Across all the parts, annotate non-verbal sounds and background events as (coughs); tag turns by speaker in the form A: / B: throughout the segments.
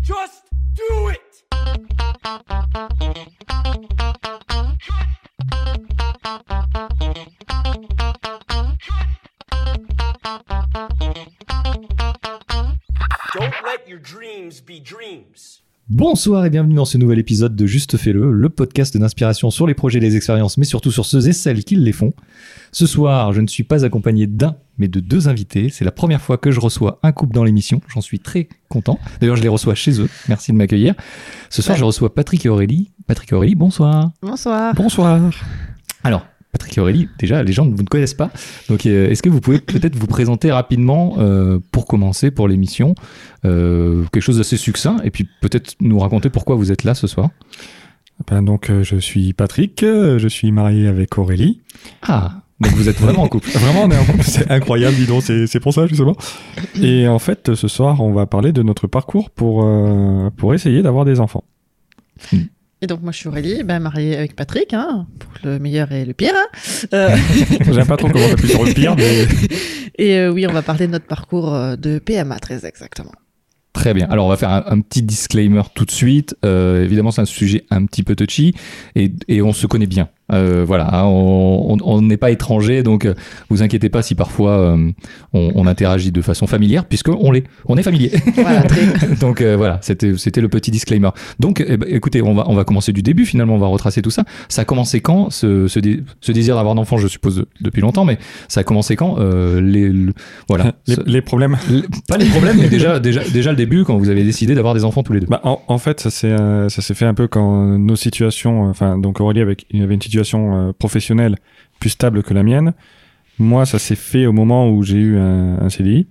A: Just do it! Don't let your dreams be dreams.
B: Bonsoir et bienvenue dans ce nouvel épisode de Juste Fais-le, le podcast d'inspiration sur les projets et les expériences, mais surtout sur ceux et celles qui les font. Ce soir, je ne suis pas accompagné d'un, mais de deux invités. C'est la première fois que je reçois un couple dans l'émission. J'en suis très content. D'ailleurs, je les reçois chez eux. Merci de m'accueillir. Ce soir, je reçois Patrick et Aurélie. Patrick et Aurélie, bonsoir.
C: Bonsoir.
B: Bonsoir. Alors, Patrick et Aurélie, déjà, les gens ne vous ne connaissent pas. Donc, euh, est-ce que vous pouvez peut-être vous présenter rapidement euh, pour commencer, pour l'émission, euh, quelque chose d'assez succinct, et puis peut-être nous raconter pourquoi vous êtes là ce soir
D: Ben donc, euh, je suis Patrick, euh, je suis marié avec Aurélie.
B: Ah, donc vous êtes (laughs) vraiment en couple.
D: Vraiment, on est en couple, c'est incroyable, dis donc, c'est c'est pour ça justement. Et en fait, ce soir, on va parler de notre parcours pour, euh, pour essayer d'avoir des enfants.
C: Et donc, moi, je suis Aurélie, ben, mariée avec Patrick, hein, pour le meilleur et le pire. hein. Euh,
D: J'aime pas trop comment t'appuies sur le pire, mais
C: et euh, oui, on va parler de notre parcours euh, de PMA, très exactement.
B: Très bien. Alors, on va faire un, un petit disclaimer tout de suite. Euh, évidemment, c'est un sujet un petit peu touchy et, et on se connaît bien. Euh, voilà, hein, on on- on n'est pas étrangers, donc euh, vous inquiétez pas si parfois euh, on, on interagit de façon familière, puisqu'on l'est. On est familier.
C: Voilà, très-
B: donc euh, voilà, c'était c'était le petit disclaimer. Donc, eh ben, écoutez, on va, on va commencer du début finalement, on va retracer tout ça. Ça a commencé quand, ce, ce, dé- ce désir d'avoir d'enfant, je suppose, de- depuis longtemps, mais ça a commencé quand euh, les, le- Voilà.
D: (laughs) les, les problèmes.
B: Le- pas les problèmes, mais déjà, déjà, déjà le début, quand vous avez décidé d'avoir des enfants tous les deux.
D: Bah, en, en fait, ça s'est euh, ça s'est fait un peu quand nos situations, euh, enfin donc Aurélie avec il avait une situation euh, professionnelle plus stable que la mienne. Moi, ça s'est fait au moment où j'ai eu un, un CDI.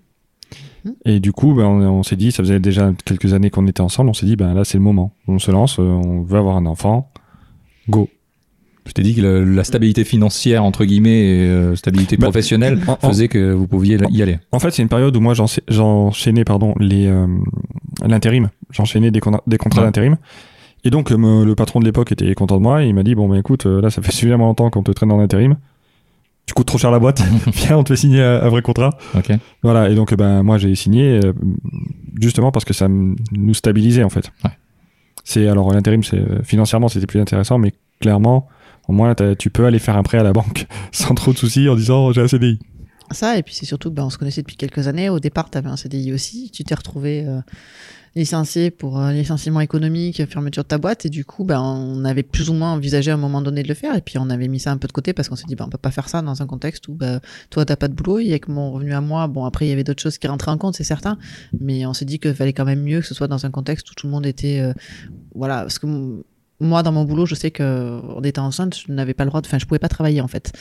C: Mhm.
D: Et du coup, ben, on, on s'est dit, ça faisait déjà quelques années qu'on était ensemble, on s'est dit, ben là, c'est le moment. On se lance, euh, on veut avoir un enfant. Go.
B: Je t'ai dit que le- la stabilité financière, entre guillemets, et euh, stabilité
D: Bah,
B: professionnelle
D: en- en-
B: faisait que vous pouviez y aller.
D: En fait, c'est une période où moi, j'ense- j'enchaînais, pardon, les, euh, l'intérim. J'enchaînais des, con- des contrats
B: Ouais.
D: d'intérim. Et donc, euh, me- le patron de l'époque était content de moi. Et il m'a dit, bon, ben écoute, euh, là, ça fait suffisamment longtemps qu'on te traîne en intérim. Tu coûtes trop cher
B: (laughs)
D: la boîte. Viens, on te fait signer un, un vrai contrat.
B: Ok.
D: Voilà. Et donc, euh, ben, moi, j'ai signé, euh, justement, parce que ça me- nous stabilisait, en fait.
B: Ouais.
D: C'est, alors, l'intérim, c'est, euh, financièrement, c'était plus intéressant, mais clairement, au moins, t'as- tu peux aller faire un prêt à la banque (laughs) sans trop de soucis en disant, j'ai un CDI.
C: Ça, et puis c'est surtout, ben, on se connaissait depuis quelques années. Au départ, tu avais un CDI aussi. Tu t'es retrouvé euh, licencié pour euh, licenciement économique, fermeture de ta boîte. Et du coup, ben, on avait plus ou moins envisagé à un moment donné de le faire. Et puis, on avait mis ça un peu de côté parce qu'on s'est dit, ben, on peut pas faire ça dans un contexte où ben, toi, t'as pas de boulot. Il y a que mon revenu à moi. Bon, après, il y avait d'autres choses qui rentraient en compte, c'est certain. Mais on s'est dit qu'il fallait quand même mieux que ce soit dans un contexte où tout le monde était. euh, voilà. Parce que. m- Moi, dans mon boulot, je sais que en étant enceinte, je n'avais pas le droit de. Enfin, je pouvais pas travailler, en fait.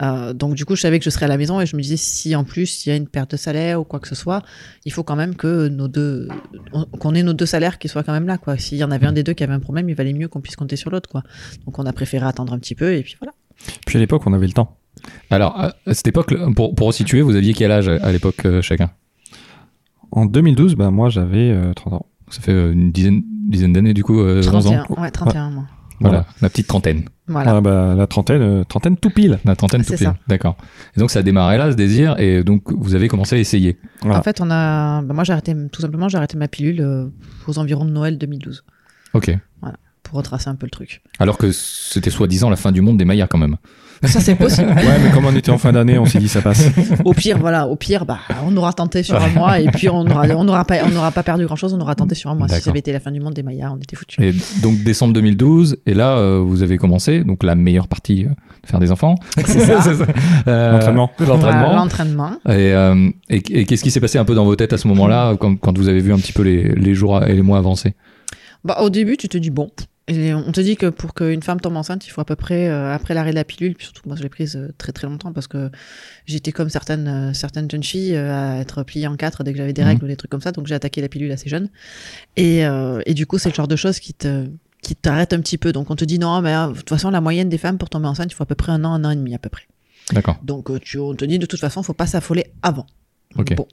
C: Euh, donc du coup, je savais que je serais à la maison et je me disais si en plus il y a une perte de salaire ou quoi que ce soit, il faut quand même que nos deux, on- qu'on ait nos deux salaires qui soient quand même là quoi. S'il y en avait un des deux qui avait un problème, il valait mieux qu'on puisse compter sur l'autre quoi. Donc on a préféré attendre un petit peu et puis voilà.
D: Puis à l'époque, on avait le temps.
B: Alors, à à cette époque, le- pour, pour situer, vous aviez quel âge à à l'époque euh, chacun
D: En 2012, ben moi j'avais euh, 30 ans.
B: Ça fait euh, une dizaine, dizaine d'années, du coup, euh, 11 ans.
C: 31, ouais, 31 mois.
B: Voilà,
D: Voilà.
B: la petite trentaine.
C: Voilà.
D: Ah, bah, la trentaine, euh, trentaine tout pile.
B: La trentaine tout
C: C'est
B: pile.
C: ça.
B: D'accord. Et donc, ça a démarré là, ce désir, et donc, vous avez commencé à essayer.
D: Voilà.
C: En fait, on a, bah, moi j'ai arrêté tout simplement j'ai arrêté ma pilule euh, aux environs de Noël 2012
B: Ok.
C: pour retracer un peu le truc.
B: Alors que c'était soi-disant la fin du monde des Mayas, quand même.
C: Ça c'est possible.
D: Ouais, mais comme on était en fin d'année, on s'est dit ça passe.
C: au pire, voilà, au pire, bah, on aura tenté sur un mois et puis on aura, on aura pas, on n'aura pas perdu grand chose, on aura tenté sur un mois. Si
B: D'accord.
C: ça avait été la fin du monde des Mayas, on était foutus.
B: Et donc décembre 2012, et là euh, vous avez commencé, donc la meilleure partie, euh, de faire des enfants.
C: (laughs) C'est ça.
B: Euh,
D: L'entraînement.
C: Voilà,
B: L'entraînement.
C: L'entraînement.
B: Et, euh, et, et qu'est-ce qui s'est passé un peu dans vos têtes à ce moment-là, quand, quand vous avez vu un petit peu les, les jours et les mois avancer
C: Bah, au début, tu te dis bon. Et on te dit que pour qu'une femme tombe enceinte, il faut à peu près, euh, après l'arrêt de la pilule, puis surtout moi je l'ai prise euh, très très longtemps parce que j'étais comme certaines, euh, certaines jeunes filles euh, à être pliée en quatre dès que j'avais des
B: Mhm.
C: règles ou des trucs comme ça, donc j'ai attaqué la pilule assez jeune. Et, euh, et du coup, c'est le genre de choses qui te qui t'arrête un petit peu. Donc on te dit non, mais euh, de toute façon, la moyenne des femmes pour tomber enceinte, il faut à peu près un an, un an et demi à peu près.
B: D'accord.
C: Donc euh, tu, on te dit de toute façon, faut pas s'affoler avant.
B: Ok.
C: Bon.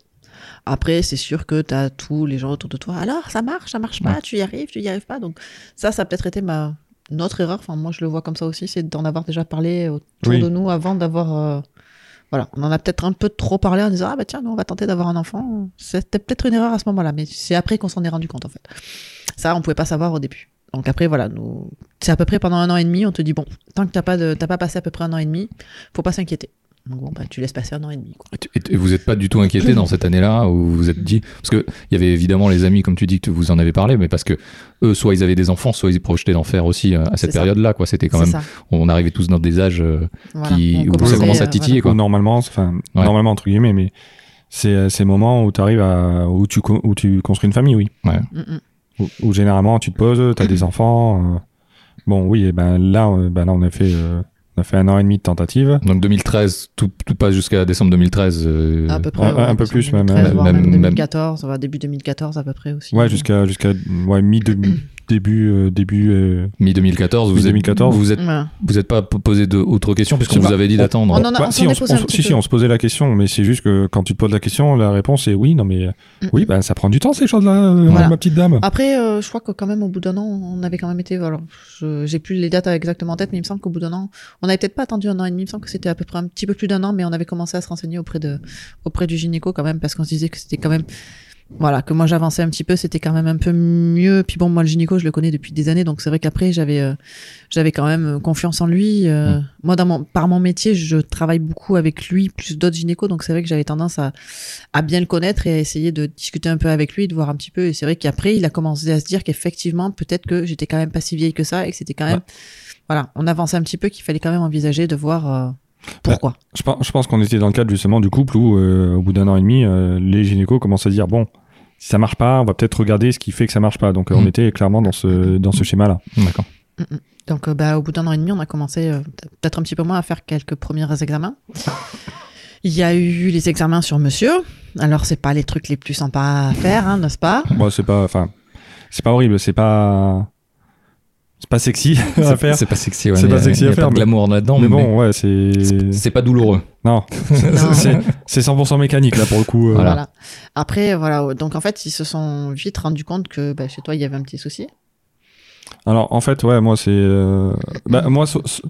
C: Après, c'est sûr que tu as tous les gens autour de toi. Alors, ça marche, ça marche pas, tu y arrives, tu y arrives pas. Donc ça, ça a peut-être été ma notre erreur. Enfin, moi, je le vois comme ça aussi, c'est d'en avoir déjà parlé autour
D: Oui.
C: de nous avant d'avoir euh, Voilà, on en a peut-être un peu trop parlé en disant ah bah tiens, nous on va tenter d'avoir un enfant. C'était peut-être une erreur à ce moment-là, mais c'est après qu'on s'en est rendu compte en fait. Ça, on pouvait pas savoir au début. Donc après voilà, nous c'est à peu près pendant un an et demi, on te dit bon, tant que t'as pas de- t'as pas passé à peu près un an et demi, faut pas s'inquiéter. Donc bon bah tu laisses passer un an et demi. quoi.
B: Et tu- Et, et vous n'êtes pas du tout inquiété dans cette année-là où vous vous êtes dit parce que il y avait évidemment les amis comme tu dis que vous en avez parlé mais parce que eux soit ils avaient des enfants soit ils projetaient d'en faire aussi euh, à
C: C'est
B: cette
C: ça.
B: période-là quoi c'était quand
C: C'est
B: même
C: ça.
B: on arrivait tous dans des âges euh,
C: Voilà.
B: qui-
C: On
B: où ça
C: commençait,
B: commence
C: euh,
B: à titiller
D: Ou
B: quoi.
D: normalement, c'est- enfin,
B: Ouais.
D: normalement entre guillemets, mais c'est euh, ces moments où tu arrives à, où tu, co- où tu construis une famille, oui.
C: voilà.
B: Euh,
C: Mm, mm.
D: Où, où généralement tu te poses, tu as des enfants. euh, bon, oui, et ben là, euh, ben là, on a fait, euh, on a fait un an et demi de tentative.
B: Donc 2013 tout, tout passe jusqu'à décembre 2013 euh,
C: À peu près.
D: un-
C: ouais,
D: un peu plus même,
C: 2013,
B: hein.
C: voire
B: Même-
C: même
B: même-
C: 2014, on va début 2014 à peu près aussi.
D: Ouais, jusqu'à jusqu'à ouais, mi début euh, début. euh,
B: mi 2014 vous êtes-
D: Mi-2014.
B: vous êtes
C: Voilà.
B: vous êtes pas p- posé de autres questions puisqu'on
D: Si,
B: vous
D: bah,
B: avait dit
D: on-
B: d'attendre.
C: on en a-
D: Bah,
C: on
D: si,
C: s'en
D: on,
C: est
D: se-
C: posé
D: on
C: un
D: se-
C: petit
D: si,
C: peu.
D: si, on se posait la question, mais c'est juste que quand tu te poses la question, la réponse est oui, non mais euh,
C: Mm.
D: oui, ben ça prend du temps ces choses-là, euh,
C: Voilà.
D: ma petite dame.
C: Après, euh, je crois que quand même au bout d'un an, on avait quand même été. Voilà, je- j'ai plus les dates exactement en tête, mais il me semble qu'au bout d'un an, on n'avait peut-être pas attendu un an et demi. Il me semble que c'était à peu près un petit peu plus d'un an, mais on avait commencé à se renseigner auprès de auprès du gynéco quand même, parce qu'on se disait que c'était quand même voilà que moi j'avançais un petit peu, c'était quand même un peu mieux. Puis bon, moi le gynéco, je le connais depuis des années, donc c'est vrai qu'après j'avais euh, j'avais quand même euh, confiance en lui. euh, Moi, dans mon par mon métier, je travaille beaucoup avec lui plus d'autres gynécos, donc c'est vrai que j'avais tendance à à bien le connaître et à essayer de discuter un peu avec lui, de voir un petit peu. Et c'est vrai qu'après, il a commencé à se dire qu'effectivement, peut-être que j'étais quand même pas si vieille que ça et que c'était quand même. Voilà, on avançait un petit peu, qu'il fallait quand même envisager de voir euh, pourquoi.
D: Je pense, je pense qu'on était dans le cadre justement du couple où, euh, au bout d'un an et demi, euh, les gynécos commencent à dire bon, si ça marche pas, on va peut-être regarder ce qui fait que ça marche pas. Donc euh, on
B: Mm.
D: était clairement dans ce dans ce schéma-là.
B: D'accord.
C: Donc, euh, bah, au bout d'un an et demi, on a commencé euh, peut-être un petit peu moins à faire quelques premiers examens. Il y a eu les examens sur monsieur. Alors, c'est pas les trucs les plus sympas à faire, hein, n'est-ce pas
D: Bon, c'est pas, enfin, c'est pas horrible, c'est pas, c'est pas sexy (laughs) à
B: C'est-
D: faire.
B: C'est pas sexy. Ouais,
D: C'est
B: mais
D: pas sexy
B: y a
D: à faire,
B: Pas de
D: mais-
B: glamour là-dedans.
D: Mais bon, ouais, c'est
B: c'est- c'est pas douloureux.
D: non,
C: Non.
D: (laughs) c'est c'est 100% mécanique là pour le coup. euh.
B: Voilà.
C: Voilà. Après, voilà. Donc, en fait, ils se sont vite rendus compte que bah, chez toi, il y avait un petit souci.
D: Alors en fait, ouais, moi c'est, euh,
B: Mm.
D: bah, moi so- so-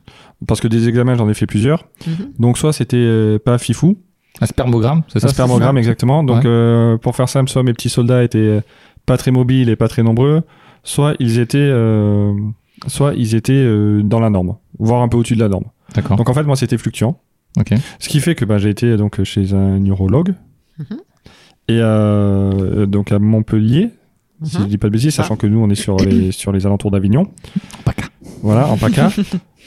D: parce que des examens j'en ai fait plusieurs.
C: Mhm.
D: Donc soit c'était euh, pas fifou,
B: Un spermogramme, c'est ça
D: un spermogramme, exactement. Donc,
B: Ouais.
D: euh, pour faire simple, soit mes petits soldats étaient euh, pas très mobiles et pas très nombreux, soit ils étaient, euh, soit ils étaient euh, dans la norme, voire un peu au-dessus de la norme.
B: D'accord.
D: Donc, en fait, moi, c'était fluctuant.
B: Ok.
D: Ce qui fait que bah, j'ai été euh, donc chez un neurologue.
B: Mm-hmm.
C: Mhm.
D: Et euh, donc à Montpellier, si je
C: Mhm.
D: dis pas de bêtises, sachant que nous on est sur les, sur les alentours d'Avignon.
B: PACA.
D: Voilà, en PACA.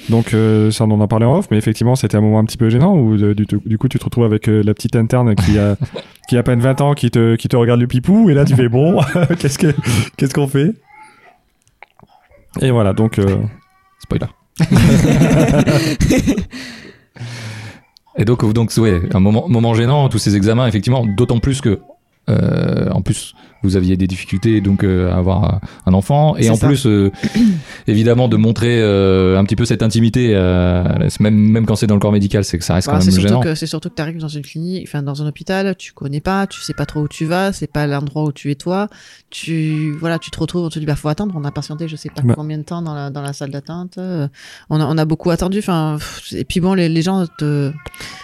D: Donc euh, ça on en a parlé en off, mais effectivement c'était un moment un petit peu gênant où euh, du, du coup tu te retrouves avec euh, la petite interne qui a, qui a à peine 20 ans qui te, qui te regarde le pipou et là tu fais bon, (laughs) qu'est-ce que- qu'est-ce qu'on fait Et voilà, donc... euh,
B: Spoiler. (laughs) Et donc, euh, donc ouais, un moment, moment gênant, tous ces examens, effectivement, d'autant plus que, euh, en plus, vous aviez des difficultés donc euh, à avoir euh, un enfant, et
C: C'est
B: en
C: ça.
B: plus, euh, évidemment, de montrer euh, un petit peu cette intimité, euh, c'est même, même quand c'est dans le corps médical, c'est que ça reste
C: Voilà,
B: quand
C: Bah, c'est
B: même
C: surtout
B: gênant.
C: que c'est surtout que tu arrives dans une clinique, enfin dans un hôpital, tu connais pas, tu sais pas trop où tu vas, c'est pas l'endroit où tu es toi. Tu voilà, tu te retrouves, on te dit bah faut attendre, on a patienté, je sais pas
D: Bah.
C: combien de temps dans la dans la salle d'attente. euh, on a on a beaucoup attendu, enfin pff, et puis bon les, les gens te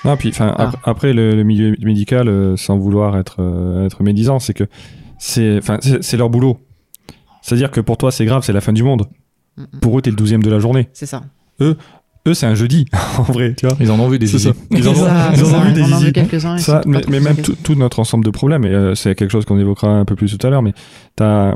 D: Non, puis enfin
C: Voilà.
D: ap- après le, le milieu médical, euh, sans vouloir être euh, être médisant, c'est que c'est enfin c'est c'est leur boulot. C'est-à-dire que pour toi c'est grave, c'est la fin du monde.
C: Mm, mm,
D: Pour eux t'es le douzième de la journée.
C: c'est ça.
D: Eux c'est un jeudi (laughs) en vrai, tu vois.
B: Ils en ont vu des
D: C'est ça.
B: idées.
D: Ils en
C: C'est
D: ont,
C: ça,
D: ils
C: c'est
D: en ont
C: ça,
D: vu
C: on
D: des
C: en a
D: idées.
C: quelques uns. et
D: Ça,
C: c'est
D: mais,
C: pas
D: mais
C: trop
D: même
C: compliqué.
D: tout, tout notre ensemble de problèmes, et euh, c'est quelque chose qu'on évoquera un peu plus tout à l'heure, mais t'as.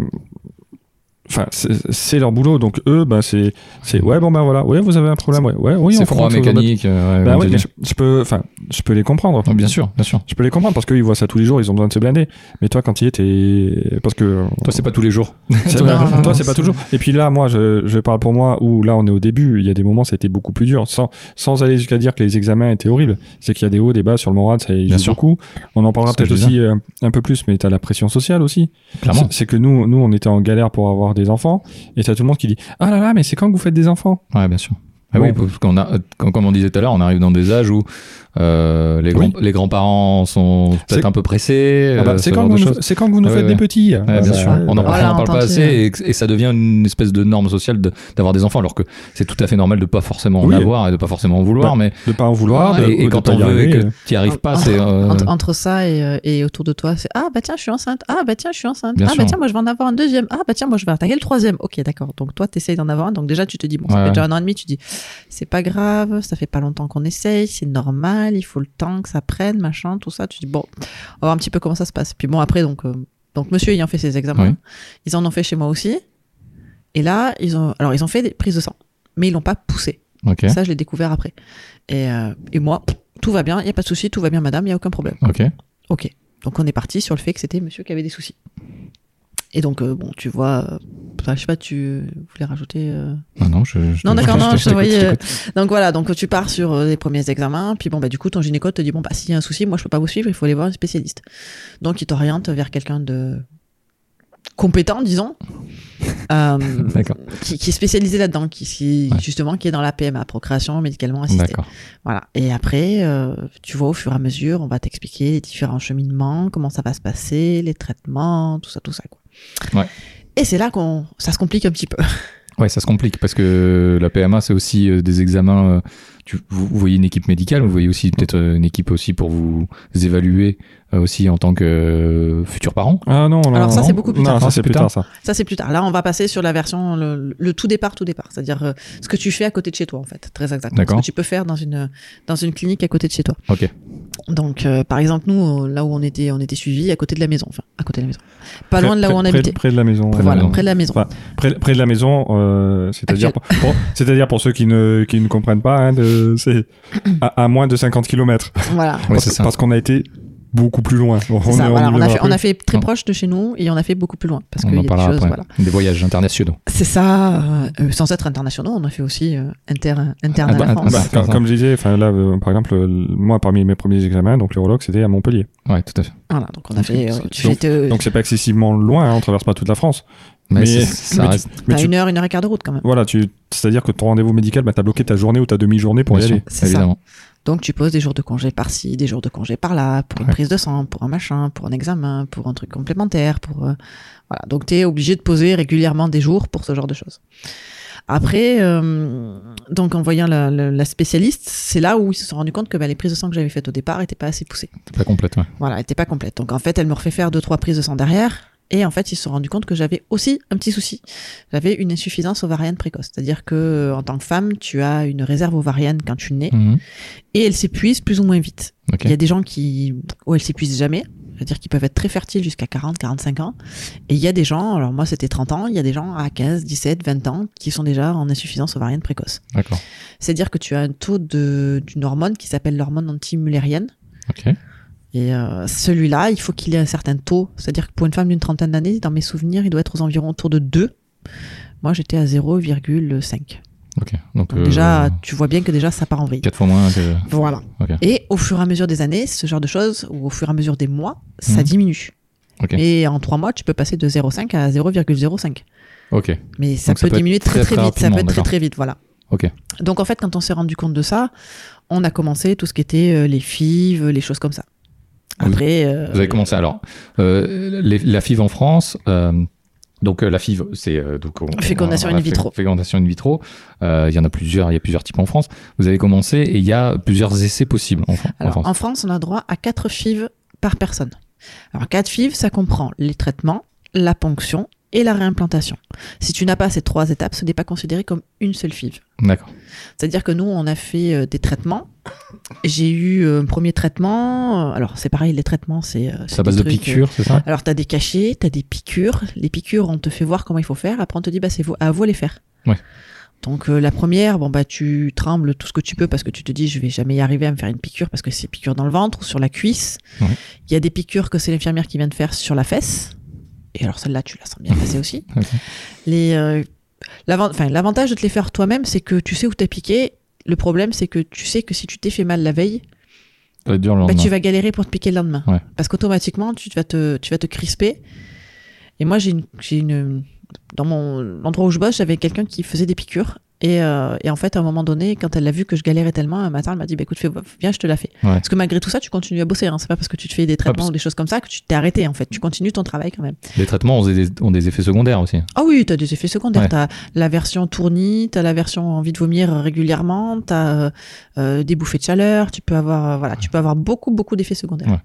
D: Enfin, c'est c'est leur boulot, donc eux, ben c'est, c'est ouais, bon ben voilà, ouais, vous avez un problème, ouais, ouais, oui, on
B: c'est froid,
D: comprend que vous en êtes-
B: mécanique. euh, ouais,
D: Ben
B: comme
D: ouais,
B: tu
D: mais
B: dis.
D: je, je peux, enfin, je peux les comprendre.
B: Oh, bien sûr, bien sûr.
D: Je peux les comprendre parce qu'ils voient ça tous les jours, ils ont besoin de se blinder. Mais toi, quand il était, parce que
B: Toi, c'est pas tous les jours.
D: c'est-
C: Non, non, non,
D: toi, c'est
C: c'est-
D: pas toujours. Et puis là, moi, je, je parle pour moi où là, on est au début. Il y a des moments, ça a été beaucoup plus dur. Sans, sans aller jusqu'à dire que les examens étaient horribles. C'est qu'il y a des hauts, des bas sur le moral, ça y
B: Bien
D: joue
B: sûr.
D: beaucoup. On en parlera
B: C'est ce que
D: peut-être
B: je
D: aussi euh, un peu plus, mais t'as la pression sociale aussi.
B: Clairement.
D: C'est c'est que nous, nous, on était en galère pour avoir des enfants, et t'as tout le monde qui dit Ah là là, mais c'est quand que vous faites des enfants
B: Ouais, bien sûr. Ah
D: Bon.
B: oui, parce qu'on a, euh, comme comme on disait tout à l'heure, on arrive dans des âges où euh, les,
D: Oui.
B: grands- les grands-parents sont peut-être
D: C'est-
B: un peu pressés.
D: Ah bah,
B: euh, ce
D: c'est quand,
B: genre
D: vous
B: de
D: nous-
B: choses.
D: c'est quand que vous nous
B: Ouais,
D: faites
B: ouais.
D: des petits.
B: Ouais,
D: Ah
B: bien
D: bah,
B: sûr,
D: ouais,
B: on en
D: bah,
B: parle,
C: Voilà,
B: on en parle pas
C: entendu.
B: assez et, et ça devient une espèce de norme sociale de- d'avoir des enfants alors que c'est tout à fait normal de pas forcément
D: Oui.
B: en avoir et de pas forcément en vouloir mais
D: De pas en vouloir.
C: Ah,
D: de-
B: et, et
D: de
B: quand
D: pas
B: on
D: y
B: veut et
D: arriver.
B: que tu arrives pas c'est euh,
C: Entre, entre ça et, euh, et autour de toi, c'est Ah bah tiens, je suis enceinte. Ah bah tiens, je suis enceinte.
B: Bien
C: ah
B: sûr.
C: bah tiens, moi je vais en avoir un deuxième. Ah bah tiens, moi je vais attaquer le troisième. Ok, d'accord. Donc toi, t'essayes d'en avoir un. Donc déjà, tu te dis, bon, ça
B: Ouais.
C: fait déjà un an et demi, tu dis, c'est pas grave, ça fait pas longtemps qu'on essaye, c'est normal, il faut le temps que ça prenne, machin, tout ça. Tu dis, bon, on va voir un petit peu comment ça se passe. Puis bon, après, donc, euh, donc monsieur ayant fait ses examens,
B: Oui.
C: ils en ont fait chez moi aussi. Et là, ils ont, alors ils ont fait des prises de sang, mais ils l'ont pas poussé.
B: ok
C: Ça, je l'ai découvert après. Et, euh, et moi, tout va bien, il n'y a pas de souci, tout va bien, madame, il n'y a aucun problème.
B: ok
C: Ok. Donc, on est parti sur le fait que c'était monsieur qui avait des soucis. Et donc, euh, bon, tu vois, euh, enfin, je sais pas, tu voulais rajouter. euh,
B: non non je, je
C: non,
B: te-
C: d'accord, non,
B: te-
C: je te
B: t'écoute,
C: voyais.
B: t'écoute.
C: euh, Donc voilà, donc tu pars sur euh, les premiers examens, puis bon, bah du coup, ton gynéco te dit, bon, bah s'il y a un souci, moi je peux pas vous suivre, il faut aller voir un spécialiste. Donc il t'oriente vers quelqu'un de compétent, disons, euh,
B: (laughs) D'accord.
C: qui, qui est spécialisé là-dedans, qui, qui-
B: Ouais.
C: justement, qui est dans la PMA, procréation médicalement assistée.
B: d'accord
C: Voilà. Et après, euh, tu vois, au fur et à mesure, on va t'expliquer les différents cheminements, comment ça va se passer, les traitements, tout ça, tout ça, quoi.
B: Ouais.
C: Et c'est là qu'on, ça se complique un petit peu. (laughs)
B: ouais ça se complique parce que la PMA c'est aussi euh, des examens euh, tu, vous, vous voyez une équipe médicale vous voyez aussi peut-être euh, une équipe aussi pour vous évaluer euh, aussi en tant que euh, futur parent
D: Ah non, non,
C: Alors ça,
D: non.
C: c'est beaucoup plus tard.
D: Non, ça, c'est plus tard, ça.
C: Ça, c'est plus tard. Là, on va passer sur la version, le, le tout départ, tout départ. C'est-à-dire, euh, ce que tu fais à côté de chez toi, en fait. Très exactement. Ce
B: D'accord.
C: que tu peux faire dans une, dans une clinique à côté de chez toi.
B: Ok.
C: Donc, euh, par exemple, nous, euh, là où on était, on était suivis, à côté de la maison. Enfin, à côté de la maison. Pas loin de là où on
D: Près- près-
C: habitait.
D: Près de la
B: Près
D: maison.
B: de la
C: Voilà,
B: maison.
C: près de la maison.
D: Enfin, près, près de la maison, euh, c'est-à-dire
C: Ah,
D: pour, pour- c'est-à-dire pour ceux qui ne, qui ne comprennent pas, hein, de- c'est à, à moins de 50 km.
C: Voilà.
B: ouais
D: parce
B: c'est ça
D: parce qu'on a été beaucoup plus loin. On,
C: C'est ça,
D: est- on
C: voilà,
D: y
C: on, a
D: verra
C: fait, on
D: plus.
C: a fait très
B: Non.
C: proche de chez nous et on a fait beaucoup plus loin parce qu'il
B: on
C: y a
B: en
C: des
B: parlera
C: choses.
B: après
C: Voilà.
B: des voyages internationaux
C: C'est ça, euh, euh, sans être internationaux, on a fait aussi euh, inter, interne
B: Ah bah,
C: à la
B: ah
C: France.
D: Bah,
B: c'est
D: comme,
B: ça.
D: comme je disais, enfin là, euh, par exemple, euh, moi, parmi mes premiers examens, donc l'urologue, c'était à Montpellier.
B: ouais tout à fait
C: Voilà, donc on a fait. euh,
D: Donc,
C: tu fais euh,
D: Donc c'est pas excessivement loin, hein, on traverse pas toute la France.
B: mais,
D: Mais-
B: c'est- ça
D: mais tu-
B: reste
D: Mais
C: t'as
D: tu-
C: une heure, une heure et quart de route quand même.
D: voilà, tu, c'est-à-dire que ton rendez-vous médical, bah, t'as bloqué ta journée ou ta demi-journée pour
B: bien
D: y
B: sûr,
D: aller.
C: C'est ça.
B: évidemment
C: Donc tu poses des jours de congé par-ci, des jours de congé par-là, pour une
B: Ouais.
C: prise de sang, pour un machin, pour un examen, pour un truc complémentaire, pour euh, voilà. Donc tu es obligé de poser régulièrement des jours pour ce genre de choses. Après, euh, donc en voyant la, la- la spécialiste, c'est là où ils se sont rendus compte que bah, les prises de sang que j'avais faites au départ n'étaient pas assez poussées.
B: c'est pas complète ouais.
C: Voilà, elle était pas complète. Donc en fait, elle me refait faire deux trois prises de sang derrière. Et en fait, ils se sont rendus compte que j'avais aussi un petit souci. J'avais une insuffisance ovarienne précoce, c'est-à-dire que euh, en tant que femme, tu as une réserve ovarienne quand tu nais
B: Mhm.
C: et elle s'épuise plus ou moins vite.
B: Ok.
C: Il y a des gens qui où elle s'épuise jamais, c'est-à-dire qu'ils peuvent être très fertiles jusqu'à 40, 45 ans. Et il y a des gens, alors moi c'était 30 ans, il y a des gens à 15, 17, 20 ans qui sont déjà en insuffisance ovarienne précoce.
B: D'accord.
C: C'est-à-dire que tu as un taux de- d'une hormone qui s'appelle l'hormone anti-mullérienne.
B: Ok.
C: Et euh, celui-là, il faut qu'il ait un certain taux. C'est-à-dire que pour une femme d'une trentaine d'années, dans mes souvenirs, il doit être aux environs autour de 2. Moi, j'étais à 0,5.
B: Ok. Donc,
C: Donc
B: euh,
C: déjà, tu vois bien que déjà, ça part en vrille.
B: quatre fois moins que.
C: Voilà.
B: Ok.
C: Et au fur et à mesure des années, ce genre de choses, ou au fur et à mesure des mois, ça
B: Mhm.
C: diminue.
B: Ok.
C: Et en 3 mois, tu peux passer de 0,5 à 0,05.
B: Ok.
C: Mais ça
B: Donc
C: peut,
B: ça peut
C: diminuer
B: être
C: très
B: très,
C: très,
B: très
C: vite, ça peut être
B: rapidement,
C: très
B: d'accord.
C: très vite, voilà.
B: Ok.
C: Donc en fait, quand on s'est rendu compte de ça, on a commencé tout ce qui était euh, les fives, les choses comme ça. Après, euh,
B: Vous avez commencé. Alors, euh, les- la FIV en France. euh, donc euh, la FIV, c'est euh, donc on- on a-
C: Fécondation
B: la
C: in
B: fé-
C: vitro.
B: Fécondation in vitro. Euh, Il y en a plusieurs. Il y a plusieurs types en France. Vous avez commencé et il y a plusieurs essais possibles en, Fran- en
C: alors,
B: France.
C: en France, on a droit à 4 fives par personne. Alors 4 fives, ça comprend les traitements, la ponction et la réimplantation. Si tu n'as pas ces trois étapes, ce n'est pas considéré comme une seule five.
B: D'accord.
C: C'est-à-dire que nous, on a fait euh, des traitements. J'ai eu euh, un premier traitement. euh, Alors, c'est pareil, les traitements, c'est. euh, c'est
B: Ça
C: des
B: base de
C: trucs, euh,
B: piqûres, c'est ça
C: Alors, t'as des cachets, t'as des piqûres. Les piqûres, on te fait voir comment il faut faire. Après, on te dit, bah, c'est vo- à vous à les faire.
B: Ouais.
C: Donc, euh, la première, bon, bah, tu trembles tout ce que tu peux parce que tu te dis, je vais jamais y arriver à me faire une piqûre parce que c'est piqûre dans le ventre ou sur la cuisse. Il
B: Ouais.
C: y a des piqûres que c'est l'infirmière qui vient de faire sur la fesse. Et alors, celle-là, tu la sens bien passer aussi.
B: (laughs) Ok.
C: Les, euh, l'avant- enfin, L'avantage de te les faire toi-même, c'est que tu sais où t'as piqué. Le problème, c'est que tu sais que si tu t'es fait mal la veille,
B: Ça va être dur le
C: bah,
B: lendemain.
C: tu vas galérer pour te piquer le lendemain.
B: Ouais.
C: Parce qu'automatiquement, tu vas, te, tu vas te crisper. Et moi, j'ai une, j'ai une. Dans mon l'endroit où je bosse, j'avais quelqu'un qui faisait des piqûres. Et, euh, et en fait, à un moment donné, quand elle l'a vu que je galérais tellement, un matin, elle m'a dit bah, écoute, fais, viens, je te la fais.
B: Ouais.
C: Parce que malgré tout ça, tu continues à bosser. Hein. C'est pas parce que tu te fais des traitements
B: parce-
C: ou des choses comme ça que tu t'es arrêté. En fait, tu continues ton travail quand même.
B: Les traitements ont des, ont des effets secondaires aussi.
C: Ah oui, t'as des effets secondaires.
B: Ouais.
C: T'as la version tournie, t'as la version envie de vomir régulièrement, t'as euh, euh, des bouffées de chaleur. Tu peux avoir, euh, voilà, tu peux avoir beaucoup, beaucoup d'effets secondaires.
B: Ouais.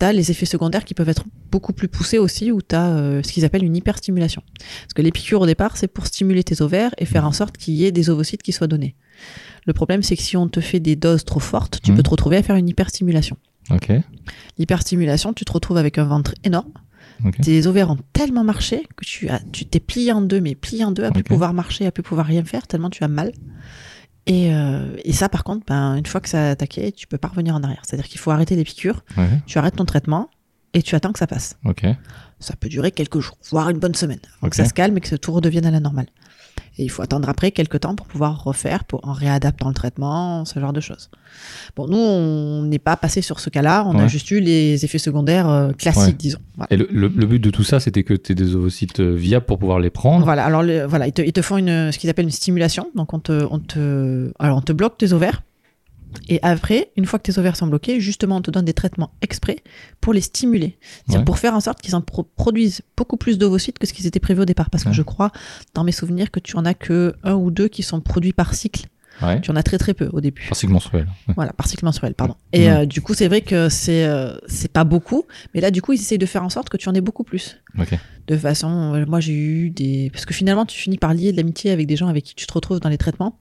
C: T'as les effets secondaires qui peuvent être beaucoup plus poussés aussi, où t'as euh, ce qu'ils appellent une hyperstimulation. Parce que les piqûres au départ, c'est pour stimuler tes ovaires et faire en sorte qu'il y ait des ovocytes qui soient donnés. Le problème, c'est que si on te fait des doses trop fortes, tu
B: Mhm.
C: peux te retrouver à faire une hyperstimulation.
B: Ok.
C: L'hyperstimulation, tu te retrouves avec un ventre énorme.
B: Ok.
C: Tes ovaires ont tellement marché que tu as, tu t'es plié en deux, mais plié en deux, à plus
B: Ok.
C: pouvoir marcher, à plus pouvoir rien faire, tellement tu as mal. Et, euh, et ça, par contre, ben, une fois que ça a attaqué, tu peux pas revenir en arrière. C'est-à-dire qu'il faut arrêter les piqûres,
B: Ouais.
C: tu arrêtes ton traitement et tu attends que ça passe.
B: Ok.
C: Ça peut durer quelques jours, voire une bonne semaine, avant
B: Ok.
C: que ça se calme et que ce tout redevienne à la normale. Et il faut attendre après quelques temps pour pouvoir refaire, pour en réadaptant le traitement, ce genre de choses. Bon, nous, on n'est pas passé sur ce cas-là, on a
B: Ouais.
C: juste eu les effets secondaires euh, classiques,
B: Ouais.
C: disons. Voilà.
B: Et le, le- le but de tout ça, c'était que tu aies des ovocytes euh, viables pour pouvoir les prendre.
C: Voilà, alors le- voilà, ils te, ils te font une, ce qu'ils appellent une stimulation. Donc on te, on te, alors on te bloque tes ovaires. Et après, une fois que tes ovaires sont bloqués, justement, on te donne des traitements exprès pour les stimuler. C'est-à-dire
B: Ouais.
C: pour faire en sorte qu'ils en pro- produisent beaucoup plus d'ovocytes que ce qu'ils étaient prévus au départ. Parce
B: Ouais.
C: que je crois, dans mes souvenirs, que tu en as que un ou deux qui sont produits par cycle.
B: Ouais.
C: Tu en as très très peu au début.
B: Enfin, c'est que menstruel. Ouais.
C: Voilà, par cycle menstruel, pardon. Et
B: Mhm.
C: euh, du coup, c'est vrai que c'est euh, c'est pas beaucoup, mais là, du coup, ils essayent de faire en sorte que tu en aies beaucoup plus
B: Ok.
C: de façon euh, moi j'ai eu des parce que finalement tu finis par lier de l'amitié avec des gens avec qui tu te retrouves dans les traitements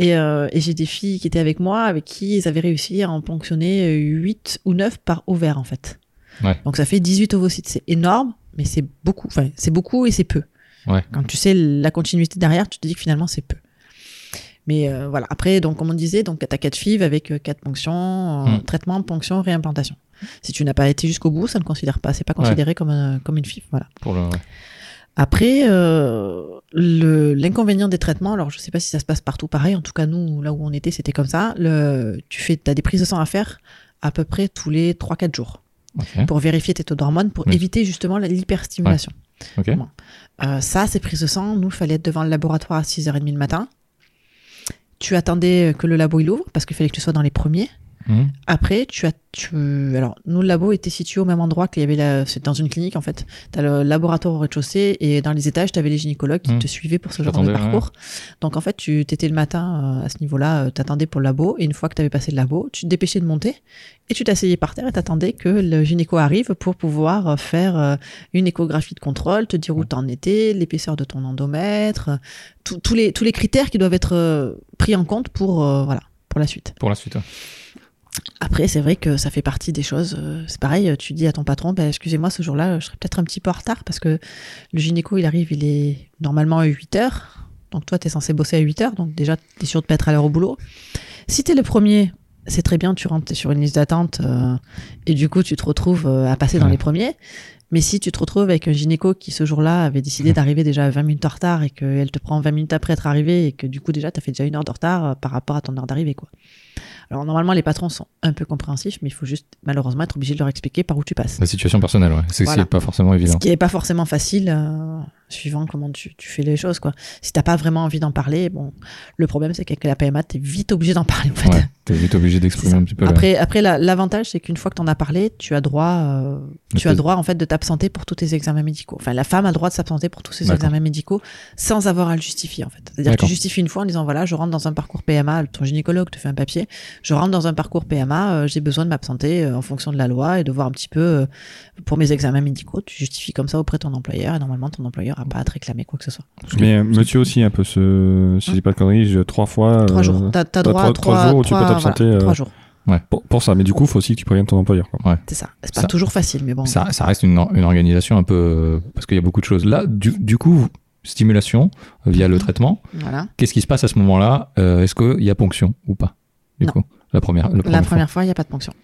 C: et, euh, et j'ai des filles qui étaient avec moi avec qui ils avaient réussi à en ponctionner 8 ou 9 par ovaire en fait
B: Ouais.
C: donc ça fait 18 ovocytes c'est énorme mais c'est beaucoup enfin c'est beaucoup et c'est peu
B: Ouais.
C: quand tu sais la continuité derrière tu te dis que finalement c'est peu mais euh, voilà après donc comme on disait donc t'as 4 fives avec 4 ponctions euh,
B: Hmm.
C: traitement ponction réimplantation si tu n'as pas été jusqu'au bout ça ne considère pas c'est pas considéré comme, un- comme une FIV voilà
B: Pour le... ouais.
C: après, euh, le- l'inconvénient des traitements, alors je sais pas si ça se passe partout pareil, en tout cas nous, là où on était, c'était comme ça, le, tu fais, as des prises de sang à faire à peu près tous les 3-4 jours
B: Ok.
C: pour vérifier tes taux d'hormones, pour
B: Oui.
C: éviter justement la- l'hyperstimulation.
B: Ok.
C: Bon. Euh, ça, ces prises de sang, nous, il fallait être devant le laboratoire à 6h30 le matin. Tu attendais que le labo il ouvre, parce qu'il fallait que tu sois dans les premiers.
B: Mhm.
C: Après, tu as, tu, alors, nous, le labo était situé au même endroit qu'il y avait la, c'est dans une clinique, en fait. T'as le laboratoire au rez-de-chaussée et dans les étages, t'avais les gynécologues qui
B: Mm.
C: te suivaient pour ce
B: Qui
C: genre de
B: t'attendaient, ouais.
C: parcours. Donc, en fait, tu t'étais le matin euh, à ce niveau-là, euh, t'attendais pour le labo et une fois que t'avais passé le labo, tu te dépêchais de monter et tu t'asseyais par terre et t'attendais que le gynéco arrive pour pouvoir euh, faire euh, une échographie de contrôle, te dire où t'en étais, l'épaisseur de ton endomètre, euh, tous- tous les, tous les critères qui doivent être euh, pris en compte pour, euh, voilà, pour la suite.
B: Pour la suite. ouais.
C: Après, c'est vrai que ça fait partie des choses. euh, C'est pareil, tu dis à ton patron, Bah, excusez-moi, ce jour-là, euh, je serai peut-être un petit peu en retard parce que le gynéco, il arrive, il est normalement à 8 heures. Donc toi, t'es censé bosser à 8 heures, donc déjà, t'es sûr de pas être à l'heure au boulot. Si t'es le premier, c'est très bien, tu rentres, t'es sur une liste d'attente euh, et du coup, tu te retrouves euh, à passer dans
B: Ouais.
C: les premiers. Mais si tu te retrouves avec un gynéco qui, ce jour-là, avait décidé d'arriver déjà à 20 minutes en retard et qu'elle te prend 20 minutes après être arrivée et que du coup, déjà, t'as fait déjà une heure de retard euh, par rapport à ton heure d'arrivée, quoi. Alors normalement, les patrons sont un peu compréhensifs, mais il faut juste malheureusement être obligé de leur expliquer par où tu passes.
B: La situation personnelle, ouais. C'est
C: Voilà.
B: c'est pas forcément
C: Ce
B: évident.
C: qui n'est pas forcément facile, euh, suivant comment tu, tu fais les choses. Quoi. Si t'as pas vraiment envie d'en parler, bon, le problème c'est qu'avec la PMA, t'es vite obligé d'en parler. En fait.
B: Ouais. T'es vite obligé
C: C'est
B: d'exprimer
C: ça.
B: un petit peu. la-
C: Après, après la- l'avantage, c'est qu'une fois que t'en as parlé, tu as droit, euh,
B: Le
C: tu as
B: pos-
C: droit en fait de t'absenter pour tous tes examens médicaux. Enfin, la femme a le droit de s'absenter pour tous ses
B: D'accord.
C: examens médicaux sans avoir à le justifier en fait. C'est-à-dire que
B: D'accord.
C: tu justifies une fois en disant voilà, je rentre dans un parcours PMA, ton gynécologue te fait un papier, je rentre dans un parcours PMA, euh, j'ai besoin de m'absenter euh, en fonction de la loi et de voir un petit peu euh, pour mes examens médicaux. Tu justifies comme ça auprès de ton employeur et normalement ton employeur n'a pas à te réclamer quoi que ce soit.
D: Mais euh, monsieur aussi, un peu ce. Si je dis pas de conneries, je- trois fois.
C: Trois
D: euh,
C: jours. T'as t'as
D: t'as
C: droit
D: trois-
C: à
D: trois
C: trois
D: jours où tu peux
C: trois- voilà,
D: t'absenter, euh,
C: Trois jours.
D: Pour, pour ça, mais du coup, faut aussi que tu préviennes ton employeur. quoi.
C: C'est ça. C'est
B: ça-
C: pas toujours facile, mais bon.
B: Ça, ça reste une, or- une organisation un peu. euh, Parce qu'il y a beaucoup de choses. Là, du, du coup, stimulation euh, via
C: Mhm.
B: le traitement.
C: Voilà.
B: Qu'est-ce qui se passe à ce moment-là Euh, Est-ce qu'il y a ponction ou pas Du
C: Non.
B: coup, la première. le
C: La
B: premier
C: première fois, il n'y a pas de ponction.
B: fois.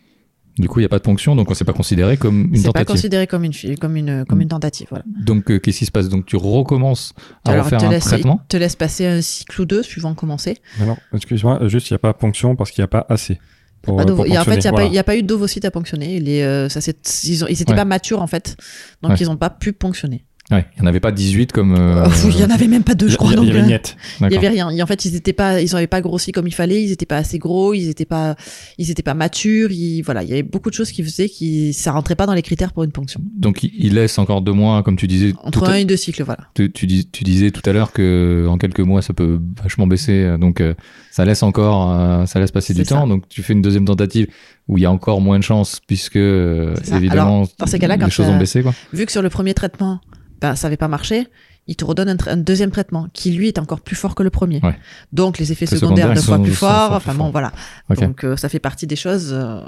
B: Du coup, il n'y a pas de ponction, donc on ne s'est pas considéré comme une
C: C'est pas
B: tentative.
C: considéré comme une, fi- comme une, comme une tentative. Voilà.
B: Donc, euh, qu'est-ce qui se passe Donc, tu recommences à
C: Alors,
B: refaire
C: te
B: un
C: laisse,
B: traitement
C: te laisse passer un cycle ou deux, suivant comment c'est.
D: Mais non, excuse-moi, euh, juste, il n'y a pas ponction parce qu'il n'y a pas assez. Pour,
C: Pas
D: euh,
C: d'ovo-
D: pour
C: Ah, il y a- en fait, il n'y
D: ponctionner,
C: a, pas-
D: voilà.
C: il y a pas eu d'ovocytes à ponctionner. Les, euh, ça, c'est- ils n'étaient
B: Ouais.
C: pas matures, en fait. Donc,
B: Ouais.
C: ils n'ont pas pu ponctionner.
B: Ouais, il n'y en avait pas 18 comme.
C: (laughs)
B: euh,
C: Pff, Il y en avait même pas deux, je
D: Il y-
C: crois.
D: il y
C: donc,
D: avait
C: euh,
D: Niette.
C: Il y
B: d'accord.
C: avait rien. Et en fait, ils étaient pas, ils n'avaient pas grossi comme il fallait. Ils étaient pas assez gros. Ils étaient pas, ils étaient pas matures. Ils, voilà, il y avait beaucoup de choses qui faisaient qui, ça rentrait pas dans les critères pour une ponction.
B: Donc il- il laisse encore deux mois, comme tu disais.
C: Entre
B: tout à-
C: un et deux cycles, voilà.
B: tu, tu dis- tu disais tout à l'heure que en quelques mois ça peut vachement baisser, euh, donc euh, ça laisse encore, euh, ça laisse passer du
C: C'est ça.
B: temps. Donc tu fais une deuxième tentative où il y a encore moins de chances puisque euh,
C: C'est ça.
B: évidemment
C: dans ces cas-là,
B: les
C: quand
B: choses
C: ça-
B: ont baissé quoi.
C: Vu que sur le premier traitement, ben, ça avait pas marché, ils te redonnent un, tra- un deuxième traitement qui lui est encore plus fort que le premier.
B: Ouais.
C: Donc les effets
B: Les
C: secondaires,
B: secondaires,
C: deux
B: ils
C: fois
B: sont-
C: plus
B: sont- sont
C: forts.
B: plus
C: Enfin
B: forts.
C: bon, voilà.
B: Ok.
C: Donc euh, ça fait partie des choses, euh,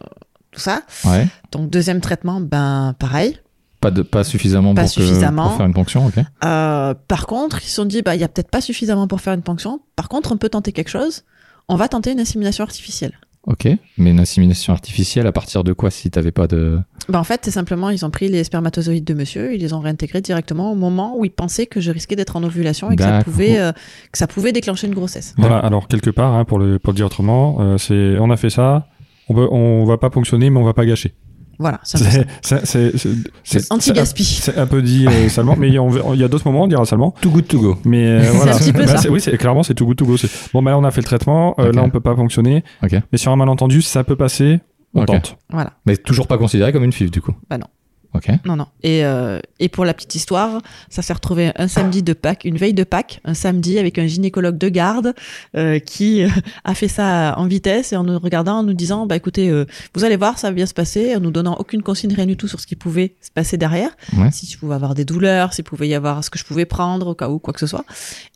C: tout ça.
B: Ouais.
C: Donc deuxième traitement, ben pareil.
B: Pas de, pas suffisamment,
C: Pas
B: pour, que-
C: suffisamment.
B: pour faire une ponction. Ok.
C: Euh, par contre, ils se sont dit, bah, il y a peut-être pas suffisamment pour faire une ponction. Par contre, on peut tenter quelque chose. On va tenter une insémination artificielle.
B: Ok. Mais une insémination artificielle à partir de quoi si t'avais pas de.
C: Bah, en fait, c'est simplement, ils ont pris les spermatozoïdes de monsieur, ils les ont réintégrés directement au moment où ils pensaient que je risquais d'être en ovulation et que ça,
B: D'accord.
C: pouvait, euh, que ça pouvait déclencher une grossesse.
D: Voilà, alors quelque part, hein, pour, le, pour le dire autrement, euh, c'est on a fait ça, on, peut- on va pas ponctionner, mais on va pas gâcher.
C: Voilà,
B: (laughs)
C: c'est un peu ça.
D: C'est- c'est- c'est- c'est- c'est-
C: anti-gaspi.
D: C'est un peu dit euh, salement, mais il y a- on- il y a d'autres moments, on dira salement.
B: Too good to go.
D: Mais euh,
C: (laughs) C'est
D: voilà.
C: un petit peu
D: Bah,
C: ça.
D: c'est- Oui, c'est- clairement, c'est tout goût, tout go. c'est- Bon, bah là, on a fait le traitement. euh,
B: Ok.
D: Là, on peut pas fonctionner.
B: Ok.
D: Mais sur un malentendu, ça peut passer. On
B: Ok.
D: tente.
C: Voilà,
B: Mais toujours pas considéré comme une FIV du coup.
C: Bah non.
B: Ok.
C: non, non. Et, euh, et pour la petite histoire, ça s'est retrouvé un samedi de Pâques, une veille de Pâques, un samedi avec un gynécologue de garde euh, qui euh, a fait ça en vitesse et en nous regardant, en nous disant, bah écoutez, euh, vous allez voir, ça va bien se passer, en nous donnant aucune consigne, rien du tout sur ce qui pouvait se passer derrière,
B: Ouais.
C: si je pouvais avoir des douleurs, si pouvait y avoir ce que je pouvais prendre au cas où, quoi que ce soit.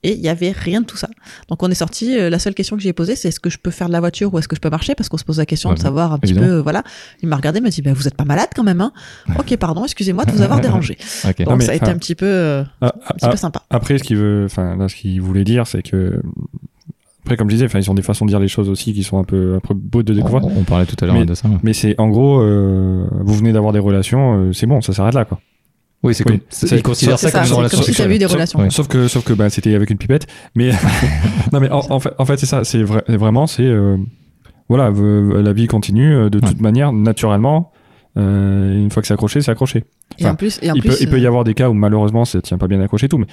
C: Et il y avait rien de tout ça. Donc on est sorti. euh, la seule question que j'ai posée, c'est est-ce que je peux faire de la voiture ou est-ce que je peux marcher Parce qu'on se pose la question
B: Ouais,
C: de savoir un petit
B: évidemment.
C: peu, euh, voilà. Il m'a regardé, il m'a dit, bah, vous êtes pas malade quand même, hein Ok, pardon, excusez-moi de vous
D: (laughs)
C: avoir dérangé.
B: Ok.
C: Bon,
D: mais,
C: ça a été
D: enfin,
C: un petit peu, euh,
D: Ah, ah,
C: un petit
D: ah,
C: peu sympa.
D: après, ce qu'il veut, enfin, là, ce qu'il voulait dire, c'est que. Après, comme je disais, enfin, ils ont des façons de dire les choses aussi qui sont un peu, un peu beaux de
B: on,
D: découvrir.
B: on parlait tout à l'heure
D: Mais-
B: de ça. ouais.
D: Mais c'est en gros, euh, vous venez d'avoir des relations, euh, c'est bon, ça s'arrête là, quoi.
B: Oui, c'est
D: Oui.
B: comme. c'est-
D: C'est-
B: Ils considèrent
C: c'est
B: ça
C: ça,
B: comme une
C: c'est comme
B: relation
C: si t'avais
B: sexuelle.
C: eu des
D: Sauf-
C: relations.
B: Ouais.
D: Sauf que, sauf que bah, c'était avec une pipette. Mais (laughs) non, mais en, en fait, en fait, c'est ça. C'est vrai, vraiment, c'est euh, voilà, v- la vie continue euh, de toute manière, naturellement. Euh, une fois que c'est accroché, c'est accroché.
C: Et en plus, et en
D: il,
C: plus,
D: peut, il peut
C: euh,
D: y avoir des cas où malheureusement, ça tient pas bien accroché et tout, mais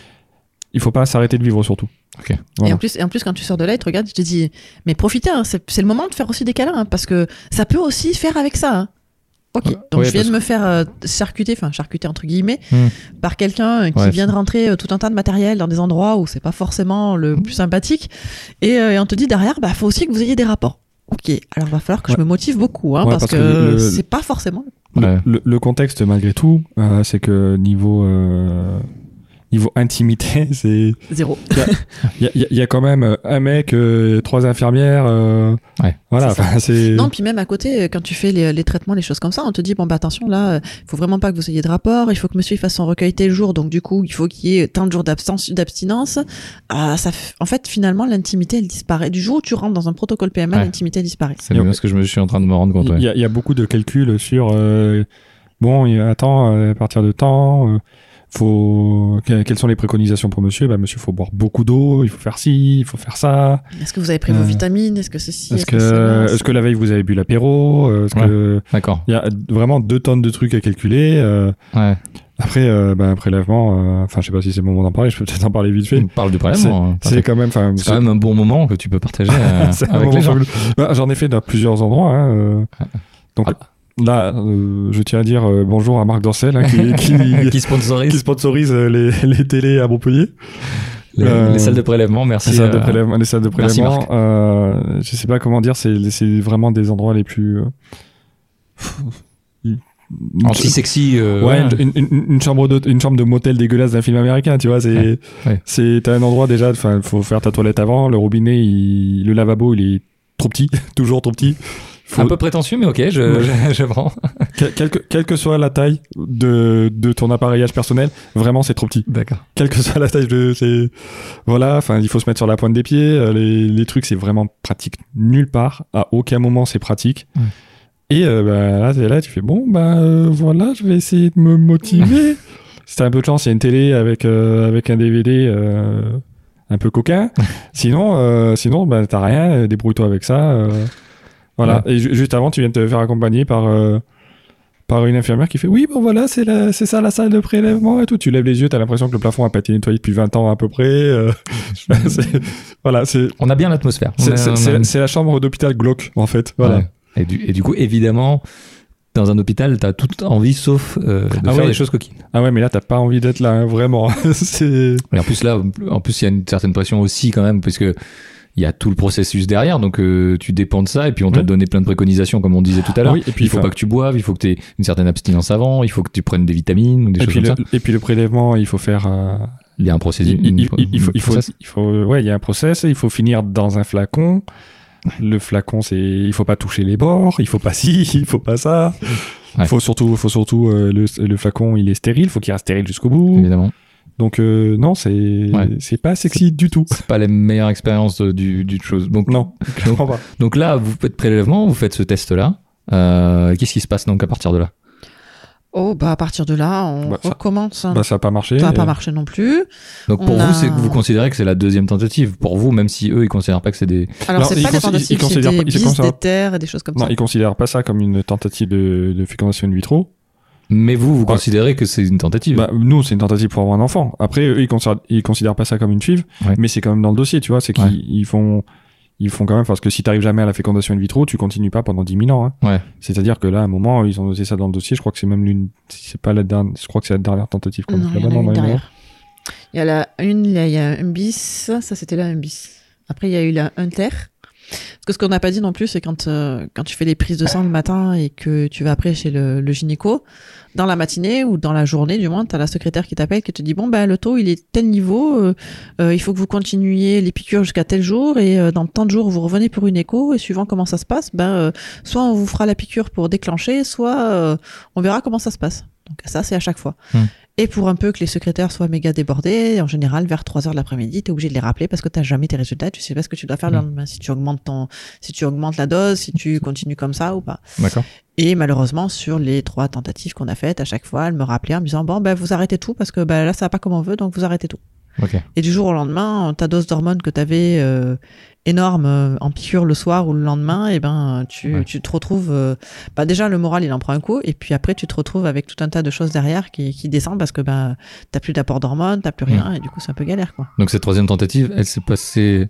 D: il faut pas s'arrêter de vivre surtout.
C: Et
D: Voilà.
C: en, plus, et en plus, quand tu sors de là, ils te regardent, ils te disent Mais profitez, hein, c'est c'est le moment de faire aussi des câlins, hein, parce que ça peut aussi faire avec ça. hein. Ok,
B: Ouais,
C: donc
B: ouais,
C: je viens
B: parce
C: de me faire euh, charcuter, enfin charcuter entre guillemets,
B: Hmm.
C: par quelqu'un euh, qui
B: Ouais.
C: vient de rentrer euh, tout un tas de matériel dans des endroits où c'est pas forcément le
D: Hmm.
C: plus sympathique, et, euh, et on te dit derrière, bah faut aussi que vous ayez des rapports. Ok, alors va falloir que je me motive beaucoup, hein,
D: Ouais,
C: parce,
D: parce
C: que,
D: que le-
C: c'est pas forcément.
D: Le,
B: Ouais.
D: le- le contexte, malgré tout, euh, c'est que niveau euh, niveau intimité, (laughs) c'est
C: Zéro.
D: il y a- il y, a- il y a quand même euh, un mec, euh, trois infirmières. euh,
B: Ouais.
D: Voilà,
C: C'est ça.
D: enfin, c'est
C: Non, puis même à côté, euh, quand tu fais les, les traitements, les choses comme ça, on te dit bon bah attention là, euh, faut vraiment pas que vous ayez de rapport, il faut que monsieur il fasse son recueil tel jour, donc du coup il faut qu'il y ait tant de jours d'absence- d'abstinence. Ah, ça, f- en fait finalement l'intimité elle disparaît du jour où tu rentres dans un protocole PMA,
B: Ouais.
C: l'intimité elle disparaît.
B: C'est bien ce que je me suis en train de me rendre compte.
D: Il
B: ouais.
D: y, a- il y a beaucoup de calculs sur euh, bon, il- attends, euh, à partir de temps, euh, faut que- quelles sont les préconisations pour monsieur Bah monsieur, faut boire beaucoup d'eau, il faut faire ci, il faut faire ça.
C: Est-ce que vous avez pris vos
D: Euh,
C: vitamines Est-ce que ceci
D: Est-ce
C: cela
D: que est-ce que la veille vous avez bu l'apéro Euh, Est-ce
B: Ouais.
D: que
B: D'accord.
D: il y a vraiment deux tonnes de trucs à calculer. euh,
B: Ouais.
D: après, euh, bah, un prélèvement. euh, Enfin, je sais pas si c'est le moment d'en parler. Je peux peut-être en parler vite fait.
B: On parle du prélèvement. hein,
D: C'est
B: Patrick.
D: quand même. enfin,
B: Mm. C'est quand même un bon moment que tu peux partager euh,
D: (laughs) C'est un
B: avec
D: moment
B: les gens.
D: fabuleux. (laughs) Bah, J'en ai fait dans plusieurs endroits. hein, euh. Donc là, euh, je tiens à dire euh, bonjour à Marc Dorcel hein,
B: (laughs)
D: qui, qui-
B: qui
D: qui
B: sponsorise
D: sponsorise euh, les, (laughs) les télés à Montpellier.
B: les,
D: euh,
B: les salles de prélèvement.
D: Les
B: Merci.
D: salles de
B: euh,
D: prélèvement. Les salles de
B: merci,
D: prélèvement, euh, je sais pas comment dire, c'est c'est vraiment des endroits les plus. euh,
B: Anti-sexy. euh,
D: Ouais, une, une- une- une chambre d'hôte- une chambre de motel dégueulasse d'un film américain, tu vois, c'est,
B: ouais.
D: c'est, t'as un endroit déjà, enfin, faut faire ta toilette avant, le robinet, il- le lavabo, il est trop petit, (laughs) toujours trop petit. Faut-
B: Un peu prétentieux, mais ok, je, (laughs) je, je prends.
D: quel- quelle, que, quelle que soit la taille de, de ton appareillage personnel, vraiment, c'est trop petit.
B: D'accord.
D: Quelle que soit la taille de, c'est, voilà, enfin, il faut se mettre sur la pointe des pieds, euh, les, les trucs, c'est vraiment pratique nulle part, à aucun moment c'est pratique.
B: Ouais.
D: Et euh, bah, là, t'es là, tu fais bon, bah euh, voilà, je vais essayer de me motiver. si t'as un peu de chance, il y a une télé avec, euh, avec un DVD euh, un peu coquin. sinon, euh, sinon bah, t'as rien, euh, débrouille-toi avec ça. euh, voilà. Et ju- juste avant, tu viens de te faire accompagner par, euh, par une infirmière qui fait oui bon voilà c'est la- c'est ça la salle de prélèvement et tout tu lèves les yeux t'as l'impression que le plafond a pas été nettoyé depuis 20 ans à peu près (laughs) euh, c'est- voilà c'est
B: On a bien l'atmosphère. On
D: c'est-
B: a- on a-
D: c'est- c'est c'est la chambre d'hôpital glauque en fait voilà
B: Ouais. Et, du, et du coup, évidemment, dans un hôpital, t'as toute envie sauf euh, de
D: Ah
B: faire
D: ouais.
B: des choses coquines.
D: ah ouais mais là t'as pas envie d'être là hein, vraiment (laughs) c'est
B: Et en plus, là, en plus, il y a une certaine pression aussi quand même, parce que il y a tout le processus derrière, donc euh, tu dépends de ça, et puis on t'a
D: Ouais.
B: donné plein de préconisations, comme on disait tout à l'heure.
D: Oui, et puis
B: il faut
D: enfin-
B: pas que tu boives, il faut que tu aies une certaine abstinence avant, il faut que tu prennes des vitamines ou des
D: et
B: choses
D: puis,
B: comme
D: le,
B: ça.
D: et puis le prélèvement il faut faire euh,
B: Il y a un procédé.
D: il,
B: une-
D: il- il- il faut,
B: une
D: il faut,
B: process.
D: il faut- ouais, il y a un process, il faut finir dans un flacon. Le flacon, c'est, il faut pas toucher les bords, il faut pas ci, (laughs) il faut pas ça.
B: Ouais.
D: Faut surtout, faut surtout euh, le, le flacon, il est stérile, faut qu'il reste stérile jusqu'au bout.
B: Évidemment.
D: Donc euh, non, c'est, c'est pas sexy du tout.
B: C'est pas la meilleure expérience euh, du, du chose. Donc,
D: Non, (laughs) clairement pas.
B: donc là, vous faites prélèvement, vous faites ce test-là. Euh, Qu'est-ce qui se passe donc à partir de là
C: Oh, bah, à partir de là, on
D: Bah, ça-
C: recommence.
D: Bah, ça a pas marché.
C: ça n'a
D: Euh,
C: pas marché non plus.
B: Donc pour
C: On a-
B: vous, c'est- vous considérez que c'est la deuxième tentative. Pour vous, même si eux, ils considèrent pas que c'est des.
C: Alors,
D: Non,
C: c'est
D: ils
C: pas des
D: consi- ils- ils
C: tentatives, c'est
D: considèrent
C: des
D: pas- ils
C: bis,
D: considèrent-
C: des terres et des choses comme
D: Non,
C: ça.
D: ils considèrent pas ça comme une tentative de, de fécondation in vitro.
B: Mais vous, vous considérez que c'est une tentative.
D: Bah, nous, c'est une tentative pour avoir un enfant. Après, eux, ils considèrent, ils considèrent pas ça comme une FIV,
B: Ouais.
D: mais c'est quand même dans le dossier, tu vois. C'est qu'ils
B: Ouais.
D: ils font, ils font quand même, parce que si t'arrives jamais à la fécondation in vitro, tu continues pas pendant 10 000 ans. hein.
B: Ouais.
D: C'est-à-dire que là, à un moment, ils ont noté ça dans le dossier. Je crois que c'est même l'une, si c'est pas la dernière, je crois que c'est la dernière tentative qu'on
C: Non,
D: fait
C: il y en
D: là-bas
C: a
D: dans
C: une
D: la maison.
C: derrière. Il y a la une, il y a- il y a un bis, ça c'était la un bis. Après il y a eu la hunter. Parce que ce qu'on n'a pas dit non plus, c'est quand euh, quand tu fais les prises de sang le matin et que tu vas après chez le, le gynéco, dans la matinée ou dans la journée du moins, t'as la secrétaire qui t'appelle qui te dit bon ben le taux il est tel niveau, euh, euh, il faut que vous continuiez les piqûres jusqu'à tel jour et euh, dans tant de jours vous revenez pour une écho et suivant comment ça se passe, ben euh, soit on vous fera la piqûre pour déclencher, soit euh, on verra comment ça se passe. Donc ça c'est à chaque fois. Et pour un peu que les secrétaires soient méga débordés, en général, vers 3 heures de l'après-midi, t'es obligé de les rappeler parce que t'as jamais tes résultats, tu sais pas ce que tu dois faire le
B: Mm.
C: lendemain, si tu augmentes ton, si tu augmentes la dose, si tu continues comme ça ou pas.
B: D'accord.
C: Et malheureusement, sur les trois tentatives qu'on a faites, à chaque fois, elle me rappelait en me disant, bon, ben, vous arrêtez tout parce que, ben, là, ça va pas comme on veut, donc vous arrêtez tout.
B: Ok.
C: Et du jour au lendemain, ta dose d'hormones que t'avais, euh, énorme, euh, en piqûre le soir ou le lendemain, et ben, tu,
B: Ouais.
C: tu te retrouves, euh, bah, déjà, le moral, il en prend un coup, et puis après, tu te retrouves avec tout un tas de choses derrière qui, qui descendent parce que, ben, t'as plus d'apport d'hormones, t'as plus rien, et du coup, c'est un peu galère, quoi.
B: Donc cette troisième tentative, elle s'est passée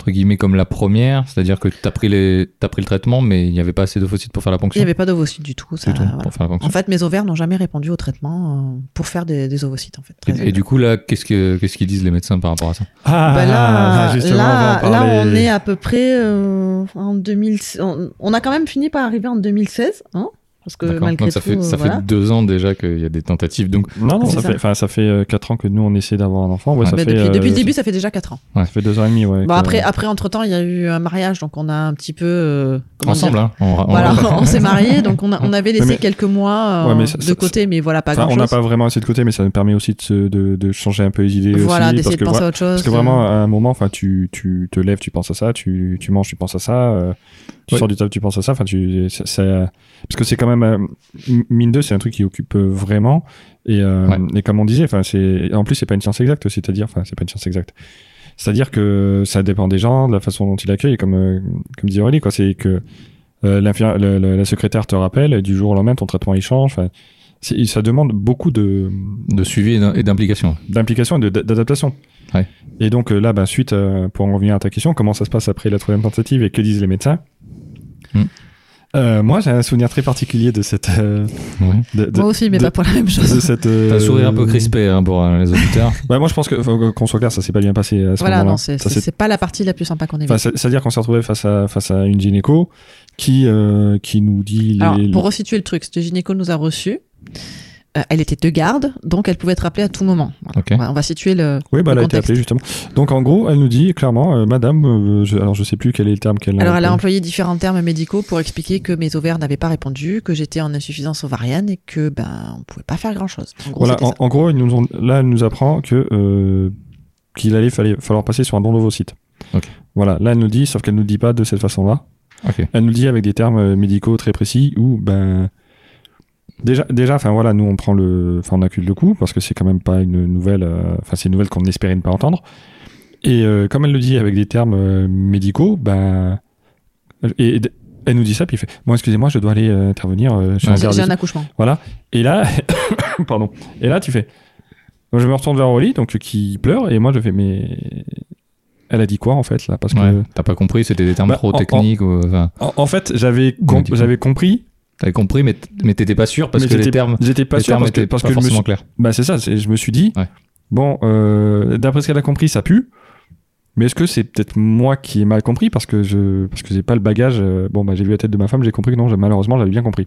B: entre guillemets comme la première, c'est-à-dire que t'as pris les, t'as pris le traitement, mais il n'y avait pas assez d'ovocytes pour faire la
C: Il n'y
B: ponction.
C: avait pas d'ovocytes du tout, ça,
B: Du tout,
C: voilà.
B: pour faire la ponction.
C: En fait, mes ovaires n'ont jamais répondu au traitement euh, pour faire des, des ovocytes, en fait.
B: Et-
C: Très-
B: et, du coup là, qu'est-ce que qu'est-ce qu'ils disent les médecins par rapport à ça
D: Ah,
C: Bah là,
D: justement,
C: là,
D: on va en
C: là,
D: parler.
C: on est à peu près euh, en 2000. On, on a quand même fini par arriver en 2016, hein, parce que
B: D'accord.
C: malgré
B: Donc ça
C: tout,
B: fait
C: euh,
B: ça
C: voilà.
B: fait deux ans déjà qu'il y a des tentatives. Donc
D: Non, non,
C: C'est
D: ça,
C: ça.
D: fait, enfin, ça fait 4 ans que nous, on essaie d'avoir un enfant. Ouais,
B: Ouais.
D: ça
C: Mais
D: fait,
C: depuis,
D: euh,
C: depuis le début, ça fait déjà 4 ans.
D: Ça fait 2 ans et demi, ouais.
C: Bon,
D: que-
C: après, après entre temps, il y a eu un mariage, donc on a un petit peu euh, comment
B: ensemble,
C: dire
B: hein, on, ra- on
C: (laughs) Voilà,
B: ra-
C: on s'est
D: (laughs)
C: mariés, donc on, a- on avait laissé
D: mais-
C: quelques mois euh,
D: Ouais, mais ça-
C: de
D: ça-
C: côté, mais voilà, pas
D: Enfin,
C: grand
D: on n'a
C: chose.
D: pas vraiment assez de côté, mais ça nous permet aussi de, se- de, de changer un peu les idées
C: voilà,
D: aussi.
C: d'essayer
D: parce
C: de
D: que
C: penser à autre chose. euh.
D: Parce que vraiment, à un moment, enfin, tu, tu te lèves, tu penses à ça, tu, tu manges, tu penses à ça, euh, tu
B: Ouais.
D: sors du table, tu penses à ça. Enfin, tu, ça, ça- parce que c'est quand même, euh, m- mine de, c'est un truc qui occupe euh, vraiment. Et, euh,
B: Ouais.
D: et comme on disait, enfin, c'est, en plus, c'est pas une science exacte, c'est-à-dire, enfin, c'est pas une science exacte. C'est-à-dire que ça dépend des gens, de la façon dont ils l'accueillent, comme, euh, comme disait Aurélie, quoi. C'est que euh, l'infirmière- le- le- la secrétaire te rappelle, et du jour au lendemain, ton traitement il change. Enfin, c'est- ça demande beaucoup de,
B: de suivi et d'im- et d'implication.
D: d'implication et de- d'adaptation.
B: Ouais.
D: Et donc euh, là, ben, suite, euh, pour en revenir à ta question, comment ça se passe après la troisième tentative et que disent les médecins
B: Hmm.
D: Euh, Moi, j'ai un souvenir très particulier de cette. euh,
B: Ouais.
D: de, de-
C: Moi aussi, mais
D: de-
C: pas pour la même chose.
D: de cette, euh,
B: T'as un sourire un peu crispé hein, pour euh, les
C: (laughs)
B: auditeurs.
D: Ouais, moi, je pense que faut qu'on soit clair, ça s'est pas bien passé à ce
C: Voilà,
D: moment-là.
C: non, c'est
D: Ça
C: c'est-
D: s'est-
C: c'est pas la partie la plus sympa qu'on ait
D: enfin,
C: vue.
D: c'est- C'est-à-dire qu'on s'est retrouvé face à face à une gynéco qui euh, qui nous dit. les-
C: Alors,
D: les-
C: pour resituer le truc, cette gynéco nous a reçus. Euh, elle était de garde, donc elle pouvait être appelée à tout moment. Voilà.
B: Ok.
C: On, va, on va situer le.
D: Oui, bah,
C: le
D: elle a été
C: contexte.
D: appelée justement. Donc, en gros, elle nous dit clairement, euh, Madame, euh, je- alors je sais plus quel est le terme qu'elle.
C: Alors, elle a
D: qu'elle-
C: employé différents termes médicaux pour expliquer que mes ovaires n'avaient pas répondu, que j'étais en insuffisance ovarienne et que ben on pouvait pas faire grand chose. En gros,
D: Voilà,
C: c'était
D: en,
C: ça.
D: en gros, ils nous ont- là, elle nous apprend que euh, qu'il allait fallait, falloir passer sur un don d'ovocyte.
B: Ok.
D: Voilà, là, elle nous dit, sauf qu'elle nous dit pas de cette façon-là.
B: Ok.
D: Elle nous le dit avec des termes euh, médicaux très précis où, ben. Déjà, déjà, enfin voilà, nous on prend le, enfin on accule le coup parce que c'est quand même pas une nouvelle, euh, enfin c'est une nouvelle qu'on espérait ne pas entendre. Et euh, comme elle le dit avec des termes euh, médicaux, ben et, et d- Elle nous dit ça, puis elle fait Bon, excusez-moi, je dois aller euh, intervenir. euh, sur
B: Ouais.
D: un
C: J'ai
D: garde
C: j'ai
D: du-
C: un accouchement.
D: Voilà. Et là, (coughs) pardon. Et là, tu fais. Moi, je me retourne vers Aurélie, donc qui pleure, et moi, je fais mais. Elle a dit quoi en fait là Parce que
B: Ouais, T'as pas compris, c'était des termes
D: Bah,
B: trop
D: en- en-
B: techniques. ou- enfin,
D: en, en fait, j'avais com-
B: Ouais, dis-moi.
D: j'avais compris,
B: T'avais compris, mais t- mais t'étais pas sûr parce
D: mais
B: que les
D: j'étais-
B: termes,
D: j'étais pas
B: les
D: sûr
B: termes
D: parce que
B: étaient
D: parce
B: pas
D: que je me
B: forcément
D: suis-
B: clairs.
D: bah c'est ça, c'est- je me suis dit
B: Ouais.
D: bon, euh, d'après ce qu'elle a compris, ça pue. Mais est-ce que c'est peut-être moi qui ai mal compris parce que je parce que j'ai pas le bagage euh, Bon, bah j'ai lu la tête de ma femme, j'ai compris que non, j'ai- malheureusement, j'avais bien compris.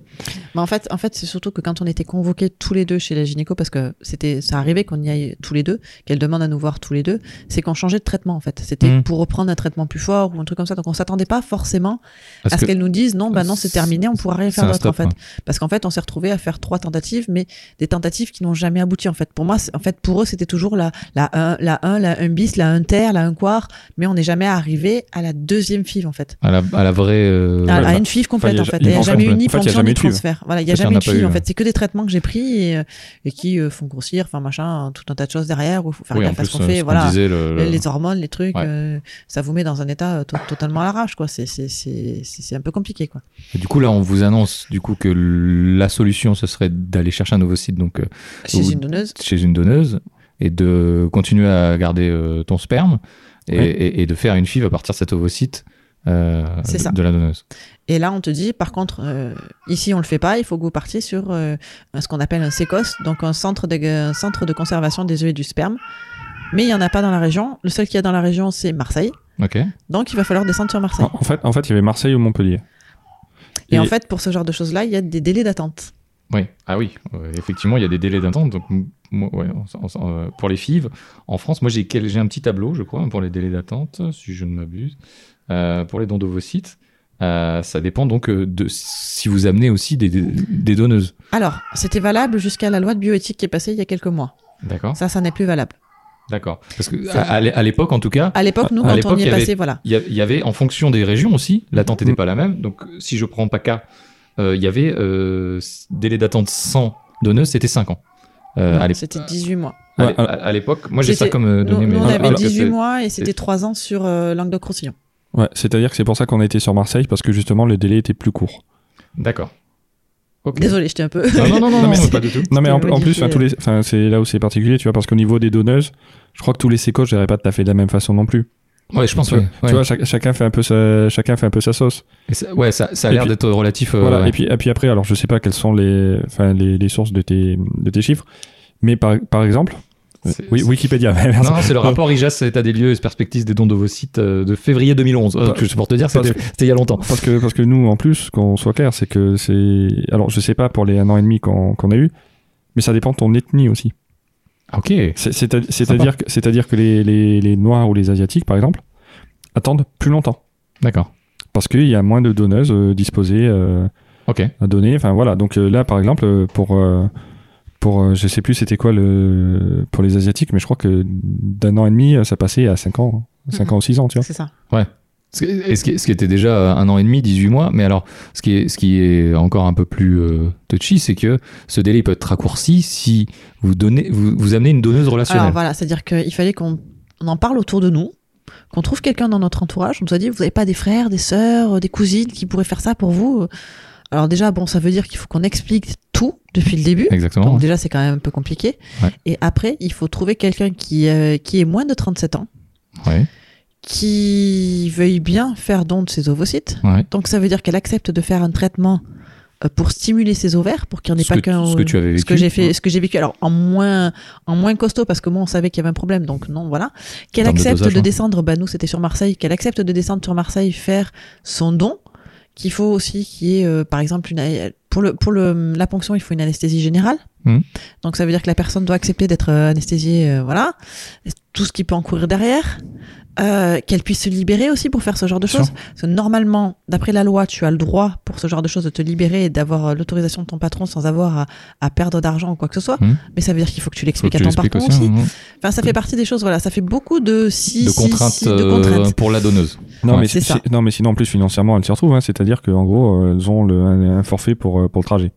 C: Mais en fait, en fait c'est surtout que quand on était convoqués tous les deux chez la gynéco, parce que c'était, ça arrivait qu'on y aille tous les deux, qu'elle demande à nous voir tous les deux, c'est qu'on changeait de traitement en fait. C'était
D: Hmm.
B: Mm.
C: pour reprendre un traitement plus fort ou un truc comme ça. Donc on s'attendait pas forcément
B: Parce
C: à
B: que
C: ce qu'elle nous dise non, bah non, c'est terminé, on pourra rien
B: c'est
C: faire
B: un
C: d'autre en
B: stop,
C: fait.
B: ouais.
C: Parce qu'en fait, on s'est retrouvé à faire trois tentatives, mais des tentatives qui n'ont jamais abouti en fait. Pour moi, c'est- en fait, pour eux, c'était toujours la la 1, la 1, la 1 bis, la 1 terre, la 1 quart, mais on n'est jamais arrivé à la deuxième FIV en fait.
B: à la, à la vraie. euh,
C: À,
D: Ouais,
C: à
D: bah,
C: une FIV
D: il
C: complète
D: y a
C: en
D: ja-
C: fait.
D: il
C: Il
D: y
C: n'y
D: a
C: a jamais
D: jamais-
C: eu ni
D: en fait, il y a
C: ponction
D: jamais
C: ni
D: eu de FIV.
C: transfert. Voilà, il n'y a
B: Ça, il y en
C: jamais eu
B: a
C: de
B: pas
C: FIV
B: eu,
C: en
B: ouais.
C: fait. C'est que des traitements que j'ai pris et, euh, et qui euh, font grossir, enfin machin, tout un tas de choses derrière où il faut faire
B: oui, en
C: gaffe à
B: plus,
C: ce qu'on
B: euh,
C: fait.
B: ce qu'on
C: voilà.
B: disait, le- le-
C: Les hormones, les trucs,
B: Ouais.
C: euh, ça vous met dans un état euh, to- totalement à l'arrache, quoi. C'est c'est- c'est- c'est- c'est un peu compliqué, quoi.
B: Et Du coup, là, on vous annonce du coup que la solution, ce serait d'aller chercher un nouveau site donc, euh,
C: Bah, Chez
B: Ou-
C: une donneuse,
B: chez une donneuse et de continuer à garder euh, ton sperme et,
D: Ouais.
B: et- et de faire une FIV à partir de cet ovocyte euh,
C: C'est
B: de,
C: ça.
B: de la donneuse.
C: Et là, on te dit, par contre, euh, ici, on le fait pas, il faut que vous partiez sur euh, ce qu'on appelle un CECOS, donc un centre, de, un centre de conservation des œufs et du sperme. Mais il n'y en a pas dans la région. Le seul qu'il y a dans la région, c'est Marseille.
B: Ok.
C: Donc, il va falloir descendre sur Marseille.
D: En,
B: Ah,
D: en fait, en fait, il y avait Marseille ou Montpellier.
C: et, en fait, pour ce genre de choses-là, il y a des délais d'attente.
B: Oui. Ah oui. Euh, effectivement, il y a des délais d'attente. Donc, m- moi, ouais, on s'en- on s'en- euh, pour les FIV, en France, moi, j'ai quel- j'ai un petit tableau, je crois, pour les délais d'attente, si je ne m'abuse, Euh, pour les dons d'ovocytes. euh, ça dépend donc euh, de si vous amenez aussi des, des- des donneuses.
C: Alors, c'était valable jusqu'à la loi de bioéthique qui est passée il y a quelques mois.
B: D'accord.
C: Ça, ça n'est plus valable.
B: D'accord. Parce que
C: Ça-
B: à, à l'é- à l'époque, en tout cas,
C: À l'époque, nous,
B: Ah, À
C: quand
B: l'époque,
C: on y
B: il y
C: est
B: avait-
C: passé, voilà.
B: Il y, a- il y avait, en fonction des régions aussi, l'attente n'était
D: Mm.
B: pas la même. Donc, si je prends PACA, euh, il y avait euh, s- délai d'attente sans donneuse, c'était 5 ans. Euh, à l'ép-
C: C'était 18 mois.
B: à
D: Ouais,
B: l'ép- à à l'époque, moi j'ai ça
C: C'était-
B: comme euh,
C: Nous,
B: donné.
C: nous, on
D: Ah,
C: avait
D: alors que
C: 18
B: c'est-
C: mois et c'était 3 ans sur euh, Languedoc-Roussillon.
D: Ouais, c'est-à-dire que c'est pour ça qu'on a été sur Marseille parce que justement le délai était plus court.
B: D'accord. Ok.
C: Désolé, j'étais un peu.
B: Non, non, non,
D: (laughs)
B: non,
C: (laughs)
D: Non, mais
B: non,
D: c'est-
B: pas du tout.
D: Non mais en,
C: C'était
D: en plus,
C: modifié,
D: enfin, tous les, enfin, c'est là où c'est particulier, tu vois, parce qu'au niveau des donneuses, je crois que tous les sécoches, je dirais pas tout à fait de la même façon non plus.
B: Ouais, je pense.
D: tu,
B: Ouais,
D: tu vois, chac- chacun fait un peu sa, chacun fait un peu sa sauce.
B: Et ça, ouais, ça, ça a
D: Et
B: l'air
D: puis-
B: d'être relatif. euh,
D: voilà.
B: ouais.
D: Et puis, et puis après, alors je sais pas quelles sont les, enfin, les, les sources de tes, de tes chiffres, mais par, par exemple, euh,
B: C'est-
D: oui, Wikipédia. (laughs) merde.
B: Non, non, c'est le rapport IJAS état des lieux et perspectives des dons de vos sites euh, de février 2011. Euh,
D: Pas-
B: que c'est pour te dire,
D: parce-
B: c'était c'était il y a longtemps.
D: Parce que, parce que nous, en plus, qu'on soit clair, c'est que c'est, alors je sais pas pour les un an et demi qu'on, qu'on a eu, mais ça dépend de ton ethnie aussi.
B: Ah, Ok.
D: C'est- c'est à- C'est-à-dire que, c'est-à-dire que les, les, les Noirs ou les Asiatiques, par exemple, attendent plus longtemps.
B: D'accord.
D: Parce qu'il y a moins de donneuses euh, disposées euh,
B: Ok.
D: à donner. Enfin voilà, donc euh, là, par exemple, euh, pour, euh, pour euh, je sais plus c'était quoi le, pour les Asiatiques, mais je crois que d'un an et demi, euh, ça passait à 5 ans. 5
C: Mhm.
D: ans ou 6 ans, tu vois.
C: C'est ça.
B: Ce qui- Et ce qui, ce qui était déjà euh, un an et demi, 18 mois, mais alors ce qui est, ce qui est encore un peu plus euh, touchy, c'est que ce délai peut être raccourci si vous, donnez, vous, vous amenez une donneuse
C: Alors
B: relationnelle.
C: voilà, c'est-à-dire qu'il fallait qu'on on en parle autour de nous, qu'on trouve quelqu'un dans notre entourage. On nous a dit, vous n'avez pas des frères, des sœurs, euh, des cousines qui pourraient faire ça pour vous euh. Alors déjà, bon, ça veut dire qu'il faut qu'on explique tout depuis le début.
B: Exactement.
C: Donc déjà, c'est quand même un peu compliqué.
B: Ouais.
C: Et après, il faut trouver quelqu'un qui, euh, qui est moins de 37 ans,
B: Ouais,
C: qui veuille bien faire don de ses ovocytes.
B: ouais.
C: Donc ça veut dire qu'elle accepte de faire un traitement euh, pour stimuler ses ovaires, pour qu'il n'y en ait
B: Ce
C: pas
B: que-
C: qu'un.
B: ce
C: au-
B: que tu avais
C: ce
B: vécu.
C: que
B: hein.
C: j'ai fait, ce que j'ai vécu. Alors en moins, en moins costaud parce que moi on savait qu'il y avait un problème, donc non, voilà.
B: En
C: Qu'elle
B: termes de
C: accepte de,
B: dosage, hein.
C: descendre. Bah nous c'était sur Marseille. Qu'elle accepte de descendre sur Marseille faire son don. Qu'il faut aussi qu'il y ait, euh, par exemple, une, a- pour le pour le la ponction, il faut une anesthésie générale.
B: Mhm.
C: Donc ça veut dire que la personne doit accepter d'être euh, anesthésiée, euh, voilà. Tout ce qui peut en courir derrière. Euh, qu'elle puisse se libérer aussi pour faire ce genre de
D: Sûr.
C: choses. Parce que normalement, d'après la loi, tu as le droit pour ce genre de choses de te libérer et d'avoir euh, l'autorisation de ton patron sans avoir à, à perdre d'argent ou quoi que ce soit.
B: Mhm.
C: Mais ça veut dire qu'il faut que tu
B: Faut
C: l'expliques
B: que
C: à
B: tu
C: ton
B: l'expliques
C: patron
B: aussi,
C: aussi.
B: hein.
C: Enfin, ça fait partie des choses. Voilà, ça fait beaucoup de si,
B: de
C: si,
B: contraintes,
C: si, de
B: euh,
C: contraintes.
B: pour la donneuse.
D: Non,
B: Ouais,
D: mais
C: c'est
D: si-
C: ça.
D: si- non, mais sinon, en plus, financièrement, elles s'y retrouvent. hein. C'est-à-dire qu'en gros, euh, elles ont le, un, un forfait pour, euh, pour le trajet.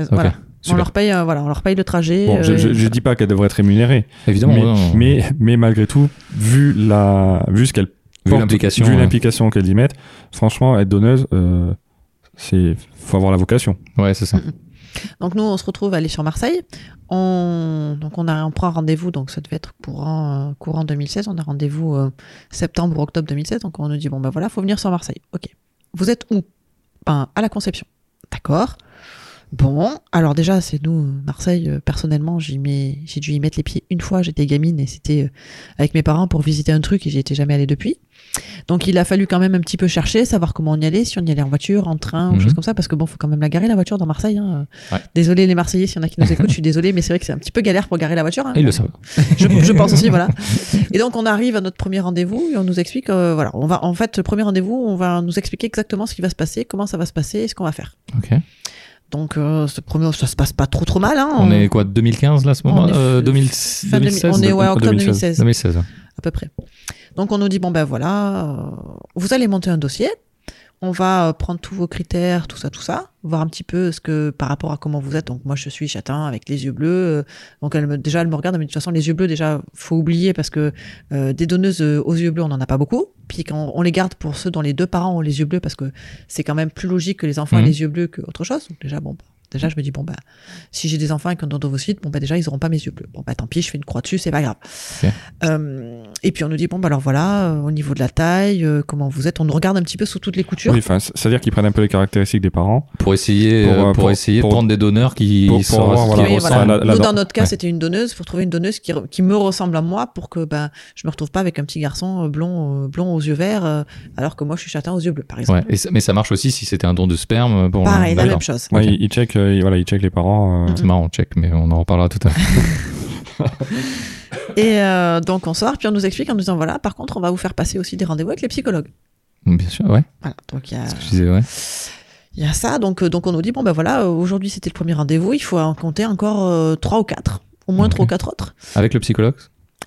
C: Euh, Voilà. On
B: Super.
C: leur paye, euh, voilà, on leur paye le trajet.
D: Bon, je,
C: euh,
D: je, je dis pas qu'elles devraient être rémunérées.
B: Évidemment. hein.
D: mais,
B: ouais, non.
D: mais, mais malgré tout, vu, la, vu ce qu'elle
B: vu
D: porte,
B: l'implication.
D: vu
B: ouais.
D: l'implication qu'elles y mettent, franchement, être donneuse, euh, C'est faut avoir la vocation.
B: Ouais, c'est ça.
C: Donc nous, on se retrouve à aller sur Marseille. On, donc on, a, on prend rendez-vous, donc ça devait être courant, euh, courant 2016. On a rendez-vous euh, septembre, octobre 2016. Donc on nous dit, bon ben voilà, faut venir sur Marseille. Ok. Vous êtes où Ben, à la conception. D'accord. Bon, alors déjà, c'est nous, euh, Marseille, euh, personnellement, j'y mets, j'ai dû y mettre les pieds une fois, j'étais gamine et c'était euh, avec mes parents pour visiter un truc et j'y étais jamais allée depuis. Donc il a fallu quand même un petit peu chercher, savoir comment on y allait, si on y allait en voiture, en train, ou
B: Mhm.
C: choses comme ça, parce que bon, faut quand même la garer la voiture dans Marseille. Hein.
B: Ouais.
C: Désolé les Marseillais, s'il y en a qui nous écoutent, je suis désolé, mais c'est vrai que c'est un petit peu galère pour garer la voiture. hein.
D: Ah,
B: Et ils le savent.
C: Je, je pense aussi, voilà. Et donc, on arrive à notre premier rendez-vous et on nous explique, euh, voilà, on va, en fait, le premier rendez-vous, on va nous expliquer exactement ce qui va se passer, comment ça va se passer et ce qu'on va faire.
B: Ok.
C: Donc, euh, ce premier, ça se passe pas trop trop mal, hein.
B: On est quoi, 2015 là, à ce
C: on
B: moment
C: est
B: euh,
C: fin
B: 2000
C: fin
B: 2016
C: on est ouais, octobre 2016.
B: 2016.
C: à peu près. Donc, on nous dit, bon, ben voilà, euh, vous allez monter un dossier. On va euh, prendre tous vos critères, tout ça, tout ça, voir un petit peu ce que par rapport à comment vous êtes. Donc moi je suis châtain avec les yeux bleus. euh, Donc elle me, déjà elle me regarde, elle me dit de toute façon les yeux bleus déjà faut oublier parce que euh, des donneuses euh, aux yeux bleus on n'en a pas beaucoup. Puis quand on les garde pour ceux dont les deux parents ont les yeux bleus parce que c'est quand même plus logique que les enfants aient
B: Mhm.
C: les yeux bleus qu'autre chose. Donc déjà bon bah, déjà je me dis bon bah si j'ai des enfants avec un dentovocyte bon bah déjà ils auront pas mes yeux bleus. Bon bah tant pis je fais une croix dessus c'est pas grave.
B: Ok.
C: Euh, et puis on nous dit bon bah alors voilà euh, au niveau de la taille euh, comment vous êtes on nous regarde un petit peu sous toutes les coutures.
D: Oui, enfin, c'est-à-dire qu'ils prennent un peu les caractéristiques des parents.
B: Pour essayer,
D: Pour,
B: euh,
D: euh,
B: pour
D: pour-
B: essayer
D: pour-
B: de prendre des donneurs qui,
D: pour- pour
B: sont-
D: avoir,
B: qui
D: voilà,
C: Oui,
B: ressemblent.
C: voilà.
D: la- la
C: Nous,
D: dent-
C: dans notre cas,
B: ouais.
C: c'était une donneuse. Faut trouver une donneuse qui, re- qui me ressemble à moi pour que ben, je me retrouve pas avec un petit garçon euh, blond, euh, blond aux yeux verts, euh, alors que moi, je suis châtain aux yeux bleus, par exemple.
B: Ouais, et ça- mais ça marche aussi si c'était un don de sperme. Bon,
C: Pareil, la
B: d'accord.
C: même chose.
D: Ouais,
B: Ok.
D: ils, ils checkent, euh, ils- voilà, ils checkent les
C: Mmh.
D: parents. euh,
B: C'est marrant, check, mais on en reparlera tout à
C: (laughs)
B: l'heure.
C: Et euh, donc, on sort, puis on nous explique en nous disant voilà, par contre, on va vous faire passer aussi des rendez-vous avec les psychologues.
B: Bien sûr, ouais.
C: Voilà. Donc, il y a.
B: c'est ce que je disais, ouais.
C: Il y a ça, donc, euh, donc on nous dit, bon ben voilà, euh, aujourd'hui c'était le premier rendez-vous, il faut en compter encore euh, trois ou quatre, au moins
B: Ok.
C: trois ou quatre autres,
B: Avec le psychologue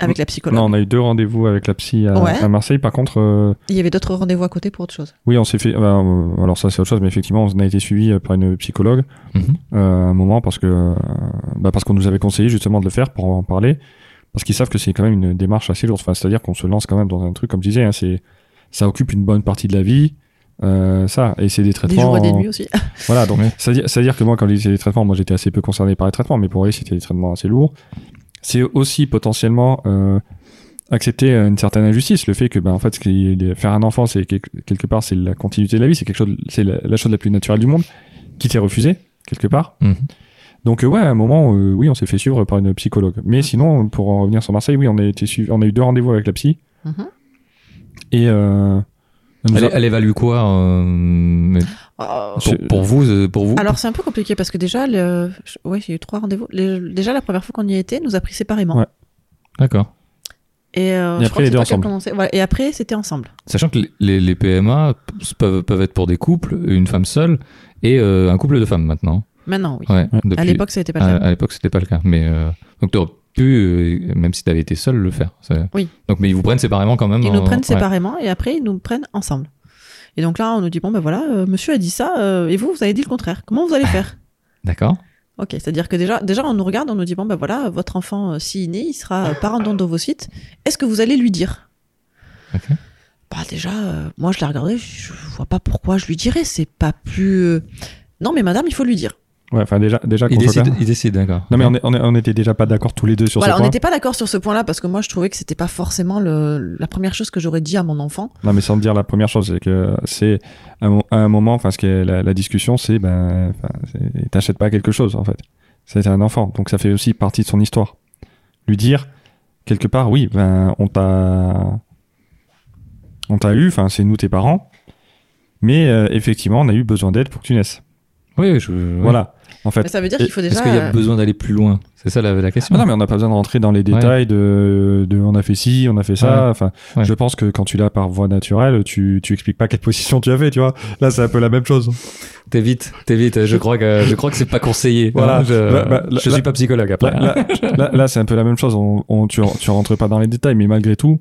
C: avec la psychologue.
D: Non, on a eu deux rendez-vous avec la psy à,
C: Ouais.
D: à Marseille. Par contre, euh,
C: Il y avait d'autres rendez-vous à côté pour autre chose.
D: oui, on s'est fait. bah, euh, alors ça, c'est autre chose, mais effectivement, on a été suivi euh, par une psychologue
C: Mmh.
B: Mhm.
D: euh, à un moment parce que, euh, bah, parce qu'on nous avait conseillé justement de le faire pour en parler, parce qu'ils savent que c'est quand même une démarche assez lourde. Enfin, c'est-à-dire qu'on se lance quand même dans un truc, comme je disais, hein, c'est ça occupe une bonne partie de la vie. euh, ça et c'est des
C: Des
D: traitements
C: jours et des nuits aussi. (laughs)
D: Voilà, donc
B: Ouais.
D: c'est-à-dire c'est-à-dire que moi, quand j'ai les traitements, moi j'étais assez peu concerné par les traitements, mais pour eux, c'était des traitements assez lourds. C'est aussi potentiellement euh, accepter euh, une certaine injustice, le fait que, ben, en fait, ce qui est- faire un enfant, c'est quelque, quelque part, c'est la continuité de la vie, c'est quelque chose, c'est la, la chose la plus naturelle du monde, qui t'est refusée quelque part.
B: Mhm.
D: Donc euh, ouais, à un moment, euh, oui, on s'est fait suivre par une psychologue. Mais sinon, pour en revenir sur Marseille, oui, on a été suivi, on a eu deux rendez-vous avec la psy
C: Mhm.
D: et euh, elle nous
B: Elle,
D: a-
B: elle évalue quoi euh, mais
C: Oh.
B: pour, pour vous, euh, pour vous
C: Alors c'est un peu compliqué parce que déjà, le... je- ouais, j'ai eu trois rendez-vous. Le- Déjà la première fois qu'on y était, nous a pris séparément.
D: Ouais.
B: D'accord.
C: Et, euh,
D: Et
C: je
D: après,
C: crois que
D: les
C: c'est
D: deux
C: toi qui as
D: ensemble.
C: commencé. Voilà, Et après c'était ensemble.
B: Sachant que les- les, les PMA p- peuvent, peuvent être pour des couples, une femme seule et euh, un couple de femmes maintenant.
C: Maintenant oui.
B: Ouais,
D: Ah,
B: depuis-
C: À l'époque ça n'était pas
B: à,
C: le
D: euh,
C: cas.
B: à l'époque, c'était pas le cas. Mais euh, donc, t'aurais pu, euh, même si t'avais été seul, le faire. Ça-
C: Oui.
B: Donc, mais ils vous prennent séparément quand même.
C: Ils
D: euh,
B: en-
C: nous prennent
B: ouais.
C: séparément et après ils nous prennent ensemble. Et donc là on nous dit bon ben voilà, euh, monsieur a dit ça euh, et vous vous avez dit le contraire. Comment vous allez faire
B: D'accord.
C: Ok, c'est-à-dire que déjà, déjà on nous regarde, on nous dit bon ben voilà, votre enfant euh, s'il est né, il sera euh, parent d'endovocyte. Est-ce que vous allez lui dire
B: Ok.
C: Bah déjà, euh, moi je l'ai regardé, je je vois pas pourquoi je lui dirais. C'est pas plus. euh, Non mais madame, il faut lui dire.
D: ouais, enfin déjà déjà
B: Ils
D: qu'on soit
B: décident,
D: clair.
B: ils décident, d'accord.
D: Non mais on, est- on, est- on était déjà pas d'accord tous les deux sur
C: voilà,
D: ce
C: on
D: point.
C: n'était pas d'accord sur ce point-là parce que moi je trouvais que c'était pas forcément le, la première chose que j'aurais dit à mon enfant.
D: Non, mais sans te dire la première chose, c'est que c'est à un, mo- à un moment, enfin, ce qui est la, la discussion, c'est ben, enfin, c'est- t'achètes pas quelque chose en fait. C'est un enfant, donc ça fait aussi partie de son histoire. Lui dire quelque part, oui, ben, on t'a, on t'a eu, enfin, c'est nous tes parents, mais euh, effectivement, on a eu besoin d'aide pour que tu naisses.
B: Oui, oui, je, oui.
D: Voilà, en
C: Mais
D: fait.
C: ça veut dire
D: Et
C: qu'il faut
B: Est-ce
C: déjà.
B: qu'il y a
C: euh,
B: besoin d'aller plus loin C'est ça la, la question.
D: Ah non, mais on n'a pas besoin de rentrer dans les détails de, de on a fait ci, on a fait ça. Enfin,
B: Ouais.
D: je pense que quand tu l'as par voie naturelle, tu, tu expliques pas quelle (laughs) position tu as fait, tu vois. Là, c'est un peu la même chose.
B: T'évites, t'évites. Je crois que je crois que c'est pas conseillé.
D: Voilà.
B: Hein, Je,
D: Bah, bah,
B: je
D: là-
B: suis pas psychologue après.
D: Là, là, là- là, c'est un peu la même chose. On, on- tu, tu rentres pas dans les détails, mais malgré tout,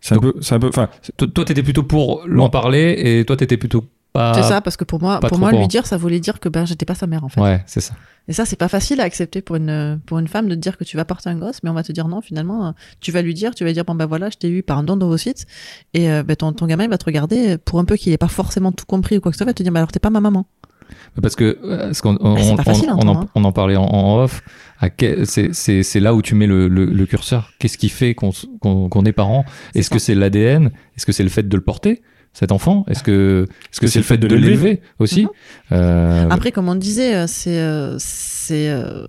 D: c'est un
B: Donc-
D: peu, c'est un peu, enfin,
B: Toi, toi, t'étais plutôt pour l'en
D: Non.
B: parler et toi, t'étais plutôt pas.
C: c'est ça, parce que pour moi,
B: pas
C: pour
B: trop
C: moi
B: grand.
C: lui dire, ça voulait dire que ben, j'étais pas sa mère, en fait.
B: Ouais, c'est ça.
C: Et ça, c'est pas facile à accepter pour une, pour une femme de te dire que tu vas porter un gosse, mais on va te dire non, finalement, euh, tu vas lui dire, tu vas lui dire, bon, bah voilà, je t'ai eu par un don de vos sites, et euh, ben, ton, ton gamin, il va te regarder, euh, pour un peu qu'il ait pas forcément tout compris ou quoi que ce soit, il va te dire, bah alors t'es pas ma maman.
B: Parce que euh, ce qu'on- on,
C: c'est pas facile à
B: on- on
C: entendre,
B: en,
C: hein.
B: on en parlait en, en off, à que- c'est- c'est c'est là où tu mets le, le- le curseur. Qu'est-ce qui fait qu'on s- qu'on qu'on est parent
C: C'est
B: Est-ce
C: ça.
B: que c'est l'ADN Est-ce que c'est le fait de le porter cet enfant Est-ce que est-ce que c'est le fait de
D: l'élever
B: l'élever aussi
C: Mhm. Ah,
B: Euh,
C: Après, comme on disait, euh, c'est, euh, c'est, euh,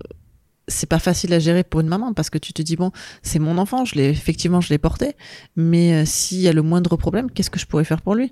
C: c'est pas facile à gérer pour une maman parce que tu te dis bon, c'est mon enfant, je l'ai effectivement, je l'ai porté, mais euh, s'il y a le moindre problème, qu'est-ce que je pourrais faire pour lui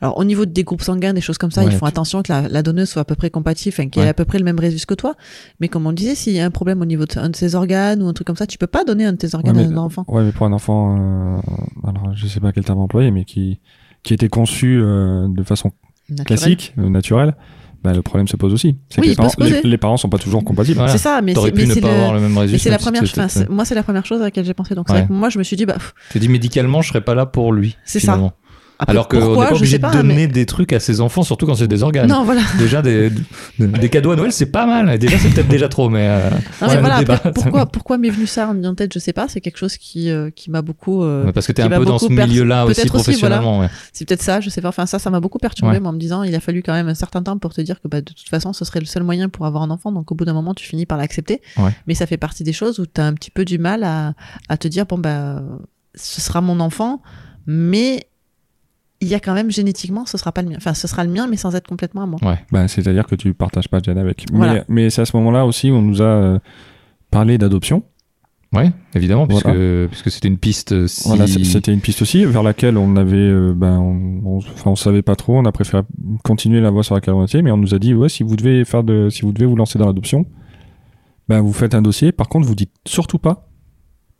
C: Alors au niveau des groupes sanguins, des choses comme ça,
B: Ouais,
C: ils font
B: tu-
C: attention que la, la donneuse soit à peu près compatible, enfin, qu'elle ait
B: Ouais.
C: à peu près le même résus que toi. Mais comme on disait, s'il y a un problème au niveau de un de ses organes ou un truc comme ça, tu peux pas donner un de tes organes
D: mais-
C: à un enfant.
D: Ouais, mais pour un enfant, euh, alors je sais pas quel terme employer, mais qui qui était conçu euh, de façon
C: naturel.
D: classique, euh, naturelle, bah, le problème se pose aussi. C'est
C: Oui,
D: que
C: il
D: les
C: peut
D: parents,
C: se poser.
D: les- les parents sont pas toujours compatibles.
B: Voilà.
C: C'est ça, mais
B: T'aurais
C: c'est,
B: pu
C: mais
B: ne
C: c'est
B: pas
C: le-
B: avoir le même
C: mais
B: résultat.
C: c'est la première, enfin,
B: Tu
C: c'est- moi c'est la première chose à laquelle j'ai pensé. Donc c'est
B: Ouais.
C: vrai que moi je me suis dit bah pff,
B: t'es dit médicalement, je serais pas là pour lui.
C: C'est ça.
B: finalement.
C: après,
B: Alors qu'on n'est
C: pourquoi
B: pas
C: je
B: obligé
C: sais pas,
B: de donner
C: mais-
B: des trucs à ses enfants, surtout quand c'est des organes.
C: non voilà.
B: Déjà, des, des cadeaux à Noël, c'est pas mal. Déjà, c'est peut-être déjà trop, mais. euh,
C: Non,
B: ouais,
C: mais
B: le
C: voilà,
B: débat,
C: après, pourquoi, pourquoi m'est venu ça en tête, je sais pas. C'est quelque chose qui, euh, qui m'a beaucoup. euh,
B: Parce que t'es
C: qui
B: un
C: va
B: peu dans ce
C: beaucoup pers-
B: milieu-là aussi
C: peut-être aussi,
B: professionnellement. ouais.
C: c'est peut-être ça, je sais pas. Enfin, ça, ça m'a beaucoup perturbé,
B: Ouais.
C: moi, en me disant, il a fallu quand même un certain temps pour te dire que bah, de toute façon, ce serait le seul moyen pour avoir un enfant. Donc, au bout d'un moment, tu finis par l'accepter.
B: Ouais.
C: Mais ça fait partie des choses où t'as un petit peu du mal à, à te dire, bon, bah, euh, ce sera mon enfant, mais il y a quand même génétiquement, ce sera pas le mien. Enfin, ce sera le mien, mais sans être complètement à moi.
D: Bah, c'est-à-dire que tu partages pas de gène avec.
C: Voilà.
D: Mais, mais c'est à ce moment-là aussi où on nous a euh, parlé d'adoption.
B: Ouais, évidemment,
D: Voilà.
B: puisque, puisque c'était une piste euh, si...
D: Voilà, c- c'était une piste aussi vers laquelle on avait, euh, ben, on, on, enfin, on savait pas trop. On a préféré continuer la voie sur laquelle on était, mais on nous a dit ouais, si vous devez faire de, si vous devez vous lancer dans l'adoption, ben vous faites un dossier. Par contre, vous dites surtout pas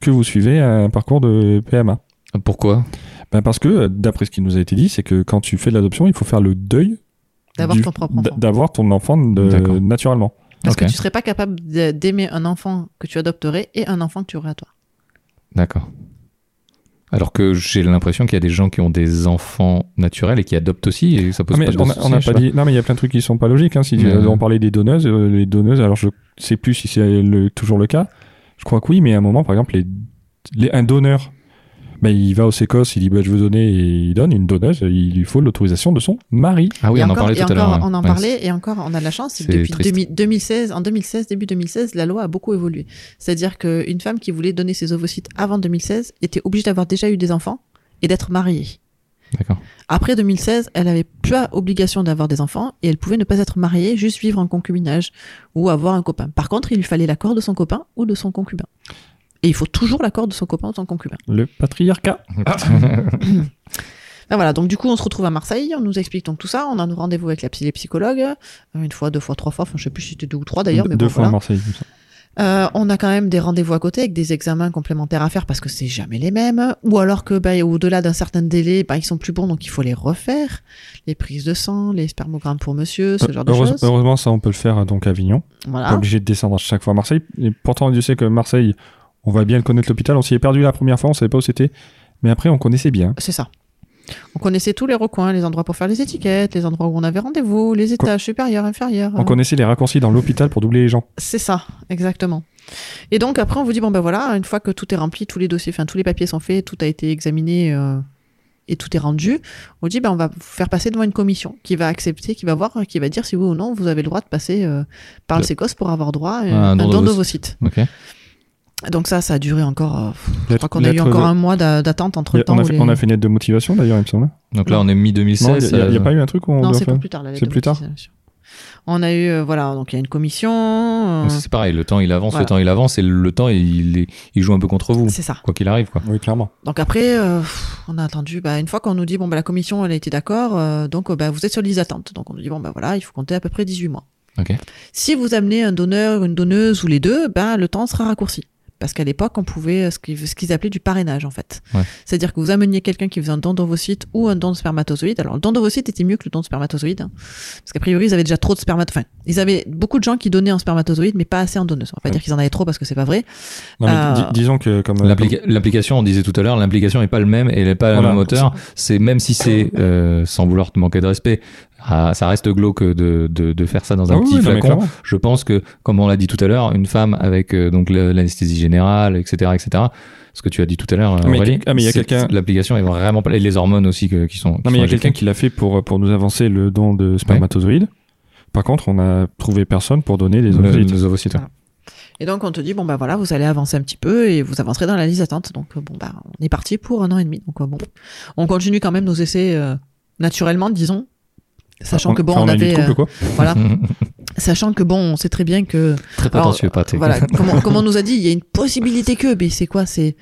D: que vous suivez un parcours de PMA.
B: Pourquoi
D: Ben parce que euh, d'après ce qui nous a été dit, c'est que quand tu fais de l'adoption, il faut faire le deuil
C: D'avoir
D: du-
C: ton propre enfant.
D: d- d'avoir ton enfant de-
B: D'accord.
D: naturellement.
C: Parce
B: Ok.
C: que tu serais pas capable de- d'aimer un enfant que tu adopterais et un enfant que tu aurais à toi.
B: D'accord. Alors que j'ai l'impression qu'il y a des gens qui ont des enfants naturels et qui adoptent aussi, et ça pose
D: Ah, mais
B: pas de
D: on a-
B: soucis,
D: on n'a
B: je sais
D: pas dit. Non, mais il y a plein de trucs qui sont pas logiques. hein. Si
B: Mais,
D: euh,
B: euh,
D: on parlait des donneuses, euh, les donneuses. Alors je sais plus si c'est le- toujours le cas. Je crois que oui, mais à un moment, par exemple, les, les- un donneur, ben, il va au sécosse, il dit ben, je veux donner, et il donne une donneuse. Il lui faut l'autorisation de son mari.
B: Ah oui,
C: Et
B: on en
C: encore-
B: parlait
C: et
B: tout à
C: encore,
B: l'heure. ouais.
C: On en
B: Ouais,
C: parlait et encore, on a de la chance. c'est que
B: C'est
C: depuis
B: triste.
C: 2000 2016, en 2016, début 2016, la loi a beaucoup évolué. C'est-à-dire qu'une femme qui voulait donner ses ovocytes avant 2016 était obligée d'avoir déjà eu des enfants et d'être mariée.
B: c'est- D'accord.
C: Après 2016, elle avait plus obligation d'avoir des enfants et elle pouvait ne pas être mariée, juste vivre en concubinage ou avoir un copain. Par contre, il lui fallait l'accord de son copain ou de son concubin. Et il faut toujours l'accord de son copain ou de son concubin.
D: Le patriarcat.
C: Ben voilà, donc du coup, on se retrouve à Marseille, on nous explique donc tout ça, on a nos rendez-vous avec la psy, les psychologues, euh, une fois, deux fois, trois fois, enfin je sais plus si c'était deux ou trois d'ailleurs, mais
D: deux
C: bon,
D: fois à
C: voilà.
D: Marseille. comme ça.
C: Euh, on a quand même des rendez-vous à côté avec des examens complémentaires à faire parce que c'est jamais les mêmes, ou alors que ben, au-delà d'un certain délai, ben, ils sont plus bons, donc il faut les refaire, les prises de sang, les spermogrammes pour monsieur, ce genre de
D: Euh, Heureuse-
C: choses. Ah.
D: Heureusement, ça, on peut le faire euh, donc à Avignon. Pas
C: Voilà.
D: obligé de descendre à chaque fois à Marseille. Et pourtant, Dieu sait que Marseille, on va bien le connaître l'hôpital. On s'y est perdu la première fois, on savait pas où c'était. Mais après, on connaissait bien.
C: C'est ça. On connaissait tous les recoins, les endroits pour faire les étiquettes, les endroits où on avait rendez-vous, les
D: Quoi-
C: étages supérieurs, inférieurs.
D: On
C: euh,
D: connaissait les raccourcis dans l'hôpital pour doubler les gens.
C: C'est ça, exactement. Et donc après, on vous dit bon ben voilà, une fois que tout est rempli, tous les dossiers, enfin tous les papiers sont faits, tout a été examiné euh, et tout est rendu, on dit ben on va vous faire passer devant une commission qui va accepter, qui va voir, euh, qui va dire si oui ou non vous avez le droit de passer euh, par le
B: De-
C: Sécos pour avoir droit euh,
B: Ah, un
C: à un
B: don
C: don
B: d'ovocyte.
C: d'ovocyte.
B: Ok.
C: Donc ça, ça a duré encore. euh, pff, je crois
D: Lettre-
C: qu'on a eu
D: lettre
C: encore
D: de-
C: un mois d'a- d'attente entre le temps.
D: on, a
C: où
D: fait,
C: les-
D: on a fait une lettre de motivation d'ailleurs, il me semble.
B: Donc là, on est
D: Non, il
B: mi-2016.
D: n'y a, il y a
B: euh,
D: pas eu un truc où on
C: Non,
D: doit
C: c'est
D: faire-
C: pour plus tard. la lettre
D: C'est
C: de
D: plus tard
C: motivation. On a eu euh, voilà, donc il y a une commission. euh,
D: Ah,
B: donc C'est pareil, le temps il avance,
C: Voilà.
B: le temps il avance, et le temps il, est- il joue un peu contre vous,
C: c'est ça.
B: quoi qu'il arrive. Quoi.
D: Oui, clairement.
C: Donc après, euh, pff, on a attendu. Bah, une fois qu'on nous dit bon bah la commission elle a été d'accord, euh, donc euh, bah, vous êtes sur les attentes. Donc on nous dit bon bah voilà, il faut compter à peu près 18 mois.
B: Ok.
C: Si vous amenez un donneur, une donneuse ou les deux, ben le temps sera raccourci. Parce qu'à l'époque, on pouvait euh, ce qu'ils ce qu'ils appelaient du parrainage en fait.
B: Ouais.
C: C'est-à-dire que vous ameniez quelqu'un qui faisait un don d'ovocyte ou un don de spermatozoïde. Alors le don d'ovocyte était mieux que le don de spermatozoïde, hein. parce qu'a priori ils avaient déjà trop de spermatozoïdes. Enfin, ils avaient beaucoup de gens qui donnaient en spermatozoïde, mais pas assez en donneuse. On va pas
B: Ouais.
C: dire qu'ils en avaient trop parce que c'est pas vrai.
D: Non, mais
C: Euh,
D: di- disons que comme.
B: L'applica- L'implication, on disait tout à l'heure, l'implication n'est pas le même, elle n'est pas à la
D: Voilà.
B: même hauteur. C'est même si c'est, euh, sans vouloir te manquer de respect, Ah, ça reste glauque de, de, de faire ça dans un
D: Ah oui,
B: petit
D: oui, non, mais
B: flacon.
D: clairement.
B: Je pense que, comme on l'a dit tout à l'heure, une femme avec euh, donc le- l'anesthésie générale, etc., etc. Ce que tu as dit tout à l'heure, euh,
D: Ah, mais il y a
B: Aurélie,
D: quel- ah, mais il y a
B: c'est-
D: quelqu'un-
B: L'application est vraiment pas. Et les hormones aussi que- qui sont. qui
D: Non, mais il y
B: sont
D: a quelqu'un
B: injectées.
D: qui l'a fait pour, pour nous avancer le don de spermatozoïdes. Par contre, on a trouvé personne pour donner des
B: Le-
D: ovocytes.
B: les ovocytes.
C: Voilà. Et donc, on te dit, bon, bah voilà, vous allez avancer un petit peu et vous avancerez dans la liste d'attente. Donc, euh, bon, bah, on est parti pour un an et demi. Donc, euh, bon, on continue quand même nos essais euh, naturellement, disons. Sachant
D: Enfin,
C: que bon,
D: enfin,
C: on,
D: a une vie
C: avait.
D: de couple,
C: euh,
D: quoi.
B: (laughs)
C: voilà. Sachant que bon, on sait très bien que.
B: Très
C: Alors,
B: prétentieux, pas t'es-
C: Voilà, comme, on, comme on nous a dit, il y a une possibilité que, mais c'est quoi C'est,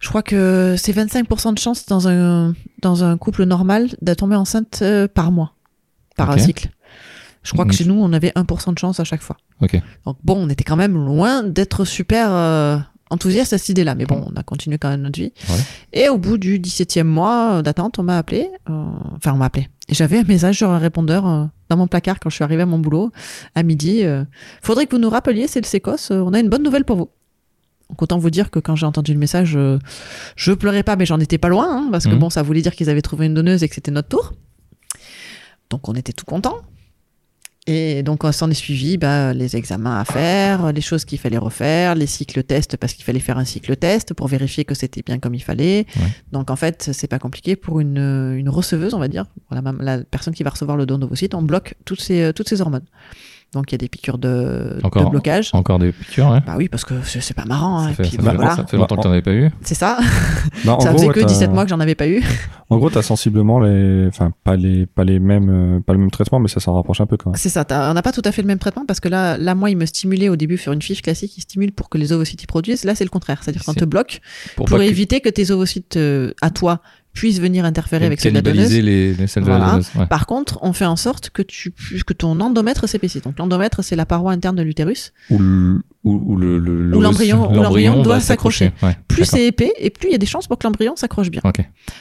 C: je crois que c'est 25% de chance dans un dans un couple normal de tomber enceinte euh, par mois, par
B: Ok.
C: cycle. Je crois que
B: Mm.
C: chez nous, on avait 1% de chance à chaque fois.
B: Ok.
C: Donc bon, on était quand même loin d'être super euh, enthousiaste à cette idée-là, mais bon, on a continué quand même notre vie.
B: Ouais.
C: Et au bout du 17e mois euh, d'attente, on m'a appelé, euh, enfin on m'a appelé. Et J'avais un message sur un répondeur euh, dans mon placard quand je suis arrivée à mon boulot à midi. euh, Faudrait que vous nous rappeliez, c'est le Sécos, euh, on a une bonne nouvelle pour vous. Donc autant vous dire que quand j'ai entendu le message, euh, je pleurais pas, mais j'en étais pas loin, hein, parce que
B: Mhm.
C: bon, ça voulait dire qu'ils avaient trouvé une donneuse et que c'était notre tour. Donc on était tout contents. Et donc, on s'en est suivi bah, les examens à faire, les choses qu'il fallait refaire, les cycles tests parce qu'il fallait faire un cycle test pour vérifier que c'était bien comme il fallait.
B: Ouais.
C: Donc, en fait, c'est pas compliqué pour une, euh, une receveuse, on va dire, pour la, mam- la personne qui va recevoir le don d'ovocyte, on bloque toutes ces, euh, toutes ces hormones. Donc, il y a des piqûres de,
B: Encore-
C: de blocage.
B: (laughs) Encore des piqûres, hein.
C: Bah oui, parce que c'est c'est pas marrant. hein.
B: ça,
C: Et
B: fait,
C: puis,
B: ça
C: bah,
B: fait-
C: voilà,
B: ça fait longtemps que t'en avais pas eu.
C: c'est ça.
D: Bah, en
C: ça
D: gros,
C: faisait
D: ouais,
C: que
D: t'as-
C: 17 mois que j'en avais pas eu.
D: En gros, t'as sensiblement les, enfin, pas les, pas les mêmes, euh, pas le même traitement, mais ça s'en rapproche un peu quand même.
C: C'est ça, t'as- on n'a pas tout à fait le même traitement parce que là, là, moi, il me stimulait au début sur une fiche classique, il stimule pour que les ovocytes y produisent. Là, c'est le contraire. C'est-à-dire qu'on
B: C'est-
C: te bloque
B: Pour,
C: pour
B: pas que-
C: éviter que tes ovocytes euh, à toi puissent venir interférer avec ceux de la
B: cannibaliser
C: donneuse.
B: les, les celles de la
C: Voilà.
B: donneuse, ouais.
C: Par contre, on fait en sorte que, tu, pu- que ton endomètre s'épaissit. Donc l'endomètre, c'est la paroi interne de l'utérus.
B: Ou le- ou- ou le- le- l'os-
C: l'embryon- l'embryon
B: va
C: doit s'accrocher.
B: Ouais,
C: Plus
B: d'accord.
C: c'est épais et plus il y a des chances pour que l'embryon s'accroche bien.
B: Ok.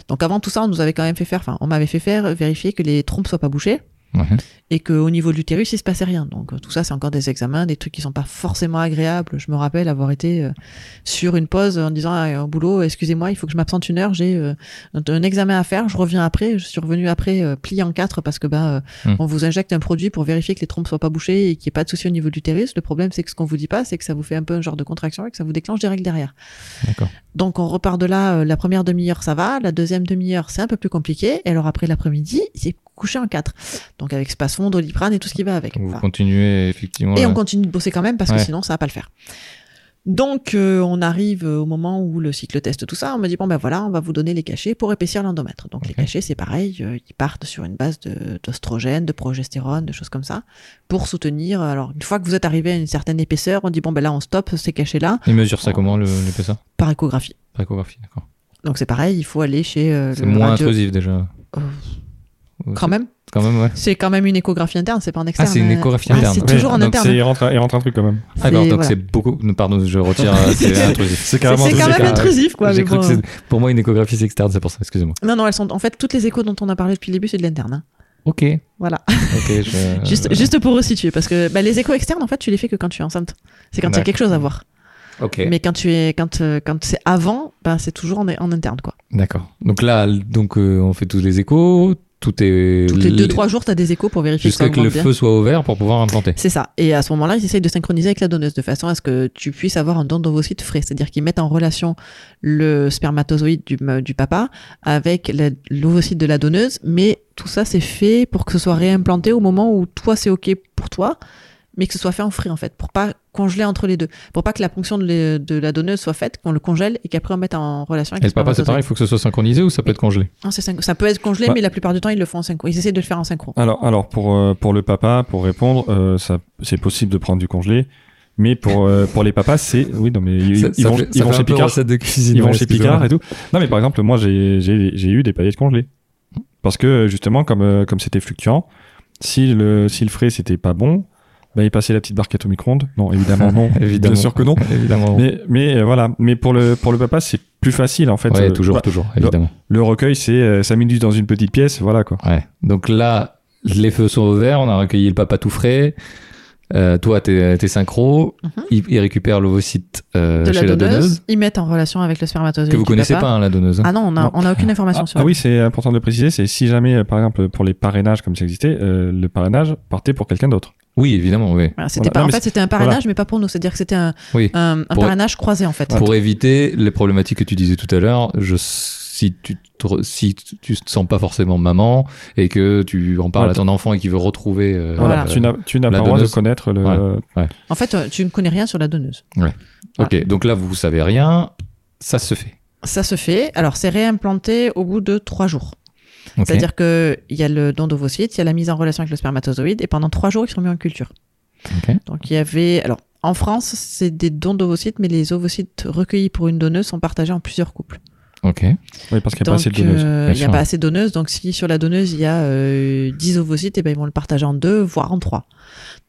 C: Donc avant tout ça, on nous avait quand même fait faire, enfin, on m'avait fait faire euh, vérifier que les trompes soient pas bouchées.
B: Ouais.
C: et qu'au niveau de l'utérus, il se passait rien. Donc euh, tout ça, c'est encore des examens, des trucs qui sont pas forcément agréables. Je me rappelle avoir été euh, sur une pause en disant ah, au boulot, excusez-moi, il faut que je m'absente une heure, j'ai euh, un, un examen à faire, je reviens après, je suis revenu après euh, plié en quatre parce que bah, euh,
B: Hmm.
C: on vous injecte un produit pour vérifier que les trompes soient pas bouchées et qu'il n'y ait pas de souci au niveau de l'utérus. Le problème, c'est que ce qu'on vous dit pas, c'est que ça vous fait un peu un genre de contraction et que ça vous déclenche des règles derrière.
B: D'accord.
C: Donc on repart de là, euh, la première demi-heure ça va, la deuxième demi-heure c'est un peu plus compliqué, et alors après l'après-midi, c'est couché en quatre. Donc avec Spasfon, Doliprane et tout ce qui va avec.
B: Donc, Vous
C: Voilà.
B: continuez effectivement.
C: Et
B: là.
C: on continue de bosser quand même parce que
B: Ouais.
C: sinon ça va pas le faire. Donc euh, on arrive euh, au moment où le cycle teste tout ça, on me dit bon ben voilà, on va vous donner les cachets pour épaissir l'endomètre. Donc les
B: Ok.
C: cachets c'est pareil, euh, ils partent sur une base de- d'ostrogène, de, progestérone, de choses comme ça, pour soutenir. Alors une fois que vous êtes arrivé à une certaine épaisseur, on dit bon ben là on stoppe ces cachets là
B: Il mesure ça comment le- l'épaisseur
C: par échographie.
B: Par échographie, d'accord.
C: Donc c'est pareil, il faut aller chez euh,
B: C'est
C: le
B: moins
C: radio-
B: intrusif déjà.
C: Euh,
B: Ou
C: Quand
B: c'est-
C: même,
B: Quand même, ouais.
C: c'est quand même une échographie interne, c'est pas en
B: Ah,
C: externe.
B: c'est une
C: euh,
B: échographie
C: ah,
B: interne.
C: C'est
D: Ouais,
C: toujours en
B: donc ah,
C: interne.
D: C'est, il rentre, un- il rentre un truc quand même.
C: C'est-
B: D'accord, donc
C: voilà.
B: c'est beaucoup. Pardon, je retire. euh, c'est intrusif.
C: (laughs)
D: C'est
C: C'est
D: carrément
C: c'est
D: un
C: quand
D: truc,
C: même
D: hein.
C: intrusif, quoi.
B: J'ai
C: mais
B: cru
C: bon,
B: que c'est- pour moi une échographie c'est externe, c'est pour ça. Excusez-moi.
C: euh, Non, non, elles sont. En fait, toutes les échos dont on a parlé depuis le début, c'est de l'interne. hein.
B: Ok.
C: Voilà.
B: Euh, Ok. je-
C: (laughs) juste, juste pour resituer, parce que bah, les échos externes, en fait, tu les fais que quand tu es enceinte. C'est quand il y a quelque chose à voir.
B: Ok.
C: Mais quand tu es, quand, euh, quand c'est avant, bah, c'est toujours en, en interne, quoi.
B: D'accord. Donc là, donc euh, on fait tous les échos. Tout est.
C: Tous les 2-3 jours, t'as des échos pour vérifier que ça
B: Jusqu'à que le
C: augmente bien.
B: feu soit ouvert pour pouvoir implanter.
C: C'est ça. Et à ce moment-là, ils essayent de synchroniser avec la donneuse de façon à ce que tu puisses avoir un don d'ovocyte frais. C'est-à-dire qu'ils mettent en relation le spermatozoïde du, m- du papa avec la- l'ovocyte de la donneuse. Mais tout ça, c'est fait pour que ce soit réimplanté au moment où toi, c'est OK pour toi, mais que ce soit fait en frais, en fait, pour pas congeler entre les deux. Pour pas que la ponction de, les- de la donneuse soit faite, qu'on le congèle et qu'après on mette en relation avec
B: Et
C: le
B: le papa, c'est pareil, il
C: spermatozoïde.
B: faut que ce soit synchronisé ou ça peut être congelé
C: Non, c'est synch- Ça peut être congelé,
D: Bah.
C: mais la plupart du temps, ils le font en synchro. Ils essaient de le faire en synchro.
D: Alors, alors pour, euh, pour le papa, pour répondre, euh, ça, c'est possible de prendre du congelé, mais pour, euh, pour les papas, c'est. Oui, non, mais ils,
B: Ça-
D: ils
B: ça
D: vont,
B: fait-
D: ils
B: ça
D: vont
B: fait un
D: chez
B: peu
D: Picard.
B: recette de cuisine,
D: Ils vont
B: ouais,
D: chez
B: excusez-moi.
D: Picard et tout. Non, mais par exemple, moi, j'ai j'ai- j'ai eu des paillettes congelées. Parce que euh, justement, comme euh, comme c'était fluctuant, si le, si le frais c'était pas bon, bah, il passait la petite barquette au micro-ondes. Non, évidemment, non.
B: (laughs) Évidemment.
D: Bien sûr que non.
B: Évidemment.
D: Mais, mais euh, voilà. Mais pour le, pour le papa, c'est plus facile en fait.
B: ouais,
D: Euh,
B: toujours,
D: bah,
B: toujours, évidemment.
D: Le recueil, c'est 5 minutes dans une petite pièce, voilà quoi.
B: Ouais. Donc là, les feux sont ouverts, on a recueilli le papa tout frais. Euh, toi, t'es t'es synchro,
C: Mhm.
B: il, il récupère l'ovocyte euh,
C: de
B: chez
C: la
B: la
C: donneuse,
B: donneuse,
C: ils mettent en relation avec le spermatozoïde.
B: que vous
C: du
B: connaissez
C: papa.
B: pas, hein, la donneuse.
C: Ah non, on a,
D: Non.
C: on a aucune information
D: Ah,
C: sur
D: ah
C: elle.
D: oui, c'est important de le préciser, c'est si jamais, euh, par exemple, pour les parrainages, comme ça existait, euh, le parrainage partait pour quelqu'un d'autre.
B: Oui, évidemment, oui.
C: Voilà, c'était
D: Voilà.
C: pas,
D: Non,
C: en
D: mais
C: fait, c'était un parrainage, mais pas pour nous. C'est-à-dire que c'était un,
B: Oui.
C: un, un
B: Pour-
C: parrainage croisé, en
D: Ah,
C: fait.
B: Pour éviter les problématiques que tu disais tout à l'heure, je si tu te, si tu te sens pas forcément maman et que tu en parles
D: Ouais,
B: à ton enfant et qu'il veut retrouver euh,
C: Voilà.
B: euh,
D: Tu n'as tu n'as
B: la
D: pas le droit de
B: donneuse.
D: connaître le.
B: Voilà.
C: En fait, euh, tu ne connais rien sur la donneuse.
B: OK, donc là vous savez rien, ça se fait.
C: Ça se fait. Alors, c'est réimplanté au bout de trois jours.
B: Ok.
C: C'est-à-dire qu'il y a le don d'ovocytes, il y a la mise en relation avec le spermatozoïde, et pendant trois jours, ils sont mis en culture.
B: Ok.
C: Donc il y avait. Alors, en France, c'est des dons d'ovocytes, mais les ovocytes recueillis pour une donneuse sont partagés en plusieurs couples.
B: OK.
D: Oui, parce qu'il n'y
C: Donc,
D: a pas assez de donneuses.
C: euh,
B: bien
C: il n'y a
B: sûr.
C: pas assez de donneuses. Donc, si sur la donneuse, il y a euh, 10 ovocytes, et ben, ils vont le partager en deux, voire en trois.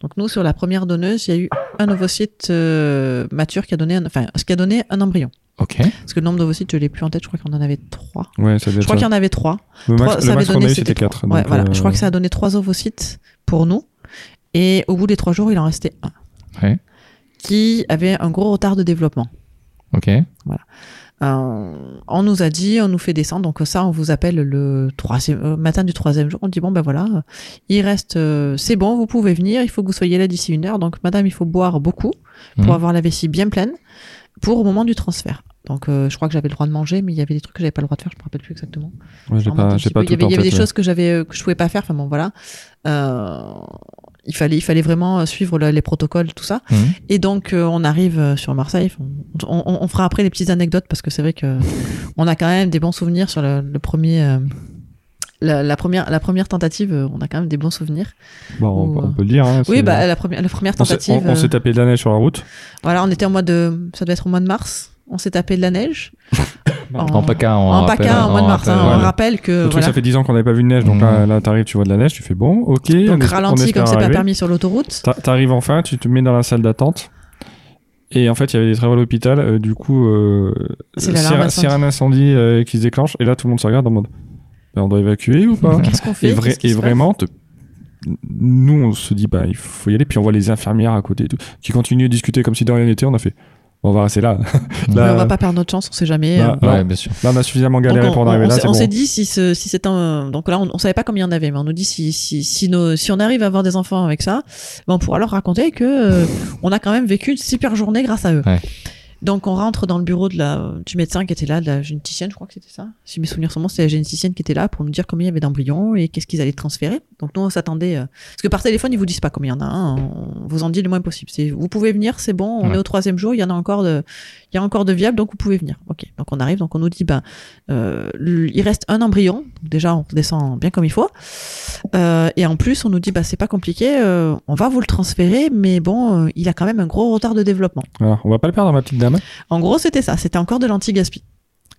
C: Donc, nous, sur la première donneuse, il y a eu un ovocyte euh, mature qui a donné un, enfin, ce qui a donné un embryon.
B: OK.
C: Parce que le nombre d'ovocytes, je ne l'ai plus en tête, je crois qu'on en avait trois.
D: Ouais, ça
C: euh,
D: doit
C: Je
D: être
C: crois
D: ça.
C: qu'il y en avait trois.
D: Le
C: Trois-
D: max,
C: ça
D: le
C: avait
D: max qu'on
C: donné,
D: a eu,
C: c'était
D: c'était euh,
C: trois.
D: 4.
C: Ouais, voilà. Je crois que ça a donné trois ovocytes pour nous. Et au bout des trois jours, il en restait un.
B: Ouais.
C: Qui avait un gros retard de développement.
B: OK.
C: Euh, on nous a dit, on nous fait descendre. Donc ça, on vous appelle le troisième, euh, matin du troisième jour. On dit, bon, ben voilà, euh, il reste... euh, c'est bon, vous pouvez venir. Il faut que vous soyez là d'ici une heure. Donc, madame, il faut boire beaucoup pour
B: Mhm.
C: avoir la vessie bien pleine pour au moment du transfert. Donc, euh, je crois que j'avais le droit de manger, mais il y avait des trucs que j'avais pas le droit de faire. Je me rappelle plus exactement.
D: Ouais, j'ai
C: Remonte un
D: pas,
C: petit
D: j'ai pas
C: peu. il y
D: tout
C: avait,
D: en
C: il y avait
D: tête.
C: des choses que j'avais euh, que je pouvais pas faire enfin bon voilà Euh, il fallait il fallait vraiment euh, suivre le- les protocoles tout ça
B: Mhm.
C: et donc euh, on arrive euh, sur Marseille on, on- on fera après les petites anecdotes parce que c'est vrai que on a quand même des bons souvenirs sur le, le premier euh, la, la première la première tentative euh, on a quand même des bons souvenirs
D: Bon, on,
C: Ou,
D: on peut le dire. hein,
C: oui
D: c'est-
C: bah la première la première
D: on s'est-
C: tentative
D: on- on
C: euh,
D: s'est tapé de la neige sur la route.
C: voilà on était en mois de ça devait être au mois de mars on s'est tapé de la neige
B: En PACA on
C: en
B: rappelle,
C: PACA en
B: on
C: mois de mars
B: rappelle,
C: hein, on
B: voilà.
C: rappelle que
D: Le truc,
C: voilà.
D: ça fait 10 ans qu'on n'avait pas vu de neige, donc là,
B: Mm.
D: là t'arrives, tu vois de la neige, tu fais bon, ok.
C: donc
D: on es- on
C: ralenti
D: espère
C: comme c'est pas
D: arriver.
C: permis sur l'autoroute
D: T'a- T'arrives enfin, tu te mets dans la salle d'attente. Et en fait, il y avait des travaux à l'hôpital, euh, du coup, euh,
C: C'est l'alarme
D: s'il y a
C: incendie.
D: un incendie euh, qui se déclenche, et là, tout le monde se regarde en mode ben, on doit évacuer ou
C: (laughs)
D: pas
C: qu'est-ce qu'on fait
D: Et, vrai-
C: Qu'est-ce qui
D: et
C: se passe
D: vraiment, te- nous, on se dit bah, il faut y aller, puis on voit les infirmières à côté et tout, qui continuent de discuter comme si de rien n'était. On a fait on
C: (laughs)
D: va rester là.
C: Mais
D: là,
C: on va pas perdre notre chance, on sait jamais.
D: Bah,
C: Euh,
D: Non.
B: Ouais, bien sûr.
D: là, on a suffisamment
C: donc
D: galéré
C: on
D: pour en
C: on-
D: arriver
C: on
D: là.
C: s'est-
D: c'est
C: on
D: bon.
C: s'est dit si, ce- si c'est un. Donc là, on, on savait pas combien il y en avait, mais on nous dit si, si, si, nos- si on arrive à avoir des enfants avec ça, ben on pourra leur raconter que euh, on a quand même vécu une super journée grâce à eux.
B: Ouais.
C: Donc on rentre dans le bureau de la, du médecin qui était là, de la généticienne, je crois que c'était ça. Si mes souvenirs sont bons, c'était la généticienne qui était là pour nous dire combien il y avait d'embryons et qu'est-ce qu'ils allaient transférer. Donc nous, on s'attendait. euh, parce que par téléphone, ils vous disent pas combien il y en a. hein, on vous en dit le moins possible. C'est, vous pouvez venir, c'est bon. On
B: Ouais.
C: est au troisième jour, il y en a encore de, il y a encore de viables, donc vous pouvez venir. Ok. Donc on arrive, donc on nous dit, ben, euh, le- il reste un embryon. Déjà, on descend bien comme il faut. Euh, et en plus, on nous dit, bah c'est pas compliqué. euh, on va vous le transférer, mais bon, euh, il a quand même un gros retard de développement.
D: Voilà, on va pas le perdre, ma petite dame. hein.
C: En gros, c'était ça. C'était encore de l'anti-gaspi.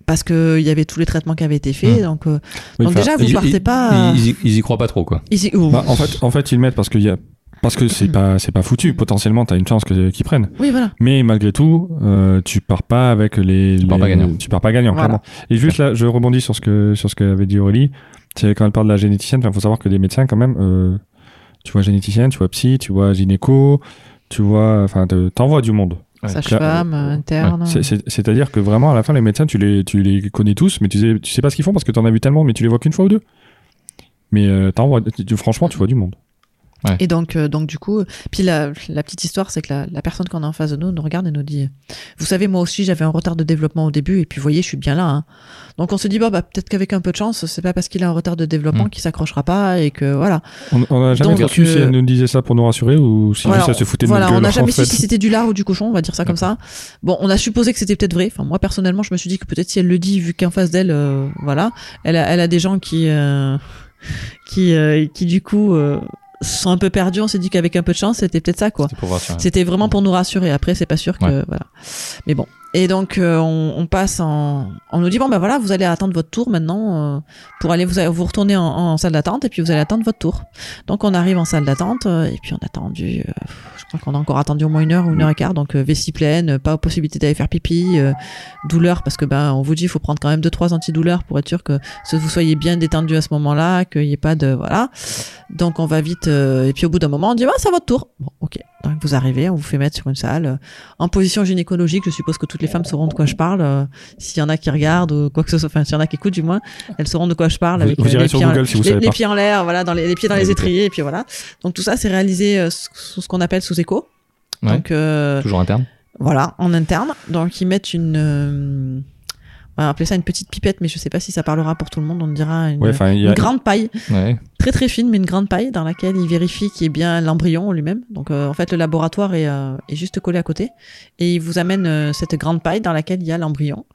C: Parce que euh, il y avait tous les traitements qui avaient été faits. Donc, euh,
D: Mmh. Oui,
C: donc
D: enfin,
C: déjà, vous
B: Ils-
C: partez
B: ils-
C: pas. euh,
B: Ils, y- ils y croient pas trop quoi.
C: ici- oh,
D: Bah, en fait, en fait, ils le mettent parce qu'il y a parce que c'est pas c'est pas foutu. Potentiellement, t'as une chance que- qu'ils prennent.
C: Oui, voilà.
D: Mais malgré tout, euh, tu pars pas avec les.
B: Tu pars
D: les-
B: pas gagnant.
D: Tu pars pas gagnant,
C: Voilà.
D: clairement. Et juste là, je rebondis sur ce que sur ce qu'avait dit Aurélie. C'est quand elle parle de la généticienne. Il faut savoir que les médecins, quand même, euh, tu vois généticienne, tu vois psy, tu vois gynéco, tu vois, enfin, te- t'envoies du monde.
B: Ouais,
C: Sage-femme,
D: clair.
C: euh, interne.
D: C'est- c'est- C'est-à-dire que vraiment, à la fin, les médecins, tu les tu les connais tous, mais tu sais tu sais pas ce qu'ils font parce que t'en as vu tellement, mais tu les vois qu'une fois ou deux. Mais euh, t'envoies, tu- tu- franchement, tu vois du monde.
C: Et donc, euh, donc du coup, euh, puis la, la petite histoire, c'est que la, la personne qu'on a en face de nous nous regarde et nous dit, vous savez, moi aussi, j'avais un retard de développement au début, et puis voyez, je suis bien là. hein. Donc on se dit, bah, bah peut-être qu'avec un peu de chance, c'est pas parce qu'il a un retard de développement
B: Mm.
C: qu'il s'accrochera pas et que voilà.
D: On, on a jamais
C: Donc,
D: reçu si
C: euh,
D: elle nous disait ça pour nous rassurer ou si
C: Voilà,
D: juste elle se foutait de
C: voilà,
D: notre
C: on
D: gueule.
C: n'a jamais
D: en fait.
C: su si c'était du lard ou du cochon, on va dire ça comme ça. Bon, on a supposé que c'était peut-être vrai. Enfin, moi personnellement, je me suis dit que peut-être si elle le dit, vu qu'en face d'elle, euh, voilà, elle a, elle a des gens qui, euh, qui, euh, qui du coup euh, sont un peu perdus. On s'est dit qu'avec un peu de chance, c'était peut-être ça, quoi.
B: C'était pour voir sur-
C: C'était vraiment pour nous rassurer. Après, c'est pas sûr que
B: Ouais.
C: voilà. Mais bon. Et donc euh, on, on passe en, on nous dit bon ben voilà, vous allez attendre votre tour maintenant euh, pour aller vous vous retourner en, en salle d'attente et puis vous allez attendre votre tour. Donc on arrive en salle d'attente euh, et puis on a attendu, euh, je crois qu'on a encore attendu au moins une heure ou une heure et quart. Donc euh, vessie pleine, euh, pas possibilité d'aller faire pipi, euh, douleur parce que ben on vous dit il faut prendre quand même deux trois antidouleurs pour être sûr que ce- vous soyez bien détendu à ce moment-là, qu'il n'y ait pas de voilà. Donc on Ah, va vite euh, et puis au bout d'un moment on dit ouais, c'est à votre tour. Bon ok. Donc, vous arrivez, on vous fait mettre sur une salle, euh, en position gynécologique. Je suppose que toutes les femmes sauront de quoi je parle. euh, S'il y en a qui regardent ou quoi que ce soit, enfin s'il y en a qui écoutent du moins, elles sauront de quoi je parle.
D: Vous-
C: avec,
D: vous
C: euh,
D: irez
C: les
D: sur
C: pieds en-
D: Google si vous
C: les,
D: savez
C: les
D: pas.
C: pieds en l'air, voilà, dans les, les pieds dans les
B: Allez-y.
C: étriers, et puis voilà. Donc tout ça, c'est réalisé euh, sous sous ce qu'on appelle sous écho.
B: Ouais.
C: Donc euh,
B: Toujours interne.
C: voilà, en interne. Donc ils mettent une, euh, on va appeler ça une petite pipette, mais je sais pas si ça parlera pour tout le monde. On dira une,
D: Ouais, enfin, il y
C: une
D: a.
C: grande paille,
B: Ouais.
C: très très fine, mais une grande paille dans laquelle ils vérifient qu'il y ait bien l'embryon en lui-même. Donc euh, en fait, le laboratoire est, euh, est juste collé à côté et ils vous amènent euh, cette grande paille dans laquelle il y a l'embryon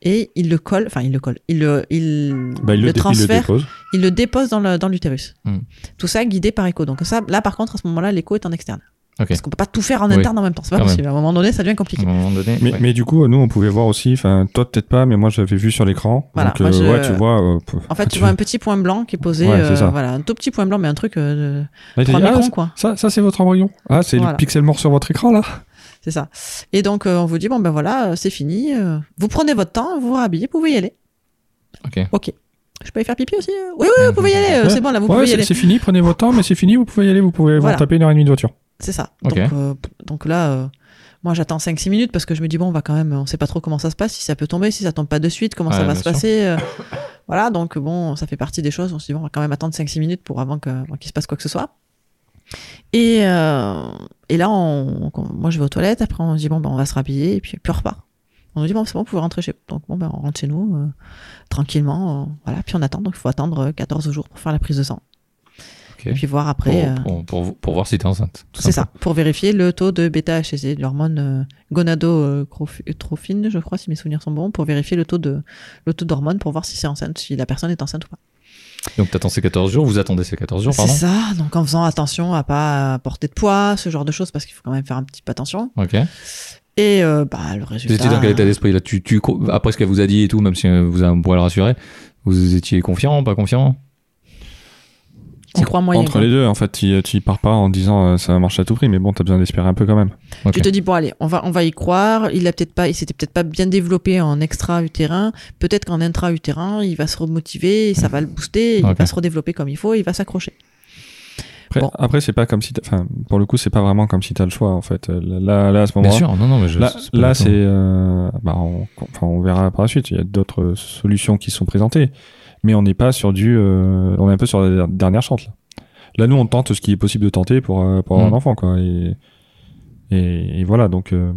C: et ils le collent, enfin ils le collent, ils le, ils
D: Bah, il
C: le
D: le, dé- il le
C: transfèrent
D: dépose.
C: il le dépose dans le- dans l'utérus.
B: Hmm.
C: Tout ça guidé par écho. Donc ça, là par contre, à ce moment-là, l'écho est en externe.
B: Ok.
C: Parce qu'on peut pas tout faire en
B: Oui.
C: interne en même temps. C'est pas
B: Quand
C: possible. À un moment donné, ça devient
B: À
C: compliqué.
B: un moment donné.
D: Mais,
B: ouais.
D: mais du coup, nous, on pouvait voir aussi, enfin, toi peut-être pas, mais moi j'avais vu sur l'écran.
C: Voilà,
D: donc,
C: moi,
D: euh,
C: je-
D: ouais, tu vois. euh, p-
C: En fait, tu vois un petit point blanc qui est posé.
D: Ouais, c'est
C: euh,
D: ça.
C: voilà, un tout petit point blanc, mais un truc euh, de
D: Là, il t'a
C: 3
D: dit, ah,
C: microns,
D: ça-
C: quoi.
D: ça, ça c'est votre embryon. Ah, c'est
C: Voilà.
D: le pixel mort sur votre écran là.
C: C'est ça. Et donc, euh, on vous dit, bon, ben voilà, euh, c'est fini. euh, vous prenez votre temps, vous vous rhabillez, vous pouvez y aller.
B: Ok.
C: Ok. Je peux y faire pipi aussi euh Oui, oui, vous pouvez y aller. euh, c'est bon, là, vous
D: ouais,
C: pouvez y
D: c'est
C: aller.
D: c'est fini, prenez votre temps, mais c'est fini, vous pouvez y aller, vous pouvez
C: Voilà.
D: vous taper une heure et demie de voiture.
C: C'est ça.
B: Ok.
C: Donc, euh, donc là, euh, moi j'attends 5-6 minutes parce que je me dis, bon, on va quand même, on sait pas trop comment ça se passe, si ça peut tomber, si ça tombe pas de suite, comment ça
B: Ouais,
C: va
B: bien
C: se
B: sûr.
C: passer. euh, (coughs) voilà, donc bon, ça fait partie des choses. On se dit, bon, on va quand même attendre 5-6 minutes pour avant que- avant qu'il se passe quoi que ce soit. Et, euh, et là, on, on- moi je vais aux toilettes, après on se dit, bon, ben, on va se rhabiller, et puis, puis on repart. On nous dit, bon, c'est bon, vous pouvez rentrer chez vous. Donc, bon, ben, on rentre chez nous, euh, tranquillement, euh, voilà, puis on attend. Donc, il faut attendre euh, 14 jours pour faire la prise de sang.
B: Ok.
C: Et puis voir
B: Pour,
C: après. euh,
B: pour, pour- pour voir si t'es enceinte. tout
C: c'est ça,
B: simplement.
C: pour vérifier le taux de bêta-HCG, de l'hormone euh, gonadotrophine, je crois, si mes souvenirs sont bons, pour vérifier le taux de le taux d'hormone pour voir si c'est enceinte, si la personne est enceinte ou pas.
B: Donc t'attends ces 14 jours, vous attendez ces 14 jours,
C: C'est
B: Oh, pardon.
C: ça, donc en faisant attention à pas porter de poids, ce genre de choses, parce qu'il faut quand même faire un petit peu attention.
B: Ok.
C: Et euh, bah, le
B: Vous
C: résultat.
B: étiez dans quel état d'esprit là tu, tu, cro- Après ce qu'elle vous a dit et tout, même si euh, vous a un poil rassuré, vous étiez confiant, pas confiant
C: Tu crois moyen.
D: Entre
C: quoi.
D: les deux, en fait, tu tu y pars pas en disant euh, ça marche à tout prix, mais bon, t'as besoin d'espérer un peu quand même.
B: Ok.
C: Tu te dis bon allez, on va on va y croire. Il a peut-être pas, il s'était peut-être pas bien développé en extra utérin. Peut-être qu'en intra utérin, il va se remotiver, et ça va le booster, et il
B: Ok.
C: va se redévelopper comme il faut, et il va s'accrocher.
D: Après,
C: Bon.
D: après c'est pas comme si, t'as- enfin, pour le coup, c'est pas vraiment comme si t'as le choix, en fait. Euh, Là, là, à ce
B: Bien
D: moment-là,
B: sûr, non, non, mais je.
D: là,
B: pas
D: là,
B: maintenant.
D: c'est, euh, bah, on, enfin, on verra par la suite. Il y a d'autres euh, solutions qui sont présentées, mais on n'est pas sur du, euh, on est un peu sur la der- dernière chance. Là, Là, nous, on tente ce qui est possible de tenter pour euh, pour avoir
B: Mm.
D: un enfant, quoi. Et et, et voilà, donc. euh,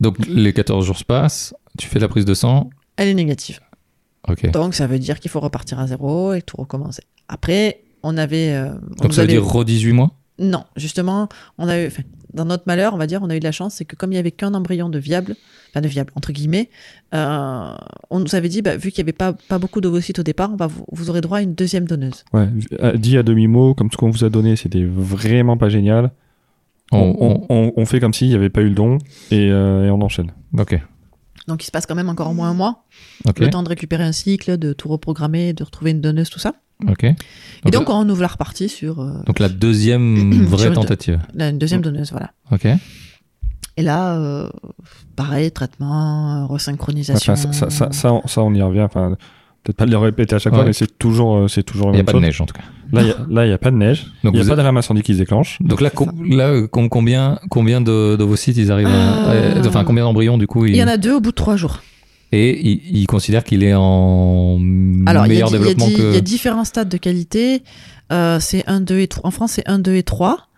B: Donc les 14 jours se passent, tu fais la prise de sang,
C: Elle est négative.
B: ok.
C: Donc ça veut dire qu'il faut repartir à zéro et tout recommencer. Après, on avait. euh, on
B: Donc
C: nous
B: ça veut
C: avait-
B: dire re 18 mois
C: Non, justement, on a eu. enfin, Dans notre malheur, on va dire, on a eu de la chance, c'est que comme il n'y avait qu'un embryon de viable, enfin de viable entre guillemets, euh, on nous avait dit, bah, vu qu'il n'y avait pas, pas beaucoup d'ovocytes au départ, on va vous, vous aurez droit à une deuxième donneuse.
D: Ouais, à- dit à demi-mot, comme ce qu'on vous a donné, c'était vraiment pas génial. On, on, on- on fait comme s'il n'y avait pas eu le don et, euh, et on enchaîne.
B: Ok.
C: Donc il se passe quand même encore au moins un mois,
B: Ok.
C: le temps de récupérer un cycle, de tout reprogrammer, de retrouver une donneuse, tout ça.
B: Ok.
C: Et
B: Donc,
C: donc on nous voilà reparti sur euh,
B: donc la
C: (coughs)
B: deuxième
C: Sur
B: vraie
C: une-
B: tentative.
C: la- une deuxième donneuse, voilà.
B: Ok.
C: Et là, euh, pareil, traitement, euh,
B: Bah,
C: resynchronisation.
D: Enfin, ça, ça, ça, ça, on- ça, on y revient. Enfin, peut-être pas le répéter à chaque
B: Ouais.
D: fois, mais c'est toujours, euh, c'est
B: Il
D: toujours la
B: n'y a
D: même
B: pas de
D: chose.
B: neige en tout cas.
D: Là, il y a- là, il n'y a pas de neige. Il
B: Donc
D: n'y a
B: vous
D: pas
B: êtes-
D: d'alarme incendie qui se déclenche.
B: Donc là, com- là euh, com- combien, combien de, de vos sites ils arrivent à-
C: Ah.
B: Enfin, combien d'embryons du coup ils-
C: Il y en a deux au bout de trois jours.
B: Et ils, ils considèrent qu'il est en
C: Alors, il y, a
B: meilleur
C: di- il y a
B: développement
C: di- il y a
B: que.
C: différents stades de qualité. Euh, c'est 1, 2 et 3. En France, c'est 1, 2 et 3.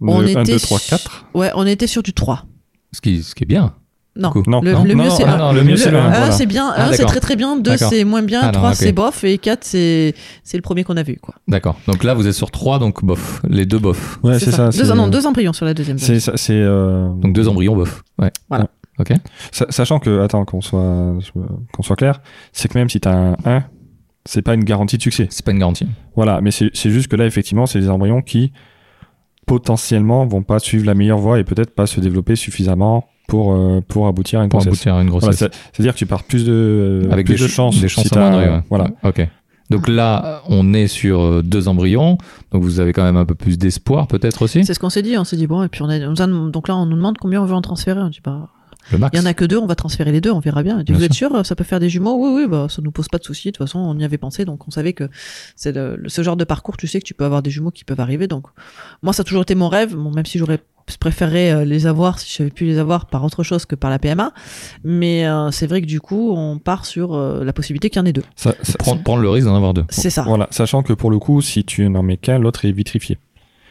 C: On
D: Le
C: était
D: 1, 2, 3,
C: su-
D: 4.
C: Ouais, on était sur du 3.
B: Ce qui, ce qui est bien.
C: Non,
B: Du coup.
D: Non,
C: le,
D: non,
C: le
B: non,
C: mieux
B: non,
C: c'est
B: ah,
C: un.
B: non,
D: le mieux, c'est le
C: un,
D: un, voilà.
C: c'est bien,
B: Ah,
C: un c'est
B: d'accord.
C: très très bien, deux
B: D'accord.
C: c'est moins bien,
B: Ah, non,
C: trois
B: ok.
C: c'est bof et quatre c'est c'est le premier qu'on a vu quoi.
B: D'accord. Donc là, vous êtes sur 3, donc bof. Les deux bof.
D: Ouais, c'est ça.
C: Deux,
D: c'est-
C: non, deux embryons sur la deuxième.
D: C'est ça, c'est. euh,
B: Donc deux embryons bof. Ouais.
D: sa- Sachant que, attends, qu'on soit, qu'on soit clair, c'est que même si t'as un 1, c'est pas une garantie de succès.
B: C'est pas une garantie.
D: Voilà, mais c'est c'est juste que là, effectivement, c'est des embryons qui potentiellement vont pas suivre la meilleure voie et peut-être pas se développer suffisamment pour, euh, pour aboutir à une
B: Pour
D: grossesse.
B: aboutir à une grossesse.
D: Voilà, c'est- C'est-à-dire que tu pars plus de,
B: Avec des
D: Euh, plus de
B: ch-
D: chances.
B: Des chances
D: si
B: à
D: t'as-
B: Mandré, ouais.
D: Voilà.
B: Ok. Donc là, on est sur euh, deux embryons. Donc vous avez quand même un peu plus d'espoir, peut-être aussi.
C: C'est ce qu'on s'est dit, on s'est dit bon et puis on a, on nous a- donc là on nous demande combien on veut en transférer, on dit bah
B: Le max.
C: Il y en a que deux, on va transférer les deux, on verra bien. Et tu,
B: Bien
C: vous êtes sûr, ça peut faire des jumeaux Oui, oui, bah, ça nous pose pas de souci. De toute façon, on y avait pensé, donc on savait que c'est le- le- ce genre de parcours, tu sais que tu peux avoir des jumeaux qui peuvent arriver. Donc, moi, ça a toujours été mon rêve, bon, même si j'aurais préféré euh, les avoir, si j'avais pu les avoir par autre chose que par la PMA. Mais euh, c'est vrai que du coup, on part sur euh, la possibilité qu'il y en ait deux.
D: Ça- ça-
B: Prendre, prendre le risque d'en avoir deux.
C: C'est ça.
D: Voilà, sachant que pour le coup, si tu n'en mets qu'un, l'autre est vitrifié.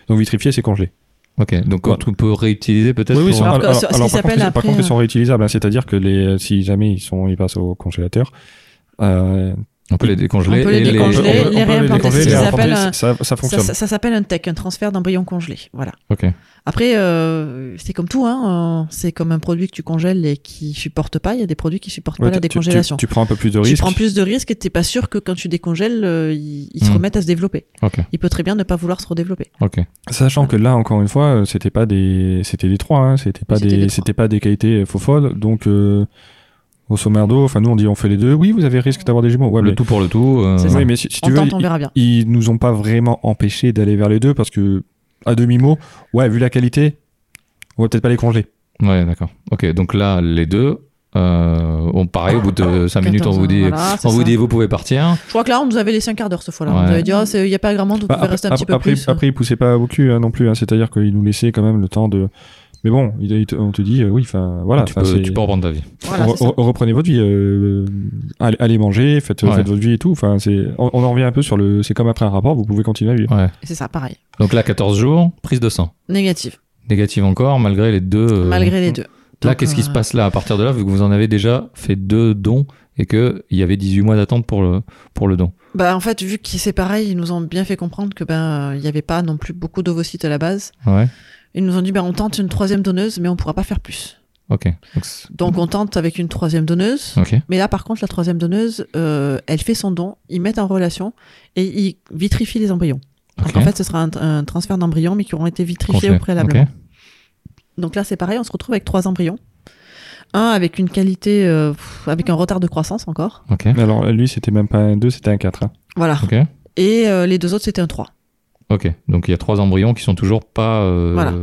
D: Donc vitrifié, c'est congelé.
B: Ok, donc
D: Voilà.
B: on peut réutiliser peut-être.
D: Oui, oui,
B: pour-
D: sont-
C: Alors que- ce- ce qui
D: par, contre,
C: s'appelle
D: ils- par
C: après,
D: contre, ils
C: euh,
D: sont réutilisables, hein, c'est-à-dire que les, si jamais ils, sont, ils passent au congélateur, euh,
B: on peut les décongeler.
C: On peut les
B: et
D: on peut- on peut-
C: décongeler,
D: on peut
C: les réimplanter,
D: décongeler,
C: c'est ce
D: les
C: qu'ils
D: réimplanter,
C: appellent,
D: ça, ça
C: euh, Ça,
D: fonctionne.
C: ça- ça s'appelle un tech, un transfert d'embryon congelé. Voilà.
B: Ok.
C: Après, euh, c'est comme tout, hein. euh, c'est comme un produit que tu congèles et qui supporte pas. Il y a des produits qui supportent
D: Ouais,
C: pas la
D: tu- tu-
C: décongélation.
D: Tu, tu prends un peu plus de
C: tu
D: risques.
C: prends plus de risques et t'es pas sûr que quand tu décongèles, euh, ils, ils se
B: Hmm.
C: remettent à se développer.
B: Ok.
C: Il peut très bien ne pas vouloir se redévelopper.
B: Ok.
D: Sachant que là, encore une fois, euh, c'était pas des, c'était des trois, hein, c'était pas
C: C'était
D: des,
C: des trois.
D: c'était pas des qualités faux folles. Donc, euh, grosso merdo, enfin nous on dit on fait les deux. Oui, vous avez risque d'avoir des jumeaux. Ouais,
B: Le
D: mais,
B: tout pour le tout. euh,
C: C'est
D: oui,
C: ça.
D: mais si, si
C: On
D: tu veux,
C: tente, on
D: ils-
C: verra bien.
D: ils nous ont pas vraiment empêché d'aller vers les deux parce que à demi mot, ouais, vu la qualité, on va peut-être pas les congeler.
B: Ouais, d'accord. Ok, donc là, les deux, euh, on pareil, au bout de 5 minutes, on
C: 14,
B: vous dit,
C: voilà, c'est
B: on vous
C: ça.
B: dit, vous pouvez partir.
C: Je crois que là, on nous avait laissé un quart d'heure ce fois-là.
B: Ouais.
C: On nous avait dit, Ah, c'est- il y a pas grand monde, vous
D: Bah,
C: pouvez rester un petit peu
D: après,
C: plus.
D: après, ils poussaient pas au cul hein, non plus. hein, C'est-à-dire qu'ils nous laissaient quand même le temps de. Mais bon, il- il te- on te dit, euh, oui, enfin voilà.
B: tu,
D: enfin,
B: peux,
D: c'est-
B: tu peux reprendre ta vie.
C: Voilà,
D: Re-
C: c'est ça.
D: re- reprenez votre vie, euh, allez, allez manger, faites,
B: Ouais.
D: faites votre vie et tout. Enfin, c'est, on, on en revient un peu sur le, c'est comme après un rapport, vous pouvez continuer à vivre.
B: Ouais.
C: C'est ça, pareil.
B: Donc là, 14 jours, prise de sang.
C: Négatif,
B: Négative encore, malgré les deux. euh,
C: malgré les deux.
B: Là,
C: Donc,
B: qu'est-ce qui
C: euh,
B: se passe là À partir de là, vu que vous en avez déjà fait deux dons et qu'il y avait 18 mois d'attente pour le, pour le don.
C: Bah en fait, vu que c'est pareil, ils nous ont bien fait comprendre que ben euh, il y avait pas non plus beaucoup d'ovocytes à la base.
B: Ouais.
C: Ils nous ont dit ben on tente une troisième donneuse, mais on pourra pas faire plus.
B: Ok. Donc, c'est-
D: Hmm.
C: Donc on tente avec une troisième donneuse.
B: ok.
C: Mais là, par contre, la troisième donneuse, euh, elle fait son don, ils mettent en relation et ils vitrifient les embryons.
B: ok.
C: Donc en fait, ce sera un, un transfert d'embryons, mais qui auront été vitrifiés
B: Congelé.
C: au préalable. Donc là, c'est pareil, on se retrouve avec trois embryons. Un avec une qualité, euh, pff, avec un retard de croissance encore.
B: Ok.
D: Mais Alors, lui, c'était même pas un 2, c'était un 4. hein.
C: Voilà.
B: Ok.
C: Et euh, les deux autres, c'était un 3.
B: Ok. Donc il y a trois embryons qui sont toujours pas. euh,
C: Voilà.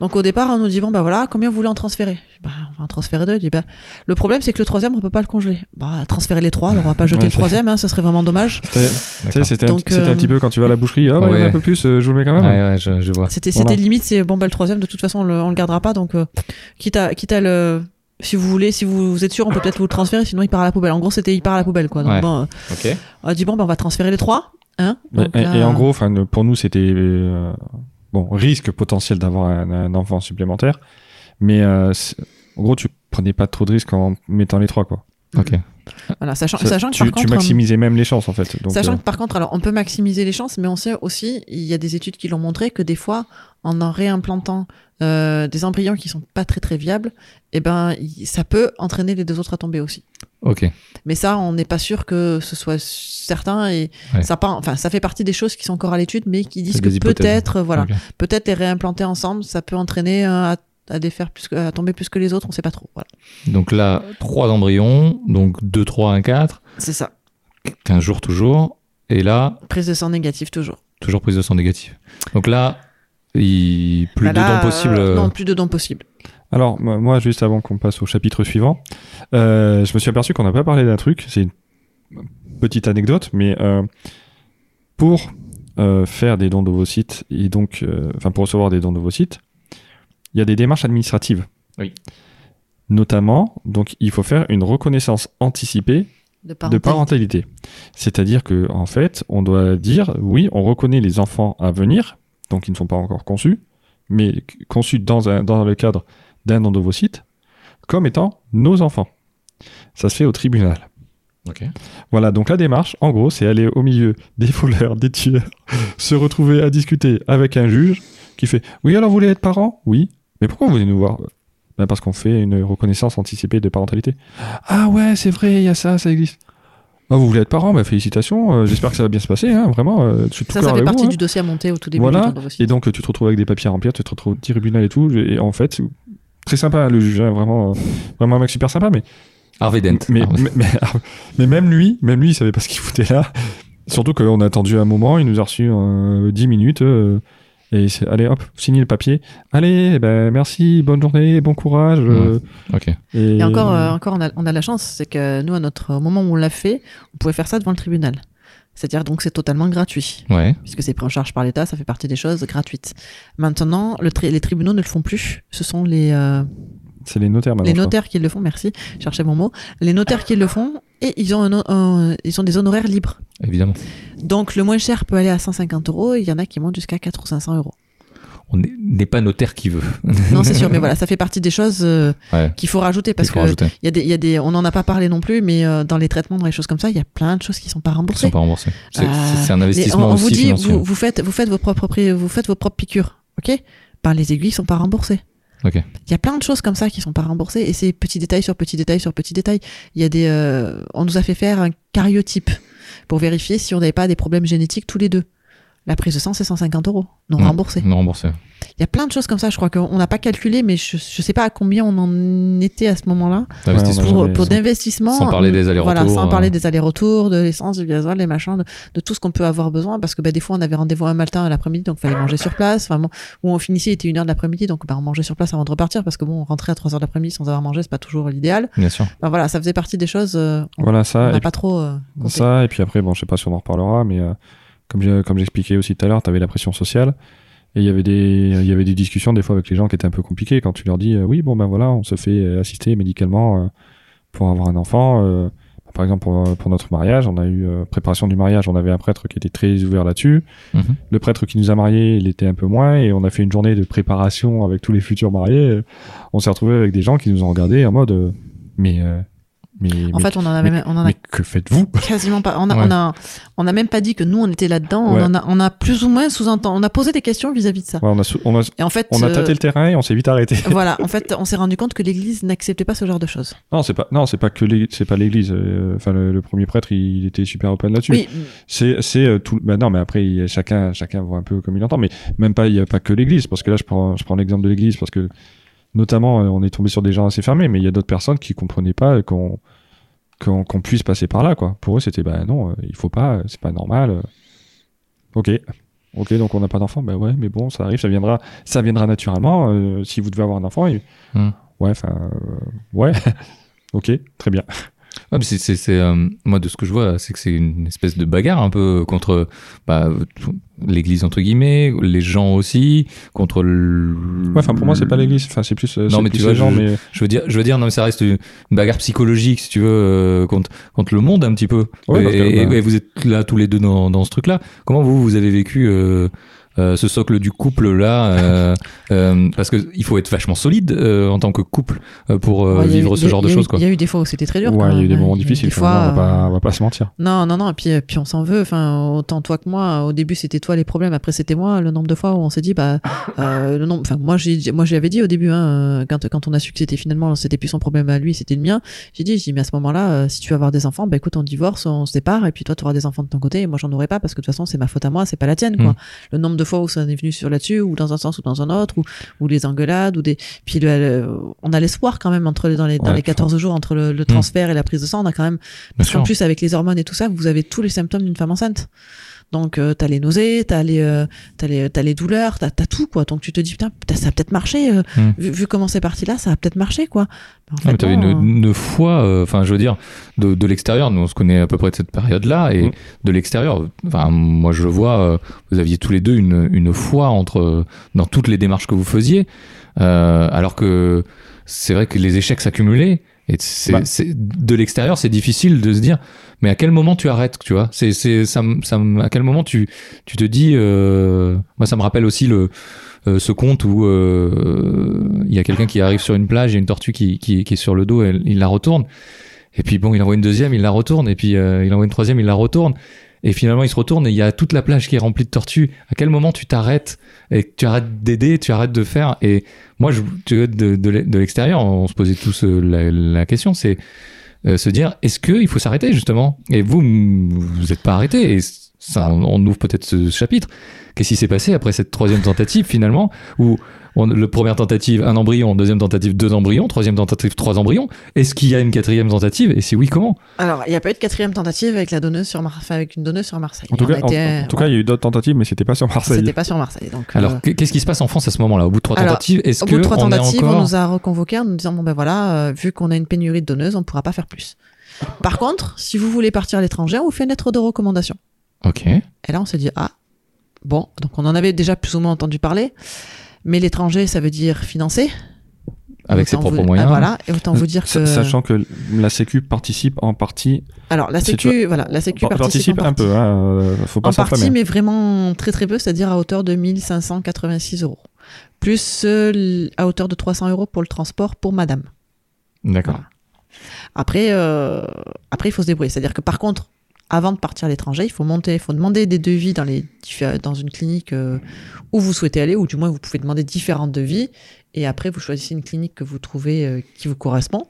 C: Donc au départ, on nous dit bon bah voilà, combien vous voulez en transférer Je dis, Bah on va en transférer deux. Il dit bah le problème c'est que le troisième on peut pas le congeler. Bah transférer les trois, alors on va pas jeter
D: Ouais,
C: le
D: c'est-
C: troisième, hein, ça serait vraiment dommage.
D: C'était, tu sais,
B: D'accord.
D: c'était, un,
C: Donc,
D: petit- c'était un
C: euh,
D: petit peu quand tu vas à la boucherie, ah ouais, il y en a
B: Ouais.
D: un peu plus, euh, je vous le mets quand même.
B: Ouais, ouais, je, je vois.
C: C'était
D: Voilà.
C: c'était limite c'est bon bah le troisième de toute façon on le, on le gardera pas donc euh, quitte à quitte à le si vous voulez, si vous, vous êtes sûr, on peut peut-être vous le transférer, sinon il part à la poubelle. En gros, c'était il part à la poubelle, quoi. Donc
B: Ouais.
C: bon, euh,
B: Ok.
C: on a dit bon, bah, on va transférer les trois, hein.
D: Mais-
C: Donc
D: et,
C: là,
D: et en gros, enfin, le- pour nous, c'était euh, bon risque potentiel d'avoir un, un enfant supplémentaire, mais euh, c'est- en gros, tu prenais pas trop de risques en mettant les trois, quoi.
B: Ok.
C: voilà, sachant,
D: Ça-
C: sachant que
D: tu,
C: par
D: tu
C: contre, euh,
D: maximisais même les chances, en fait. Donc,
C: Sachant
D: euh,
C: que par contre, alors on peut maximiser les chances, mais on sait aussi, il y a des études qui l'ont montré que des fois, en en réimplantant euh, des embryons qui sont pas très très viables, eh ben il- ça peut entraîner les deux autres à tomber aussi.
B: Ok.
C: Mais ça, on n'est pas sûr que ce soit certain et
B: Ouais.
C: ça, part- enfin, ça fait partie des choses qui sont encore à l'étude, mais qui disent
B: C'est
C: que
B: des hypothèses.
C: peut-être, euh, voilà,
B: Ok.
C: peut-être les réimplanter ensemble, ça peut entraîner euh, à, à défaire plus, que- à tomber plus que les autres, on sait pas trop. Voilà,
B: Donc là, trois embryons, donc 2, 3, 1, 4,
C: c'est ça.
B: 15 jours toujours, et là,
C: Prise de sang négative toujours.
B: toujours prise de sang négative. Donc là, il... plus
C: Bah
B: de
C: là,
B: dons possibles.
C: euh,
B: euh,
C: non, plus de dons possibles.
D: Alors, moi, moi, juste avant qu'on passe au chapitre suivant, euh, je me suis aperçu qu'on n'a pas parlé d'un truc. C'est une petite anecdote, mais euh, pour euh, faire des dons d'ovocytes, et donc, euh, enfin, pour recevoir des dons d'ovocytes, il y a des démarches administratives.
B: Oui.
D: Notamment, donc, il faut faire une reconnaissance anticipée
C: De
D: de
C: parentalité.
D: parentalité. C'est-à-dire que en fait, on doit dire oui, on reconnaît les enfants à venir, donc ils ne sont pas encore conçus, mais c- conçus dans, un- dans le cadre d'un endovocyte, comme étant nos enfants. Ça se fait au tribunal.
B: Ok.
D: Voilà, donc la démarche, en gros, c'est aller au milieu des voleurs, des tueurs, (laughs) se retrouver à discuter avec un juge qui fait Oui, alors vous voulez être parent Oui. Mais pourquoi vous venez nous voir ben Parce qu'on fait une reconnaissance anticipée de parentalité. Ah ouais, c'est vrai, il y a ça, ça existe. Ah, vous voulez être parent Ben, Félicitations, euh, j'espère que ça va bien se passer, hein, vraiment. euh, je suis tout
C: Ça,
D: cœur
C: ça fait
D: avec
C: partie
D: vous,
C: du
D: hein.
C: dossier à monter au tout début
D: Voilà.
C: du temps de dossier.
D: Et donc, euh, tu te retrouves avec des papiers à remplir, tu te retrouves au tribunal et tout. Et en fait, c'est très sympa, hein, le juge, hein, vraiment, euh, vraiment un mec super sympa, mais
B: Harvey Dent. Ah
D: mais,
B: Harvey-
D: mais, mais- mais même lui, même lui, il savait pas ce qu'il foutait là. Surtout qu'on a attendu un moment, il nous a reçu euh, 10 minutes. euh, Et c'est, allez, hop, signer le papier. Allez, eh ben, merci, bonne journée, bon courage. euh,
B: Ok.
D: et,
C: Et encore, euh, encore on, a, on a la chance, c'est que nous, à notre, au moment où on l'a fait, on pouvait faire ça devant le tribunal. C'est-à-dire donc c'est totalement gratuit,
B: Ouais.
C: puisque c'est pris en charge par l'État, ça fait partie des choses gratuites. Maintenant, le tri- les tribunaux ne le font plus, ce sont les, euh,
D: C'est les notaires maintenant.
C: les
D: je
B: hein.
D: crois.
C: notaires qui le font, merci, je cherchais mon mot, les notaires qui le font, et ils ont, un o- un- ils ont des honoraires libres.
B: Évidemment.
C: Donc le moins cher peut aller à 150 euros, et il y en a qui montent jusqu'à 4 ou 500 euros.
B: On n'est- n'est pas notaire qui veut.
C: Non, c'est sûr, mais voilà, ça fait partie des choses euh,
B: Ouais.
C: qu'il faut rajouter, parce
B: Il faut
C: que
B: rajouter.
C: Il y a des, il y a des, on n'en a pas parlé non plus, mais euh, dans les traitements, dans les choses comme ça, il y a plein de choses qui sont pas
B: Ils sont
C: remboursées.
B: pas remboursés. C'est
C: Euh,
B: c'est- c'est un
C: Les-
B: investissement
C: on, on
B: aussi
C: vous dit,
B: financier.
C: vous, vous faites, vous faites vos propres, prix- vous faites vos propres piqûres, ok Par les aiguilles, sont pas remboursées.
B: Ok.
C: Il y a plein de choses comme ça qui sont pas remboursées, et c'est petit détail sur petit détail sur petit détail. Il y a des, euh, on nous a fait faire un cariotype pour vérifier si on n'avait pas des problèmes génétiques tous les deux. La prise de sang, c'est 150 euros, non
B: Ouais.
C: remboursé.
B: Non remboursé.
C: Il y a plein de choses comme ça, je crois qu'on n'a pas calculé, mais je, je sais pas à combien on en était à ce moment-là
B: Investissement.
D: on a-
C: pour,
D: jamais-
C: pour
D: sans-
C: d'investissement.
B: sans parler des allers-retours,
C: Voilà, sans
B: euh.
D: hein.
C: parler des allers-retours, de l'essence, du gazole, des machins, de, de tout ce qu'on peut avoir besoin. Parce que bah, des fois, on avait rendez-vous un matin à l'après-midi, donc fallait manger sur place. Enfin, bon, où on finissait, il était une heure de l'après-midi, donc bah, on mangeait sur place avant de repartir. Parce que bon, on rentrait à 3 heures de l'après-midi sans avoir mangé, c'est pas toujours l'idéal.
B: Bien sûr.
C: Enfin, voilà, ça faisait partie des choses. euh, on
D: Voilà, ça.
C: n'a
D: et
C: pas trop. euh,
D: puis-
C: compté.
D: ça, et puis après, bon, je sais pas si on en reparlera, mais euh, comme j'ai- comme j'expliquais aussi tout à l'heure, t'avais la pression sociale. Et il y avait des, il y avait des discussions des fois avec les gens qui étaient un peu compliquées quand tu leur dis, euh, oui, bon, ben voilà, on se fait euh, assister médicalement euh, pour avoir un enfant. euh. par exemple, pour, pour notre mariage, on a eu euh, préparation du mariage, on avait un prêtre qui était très ouvert là-dessus.
B: Mhm.
D: Le prêtre qui nous a mariés, il était un peu moins, et on a fait une journée de préparation avec tous les futurs mariés. On s'est retrouvé avec des gens qui nous ont regardés en mode, euh, mais, euh, mais,
C: En
D: mais-
C: fait, on en a
D: mais-
C: même, on en a
D: mais que faites-vous
C: quasiment pas. On a,
B: Ouais.
C: on a, on a même pas dit que nous on était là-dedans.
D: Ouais.
C: On en a, on a plus ou moins sous-entendu. On a posé des questions vis-à-vis de ça.
D: Ouais, on a, sou- on a,
C: Et en fait,
D: on a
C: euh,
D: tâté le terrain et on s'est vite arrêté.
C: voilà. En fait, on s'est rendu compte que l'Église n'acceptait pas ce genre de choses.
D: Non, c'est pas, non, c'est pas que l'é- c'est pas l'église. euh, Enfin, le, le premier prêtre, il, il était super open là-dessus.
C: Oui,
D: C'est, c'est euh, tout. Bah non, mais après, il y a chacun, chacun voit un peu comme il entend. Mais même pas, il y a pas que l'église, parce que là, je prends, je prends l'exemple de l'église, parce que notamment, euh, on est tombé sur des gens assez fermés, mais il y a d'autres personnes qui comprenaient pas euh, qu'on, qu'on, qu'on puisse passer par là, quoi. Pour eux, c'était bah non, euh, il faut pas, euh, c'est pas normal. euh. Ok. Ok, donc on n'a pas d'enfant, bah ouais, mais bon, ça arrive, ça viendra, ça viendra naturellement. euh, si vous devez avoir un enfant, il-
B: Hmm.
D: ouais, enfin, euh, ouais, (laughs) ok, très bien.
B: Ouais, mais c'est, c'est, c'est, euh, moi, de ce que je vois, c'est que c'est une espèce de bagarre un peu contre bah, tout- l'Église, entre guillemets, les gens aussi, contre le...
D: Ouais, enfin pour moi c'est pas l'église, enfin c'est plus, euh,
B: Non,
D: c'est
B: mais
D: plus
B: tu vois,
D: les gens,
B: je-
D: mais
B: Je veux dire, je veux dire non, mais ça reste une bagarre psychologique, si tu veux, euh, contre, contre le monde un petit peu.
D: Ouais,
B: et,
D: parce que,
B: et-
D: bah-
B: et vous êtes là tous les deux dans, dans ce truc-là. Comment vous, vous avez vécu euh, euh, ce socle du couple-là euh, euh, Parce que il faut être vachement solide euh, en tant que couple euh, pour euh,
C: Ouais, il y a
B: vivre
C: eu-
B: ce
C: il y a-
B: genre de
C: il y a eu-
B: choses, quoi.
C: Il y a eu des fois où c'était très dur.
D: Ouais,
C: quand
D: il y a eu
C: même,
D: des
C: hein.
D: moments
C: Il y a eu
D: difficiles,
C: des
D: quand même,
C: fois,
D: on, va pas,
C: euh,
D: on va pas se mentir.
C: Non, non, non. Et puis, euh, puis on s'en veut. Enfin, autant toi que moi. Au début, c'était toi les problèmes. Après, c'était moi. Le nombre de fois où on s'est dit, bah, euh, le nombre. Enfin, moi, j'ai, moi, j'avais dit au début, hein, euh, quand, quand on a su que c'était finalement, c'était plus son problème à lui, c'était le mien. J'ai dit, j'ai dit, mais à ce moment-là, euh, si tu veux avoir des enfants, bah, écoute, on divorce, on se sépare, et puis toi, tu auras des enfants de ton côté, et moi, j'en aurai pas, parce que de toute façon, c'est ma faute à moi, c'est pas la tienne, quoi.
B: Mm.
C: Le nombre de fois où ça en est venu sur là-dessus, ou dans un sens ou dans un autre, ou, ou les engueulades, ou des. Puis, le- le- on a l'espoir quand même entre les, dans les, dans
D: Ouais,
C: les 14 jours, entre le, le transfert et la prise de sang, on a quand même
B: Bien
C: parce qu'en
B: sûr.
C: plus, avec les hormones et tout ça, vous avez tous les symptômes d'une femme enceinte. Donc, euh, t'as les nausées, t'as les, euh, t'as les, t'as les douleurs, t'as, t'as tout, quoi. Donc, tu te dis, putain, putain, ça a peut-être marché. euh,
B: Mm.
C: vu, vu comment c'est parti là, ça a peut-être marché, quoi. Ben, en
B: Ah, mais
C: fait,
B: t'avais
C: non,
B: une,
C: hein.
B: une foi, euh, enfin je veux dire, de, de l'extérieur, nous on se connaît à peu près de cette période-là, et
D: Mm.
B: de l'extérieur, enfin moi je le vois, euh, vous aviez tous les deux une, une foi entre, euh, dans toutes les démarches que vous faisiez, euh, alors que c'est vrai que les échecs s'accumulaient, et c'est,
D: Bah.
B: c'est- de l'extérieur c'est difficile de se dire, mais à quel moment tu arrêtes, tu vois c'est, c'est, ça, me- ça, me- À quel moment tu, tu te dis, euh, moi ça me rappelle aussi le, euh, ce conte où euh, il y a quelqu'un qui arrive sur une plage, il y a une tortue qui, qui, qui est sur le dos, elle, il la retourne. Et puis bon, il envoie une deuxième, il la retourne. Et puis euh, il envoie une troisième, il la retourne. Et finalement, il se retourne et il y a toute la plage qui est remplie de tortues. À quel moment tu t'arrêtes et que tu arrêtes d'aider, tu arrêtes de faire Et moi, je, tu vois, de, de l'e- de l'extérieur, on se posait tous euh, la, la question, c'est euh, se dire est-ce que il faut s'arrêter justement Et vous, mm, vous n'êtes pas arrêté. Et ça, on, on ouvre peut-être ce chapitre. Qu'est-ce qui s'est passé après cette troisième tentative finalement où on, le première tentative, un embryon, deuxième tentative, deux embryons, troisième tentative, trois embryons. Est-ce qu'il y a une quatrième tentative Et si oui, comment
C: Alors, il n'y a pas eu de quatrième tentative avec, la donneuse sur Mar- enfin, avec une donneuse sur Marseille.
D: En tout cas,
C: On
D: en,
C: était-
D: en tout cas, il y a eu d'autres tentatives, mais c'était pas sur Marseille.
C: c'était pas sur Marseille. Donc, euh,
B: Alors, que- qu'est-ce qui se passe en France à ce moment-là Au bout de trois
C: Alors,
B: tentatives, est-ce
C: au bout
B: que
C: de trois
B: on est
C: tentatives,
B: encore
C: on nous a reconvoqués en nous disant bon ben voilà, euh, vu qu'on a une pénurie de donneuses, on ne pourra pas faire plus. Par contre, si vous voulez partir à l'étranger, on vous fait une lettre de recommandation.
B: Ok.
C: Et là, on s'est dit ah bon, donc on en avait déjà plus ou moins entendu parler, mais l'étranger, ça veut dire financer
B: Avec ses
C: Autant
B: propres
C: vous-
B: moyens.
C: Ah, voilà, et autant vous dire
D: Sa-
C: que
D: Sachant que la Sécu participe en partie.
C: alors la
D: si
C: Sécu, voilà, la Sécu
D: par-
C: participe, en
D: un
C: partie.
D: peu, hein, euh, faut pas
C: en partie,
D: s'enflammer.
C: mais vraiment très très peu, c'est-à-dire à hauteur de 1586 euros. Plus euh, l- à hauteur de 300 euros pour le transport pour madame.
B: D'accord.
C: Après, euh, après, il faut se débrouiller. C'est-à-dire que par contre, avant de partir à l'étranger, il faut monter, il faut demander des devis dans, les, diffé- dans une clinique euh, où vous souhaitez aller, ou du moins vous pouvez demander différents devis, et après vous choisissez une clinique que vous trouvez euh, qui vous correspond.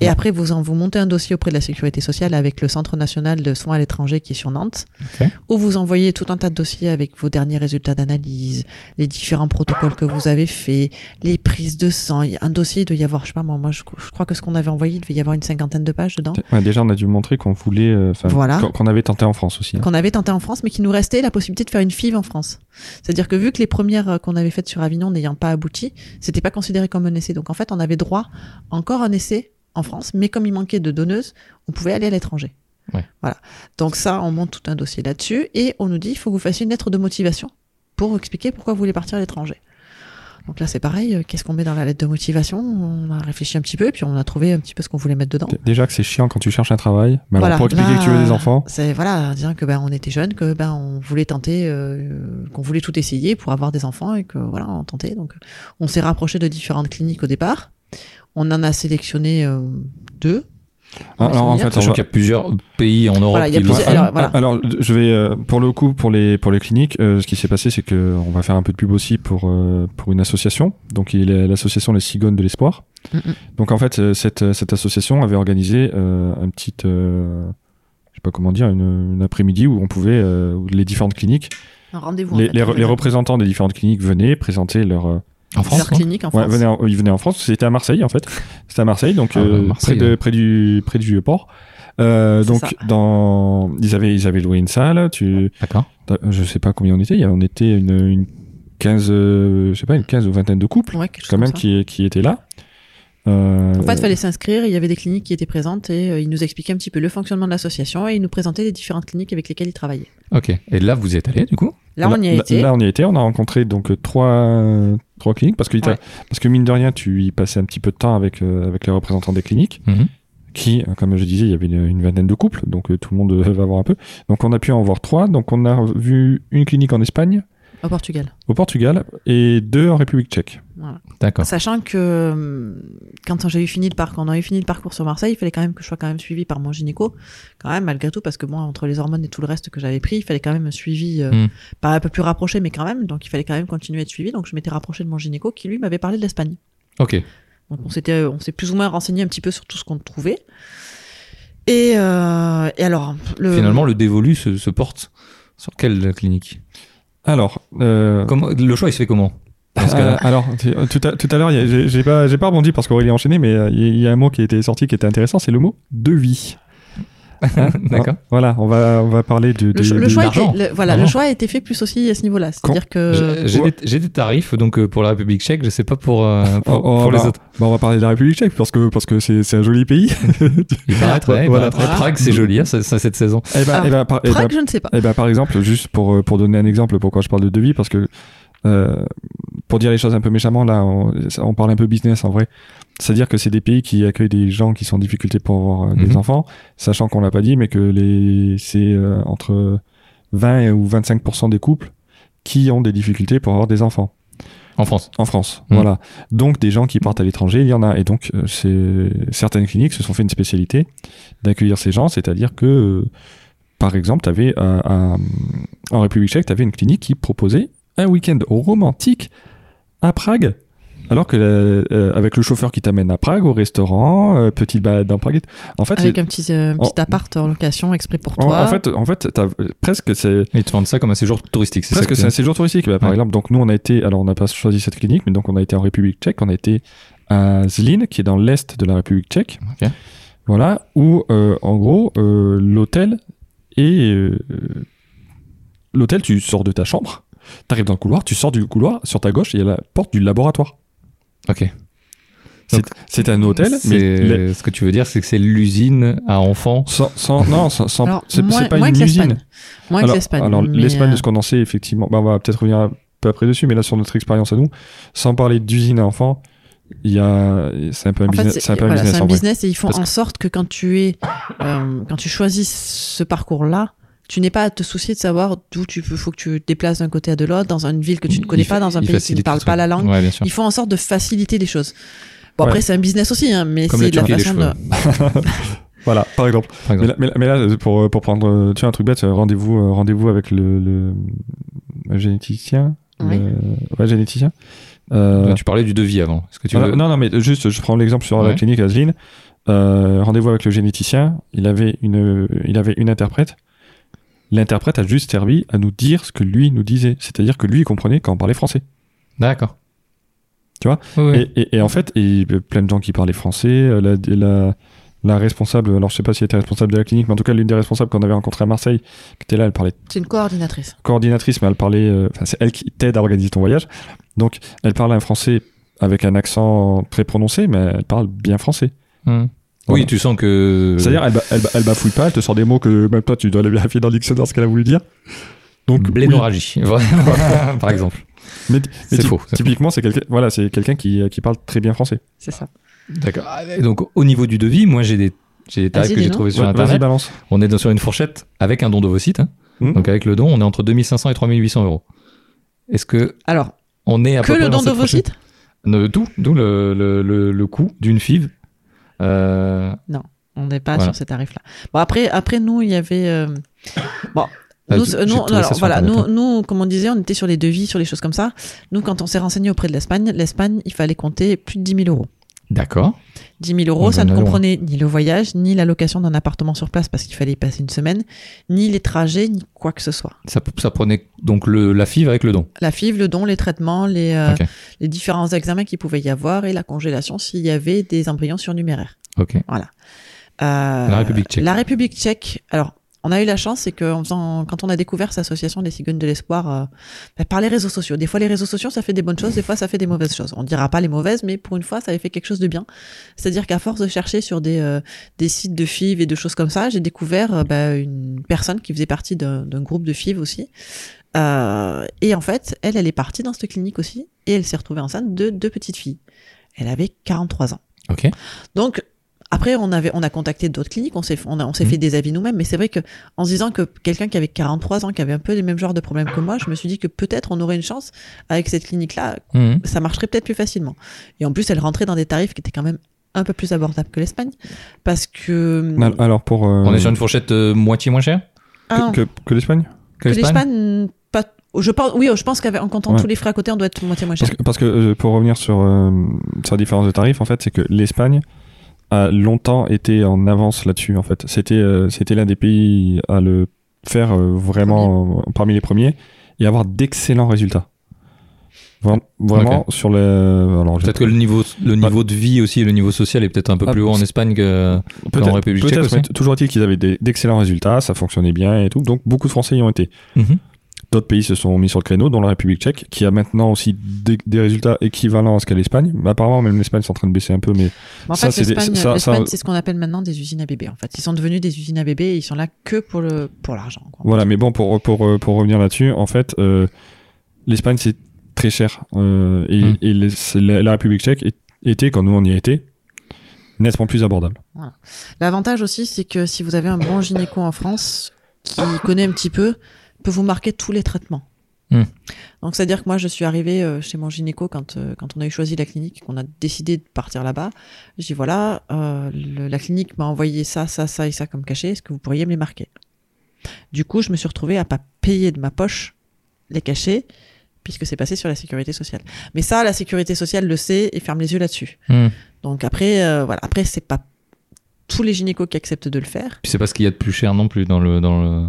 C: Et après, vous, en, vous montez un dossier auprès de la Sécurité sociale avec le Centre national de soins à l'étranger qui est sur Nantes,
B: Ok.
C: où vous envoyez tout un tas de dossiers avec vos derniers résultats d'analyse, les différents protocoles que vous avez faits, les prises de sang. Il y a un dossier, il doit y avoir, je sais pas moi, moi je, je crois que ce qu'on avait envoyé, il devait y avoir une cinquantaine de pages dedans.
D: Ouais, déjà, on a dû montrer qu'on voulait, euh, enfin,
C: Voilà.
D: qu'on- qu'on avait tenté en France aussi. hein.
C: Qu'on avait tenté en France, mais qui nous restait la possibilité de faire une FIV en France. C'est-à-dire que vu que les premières euh, qu'on avait faites sur Avignon n'ayant pas abouti, c'était pas considéré comme un essai. Donc en fait, on avait droit à encore un essai en France, mais comme il manquait de donneuses, on pouvait aller à l'étranger.
B: Ouais.
C: Voilà. Donc ça, on monte tout un dossier là-dessus et on nous dit il faut que vous fassiez une lettre de motivation pour expliquer pourquoi vous voulez partir à l'étranger. Donc là, c'est pareil. euh, Qu'est-ce qu'on met dans la lettre de motivation On a réfléchi un petit peu, puis on a trouvé un petit peu ce qu'on voulait mettre dedans.
D: D- Déjà que c'est chiant quand tu cherches un travail, mais
C: Voilà. Bah,
D: alors pour expliquer
C: Là,
D: que tu veux des enfants,
C: C'est voilà, en disant que ben on était jeunes, que ben on voulait tenter, euh, qu'on voulait tout essayer pour avoir des enfants et que voilà on tentait. Donc on s'est rapproché de différentes cliniques au départ. On en a sélectionné euh, deux.
D: Ah, alors, en
C: souvenir.
D: fait, on
B: Sachant
D: va-
B: qu'il y a plusieurs pays en Europe
C: Voilà, il y a
B: qui le
C: plusieurs-
B: font.
C: alors, voilà.
D: Ah, Alors, je vais euh, pour le coup pour les pour les cliniques, euh, ce qui s'est passé, c'est que on va faire un peu de pub aussi pour euh, pour une association. Donc, il est l'association Les Cigognes de l'Espoir.
C: Mm, mm.
D: Donc, en fait, euh, cette euh, cette association avait organisé euh, un petit euh, je sais pas comment dire une, une après-midi où on pouvait euh, où les différentes cliniques,
C: Un rendez-vous. en
D: les,
C: fait,
D: les,
C: avec
D: les
C: un-
D: représentants des différentes cliniques venaient présenter leur euh,
B: En
C: leur
B: France, non
C: clinique en
D: Ouais,
C: France.
D: venez en- ils venaient en France. C'était à Marseille en fait. C'était à Marseille, donc
B: Ah,
D: euh,
B: bah, Marseille,
D: près de
B: ouais.
D: près du près du vieux port. Euh,
C: C'est
D: donc
C: ça.
D: dans ils avaient ils avaient loué une salle. Tu
B: D'accord.
D: t'as- je sais pas combien on était. il y a- On était une, une 15 euh, je sais pas une 15 ou vingtaine de couples
C: Ouais, quelque chose
D: quand même
C: comme ça.
D: qui qui étaient là. Euh,
C: En fait, il fallait s'inscrire, il y avait des cliniques qui étaient présentes et euh, ils nous expliquaient un petit peu le fonctionnement de l'association et ils nous présentaient les différentes cliniques avec lesquelles ils travaillaient.
B: Ok. Et là, vous y êtes allé, du coup
C: Là, on y a
D: là-
C: été.
D: Là, on y a été. On a rencontré donc euh, trois, euh, trois cliniques parce que,
C: Ouais.
D: parce que mine de rien, tu y passais un petit peu de temps avec, euh, avec les représentants des cliniques
B: Mhm.
D: qui, euh, comme je disais, il y avait une, une vingtaine de couples, donc euh, tout le monde euh, va voir un peu. Donc on a pu en voir trois. Donc on a vu une clinique en Espagne,
C: Au Portugal.
D: au Portugal et deux en République tchèque.
C: Voilà.
B: D'accord.
C: Sachant que euh, quand j'ai eu fini le parcours, on a eu fini le parcours sur Marseille, il fallait quand même que je sois quand même suivi par mon gynéco, quand même malgré tout, parce que moi entre les hormones et tout le reste que j'avais pris, il fallait quand même un suivi, euh,
B: Mm.
C: pas un peu plus rapproché, mais quand même, donc il fallait quand même continuer à être suivi. Donc je m'étais rapproché de mon gynéco qui lui m'avait parlé de l'Espagne.
B: Ok.
C: Donc on s'était, on s'est plus ou moins renseigné un petit peu sur tout ce qu'on trouvait. Et, euh, et alors le,
B: Finalement, le dévolu se, se porte sur quelle clinique
D: Alors, euh,
B: Comment- Le choix, il se fait comment dans ce
D: euh,
B: cas-là
D: alors tu- euh, tout à, tout à l'heure, il y a- j'ai j'ai pas, j'ai pas rebondi parce qu'Aurélie a enchaîné, mais euh, il y a- il y a un mot qui a été sorti qui était intéressant, c'est le mot
B: (laughs)
D: devis. Hein
B: D'accord.
D: Voilà, on va, on va parler de,
C: le
D: des-
C: cho- le
D: des-
C: choix,
B: d'argent. Euh,
C: était, le- voilà, le
B: D'argent.
C: choix a été fait plus aussi à ce niveau-là, c'est-à-dire
B: J'ai-
C: que
B: J'ai des, j'ai des tarifs donc euh, pour la République tchèque, je sais pas pour,
D: (laughs)
B: euh, pour,
D: Oh, oh,
B: pour les
D: bah,
B: autres.
D: bah, on va parler de la République tchèque parce que parce que c'est c'est un joli pays.
B: Il paraît, ouais, il
D: Voilà.
B: paraît.
C: Voilà.
B: Prague, c'est joli hein, ça, ça, cette saison.
D: et ben
C: Ah,
D: (laughs) eh ben, par, eh ben-
C: Prague, je ne sais pas.
D: eh ben, par exemple, juste pour euh, pour donner un exemple pourquoi je parle de devis parce que euh, pour dire les choses un peu méchamment là, on, ça- on parle un peu business en vrai. C'est-à-dire que c'est des pays qui accueillent des gens qui sont en difficulté pour avoir euh, des
B: Mhm.
D: enfants, sachant qu'on l'a pas dit, mais que les c'est euh, entre 20 ou 25% des couples qui ont des difficultés pour avoir des enfants.
B: En France.
D: En France,
B: Mm.
D: voilà. Donc des gens qui partent à l'étranger, il y en a. Et donc euh, c'est certaines cliniques se sont fait une spécialité d'accueillir ces gens, c'est-à-dire que, euh, par exemple, t'avais euh, un- en République Tchèque, tu avais une clinique qui proposait un week-end romantique à Prague Alors que euh, euh, avec le chauffeur qui t'amène à Prague au restaurant, euh, petite balade dans Prague. En fait,
C: Avec
D: c'est- Oh,
C: un petit, euh, petit
D: en-
C: appart en location exprès pour
D: en,
C: toi.
D: en fait, en fait, t'as- euh, presque c'est
B: Ils te vendent ça comme un séjour touristique, c'est ça
D: presque
B: que-
D: c'est un séjour touristique. Bah, par
B: Ouais.
D: exemple, donc nous on a été, alors on n'a pas choisi cette clinique, mais donc on a été en République Tchèque, on a été à Zlín, qui est dans l'est de la République Tchèque.
B: Ok.
D: Voilà, où euh, en gros euh, l'hôtel et l'hôtel, tu sors de ta chambre, t'arrives dans le couloir, tu sors du couloir, sur ta gauche il y a la porte du laboratoire.
B: Ok.
D: C'est c'est un hôtel, mais la-
B: C'est- ce que tu veux dire, c'est que c'est l'usine à enfants.
D: Sans, sans- non, sans, sans-
C: Alors,
D: c'est
C: moins-
D: c'est pas
C: moins
D: une
C: que
D: usine.
C: l'Espagne. Moins que
D: alors,
C: l'Espagne.
D: alors,
C: mais,
D: l'Espagne,
C: euh,
D: de ce qu'on en sait, effectivement, bah, on va peut-être revenir un peu après dessus, mais là, sur notre expérience à nous, sans parler d'usine à enfants, il y a, c'est un peu un
C: En fait,
D: business,
C: c'est
D: c'est un peu un
C: voilà,
D: business
C: c'est
D: en
C: un
D: vrai.
C: business et ils font
D: Parce
C: en sorte que quand tu es, euh, quand tu choisis ce parcours-là, tu n'es pas à te soucier de savoir d'où tu peux, faut que tu te déplaces d'un côté à de l'autre, dans une ville que tu ne connais
B: Il fa-
C: pas, dans un
B: il
C: pays qui ne
B: facilite
C: parle
B: tout
C: pas
B: ça.
C: la langue.
B: Ouais, bien sûr.
C: Ils font en sorte de faciliter les choses. Bon,
D: Ouais.
C: après, c'est un business aussi, hein, mais
B: Comme
C: c'est
B: la
C: de la
B: Turquie et les
C: façon de.
B: cheveux.
D: Voilà, par exemple.
B: Par exemple.
D: Mais là, mais là- mais là, pour, pour prendre, euh, tu vois, un truc bête, euh, rendez-vous, euh, rendez-vous avec le, le- le généticien.
C: Oui.
D: le- ouais, généticien. Euh,
B: Toi, Tu parlais du devis avant. Est-ce que tu
D: Voilà,
B: veux-
D: Non, non, mais juste, je prends l'exemple sur la
B: Ouais.
D: clinique Asline. Rendez-vous avec le généticien. Il avait une, il avait une interprète. L'interprète a juste servi à nous dire ce que lui nous disait. C'est-à-dire que lui, il comprenait quand on parlait français.
B: D'accord.
D: Tu vois
B: Ouais, ouais.
D: Et, et- et en fait, et, euh, plein de gens qui parlaient français. euh, La, la, la responsable, alors je sais pas si elle était responsable de la clinique, mais en tout cas, l'une des responsables qu'on avait rencontrée à Marseille, qui était là, elle parlait
C: C'est une coordinatrice.
D: coordinatrice, mais elle parlait. euh, Enfin, c'est elle qui t'aide à organiser ton voyage. Donc, elle parle un français avec un accent très prononcé, mais elle parle bien français.
B: Hum.
D: Voilà.
B: Oui, tu sens que.
D: C'est-à-dire, elle, ba- elle, ba- elle bafouille pas, elle te sort des mots que même toi, tu dois aller vérifier dans le dictionnaire ce qu'elle a voulu dire. Donc, oui.
B: euh, Blénorragie, (laughs) Vraiment, par exemple.
D: Mais- mais
B: C'est
D: ty-
B: faux. c'est faux.
D: Typiquement, c'est quelqu'un voilà, c'est quelqu'un qui, qui parle très bien français.
C: C'est ça.
B: D'accord. Ah, et Donc, au niveau du devis, moi, j'ai des, j'ai des tarifs
C: Vas-y,
B: que j'ai
C: dis-nous.
B: trouvés sur
D: Ouais, Vas-y,
B: Internet.
D: balance.
B: On est dans- sur une fourchette avec un don de vos sites. hein.
D: Mhm.
B: Donc, avec le don, on est entre 2500 et 3800 euros. Est-ce que
C: Alors,
B: on est à
C: que
B: peu près
C: le
B: dans
C: don de
B: cette
C: vos
B: fourchette
C: sites
B: Ne- Tout, d'où le, le, le, le coût d'une FIV. Euh,
C: On n'est pas
B: Voilà.
C: sur ces tarifs-là. Bon, après, après nous, il y avait. euh, Bon.
B: (coughs) Ah,
C: Nous,
B: j'ai-
C: euh,
B: j'ai
C: nous,
B: trouvé ça
C: alors,
B: sur
C: voilà,
B: Internet, hein.
C: nous, nous, comme on disait, on était sur les devis, sur les choses comme ça. Nous, quand on s'est renseigné auprès de l'Espagne, l'Espagne, il fallait compter plus de 10 000 euros.
B: D'accord.
C: 10 000
B: Ouais,
C: euros, ça
B: ben,
C: ne
B: allons.
C: comprenait ni le voyage, ni la location d'un appartement sur place parce qu'il fallait y passer une semaine, ni les trajets, ni quoi que ce soit.
B: Ça, ça prenait donc le, la FIV avec le don.
C: La FIV, le don, les traitements, les, euh,
B: Ok.
C: les différents examens qu'il pouvait y avoir et la congélation s'il y avait des embryons surnuméraires.
B: Ok.
C: Euh,
B: La République tchèque.
C: La République tchèque. Alors, on a eu la chance, c'est que en faisant- quand on a découvert cette association des cigognes de l'espoir euh, bah, par les réseaux sociaux. Des fois, les réseaux sociaux, ça fait des bonnes choses, des fois, ça fait des mauvaises choses. On dira pas les mauvaises, mais pour une fois, ça avait fait quelque chose de bien. C'est-à-dire qu'à force de chercher sur des, euh, des sites de FIV et de choses comme ça, j'ai découvert euh, bah, une personne qui faisait partie d'un d'un groupe de FIV aussi. Euh, et en fait, elle, elle est partie dans cette clinique aussi, et elle s'est retrouvée enceinte de deux petites filles. Elle avait 43 ans.
B: Ok.
C: Donc après, on avait, on a contacté d'autres cliniques, on s'est, on, a- on s'est
B: Mhm.
C: fait des avis nous-mêmes, mais c'est vrai que en se disant que quelqu'un qui avait 43 ans, qui avait un peu les mêmes genres de problèmes que moi, je me suis dit que peut-être on aurait une chance avec cette clinique-là,
B: Mhm.
C: ça marcherait peut-être plus facilement. Et en plus, elle rentrait dans des tarifs qui étaient quand même un peu plus abordables que l'Espagne, parce que
D: Al- Alors, pour. euh,
B: On est sur une fourchette euh, moitié moins chère
C: Ah non,
D: que, que, que l'Espagne
B: que
C: que
B: l'Espagne
C: l'Espagne, pas, je pense, oui, je pense qu'en comptant
D: Ouais.
C: tous les frais à côté, on doit être moitié moins cher.
D: Parce que, parce que, euh, pour revenir sur euh, sa différence de tarif, en fait, c'est que l'Espagne a longtemps été en avance là-dessus. En fait, c'était euh, c'était l'un des pays à le faire euh, vraiment euh, parmi les premiers et avoir d'excellents résultats. Vra- vraiment sur le. Alors, j'ai-
B: Peut-être que le niveau, le
D: Bah-
B: niveau de vie aussi et le niveau social est peut-être un peu
D: Ah,
B: plus haut en Espagne que.
D: peut-être-
B: en République
D: peut-être,
B: tchèque aussi.
D: mais t- toujours est-il qu'ils avaient des- d'excellents résultats, ça fonctionnait bien et tout. Donc beaucoup de Français y ont été.
B: Mhm.
D: D'autres pays se sont mis sur le créneau, dont la République tchèque, qui a maintenant aussi des, des résultats équivalents à ce qu'a l'Espagne. Mais Apparemment, même l'Espagne, c'est en train de baisser un peu, mais
C: Mais en
D: Ça,
C: fait,
D: c'est des-
C: l'Espagne,
D: ça- ça-
C: l'Espagne, c'est ce qu'on appelle maintenant des usines à bébés. En fait, ils sont devenus des usines à bébés et ils sont là que pour le, pour l'argent. quoi.
D: Voilà, mais bon, pour, pour, euh, pour revenir là-dessus, en fait, euh, l'Espagne, c'est très cher. euh, et
B: Mm.
D: et les- c'est la, la République tchèque est- était, quand nous on y était, nettement plus abordable.
C: L'avantage aussi, c'est que si vous avez un bon gynéco en France qui connaît un petit peu, peut vous marquer tous les traitements.
B: Hmm.
C: Donc, c'est-à-dire que moi, je suis arrivée euh, chez mon gynéco quand, euh, quand on a eu choisi la clinique, qu'on a décidé de partir là-bas. J'ai dit voilà, euh, le- la clinique m'a envoyé ça, ça, ça et ça comme cachet. Est-ce que vous pourriez me les marquer Du coup, je me suis retrouvée à pas payer de ma poche les cachets puisque c'est passé sur la sécurité sociale. Mais ça, la sécurité sociale le sait et ferme les yeux là-dessus.
B: Hmm.
C: Donc après, euh, voilà, après c'est pas tous les gynécos qui acceptent de le faire.
B: Puis c'est pas ce qu'il y a de plus cher non plus dans le. Dans le...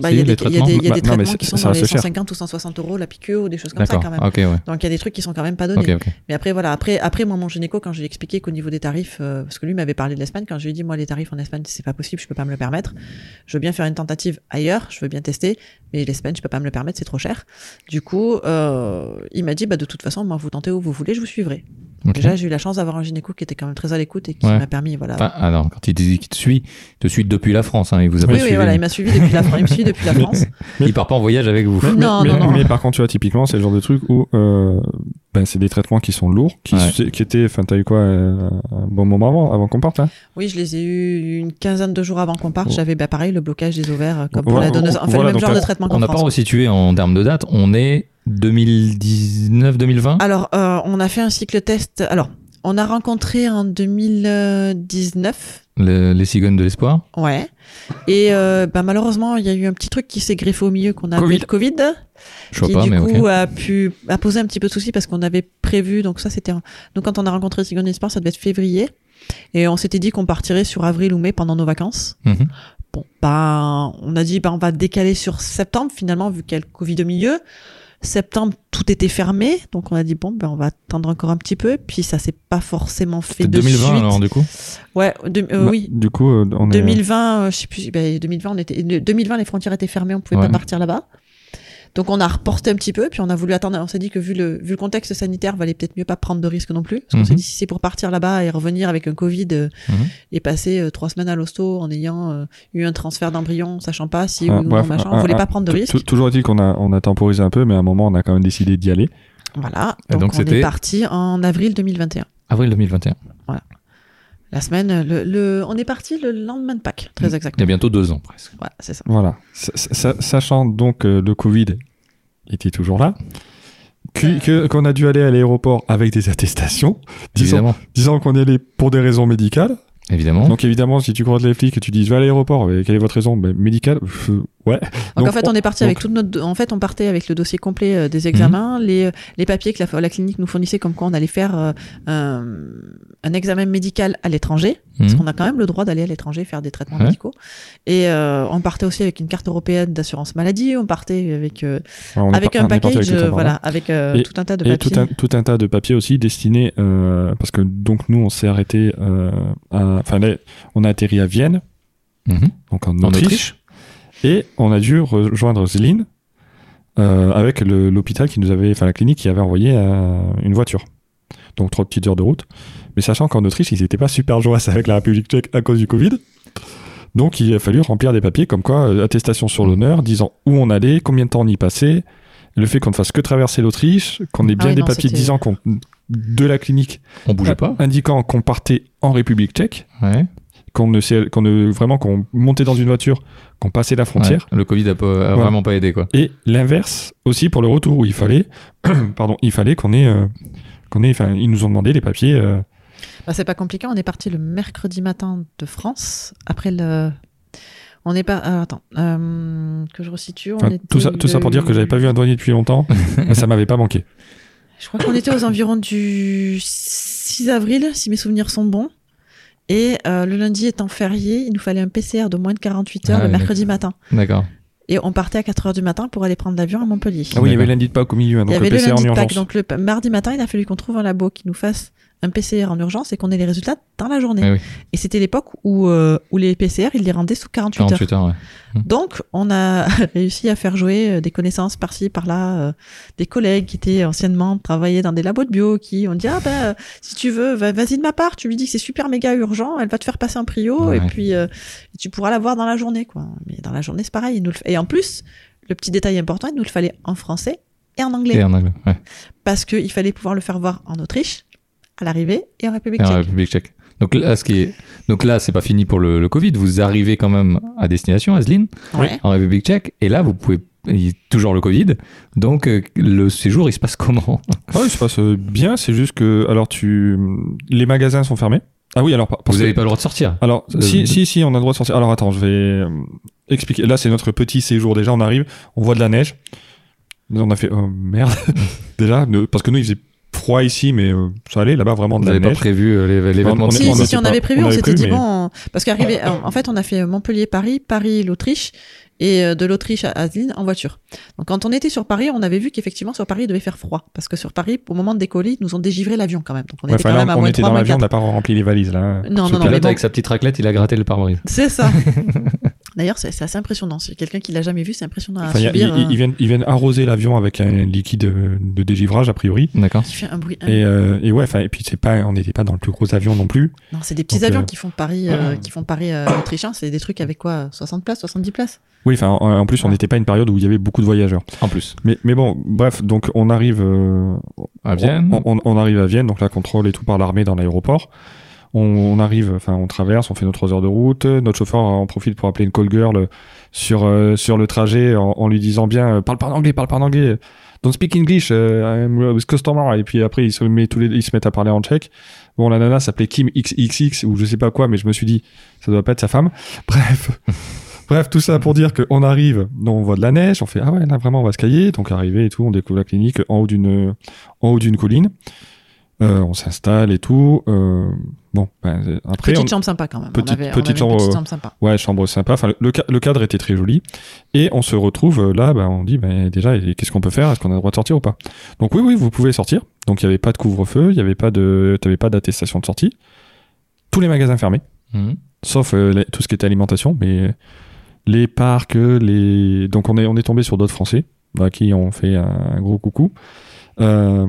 C: Bah,
B: Si,
C: il y a
B: les
C: des, il y a des- il y a
D: Bah,
C: des
D: non, mais
C: traitements qui
D: ça-
C: sont
D: ça
C: dans les
D: reste cher.
C: 150 ou 160 euros la piqûre ou des choses comme ça
B: D'accord.
C: quand même.
B: Ok, ouais.
C: Donc il y a des trucs qui sont quand même pas donnés.
B: Ok, ok.
C: Mais après, voilà, après, après moi, mon gynéco, quand je lui ai expliqué qu'au niveau des tarifs, euh, parce que lui m'avait parlé de l'Espagne, quand je lui ai dit, moi, les tarifs en Espagne, c'est pas possible, je peux pas me le permettre. Je veux bien faire une tentative ailleurs, je veux bien tester, mais l'Espagne, je peux pas me le permettre, c'est trop cher. Du coup, euh, il m'a dit, bah, de toute façon, moi, vous tentez où vous voulez, je vous suivrai.
B: Ok.
C: Déjà, j'ai eu la chance d'avoir un gynéco qui était quand même très à l'écoute et qui
B: Ouais.
C: m'a permis, voilà.
B: Enfin, ah non, quand il dit qu'il te suit, il te suit depuis la France. Hein, il vous a
C: oui,
B: pas
C: oui,
B: suivi.
C: voilà, il m'a suivi depuis la France. Il me suit depuis la France.
B: Il part pas en voyage avec vous.
C: Non,
D: mais,
C: non, non.
D: mais par contre, tu vois, typiquement, c'est le genre de truc où euh, ben, c'est des traitements qui sont lourds, qui,
B: Ouais.
D: c'est- qui étaient, enfin, t'as eu quoi, euh, un bon moment avant, avant qu'on parte, hein là
C: Oui, je les ai eu une quinzaine de jours avant qu'on parte.
D: Oh.
C: J'avais, bah, pareil, le blocage des ovaires, euh, comme pour
D: Voilà,
C: la donneuse.
D: on-
C: Enfin,
D: voilà,
C: le même
D: donc
C: genre
D: là,
C: de traitement
B: On
C: qu'en
B: n'a pas
C: France.
B: resitué en termes de date. On est 2019-2020.
C: Alors, euh, on a fait un cycle test. Alors, on a rencontré en 2019.
B: Le- les cigognes de l'espoir.
C: Ouais. Et euh, bah, malheureusement, il y a eu un petit truc qui s'est greffé au milieu qu'on a appelé le Covid,
B: Je vois
C: qui
B: pas,
C: du
B: mais
C: coup euh,
B: ok.
C: a pu a posé un petit peu de souci parce qu'on avait prévu. Donc ça, c'était. en- Donc quand on a rencontré Sigourney Espoir, ça devait être février. Et on s'était dit qu'on partirait sur avril ou mai pendant nos vacances.
B: Mhm.
C: Bon, bah, on a dit, bah, on va décaler sur septembre, finalement, vu qu'il y a le Covid au milieu. Septembre, tout était fermé. Donc, on a dit, bon, ben, on va attendre encore un petit peu. Puis, ça s'est pas forcément fait
B: C'était
C: de
B: 2020
C: suite.
B: alors du coup.
C: Ouais, de- euh,
D: Bah,
C: oui.
D: Du coup, euh, on est.
C: 2020, euh, je sais plus, ben, 2020, on était, de- 2020, les frontières étaient fermées, on pouvait
B: Ouais.
C: pas partir là-bas. Donc, on a reporté un petit peu, puis on a voulu attendre. On s'est dit que vu le, vu le contexte sanitaire, valait peut-être mieux pas prendre de risques non plus. Parce qu'on
B: Mhm.
C: s'est dit, si c'est pour partir là-bas et revenir avec un Covid euh,
B: Mhm.
C: et passer euh, trois semaines à l'hosto en ayant euh, eu un transfert d'embryon, sachant pas si
D: Ah,
C: oui ou
D: bref,
C: non, machin,
D: ah,
C: on voulait
D: ah,
C: pas prendre de
D: Tou-
C: risques.
D: tou- Toujours dit qu'on a, on a temporisé un peu, mais à un moment, on a quand même décidé d'y aller.
C: Voilà.
B: Et
C: Donc,
B: donc,
C: on
B: c'était-
C: est parti en avril 2021.
B: Avril 2021.
C: La semaine, le, le- on est parti le lendemain de Pâques, très
B: Il y a
C: exactement.
B: bientôt deux ans presque.
C: Voilà, c'est ça.
D: Voilà. Sa- sa- Sachant donc que le Covid était toujours là,
C: Euh.
D: que- que- qu'on a dû aller à l'aéroport avec des attestations, disons,
B: Évidemment.
D: disons qu'on est allé pour des raisons médicales.
B: Évidemment.
D: Donc évidemment, si tu croises les flics et tu dis je vais à l'aéroport, mais quelle est votre raison Ben, Médicale Pff, Ouais.
C: Donc,
D: Donc,
C: en fait, on est parti
D: donc- Mhm.
C: avec toute notre. En fait, on partait avec le dossier complet euh, des examens, les, les papiers que la, la clinique nous fournissait, comme quoi on allait faire euh, un, un examen médical à l'étranger, parce
B: Mhm.
C: qu'on a quand même le droit d'aller à l'étranger faire des traitements
B: Ouais.
C: médicaux. Et euh, on partait aussi avec une carte européenne d'assurance maladie. On partait avec euh,
D: on est
C: avec
D: par-
C: un
D: on est parti
C: package,
D: avec le hein.
C: euh,
D: Covid,
C: voilà, avec euh,
D: Et-
C: tout un tas de
D: Et
C: papiers.
D: tout un, tout un tas de papiers aussi destinés, euh, parce que donc nous on s'est arrêté, euh, à- enfin là, on a atterri à Vienne,
B: Mhm.
D: donc en Autriche,
B: En Autriche.
D: et on a dû rejoindre Zlin euh, avec le- l'hôpital qui nous avait, enfin la clinique qui avait envoyé euh, une voiture. Donc trois petites heures de route. Mais sachant qu'en Autriche ils n'étaient pas super joyeux avec la République tchèque à cause du Covid. Donc il a fallu remplir des papiers comme quoi euh, attestation sur l'honneur, disant où on allait, combien de temps on y passait, le fait qu'on ne fasse que traverser l'Autriche, qu'on ait
C: Ah
D: bien
C: oui,
D: des
C: non,
D: papiers
C: c'était-
D: disant qu'on de la clinique
B: On bougeait pas.
D: indiquant qu'on partait en République tchèque,
B: Ouais.
D: qu'on ne, s'est- qu'on ne vraiment qu'on montait dans une voiture, qu'on passait la frontière.
B: Ouais. Le Covid a, pas- a
D: Ouais.
B: vraiment pas aidé quoi.
D: Et l'inverse aussi pour le retour où il fallait, (clears throat) pardon, il fallait qu'on ait, euh, qu'on ait, enfin, ils nous ont demandé les papiers. euh,
C: Bah, c'est pas compliqué. On est parti le mercredi matin de France. Après le. On est pas. alors, attends. euh, que je resitue. On
D: enfin,
C: était
D: Ah, tout ça, tout ça pour dire que j'avais pas vu un douanier depuis (laughs) longtemps, mais ça m'avait pas manqué.
C: Je crois qu'on était aux environs du 6 avril, si mes souvenirs sont bons. Et euh, le lundi étant férié, il nous fallait un PCR de moins de 48 heures
B: Ah,
C: le
B: oui,
C: mercredi matin.
B: D'accord.
C: Et on partait à 4 heures du matin pour aller prendre l'avion à Montpellier.
D: Ah oui, il y avait lundi de Pâques au milieu, hein,
C: il y
D: donc
C: avait
D: le
C: le
D: PCR en
C: lundi de Pâques,
D: urgence.
C: donc le p- mardi matin, il a fallu qu'on trouve un labo qui nous fasse un PCR en urgence et qu'on ait les résultats dans la journée.
B: Ah oui.
C: Et c'était l'époque où, euh, où les PCR, ils les rendaient sous 48, heures.
B: 48 heures. ouais.
C: Donc, on a (laughs) réussi à faire jouer euh, des connaissances par-ci, par-là, euh, des collègues qui étaient anciennement travaillaient dans des labos de bio, qui ont dit, ah ben, euh, si tu veux, va- vas-y de ma part, tu lui dis que c'est super méga urgent, elle va te faire passer un prio,
B: Ouais.
C: et puis euh, tu pourras la voir dans la journée, quoi. Mais dans la journée, c'est pareil. ils nous le f- Et en plus, le petit détail important, il nous le fallait en français et en anglais,
B: Et en anglais. Ouais.
C: parce qu'il fallait pouvoir le faire voir en Autriche, à l'arrivée, et en République
B: Et en
C: tchèque.
B: Ah, République tchèque. Donc là, ce qui est... Donc là, c'est pas fini pour le, le Covid. Vous arrivez quand même à destination, Aslin,
C: Ouais.
B: en République tchèque. Et là, vous pouvez. il y a Toujours le Covid. Donc euh, le séjour, il se passe comment
D: Ah, il se passe euh, bien, c'est juste que, alors tu, les magasins sont fermés. Ah oui, alors par- parce
B: Vous
D: que-
B: n'avez pas le droit de sortir.
D: Alors,
B: Euh,
D: si,
B: de-
D: si, si, on a le droit de sortir. Alors, attends, je vais euh, expliquer. Là, c'est notre petit séjour. Déjà, on arrive, on voit de la neige. Nous, on a fait, oh, merde. (laughs) Déjà, ne- parce que nous, il faisait froid ici, mais euh, ça allait. Là-bas, vraiment,
B: On
D: de la
B: n'avait pas
D: neige.
B: prévu euh, les, les
D: On-
B: vêtements de
D: est-
C: Si,
D: on
B: sport.
C: si,
D: a-
C: si, on
D: pas-
C: avait prévu,
D: on
C: on
D: avait
C: s'était
D: prévu,
C: dit,
D: mais-
C: bon, euh, parce qu'arrivé, en en fait, on a fait Montpellier-Paris, Paris-L'Autriche, et euh, de l'Autriche à Aslin en voiture. Donc, quand on était sur Paris, on avait vu qu'effectivement, sur Paris, il devait faire froid. Parce que sur Paris, au moment de décoller, ils nous ont dégivré l'avion quand même. Donc, on
D: Ouais,
C: était
D: enfin,
C: quand
D: là,
C: même à
D: on
C: moins
D: était
C: 3,
D: dans
C: moins
D: l'avion, on
C: 4.
D: n'a pas rempli les valises, là. hein.
C: Non,
D: Ce
C: non, non,
D: pilote,
C: mais bon.
B: avec sa petite raclette, il a gratté le pare-brise.
C: C'est
D: (laughs)
C: ça. D'ailleurs, c'est c'est assez impressionnant. Si quelqu'un qui l'a jamais vu, c'est impressionnant à
D: Enfin, il y a-
C: subir,
D: ils-
C: hein.
D: ils, viennent, ils viennent arroser l'avion avec un liquide euh, de dégivrage, a priori.
B: D'accord.
C: qui fait un bruit.
D: Et, euh, et ouais, enfin, et puis c'est pas, on n'était pas dans le plus gros avion non plus.
C: Non, c'est des petits
D: Donc,
C: avions
D: euh,
C: qui font Paris, euh, qui font Paris euh, autrichien. C'est des trucs avec quoi 60 places, 70 places
D: Oui, enfin, en, en plus, on
C: Ah.
D: n'était pas à une période où il y avait beaucoup de voyageurs.
B: En plus.
D: Mais, mais bon, bref, donc on arrive, euh,
B: À
D: on-
B: Vienne.
D: On, on arrive à Vienne, donc la contrôle et tout par l'armée dans l'aéroport. On, on arrive, enfin, on traverse, on fait nos trois heures de route. Notre chauffeur en profite pour appeler une call girl sur euh, sur le trajet en, en lui disant bien, euh, parle pas en anglais, parle pas en anglais. Don't speak English, euh, I'm with customer. Et puis après, ils se, mettent tous les, ils se mettent à parler en tchèque. Bon, la nana s'appelait Kim XXX ou je sais pas quoi, mais je me suis dit, ça doit pas être sa femme. Bref. Bref, tout ça pour dire qu'on arrive, donc on voit de la neige, on fait ah ouais là vraiment on va se cailler, donc arrivé et tout, on découvre la clinique en haut d'une en haut d'une colline, Euh, on s'installe et tout. euh, bon, ben, euh, après
C: Petite
D: on-
C: chambre sympa quand même.
D: Petite-
C: on avait, on
D: petite
C: avait
D: chambre,
C: une petite
D: euh,
C: chambre sympa.
D: ouais chambre sympa, enfin le- le, ca- le cadre était très joli et on se retrouve euh, là, ben, on dit ben déjà et qu'est-ce qu'on peut faire, est-ce qu'on a le droit de sortir ou pas Donc oui oui vous pouvez sortir, donc il y avait pas de couvre-feu, il y avait pas de t'avais pas d'attestation de sortie, tous les magasins fermés.
B: Mhm.
D: sauf euh, la- tout ce qui était alimentation, mais euh, les parcs, euh, les donc on est on est tombé sur d'autres Français à qui on fait un, un gros coucou, euh,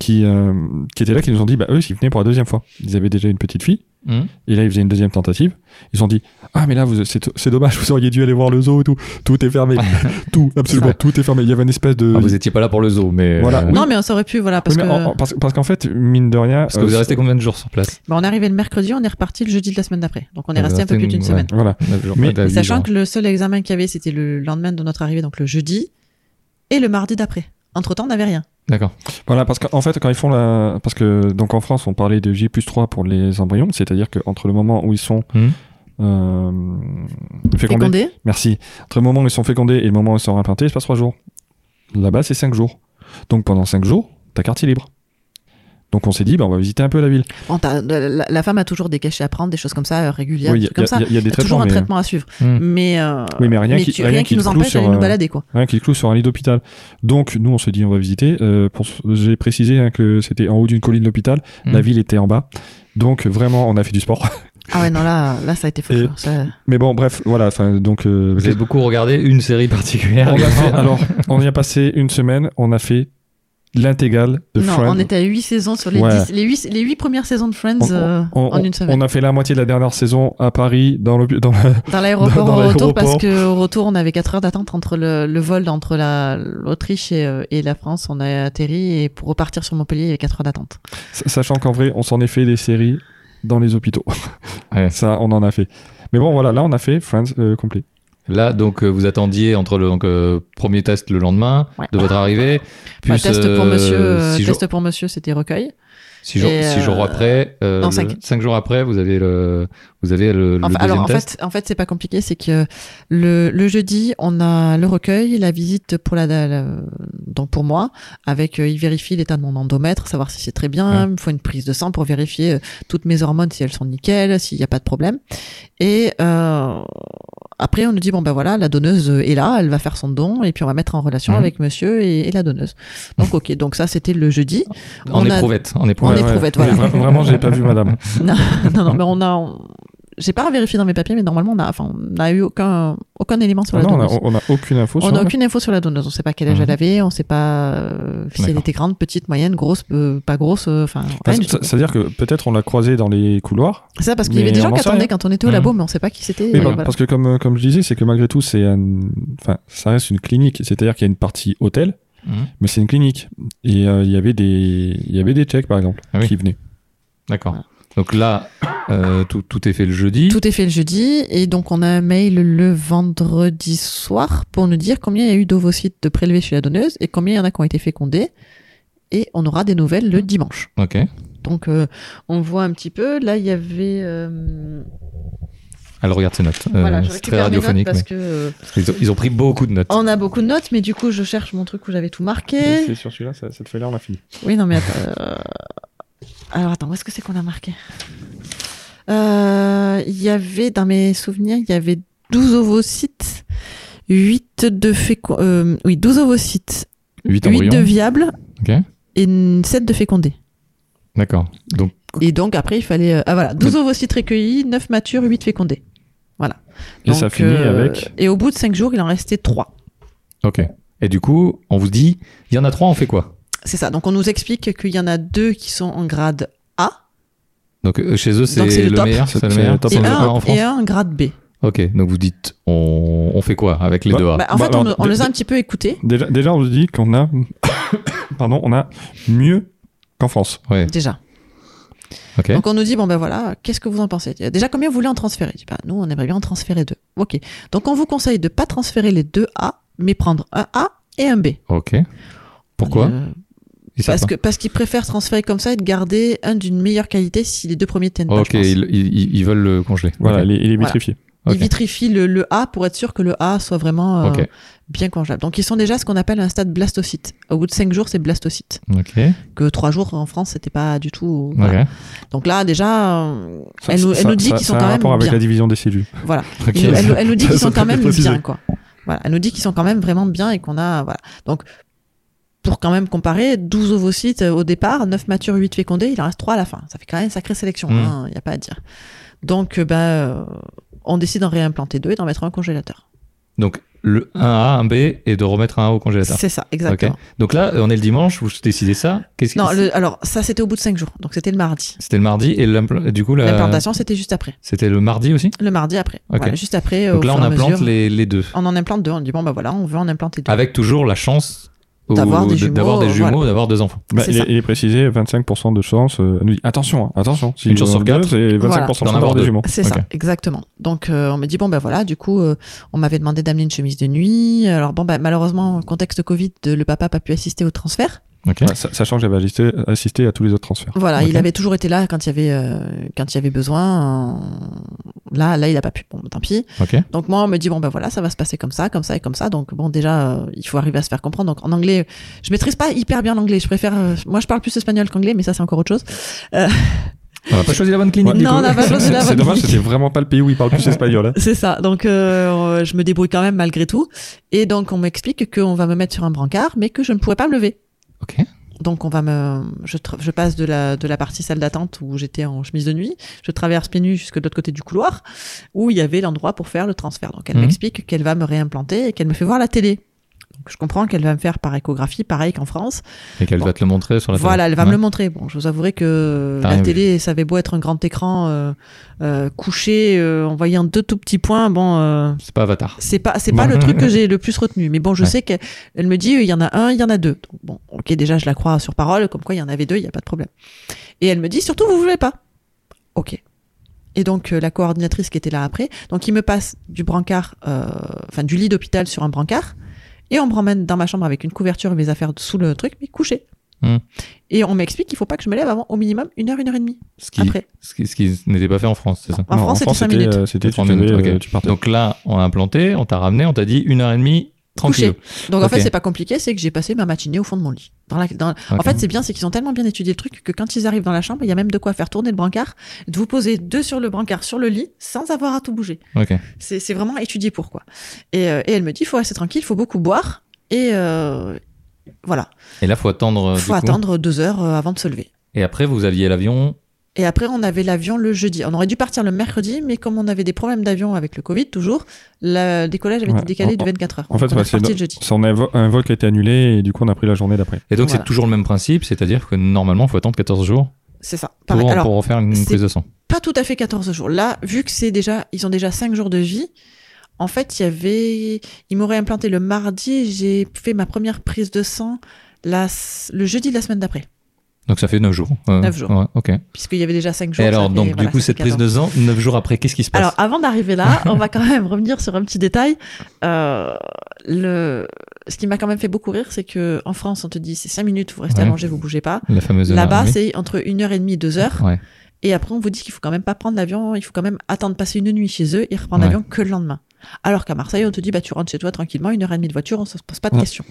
D: qui euh, qui étaient là, qui nous ont dit bah eux ils venaient pour la deuxième fois, ils avaient déjà une petite fille
B: Mhm.
D: et là ils faisaient une deuxième tentative, ils ont dit ah mais là vous c'est c'est dommage vous auriez dû aller voir le zoo et tout, tout est fermé, (laughs) tout absolument tout est fermé, il y avait une espèce de
B: Ah, vous étiez pas là pour le zoo, mais.
D: Voilà.
B: euh,
D: oui.
C: Non, mais on aurait pu, voilà, parce
D: Oui, mais
C: que.
D: en- en- parce, parce qu'en fait mine de rien
B: Parce que vous
D: euh,
B: êtes resté combien de jours sur place
C: Bah, on est arrivé le mercredi, on est reparti le jeudi de la semaine d'après. Donc on
D: Eh
C: est
D: ben,
B: Ah,
C: resté un peu
B: resté
C: plus
B: une-
C: d'une
B: ouais.
C: semaine.
D: voilà Mais-
B: Bah,
C: Et
B: huit
C: sachant
B: jours.
C: que le seul examen qu'il y avait, c'était le lendemain de notre arrivée, donc le jeudi, et le mardi d'après. Entre temps, on n'avait rien.
B: D'accord.
D: Voilà, parce qu'en fait, quand ils font la. Parce que, donc en France, on parlait de J plus 3 pour les embryons, c'est-à-dire qu'entre le moment où ils sont.
B: Mhm.
D: euh, fécondés.
C: Fécondé
D: Merci. Entre le moment où ils sont fécondés et le moment où ils sont implantés, il se passe 3 jours. Là-bas, c'est 5 jours. Donc pendant 5 jours, t'as quartier libre. Donc on s'est dit, bah, on va visiter un peu la ville.
C: Bon, t'as- la, la- la femme a toujours des cachets à prendre, des choses comme ça, euh, régulières,
D: Oui,
C: des
D: il y,
C: trucs comme ça.
D: a- il y a- il y a des
C: Il y a toujours
D: traitements,
C: un
D: mais,
C: traitement à suivre.
B: Hmm.
C: Mais, euh,
D: Oui, mais rien qui-
C: tu-
D: rien qui
C: nous
D: te cloue
C: empêche
D: sur,
C: d'aller nous
D: euh,
C: balader, quoi.
D: rien qui te cloue sur un lit d'hôpital. Donc nous, on s'est dit, on va visiter. Euh, pour... J'ai précisé hein, que c'était en haut d'une colline d'hôpital, la
B: Mhm.
D: ville était en bas. Donc vraiment, on a fait du sport.
C: Ah ouais, non, là, là ça a été fou.
D: Et-
C: ça-
D: Mais bon, bref, voilà. Enfin, donc, euh,
B: Vous avez beaucoup regardé une série particulière.
D: (laughs) on a
B: (laughs)
D: fait- alors, on y a passé une semaine. On a fait l'intégrale de
C: Non,
D: Friends.
C: on était à 8 saisons sur les,
D: Ouais.
C: 10 les, 8, les 8 premières saisons de Friends
D: On- on-
C: euh,
D: On-
C: en
D: on-
C: une semaine.
D: on a fait la moitié de la dernière saison à Paris, dans le, dans la- (laughs)
C: Dans l'aéroport
D: Dans
C: au retour,
D: l'aéroport.
C: parce que au retour, on avait 4 heures d'attente entre le, le vol entre la- l'Autriche et, euh, et la France. On a atterri et pour repartir sur Montpellier, il y avait 4 heures d'attente.
D: sa- sachant qu'en vrai, on s'en est fait des séries dans les hôpitaux.
B: Ah Ouais.
D: Ça, on en a fait. Mais bon, voilà, là, on a fait Friends euh, complet.
B: Là, donc, euh, vous attendiez entre le donc, euh, premier test le lendemain
C: Ouais.
B: de votre arrivée, puis
C: Enfin, test pour monsieur, euh,
B: six, jours,
C: test pour monsieur, c'était recueil.
B: six jours-
C: et,
B: six jours
C: euh,
B: après, euh,
C: non,
B: le-
C: cinq.
B: jours après, vous avez le, vous avez le, le
C: Enfin,
B: deuxième
C: alors en
B: test.
C: fait, en fait, c'est pas compliqué, c'est que le, le jeudi, on a le recueil, la visite pour la, la- la- donc pour moi, avec euh, il vérifie l'état de mon endomètre, savoir si c'est très bien, il me faut une prise de sang pour vérifier euh, toutes mes hormones si elles sont nickel, s'il n'y a pas de problème. Et euh, après, on nous dit bon ben voilà, la donneuse est là, elle va faire son don et puis on va mettre en relation
B: Mhm.
C: avec monsieur et, et la donneuse. Donc ok, donc ça c'était le jeudi.
B: en
C: on a-
B: éprouvette, en
C: En
B: éprouvette.
C: éprouvette,
D: Mais
C: voilà.
D: vra- Vraiment, j'ai pas vu madame.
C: non, non, mais on a. on- J'ai pas vérifié dans mes papiers, mais normalement, on a, enfin, on a eu aucun, aucun élément (laughs) sur
D: Ah
C: la
D: non, on a,
C: donneuse.
D: on a aucune info
C: on
D: sur
C: n'a
D: elle.
C: aucune info sur la donneuse. On sait pas quel âge
B: Mhm.
C: elle avait, on sait pas euh, si elle
B: D'accord.
C: était grande, petite, moyenne, grosse, euh, pas grosse, euh, enfin, rien
D: Enfin,
C: du tout.
D: c'est- C'est-à-dire que peut-être on l'a croisée dans les couloirs,
C: C'est ça parce qu'il y avait
D: mais
C: des gens
D: on en
C: qui
D: sait
C: attendaient
D: rien.
C: quand on était au labo, mais on sait pas qui c'était.
D: Mais
C: et
D: par-
C: voilà.
D: parce que comme, comme je disais, c'est que malgré tout, c'est un... enfin, ça reste une clinique. C'est-à-dire qu'il y a une partie hôtel,
B: Mhm.
D: mais c'est une clinique. Et euh, il y avait des, il y avait des Tchèques par exemple
B: Ah oui.
D: qui venaient.
B: D'accord. Donc là, euh, tout, tout est fait le jeudi.
C: Tout est fait le jeudi, et donc on a un mail le vendredi soir pour nous dire combien il y a eu d'ovocytes de prélevés chez la donneuse et combien il y en a qui ont été fécondés. Et on aura des nouvelles le dimanche.
B: Ok.
C: Donc euh, on voit un petit peu. Là, il y avait euh,
B: Elle regarde ses notes. Euh,
C: voilà, je
B: c'est très
C: récupère mes notes
B: radiophonique.
C: parce
B: mais
C: que euh,
B: ils, ont, ils ont pris beaucoup de notes.
C: on a beaucoup de notes, mais du coup, je cherche mon truc où j'avais tout marqué.
D: C'est sur celui-là, ça- cette feuille-là, on l'a fini.
C: Oui, non, mais attends. euh, Alors, attends, où est-ce que c'est qu'on a marqué Euh, Il y avait, dans mes souvenirs, il y avait 12 ovocytes, 8 de fécondés. oui, 12 ovocytes,
B: 8
C: 8
B: embryons.
C: de viables
B: Ok.
C: et 7 de fécondés.
B: D'accord. Donc,
C: Et donc, après, il fallait. euh, Ah voilà, 12 ovocytes recueillis, 9 matures, 8 fécondés. Voilà.
D: Et ça finit
C: euh,
D: avec-
C: Et au bout de 5 jours, il en restait 3.
B: ok. Et du coup, on vous dit, il y en a trois, on fait quoi
C: C'est ça. Donc on nous explique qu'il y en a deux qui sont en grade A
B: Donc euh, chez eux, c'est
C: c'est le
B: le,
C: top.
B: meilleur, c'est
D: C'est-
B: le
D: c'est
B: meilleur.
D: le top
B: C'est
C: et
B: le
D: en-
B: meilleur
C: un,
B: en
C: et
B: France.
C: un en grade B.
B: Ok. Donc vous dites, on, on fait quoi avec les
D: Bah-
B: deux A
C: Bah, en
D: Bah,
C: fait, on,
D: bah,
C: on
D: d-
C: les a un petit peu écoutés
D: Déjà, déjà, on se dit qu'on a, (coughs) pardon, on a mieux qu'en France.
B: Ouais.
C: déjà.
B: Ok.
C: Donc on nous dit bon ben voilà, qu'est-ce que vous en pensez Déjà combien vous voulez en transférer Je dis, bah, Nous on aimerait bien en transférer deux. Ok. Donc on vous conseille de pas transférer les deux A, mais prendre un A et un B.
B: Ok. Pourquoi
C: Euh,
B: Ils savent
C: Parce
B: pas.
C: que parce qu'ils préfèrent transférer comme ça et de garder un d'une meilleure qualité si les deux premiers tiennent pas.
B: Ok,
C: je pense.
B: ils, ils- ils veulent le congeler.
D: Voilà,
B: Ok.
D: il, est- il est
C: Voilà.
D: vitrifié.
B: Ok.
C: Ils vitrifient le, le A pour être sûr que le A soit vraiment euh,
B: Ok.
C: bien congelable. Donc ils sont déjà à ce qu'on appelle un stade blastocyte. Au bout de 5 jours, c'est blastocyte.
B: Ok.
C: Que 3 jours en France, c'était pas du tout. euh,
B: Ok.
C: voilà. Donc là, déjà, euh,
D: Ça-
C: elle, nous, elle
D: ça-
C: nous dit
D: ça-
C: qu'ils sont
D: ça a
C: quand
D: un
C: même
D: rapport avec
C: bien.
D: la division des cellules.
C: Voilà.
B: Ok.
C: Elle, nous- elle nous- elle nous dit
D: Ça,
C: qu'ils
D: ça
C: sont quand
D: peut
C: même
D: préciser.
C: bien, quoi. Voilà. Elle nous dit qu'ils sont quand même vraiment bien et qu'on a. Voilà. Donc, pour quand même comparer, 12 ovocytes euh, au départ, 9 matures, 8 fécondés, il en reste 3 à la fin. Ça fait quand même une sacrée sélection,
B: Mm.
C: il n'y a pas à dire. Donc, euh, bah, euh, on décide d'en réimplanter deux et d'en mettre un au congélateur.
B: Donc le 1A, 1B et de remettre un A au congélateur.
C: C'est ça, exactement.
B: Ok. Donc là, on est le dimanche, vous décidez ça. Qu'est-ce
C: Non,
B: qui-
C: le- alors ça c'était au bout de 5 jours, donc c'était le mardi.
B: C'était le mardi et l'impl- du coup, la-
C: L'implantation c'était juste après,
B: c'était le mardi aussi.
C: le mardi après.
B: Euh, Ok.
C: Voilà, juste après, euh,
B: Donc
C: au
B: là,
C: fur
B: on
C: et à
B: implante
C: mesure,
B: les, Ah, les deux.
C: on en implante deux. On dit bon bah voilà, on veut en implanter deux.
B: Avec toujours la chance au-
C: D'avoir des
B: de- d'avoir
C: jumeaux,
B: des
C: euh,
B: jumeaux,
C: voilà.
B: d'avoir deux enfants.
D: Bah,
C: C'est
D: il,
C: ça.
D: est, il est précisé 25% de chance. euh, elle nous dit attention, hein, attention. Si
B: Une chance sur quatre,
D: et 25%
C: Voilà.
D: de
B: d'en
D: chance
B: avoir
D: d'avoir des
B: deux.
D: jumeaux.
C: C'est
B: Ok.
C: ça, exactement. Donc euh, on me dit bon bah voilà, du coup euh, on m'avait demandé d'amener une chemise de nuit. Alors bon bah malheureusement contexte Covid, euh, le papa n'a pas pu assister au transfert.
B: Ok.
D: Ouais, sa- Ah, sachant que j'avais assisté, assisté à tous les autres transferts.
C: Voilà,
B: Ok.
C: il avait toujours été là quand il y avait euh, quand il y avait besoin. euh, là là il a pas pu. Bon bah, tant pis.
B: Ok.
C: Donc moi, on me dit bon ben voilà, ça va se passer comme ça, comme ça et comme ça. Donc bon, déjà, euh, il faut arriver à se faire comprendre. Donc en anglais, je maîtrise pas hyper bien l'anglais. Je préfère, euh, moi, je parle plus espagnol qu'anglais, mais ça c'est encore autre chose.
B: On n'a pas choisi la bonne clinique.
D: Ouais,
B: du
C: non,
B: coup.
C: on n'a pas choisi la
D: C'est
C: bonne
D: dommage,
C: clinique.
D: c'était vraiment pas le pays où ils
C: (laughs)
D: parlent plus espagnol. hein.
C: C'est ça. Donc euh, euh, je me débrouille quand même malgré tout. Et donc on m'explique qu'on va me mettre sur un brancard, mais que je ne pourrais pas me lever.
B: Ok.
C: Donc on va me, je, tra- je passe de la de la partie salle d'attente où j'étais en chemise de nuit, je traverse pieds nus jusque de l'autre côté du couloir où il y avait l'endroit pour faire le transfert. Donc elle
B: Mhm.
C: m'explique qu'elle va me réimplanter et qu'elle me fait voir la télé. Donc je comprends qu'elle va me faire par échographie, pareil qu'en France.
B: Et qu'elle va te le montrer sur la table.
C: Voilà, elle va me
B: Ouais.
C: le montrer. Bon, je vous avouerai que
B: T'as
C: la
B: rien vu.
C: télé, ça avait beau être un grand écran euh, euh, couché, euh, en voyant deux tout petits points, bon. euh,
B: C'est pas Avatar.
C: c'est pas, c'est pas le truc
B: (laughs)
C: que j'ai le plus retenu. Mais bon, je
B: Ouais.
C: sais qu'elle elle me dit, euh, il y en a un, il y en a deux. Donc, bon, ok, déjà, je la crois sur parole, comme quoi il y en avait deux, il n'y a pas de problème. Et elle me dit, surtout, vous voulez pas. Ok. Et donc, euh, la coordinatrice qui était là après, donc il me passe du brancard, euh, enfin, du lit d'hôpital sur un brancard, et on me ramène dans ma chambre avec une couverture et mes affaires sous le truc, mais couché.
B: Hmm.
C: Et on m'explique qu'il faut pas que je me lève avant au minimum une heure, une heure et demie.
B: Ce qui,
C: Après.
B: ce qui, ce qui n'était pas fait en France, c'est ça.
C: En
D: Non,
C: France, c'était cinq
D: c'était,
C: minutes.
D: euh, C'était tu
B: Trois minutes,
D: devais, euh,
B: ok.
D: tu partais.
B: Donc là, on a implanté, on t'a ramené, on t'a dit une heure et demie, tranquille.
C: Couché. Donc en
B: Ok.
C: fait, c'est pas compliqué, c'est que j'ai passé ma matinée au fond de mon lit. Dans la- dans- En
B: Ok.
C: fait, c'est bien, c'est qu'ils ont tellement bien étudié le truc que quand ils arrivent dans la chambre, il y a même de quoi faire tourner le brancard, de vous poser deux sur le brancard, sur le lit, sans avoir à tout bouger.
B: Ok.
C: C'est c'est vraiment étudié pourquoi. Et, euh, et elle me dit, faut rester tranquille, faut beaucoup boire, et euh, voilà,
B: Et là, faut attendre. euh, du
C: faut
B: coup.
C: attendre deux heures euh, avant de se lever.
B: Et après, vous aviez l'avion.
C: Et après, on avait l'avion le jeudi. On aurait dû partir le mercredi, mais comme on avait des problèmes d'avion avec le Covid, toujours, la- le décollage avait
D: Ouais,
C: été décalé
D: en-
C: de 24 heures.
D: en fait,
C: Donc, on
D: ouais,
C: est
D: c'est
C: parti
D: no-
C: le jeudi.
D: C'est un vo- un vol qui a été annulé et du coup on a pris la journée d'après.
B: Et donc,
C: Voilà.
B: c'est toujours le même principe, c'est-à-dire que normalement, faut attendre 14 jours
C: C'est ça.
B: pour,
C: Pareil. Alors,
B: pour refaire une
C: c'est-
B: prise de sang.
C: pas tout à fait 14 jours. Là, vu que c'est déjà, ils ont déjà 5 jours de vie, en fait, il y avait, ils m'auraient implanté le mardi, j'ai fait ma première prise de sang la s- le jeudi de la semaine d'après,
B: Donc, ça fait 9 jours. Euh,
C: Neuf jours.
B: ouais, ok.
C: puisqu'il y avait déjà 5
B: Et
C: jours. ça
B: alors,
C: fait-
B: donc,
C: voilà,
B: du coup,
C: ça fait
B: cette prise
C: 14.
B: de sang, 9 jours après, qu'est-ce qui se passe
C: Alors, avant d'arriver
B: (laughs)
C: là, on va quand même revenir sur un petit détail. Euh, le... Ce qui m'a quand même fait beaucoup rire, c'est que en France, on te dit c'est 5 minutes, vous restez
B: Ouais.
C: allongé, vous bougez pas.
B: La fameuse.
C: Là-bas,
B: oui.
C: c'est entre 1h30 et 2h.
B: Ouais.
C: Et après, on vous dit qu'il faut quand même pas prendre l'avion, il faut quand même attendre passer une nuit chez eux et reprendre
B: Ouais.
C: l'avion que le lendemain. Alors qu'à Marseille, on te dit, bah, tu rentres chez toi tranquillement, une heure et demie de voiture, on se pose pas de
D: Ouais.
C: questions.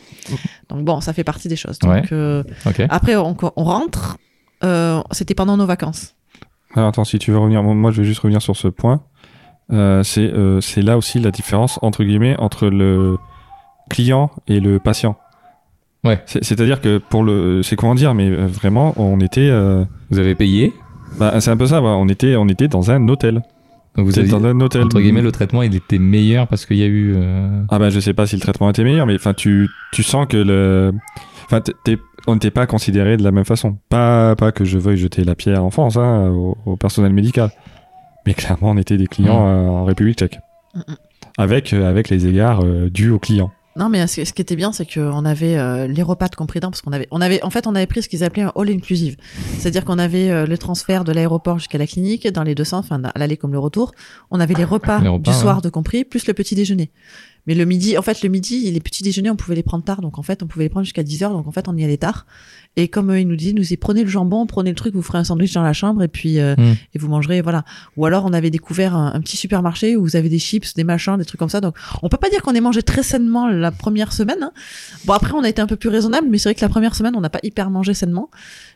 C: Donc bon, ça fait partie des choses. Donc,
B: Ouais.
C: euh,
B: Ok.
C: après, on, on rentre. euh, C'était pendant nos vacances.
D: Alors, attends, si tu veux revenir, moi je vais juste revenir sur ce point. Euh, c'est euh, c'est là aussi la différence entre guillemets entre le client et le patient.
B: Ouais.
D: C'est- C'est-à-dire que pour le, c'est comment dire, mais euh, vraiment, on était, euh,
B: Vous avez payé.
D: bah, c'est un peu ça, voilà, on était, on était dans un hôtel.
B: Donc vous
D: Vous êtes
B: avez
D: dans un hôtel.
B: entre guillemets le traitement, il était meilleur parce qu'il y a eu. euh,
D: Ah bah je sais pas si le traitement était meilleur, mais enfin tu, tu sens que le, enfin t'es- t'es- on n'était pas considéré de la même façon. Pas pas que je veuille jeter la pierre en France hein, au, au personnel médical, mais clairement on était des clients euh, en République Tchèque,
C: Mm, mm.
D: avec euh, avec les égards euh, dus aux clients.
C: Non, mais ce, ce qui était bien, c'est qu'on avait euh, les repas de compris dedans, parce qu'on avait, on avait, en fait, on avait pris ce qu'ils appelaient un all inclusive. C'est-à-dire qu'on avait euh, le transfert de l'aéroport jusqu'à la clinique, dans les deux sens, enfin, à l'aller comme le retour. On avait les repas,
B: Les repas,
C: du soir
B: ouais.
C: de compris, plus le petit déjeuner. Mais le midi, en fait, le midi, les petits déjeuners, on pouvait les prendre tard. Donc, en fait, on pouvait les prendre jusqu'à 10 heures. Donc, en fait, on y allait tard. Et comme euh, ils nous disaient, nous y prenez le jambon, prenez le truc, vous ferez un sandwich dans la chambre et puis, euh,
B: Mm.
C: et vous mangerez, voilà. Ou alors, on avait découvert un, un petit supermarché où vous avez des chips, des machins, des trucs comme ça. Donc, on peut pas dire qu'on ait mangé très sainement la première semaine. hein. Bon, après, on a été un peu plus raisonnable, mais c'est vrai que la première semaine, on n'a pas hyper mangé sainement.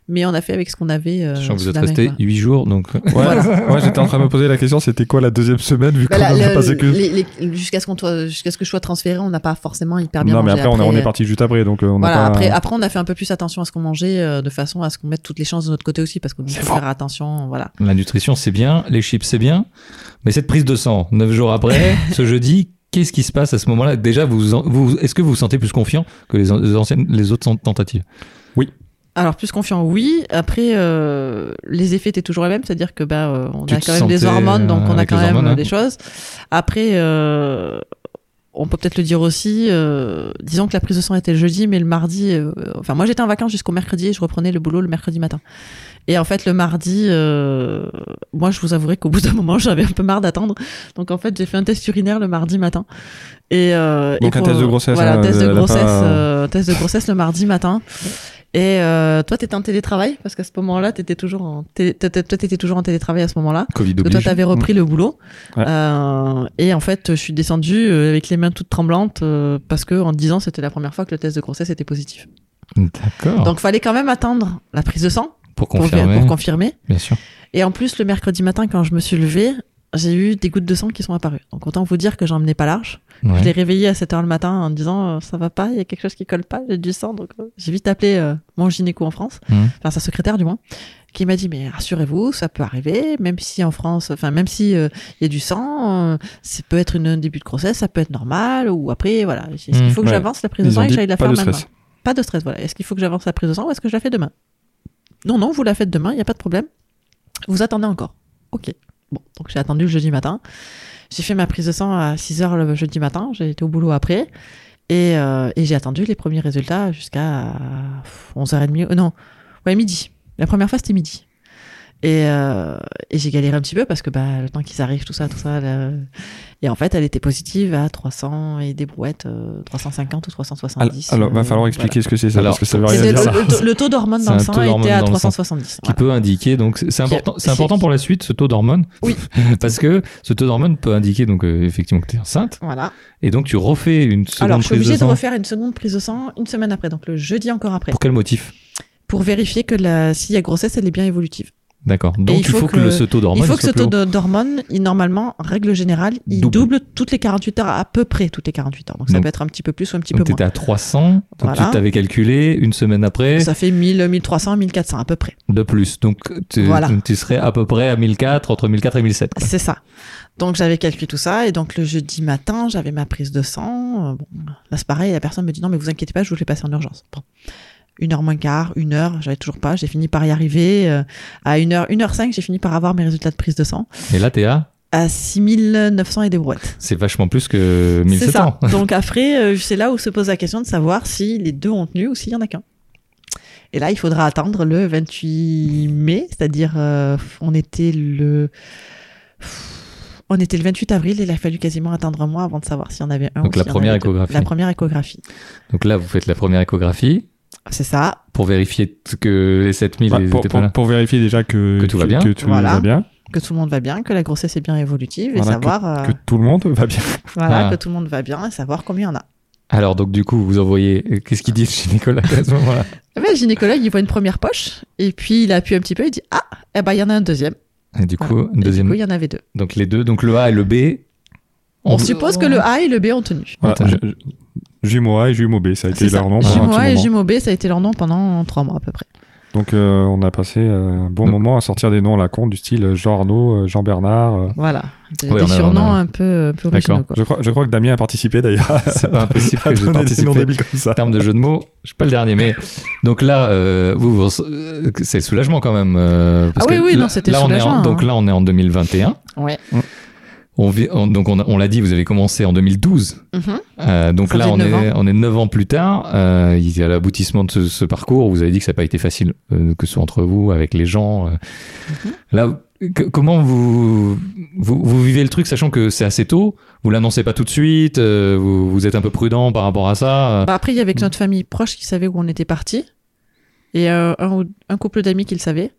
C: Mais on a fait avec ce qu'on avait. euh,
B: sachant que vous
C: sous
B: êtes
C: la main,
B: resté
C: quoi.
B: 8 jours, donc.
D: Ouais, ouais, j'étais en train de me poser la question, c'était quoi la deuxième semaine vu
C: Bah,
D: qu'on
C: la-
D: en a
C: la-
D: passé que.
C: les- les- Jusqu'à ce, qu'on soit- jusqu'à ce que je sois transféré, on n'a pas forcément hyper bien
D: non mais
C: mangé.
D: après, on, est, on est
C: euh,
D: parti juste après, donc euh, on
C: voilà,
D: a pas.
C: après, après, on a fait un peu plus attention à ce qu'on mangeait, euh, de façon à ce qu'on mette toutes les chances de notre côté aussi, parce qu'on faut faire attention. Voilà.
B: La nutrition, c'est bien, les chips, c'est bien, mais cette prise de sang, 9 jours après, ce jeudi, qu'est-ce qui se passe à ce moment-là Déjà, vous, en- vous, est-ce que vous vous sentez plus confiant que les, an- les anciennes, les autres tentatives
C: Alors, plus confiant, oui. Après, euh, les effets étaient toujours les mêmes, c'est-à-dire que bah, euh, on
B: Tu
C: a
B: te
C: quand même des
B: sentais,
C: hormones, donc
B: euh,
C: on a
B: avec
C: quand
B: les
C: même
B: hormones,
C: euh,
B: hein.
C: des choses. Après, euh, on peut peut-être le dire aussi, euh, disons que la prise de sang était le jeudi, mais le mardi, euh, enfin, moi j'étais en vacances jusqu'au mercredi et je reprenais le boulot le mercredi matin. Et en fait, le mardi, euh, moi je vous avouerai qu'au (laughs) bout d'un moment, j'avais un peu marre d'attendre. Donc en fait, j'ai fait un test urinaire le mardi matin. Et, euh,
D: Donc,
C: et
D: un test de grossesse,
C: Voilà,
D: hein,
C: test de
D: elle a pas-
C: grossesse, euh, test de grossesse le mardi matin. Et euh, toi, t'étais en télétravail parce qu'à ce moment-là, t'étais toujours en télé- t'étais- toi, t'étais toujours en télétravail à ce moment-là.
B: Covid
C: Parce Que toi,
B: oblige.
C: t'avais repris ah, le boulot.
D: Ouais.
C: Euh, et en fait, je suis descendue euh, avec les mains toutes tremblantes euh, parce que en 10 ans, c'était la première fois que le test de grossesse était positif.
D: Oh.
B: D'accord.
C: Donc, fallait quand même attendre la prise de sang
B: pour
C: pour,
B: confirmer,
C: pour confirmer.
B: bien sûr.
C: Et en plus, le mercredi matin, quand je me suis levée, j'ai eu des gouttes de sang qui sont apparues. Donc, autant vous dire que j'en menais pas large.
B: Ouais.
C: Je l'ai réveillé à 7h le matin en me disant euh, ça va pas, il y a quelque chose qui colle pas, j'ai du sang. Donc euh, j'ai vite appelé euh, mon gynéco en France,
B: Mhm.
C: enfin sa secrétaire du moins, qui m'a dit mais rassurez-vous, ça peut arriver, même si en France, enfin même si euh, il y a du sang, euh, ça peut être une- un début de grossesse, ça peut être normal ou après voilà. Est-ce qu'il
B: Mhm,
C: faut que
D: ouais.
C: j'avance la prise de
D: Ils
C: sang
D: ont
C: et que
D: dit
C: j'aille la
D: pas
C: faire
D: de
C: maintenant
D: stress.
C: Pas de stress, voilà. Est-ce qu'il faut que j'avance la prise de sang ou est-ce que je la fais demain Non, non, vous la faites demain, il n'y a pas de problème. Vous attendez encore. Ok. Bon, donc j'ai attendu le jeudi matin. J'ai fait ma prise de sang à 6 heures le jeudi matin. J'ai été au boulot après. Et, euh, et j'ai attendu les premiers résultats jusqu'à euh, 11h30. euh, Non, ouais, midi. La première fois, c'était midi. Et, euh, et j'ai galéré un petit peu parce que bah, le temps qu'ils arrivent, tout ça, tout ça. là, euh, Et en fait, elle était positive à 300 et des brouettes, euh, 350 ou 370.
D: Alors,
C: euh,
D: va falloir expliquer ce que c'est ça,
B: Alors,
D: parce que ça veut
C: voilà.
D: rien
C: C'est
D: dire.
C: le, le- le taux d'hormones
B: C'est
C: dans le
B: un
C: sang
B: taux
C: était
B: d'hormones
C: à
B: dans le sang.
C: 370.
B: qui
C: voilà.
B: peut indiquer donc c'est important c'est
C: c'est-
B: important pour la suite ce taux d'hormone
C: Oui.
B: (laughs) parce que ce taux d'hormone peut indiquer donc euh, effectivement que tu es enceinte
C: Voilà.
B: et donc tu refais une seconde
C: Alors, je suis
B: prise
C: obligée
B: de
C: de,
B: sang
C: refaire une seconde prise de sang une semaine après, donc le jeudi encore après,
B: pour
C: pour,
B: quel motif
C: vérifier que la, s'il y a grossesse, elle est bien évolutive.
B: d'accord donc
C: il
B: il faut,
C: faut
B: que,
C: que-
B: le, ce taux d'hormone
C: il faut que
B: soit
C: ce
B: plus
C: taux
B: haut.
C: de- d'hormones, il, normalement, en règle générale, il
B: Double.
C: double. toutes les 48 heures, à peu près toutes les 48 heures. Donc, ça
B: Donc-
C: peut être un petit peu plus ou un petit
B: donc
C: peu
B: tu
C: moins.
B: étais à 300 donc
C: Voilà.
B: tu t'avais calculé une semaine après
C: Ça fait 1000, 1300, 1400 à peu près.
B: de plus donc tu,
C: Voilà.
B: tu serais à peu près à 1004 entre 1004 et 1007 quoi.
C: C'est ça. Donc j'avais calculé tout ça et donc le jeudi matin, j'avais ma prise de sang. Euh, Bon, là c'est pareil, la personne me dit non mais vous inquiétez pas, je vous fais passer en urgence. Bon. Une heure moins quart, une heure, j'avais toujours pas. J'ai fini par y arriver. euh, à une heure, une heure cinq, j'ai fini par avoir mes résultats de prise de sang
B: et là t'es à
C: à 6900 et des brouettes.
B: c'est vachement plus que
C: C'est
B: 1700 (laughs)
C: ça. Donc après, euh, c'est là où se pose la question de savoir si les deux ont tenu ou s'il y en a qu'un. Et là, il faudra attendre le 28 mai, c'est-à-dire euh, on était le on était le 28 avril et il a fallu quasiment attendre un mois avant de savoir s'il y en avait un.
B: Donc
C: ou
B: la
C: s'il y en
B: première
C: avait deux.
B: échographie.
C: La première échographie.
B: donc là vous faites la première échographie
C: C'est ça.
B: pour vérifier t- que les 7000
D: Bah,
B: ils
D: pour,
B: étaient pas
D: pour-
B: là.
D: pour vérifier déjà que,
B: Que tout va bien.
D: que tout
C: Voilà.
D: va bien,
C: Que tout le monde va bien, que la grossesse est bien évolutive et
D: Voilà,
C: savoir
D: que
C: euh,
D: tout le monde va bien.
C: voilà
B: Ah.
C: que tout le monde va bien et savoir combien on a.
B: Alors donc du coup vous envoyez euh, qu'est-ce qu'ils disent chez Nicolas à ce moment-là
C: Eh ben, le gynécologue, il voit une première poche et puis il appuie un petit peu et dit ah eh ben il y en a un deuxième.
B: Et du coup
C: Voilà. Et
B: deuxième
C: Ah, du coup, il y en avait deux.
B: donc les deux donc le A et le B.
C: On, suppose que le A et le B ont tenu.
D: Voilà,
B: Attends.
D: ju- ju- jumeau A et jumeau B, ça a été
C: C'est ça.
D: leur nom hein, pendant un
C: Jumeau A
D: petit
C: et
D: moment.
C: Jumeau B, ça a été leur nom pendant trois mois à peu près.
D: Donc euh, on a passé euh, un bon
B: Donc-
D: moment à sortir des noms à la con du style Jean Arnaud, euh, Jean Bernard. euh.
C: Voilà. Des,
B: Ouais,
C: des
B: on a-
C: surnoms
B: on a-
C: un peu, euh, peu originaux. Quoi.
D: Je, crois, je crois que Damien a participé d'ailleurs. à-
B: (laughs) (laughs) C'est pas impossible
D: (laughs) à
B: que j'ai
D: donner des noms
B: participé.
D: débiles comme ça.
B: En termes de jeu de mots, je suis pas le dernier, mais donc là, euh, vous, vous- euh, c'est le soulagement quand même. euh, parce
C: Ah oui,
B: que
C: oui,
B: là-
C: non, c'était
B: là, on est en-
C: soulageant, hein.
B: Donc là, on est en 2021.
C: Ouais.
B: On vit- on- donc on, a- on l'a dit, vous avez commencé en 2012.
C: Mhm.
B: Euh, donc
C: Ça
B: là,
C: fait
B: on
C: neuf
B: est, on est 9 ans plus tard. Euh, il y a l'aboutissement de ce, ce parcours. Vous avez dit que ça n'a pas été facile, euh, que ce soit entre vous, avec les gens. euh.
C: Mm-hmm.
B: Là, que- comment vous, vous, vous vivez le truc, sachant que c'est assez tôt Vous l'annoncez pas tout de suite euh, vous, vous êtes un peu prudent par rapport à ça euh.
C: Bah, après, il y avait que notre famille proche qui savait où on était parti et euh, un, ou- un couple d'amis qui le savait.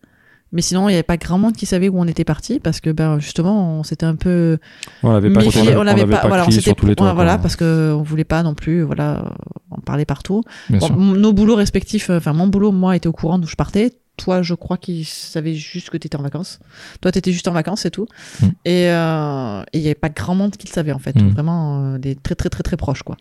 C: Mais sinon, il n'y avait pas grand monde qui savait où on était parti parce que ben, justement, on s'était un peu
D: On l'avait pas,
C: méfié.
D: on l'avait pas
C: voilà, on
D: crié
C: s'était-
D: sur tous les toits.
C: ouais, voilà,
D: quoi.
C: parce qu'on voulait pas non plus voilà, euh, en parler partout.
B: Bien
C: Bon,
B: sûr.
C: m- nos boulots respectifs, euh, enfin mon boulot, moi, était au courant d'où je partais. Toi, je crois qu'il savait juste que t'étais en vacances. Toi, t'étais juste en vacances, c'est tout.
B: Mm.
C: Et euh, et il y avait pas grand monde qui le savait, en fait.
B: Mm.
C: Vraiment, euh, des très, très, très, très proches, quoi.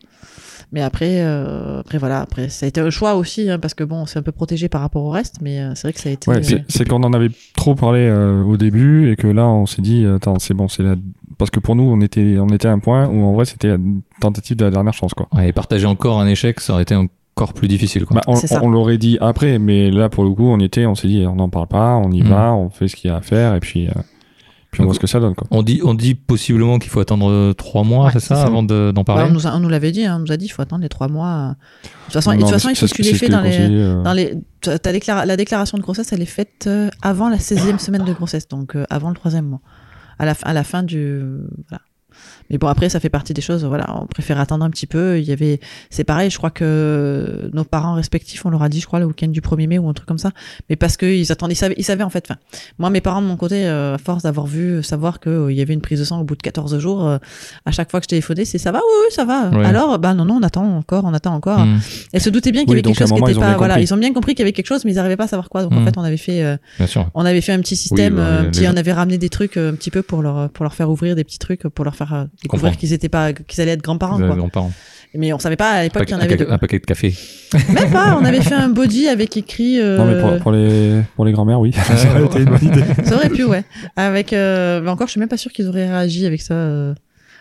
C: Mais après, euh, après voilà, après, ça a été un choix aussi, hein, parce que bon, on s'est un peu protégé par rapport au reste, mais euh, c'est vrai que ça a été.
D: Ouais, c'est- c'est qu'on en avait trop parlé euh, au début et que là on s'est dit euh, attends c'est bon c'est la parce que pour nous on était on était à un point où en vrai c'était la tentative de la dernière chance quoi.
B: Ouais, et partager encore un échec, ça aurait été encore plus difficile. Quoi.
D: Bah, on
C: C'est ça.
D: on l'aurait dit après mais là pour le coup on y était on s'est dit on n'en parle pas on y
B: Mm.
D: va on fait ce qu'il y a à faire et puis euh, puis on
B: Donc-
D: voit ce que ça donne quoi.
B: on, dit, on dit possiblement qu'il faut attendre euh, trois mois,
C: Ouais,
B: c'est ça,
C: c'est ça.
B: avant de- d'en
C: Bah,
B: parler
C: on nous, a- on nous l'avait dit, hein, on nous a dit, il faut attendre les trois mois. euh. De toute façon, et de
D: Non,
C: toute
D: mais
C: façon il
D: c'est-
C: faut que tu
D: c'est
C: les
D: ce
C: fais
D: que
C: dans
D: les
C: les.
D: conseillers, euh,
C: Dans les, ta ta déclara- la déclaration de grossesse, elle est faite euh, avant la 16e semaine de grossesse, donc euh, avant le troisième mois, à la, fin- à la fin du... Voilà. Mais bon, après, ça fait partie des choses, voilà, on préfère attendre un petit peu. Il y avait, c'est pareil, je crois que nos parents respectifs, on leur a dit, je crois, le week-end du 1er mai ou un truc comme ça, mais parce qu'ils attendaient, ils savaient, ils savaient en fait. Enfin, moi, mes parents de mon côté, euh, à force d'avoir vu, savoir qu'il y avait une prise de sang au bout de 14 jours, euh, à chaque fois que je téléphonais, c'est ça va, oui, oui, ça va.
B: Ouais.
C: Alors, bah non, non, on attend encore, on attend encore.
B: Hmm,
C: Elle se doutait bien qu'il y
D: Oui,
C: avait
D: donc,
C: quelque
D: à
C: chose
D: un moment,
C: qui
D: ils
C: n'était
D: ont
C: pas.
D: bien
C: Voilà,
D: compris. Mhm.
C: ils ont bien compris qu'il y avait quelque chose, mais ils n'arrivaient pas à savoir quoi. Donc
B: Mm.
C: en fait, on avait fait, euh,
B: Bien sûr.
C: on avait fait un petit système
B: bah,
C: euh,
B: les
C: qui
B: gens-
C: en avait ramené des trucs euh, un petit peu pour leur pour leur faire ouvrir des petits trucs, pour leur faire euh,
B: Comprends.
C: découvrir qu'ils étaient pas qu'ils allaient être grands-parents.
B: Vous avez
C: Quoi.
B: grands-parents.
C: Mais on savait pas à l'époque
B: Paquet-
C: qu'il y
B: Un,
C: en avait
B: ca-
C: deux.
B: un paquet de café.
C: Même pas. On avait fait un body avec écrit. euh,
D: Non mais pour, pour les pour les grands-mères
C: (laughs)
D: oui ça aurait été une bonne idée.
C: Ça aurait pu, ouais. Avec, euh, mais encore, je suis même pas sûr qu'ils auraient réagi avec ça. euh.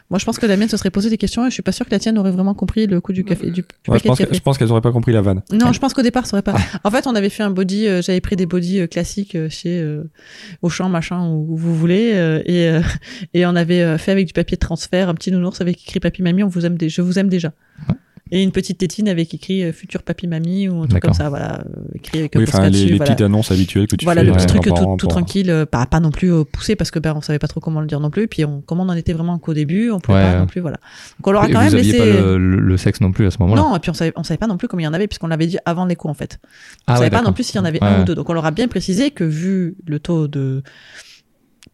C: Moi, je pense que la mienne se serait posé des questions et je suis pas sûr que la tienne aurait vraiment compris le coup du café, du, du
D: Ouais,
C: paquet
D: je
C: de
D: pense que-
C: café.
D: je pense qu'elles auraient pas compris la vanne.
C: Non, je pense qu'au départ, ça aurait pas.
D: Ah.
C: En fait, on avait fait un body, euh, j'avais pris des bodys euh, classiques euh, chez euh, Auchan, machin, où vous voulez, euh, et, euh, (laughs) et on avait euh, fait avec du papier de transfert un petit nounours avec écrit Papy Mamie, on vous aime dé- je vous aime déjà.
B: Ouais.
C: Et une petite tétine avec écrit euh, Futur Papy Mamie, ou un truc
B: D'accord.
C: comme ça, voilà, euh, écrit avec un
D: Oui,
C: postcard
D: enfin, les,
C: dessus,
D: les
C: voilà.
D: petites annonces habituelles que tu
C: Voilà,
D: fais.
C: le petit
D: euh,
C: truc
D: par
C: tout,
D: an,
C: tout
D: pour-
C: tranquille, euh, pas, pas non plus euh, poussé parce que ben on savait pas trop comment le dire non plus. Et puis on, comment on en était vraiment qu'au début, on pouvait
B: Ouais,
C: pas
B: ouais.
C: non plus, voilà. Donc on leur a
B: Et vous
C: quand même
B: aviez
C: laissé.
B: pas le, le- le sexe non plus à ce moment-là
C: Non, et puis on savait, on savait pas non plus combien il y en avait puisqu'on l'avait dit avant les coups en fait.
B: Ah
C: On
B: ouais,
C: savait pas
B: d'accord.
C: non plus s'il y en avait
B: Ouais.
C: un ou deux. Donc on leur a bien précisé que vu le taux de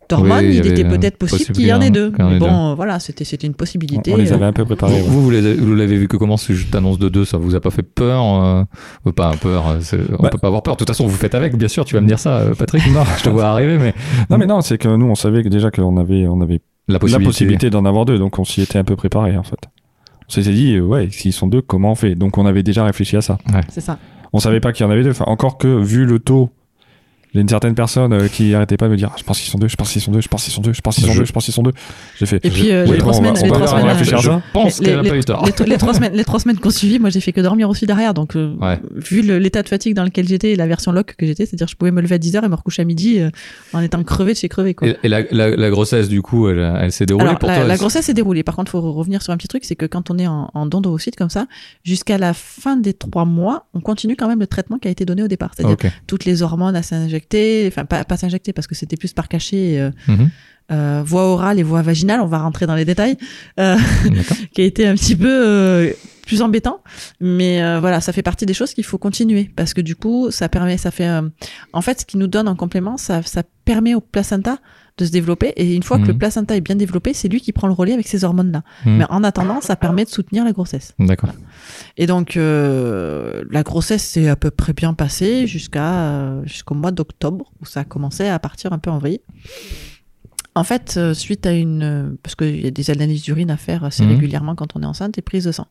C: d'hormones,
B: Oui, il y
C: il
B: avait
C: était
B: la
C: peut-être possible
B: possibilité
C: qu'il y en ait
B: d'un-
C: deux.
B: qu'il y en ait
C: Mais bon, euh, voilà, c'était c'était une
D: On,
C: possibilité.
D: on les
C: euh.
D: avait un peu préparés.
B: Vous,
D: ouais.
B: vous les- vous l'avez vu que comment si je t'annonce de deux, ça vous a pas fait peur euh, ou Pas peur, euh, c'est- on
D: Bah.
B: peut pas avoir peur. De toute façon, vous faites avec, bien sûr, tu vas me dire ça, euh,
D: (laughs)
B: Patrick. Non, je te vois arriver, mais
D: Non, mais non, c'est que nous, on savait que déjà qu'on avait, on avait
B: la
D: la
B: possibilité.
D: possibilité d'en avoir deux, donc on s'y était un peu préparé en fait. On s'était dit, euh, ouais, s'ils sont deux, comment on fait Donc on avait déjà réfléchi à ça.
C: C'est ça.
D: On savait pas qu'il y en avait deux. Enfin, encore que, vu le taux, il y a une certaine personne euh, qui arrêtait pas de me dire, Ah, je pense qu'ils sont deux, je pense qu'ils sont deux, je pense qu'ils sont deux, je pense qu'ils sont
B: Je-
D: deux, je pense qu'ils sont deux. J'ai fait.
C: Et puis euh,
D: Oui,
C: les
D: bon,
C: trois
D: on va-
C: semaines,
D: on
C: les
D: va
C: trois
D: faire- on va
C: semaines, euh,
D: réfléchir à
B: je
D: ça.
B: pense
C: Les-
B: qu'elle a
C: les-
B: pas eu tort.
C: les, trois- les
B: (laughs)
C: trois semaines, les trois semaines qu'on suivit, moi j'ai fait que dormir aussi derrière. Donc euh,
B: Ouais.
C: vu le- l'état de fatigue dans lequel j'étais et la version lock que j'étais, c'est-à-dire je pouvais me lever à 10h et me recoucher à midi euh, en étant crevé de chez crevé quoi.
B: Et, et la, la- la grossesse, du coup, elle, elle s'est déroulée
C: Alors,
B: pour
C: la,
B: toi
C: la
B: elle-
C: grossesse est déroulée. Par contre, faut re- revenir sur un petit truc, c'est que quand on est en, en dondovocyte comme ça, jusqu'à la fin des trois mois, on continue quand même le traitement qui a été donné au départ. C'est-à-dire
B: Ok.
C: toutes les hormones à s'injecter, enfin pas, pas s'injecter parce que c'était plus par cachet. euh,
B: Mhm.
C: euh, voix orale et voix vaginale, on va rentrer dans les détails, euh,
B: Mhm.
C: (laughs)
B: D'accord.
C: qui a été un petit peu euh, plus embêtant. Mais euh, voilà, ça fait partie des choses qu'il faut continuer parce que du coup, ça permet, ça fait, euh, en fait, ce qui nous donne en complément, ça, ça permet au placenta de se développer. Et une fois que
B: Mhm.
C: le placenta est bien développé, c'est lui qui prend le relais avec ces hormones-là.
B: Mhm.
C: Mais en attendant, ça permet de soutenir la grossesse.
B: D'accord.
C: Et donc, euh, la grossesse s'est à peu près bien passée jusqu'à euh, jusqu'au mois d'octobre, où ça a commencé à partir un peu en vrille. En fait, euh, suite à une... euh, Parce qu'il y a des analyses d'urine à faire assez
B: Mhm.
C: régulièrement quand on est enceinte, et prises de sang.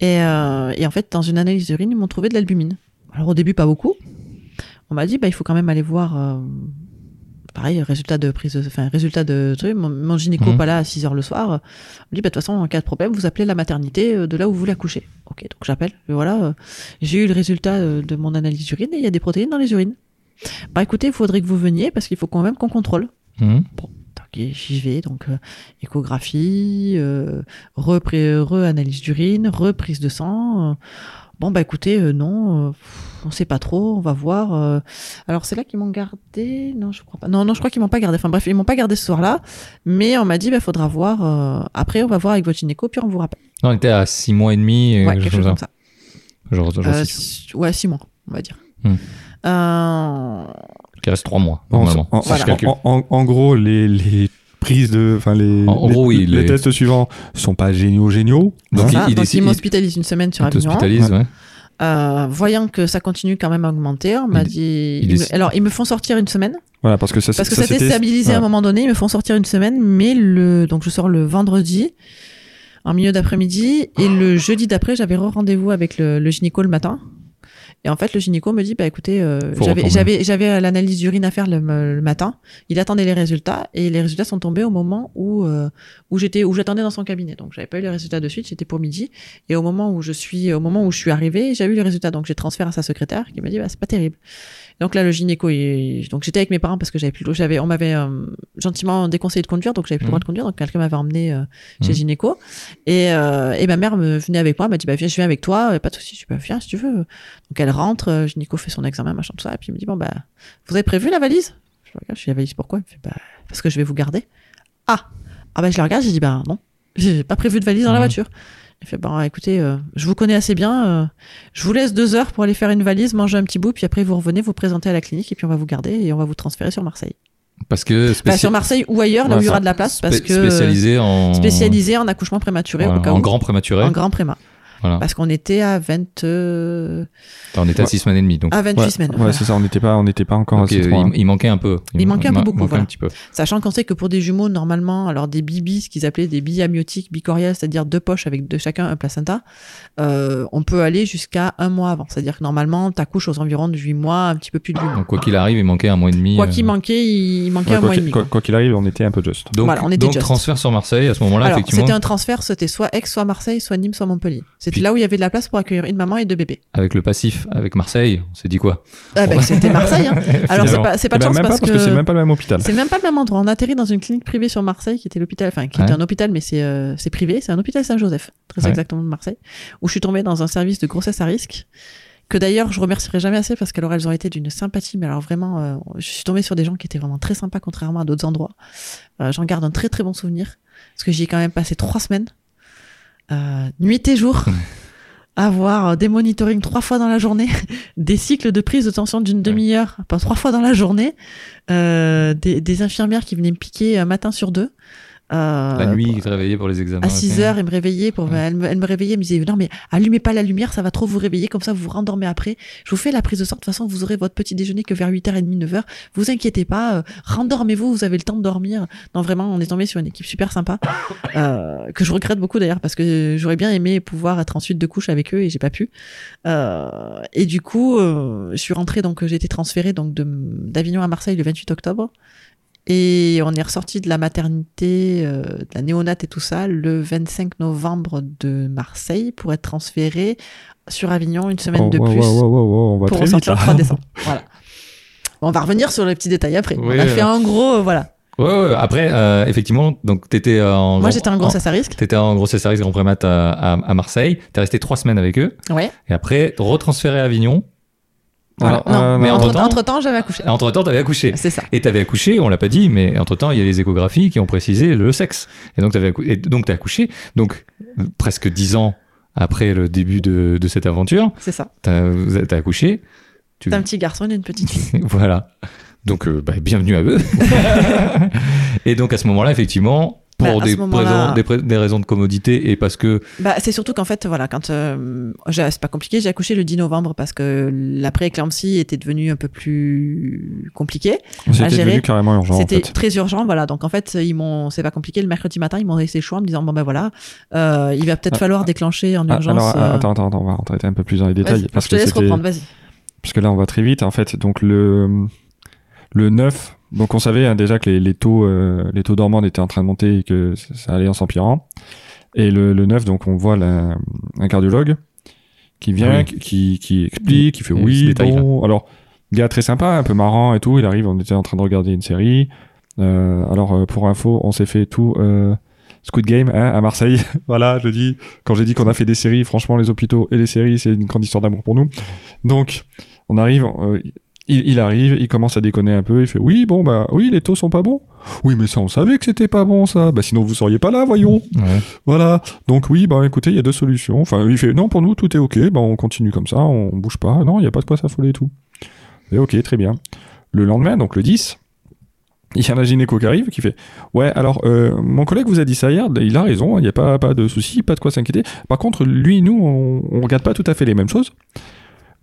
C: Et, euh, et en fait, dans une analyse d'urine, ils m'ont trouvé de l'albumine. Alors au début, pas beaucoup. On m'a dit, bah, il faut quand même aller voir... euh, Pareil, résultat de prise, de- enfin résultat de truc. Mon, mon gynéco
B: Mhm.
C: pas là à 6 heures le soir. euh, on me dit, bah, de toute façon, en cas de problème, vous appelez la maternité euh, de là où vous voulez accoucher. Ok, donc j'appelle. Et voilà, euh, j'ai eu le résultat euh, de mon analyse d'urine et il y a des protéines dans les urines. Bah écoutez, il faudrait que vous veniez parce qu'il faut quand même qu'on contrôle.
B: Mhm.
C: Ok, j'y vais. Donc, euh, échographie, euh, repré- re-analyse d'urine, reprise de sang. euh. bon, bah écoutez, euh, non, euh, pff, on sait pas trop, on va voir. euh. alors, c'est là qu'ils m'ont gardé Non, je crois pas. Non, non, je crois qu'ils m'ont pas gardé. Enfin, bref, ils m'ont pas gardé ce soir-là. Mais on m'a dit, bah, faudra voir. euh, après, on va voir avec votre gynéco, puis on vous rappelle.
B: Non, on était à 6 mois et demi. et
C: Ouais, quelque chose
B: comme
C: comme
B: ça.
C: ça.
B: Genre, genre
C: Euh,
B: six-
C: six- ouais, six mois, on va dire.
B: Hmm.
C: Euh,
B: Il reste 3 mois,
D: En,
B: normalement.
D: en-
B: si je
D: en-
B: calcule.
D: en- en- en gros, les, les prises de. Enfin, les,
B: En
D: les-
B: gros, oui,
D: les,
B: les-
D: tests suivants sont pas géniaux, géniaux. hein.
B: Donc,
C: ça,
B: il- il
C: donc,
B: décide-
C: ils m'hospitalisent une semaine
B: Il
C: sur Avignon.
B: t'hospitalise, ouais.
C: Euh, voyant que ça continue quand même à augmenter, on m'a
B: Il-
C: dit.
B: il
C: ils me-
B: est-
C: Alors, ils me font sortir une semaine.
D: Voilà, parce que ça,
C: Parce que
D: ça
C: ça s'est stabilisé à un
B: Ah.
D: ouais.
C: moment donné. Ils me font sortir une semaine. Mais le. Donc, je sors le vendredi, en milieu d'après-midi. Et le jeudi d'après, j'avais rendez-vous avec le, le gynéco le matin. Et en fait, le gynéco me dit Bah écoutez, euh,
B: Faut
C: j'avais-
B: retomber.
C: j'avais j'avais euh, l'analyse d'urine à faire le, le matin. Il attendait les résultats. Et les résultats sont tombés au moment où, euh, où j'étais où j'attendais dans son cabinet. Donc, j'avais pas eu les résultats de suite. C'était pour midi. Et au moment où je suis, au moment où je suis arrivée, j'ai eu le résultat. Donc j'ai transféré à sa secrétaire qui m'a dit bah, c'est pas terrible. Donc là le gynéco, il- donc j'étais avec mes parents parce que j'avais plus, le- j'avais, on m'avait euh, gentiment déconseillé de conduire, donc j'avais plus
B: Mhm.
C: le droit de conduire. Donc quelqu'un m'avait emmené euh, chez
B: Mhm.
C: le gynéco et, euh, et ma mère me venait avec moi, elle m'a dit bah viens, je viens avec toi, euh, pas de souci, je dis bah viens si tu veux. Donc elle rentre, euh, le gynéco fait son examen, machin tout ça, et puis il me dit bon bah vous avez prévu la valise Je le regarde, je dis la valise pourquoi Il me fait bah parce que je vais vous garder. Ah ah bah je la regarde, j'ai dit bah non, (laughs) j'ai pas prévu de valise dans la
B: Mhm.
C: voiture. Il fait, bon, écoutez, euh, je vous connais assez bien. euh, je vous laisse deux heures pour aller faire une valise, manger un petit bout, puis après vous revenez, vous présentez à la clinique, et puis on va vous garder et on va vous transférer sur Marseille.
B: Parce que
C: Enfin,
B: spéci-
C: Bah, sur Marseille ou ailleurs, là où
B: Ouais,
C: il y aura
B: ça-
C: de la place, parce
B: spé-
C: que euh,
B: spécialisé en
C: spécialisé en accouchement prématuré,
B: en,
C: au cas
B: en
C: où,
B: grand prématuré.
C: en grand préma.
B: Voilà.
C: Parce qu'on était à 20, euh,
B: On était à
D: Ouais.
B: 6 semaines et demie, donc
C: à 28
D: Ouais,
C: semaines.
D: ouais,
C: voilà.
D: c'est ça, on n'était pas, on hein. n'était pas encore
B: donc,
D: à
B: il,
D: ce point.
B: il- il manquait un peu.
C: Il manquait un peu beaucoup,
B: manquait
C: voilà.
B: un petit peu.
C: Sachant qu'on sait que pour des jumeaux, normalement, alors des bibis, ce qu'ils appelaient des billes amniotiques bicoriales, c'est-à-dire deux poches avec de chacun un placenta, euh, on peut aller jusqu'à un mois avant. C'est-à-dire que normalement, t'accouches aux environs de 8 mois, un petit peu plus de 8 mois.
B: Donc quoi qu'il arrive, il manquait un mois et demi.
C: Quoi
B: euh,
C: qu'il manquait, il il manquait
D: Ouais,
C: un
D: quoi
C: mois et
D: qu'il-
C: demi.
D: quoi-
C: quoi.
D: quoi qu'il arrive, on était un peu juste.
B: Donc,
C: Voilà, on était
B: donc
C: just.
B: transfert sur Marseille à ce moment-là,
C: Alors,
B: effectivement,
C: c'était un transfert, c'était soit Aix, soit Marseille, soit Nîmes, soit Montpellier. C'était
B: Puis-
C: là où il y avait de la place pour accueillir une maman et deux bébés.
B: avec le passif, avec Marseille, on s'est dit
D: (laughs)
B: quoi
C: Ah, bah, c'était Marseille. hein. Alors, c'est
D: Finalement.
C: pas, c'est pas
D: Eh
C: de
D: ben,
C: chance
D: même pas
C: parce,
D: parce que c'est même pas le même hôpital.
C: c'est même pas le même endroit. On atterrit dans une clinique privée sur Marseille, qui était l'hôpital, enfin, qui
B: Ouais.
C: était un hôpital, mais c'est euh, c'est privé. C'est un hôpital Saint-Joseph, très
B: Ouais.
C: exactement de Marseille, où je suis tombée dans un service de grossesse à risque. Que d'ailleurs, je remercierai jamais assez parce qu'alors elles ont été d'une sympathie, mais alors vraiment, euh, je suis tombée sur des gens qui étaient vraiment très sympas, contrairement à d'autres endroits. Euh, J'en garde un très très bon souvenir parce que j'y ai quand même passé trois semaines, euh, nuit
B: (laughs)
C: et jour, à voir euh, des monitorings trois fois dans la journée, (laughs) des cycles de prise de tension d'une demi-heure, pas trois fois dans la journée, euh, des, des infirmières qui venaient me piquer un matin sur deux. euh,
B: La nuit, il te réveillait pour les examens.
C: à
B: ok.
C: 6 heures, elle me réveillait pour,
B: Ouais.
C: elle, me, elle me réveillait, elle me disait, non, mais allumez pas la lumière, ça va trop vous réveiller, comme ça vous vous rendormez après. Je vous fais la prise de sang, de toute façon, vous aurez votre petit déjeuner que vers 8h30, 9h. Vous inquiétez pas, euh, rendormez-vous, vous avez le temps de dormir. Non, vraiment, on est tombé sur une équipe super sympa, euh, que je regrette beaucoup d'ailleurs, parce que j'aurais bien aimé pouvoir être ensuite de couche avec eux et j'ai pas pu. Euh, et du coup, euh, je suis rentrée, donc euh, j'ai été transférée donc de- d'Avignon à Marseille le 28 octobre. Et on est ressorti de la maternité, euh, de la néonate et tout ça, le 25 novembre de Marseille pour être transféré sur Avignon une semaine
D: Oh,
C: de
D: wow,
C: plus
D: wow, wow, wow, on va
C: pour
D: très vite
C: ressortir le
D: là.
C: 3
D: (laughs)
C: décembre. Voilà. On va revenir sur les petits détails après.
B: Oui,
C: on a
B: euh,
C: fait un gros, euh, voilà.
B: Ouais, ouais, Après, euh, effectivement, donc t'étais euh, en.
C: Moi
B: grand-
C: j'étais en grossesse à risque.
B: T'étais en grossesse à risque grand prémat à, à, à Marseille. T'es resté trois semaines avec eux.
C: Ouais.
B: Et après, retransféré à Avignon.
C: Voilà.
D: Ah, ah,
C: Non, mais
D: non,
C: entre-
B: entre-temps-
C: entre-temps, j'avais accouché.
B: Entre temps, t'avais accouché.
C: C'est ça.
B: Et t'avais accouché, on l'a pas dit, mais entre temps, il y a les échographies qui ont précisé le sexe. Et donc, t'avais accou- et donc, t'as accouché. Donc, euh, presque dix ans après le début de, de cette aventure,
C: C'est ça.
B: t'as vous avez- t'as accouché. Tu-
C: T'as un petit garçon et une petite fille.
B: (laughs) voilà. Donc, euh, bah, bienvenue à
C: (laughs)
B: eux. et donc, à ce moment-là, effectivement, pour
C: Bah, à
B: des,
C: ce moment-là-
B: présents- des, pré- des raisons de commodité et parce que
C: Bah, c'est surtout qu'en fait, voilà, quand euh, j'ai- c'est pas compliqué, j'ai accouché le 10 novembre parce que la pré-éclampsie était devenue un peu plus compliquée. à
D: C'était
C: gérer.
D: devenu carrément urgent, en
C: C'était
D: fait.
C: très urgent, voilà. Donc en fait, ils m'ont, c'est pas compliqué. Le mercredi matin, ils m'ont laissé le choix en me disant bon ben voilà, euh, il va peut-être
D: Ah,
C: falloir déclencher en
D: Ah,
C: urgence.
D: alors,
C: euh,
D: attends, attends, attends, on va rentrer un peu plus dans les
C: vas-y,
D: détails. parce
C: je te
D: que
C: laisse
D: c'était-
C: reprendre, vas-y.
D: parce que là on va très vite en fait donc le le 9 donc on savait hein, déjà que les, les taux euh, les taux dormants étaient en train de monter et que ça- ça allait en s'empirant et le, le 9 donc on voit la- un cardiologue qui vient
B: Ah oui.
D: qui, qui qui explique qui fait
B: Et ce
D: oui
B: détail,
D: bon alors gars très sympa un peu marrant et tout il arrive on était en train de regarder une série Euh, alors euh, pour info on s'est fait tout euh, Squid Game hein, à Marseille (laughs) voilà je dis quand j'ai dit qu'on a fait des séries franchement les hôpitaux et les séries c'est une grande histoire d'amour pour nous donc on arrive, euh, il, il arrive, il commence à déconner un peu, il fait oui, bon bah oui, les taux sont pas bons. Oui, mais ça on savait que c'était pas bon ça. Bah sinon vous seriez pas là, voyons. Voilà. Donc oui, bah écoutez, il y a deux solutions. Enfin, il fait non pour nous tout est ok, bah on continue comme ça, on bouge pas. Non, il y a pas de quoi s'affoler et tout. Et ok, très bien. Le lendemain, donc le 10, il y a la gynéco qui arrive qui fait ouais alors euh, mon collègue vous a dit ça hier, il a raison, hein, il n'y a pas pas de souci, pas de quoi s'inquiéter. Par contre, lui, et nous, on, on regarde pas tout à fait les mêmes choses.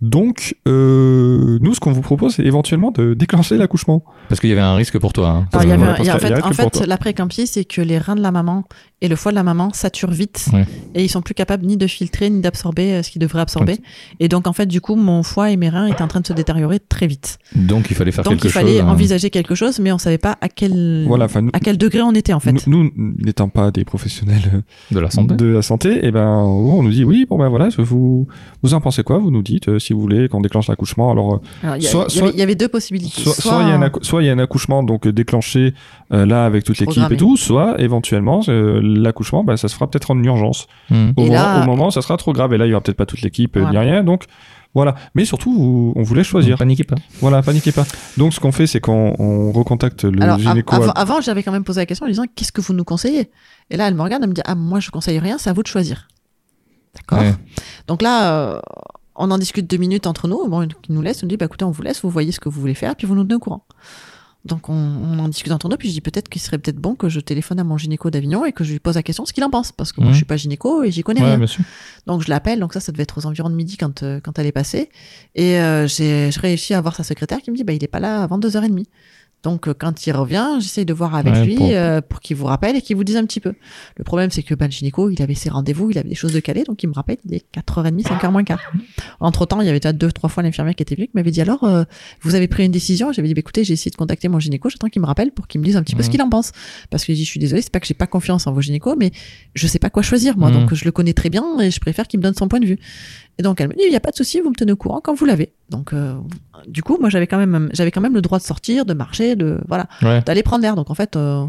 D: Donc, euh, nous, ce qu'on vous propose, c'est éventuellement de déclencher l'accouchement.
B: parce qu'il y avait un risque pour toi. hein.
C: Alors, il y avait
D: voilà,
C: un- il y a- en
D: parce qu'il y a
C: fait,
D: que
C: en
D: pour
C: fait,
D: toi.
C: l'après-éclampsie, c'est que les reins de la maman et le foie de la maman saturent vite
B: Ouais.
C: et ils sont plus capables ni de filtrer ni d'absorber euh, ce qu'ils devraient absorber. Et donc, en fait, du coup, mon foie et mes reins étaient en train de se détériorer très vite.
B: Donc, il fallait faire
C: donc,
B: quelque
C: il fallait
B: chose. hein.
C: envisager quelque chose, mais on savait pas à quel,
D: Voilà, enfin, nous,
C: à quel degré on était, Mmh. en fait.
D: nous- nous, n'étant pas des professionnels euh,
B: de la santé.
D: de la santé, et ben on nous dit oui, bon ben voilà, ce- vous vous en pensez quoi Vous nous dites euh, si vous voulez qu'on déclenche l'accouchement. Alors euh,
C: Alors, il y, a-
D: soit-
C: il y avait-
D: soit-
C: il y avait deux possibilités.
D: soit soit il y a un accou- soit il y a un accouchement donc euh, déclenché euh, là avec toute l'équipe
C: Programmé.
D: et tout, soit éventuellement euh, l'accouchement, ben, ça se fera peut-être en urgence.
B: Hmm.
D: Au,
C: Et
D: moment,
C: là-
D: au moment, ça sera trop grave et là il y aura peut-être pas toute l'équipe euh, ni
C: Voilà.
D: rien. Donc voilà, mais surtout vous- on voulait choisir.
B: Paniquez pas.
D: Voilà, paniquez pas. Donc ce qu'on fait, c'est qu'on on recontacte le
C: Alors, av-
D: gynéco.
C: avant, avant, j'avais quand même posé la question en lui disant Qu'est-ce que vous nous conseillez Et là, elle me regarde, elle me dit Ah, moi, je conseille rien, c'est à vous de choisir. D'accord
B: Ouais.
C: Donc là, euh, on en discute deux minutes entre nous. Bon, il nous laisse, on dit Bah écoutez, on vous laisse, vous voyez ce que vous voulez faire, puis vous nous donnez au courant. Donc on, on en discute entre nous, puis je dis peut-être qu'il serait peut-être bon que je téléphone à mon gynéco d'Avignon et que je lui pose la question ce qu'il en pense, parce que moi
D: Mmh.
B: Mhm.
C: je suis pas gynéco et j'y connais rien.
B: bien sûr.
C: Donc je l'appelle, donc ça, ça devait être aux environs de midi quand, euh, quand elle est passée. Et euh, j'ai je réussis à voir sa secrétaire qui me dit, bah, il est pas là avant 2h30. Donc euh, quand il revient, j'essaye de voir avec
B: Ouais,
C: lui
B: pour-
C: pour, pour qu'il vous rappelle et qu'il vous dise un petit peu. Le problème, c'est que ben, le gynéco, il avait ses rendez-vous, il avait des choses de calé, donc il me rappelle, il est 4h30, 5h moins quart. Entre-temps, il y avait déjà deux, trois fois l'infirmière qui était venue qui m'avait dit, alors, euh, vous avez pris une décision J'avais dit, bah, écoutez, j'ai essayé de contacter mon gynéco, j'attends qu'il me rappelle pour qu'il me dise un petit peu
B: Mhm.
C: ce qu'il en pense. Parce que j'ai dit, je suis désolée, c'est pas que j'ai pas confiance en vos gynécos, mais je sais pas quoi choisir moi,
D: Mm.
B: Mhm.
C: donc je le connais très bien et je préfère qu'il me donne son point de vue. Et donc elle me dit il n'y a pas de souci, vous me tenez au courant quand vous l'avez. Donc euh, du coup moi j'avais quand même j'avais quand même le droit de sortir, de marcher, de voilà,
B: Ouais.
C: d'aller prendre l'air. Donc en fait euh,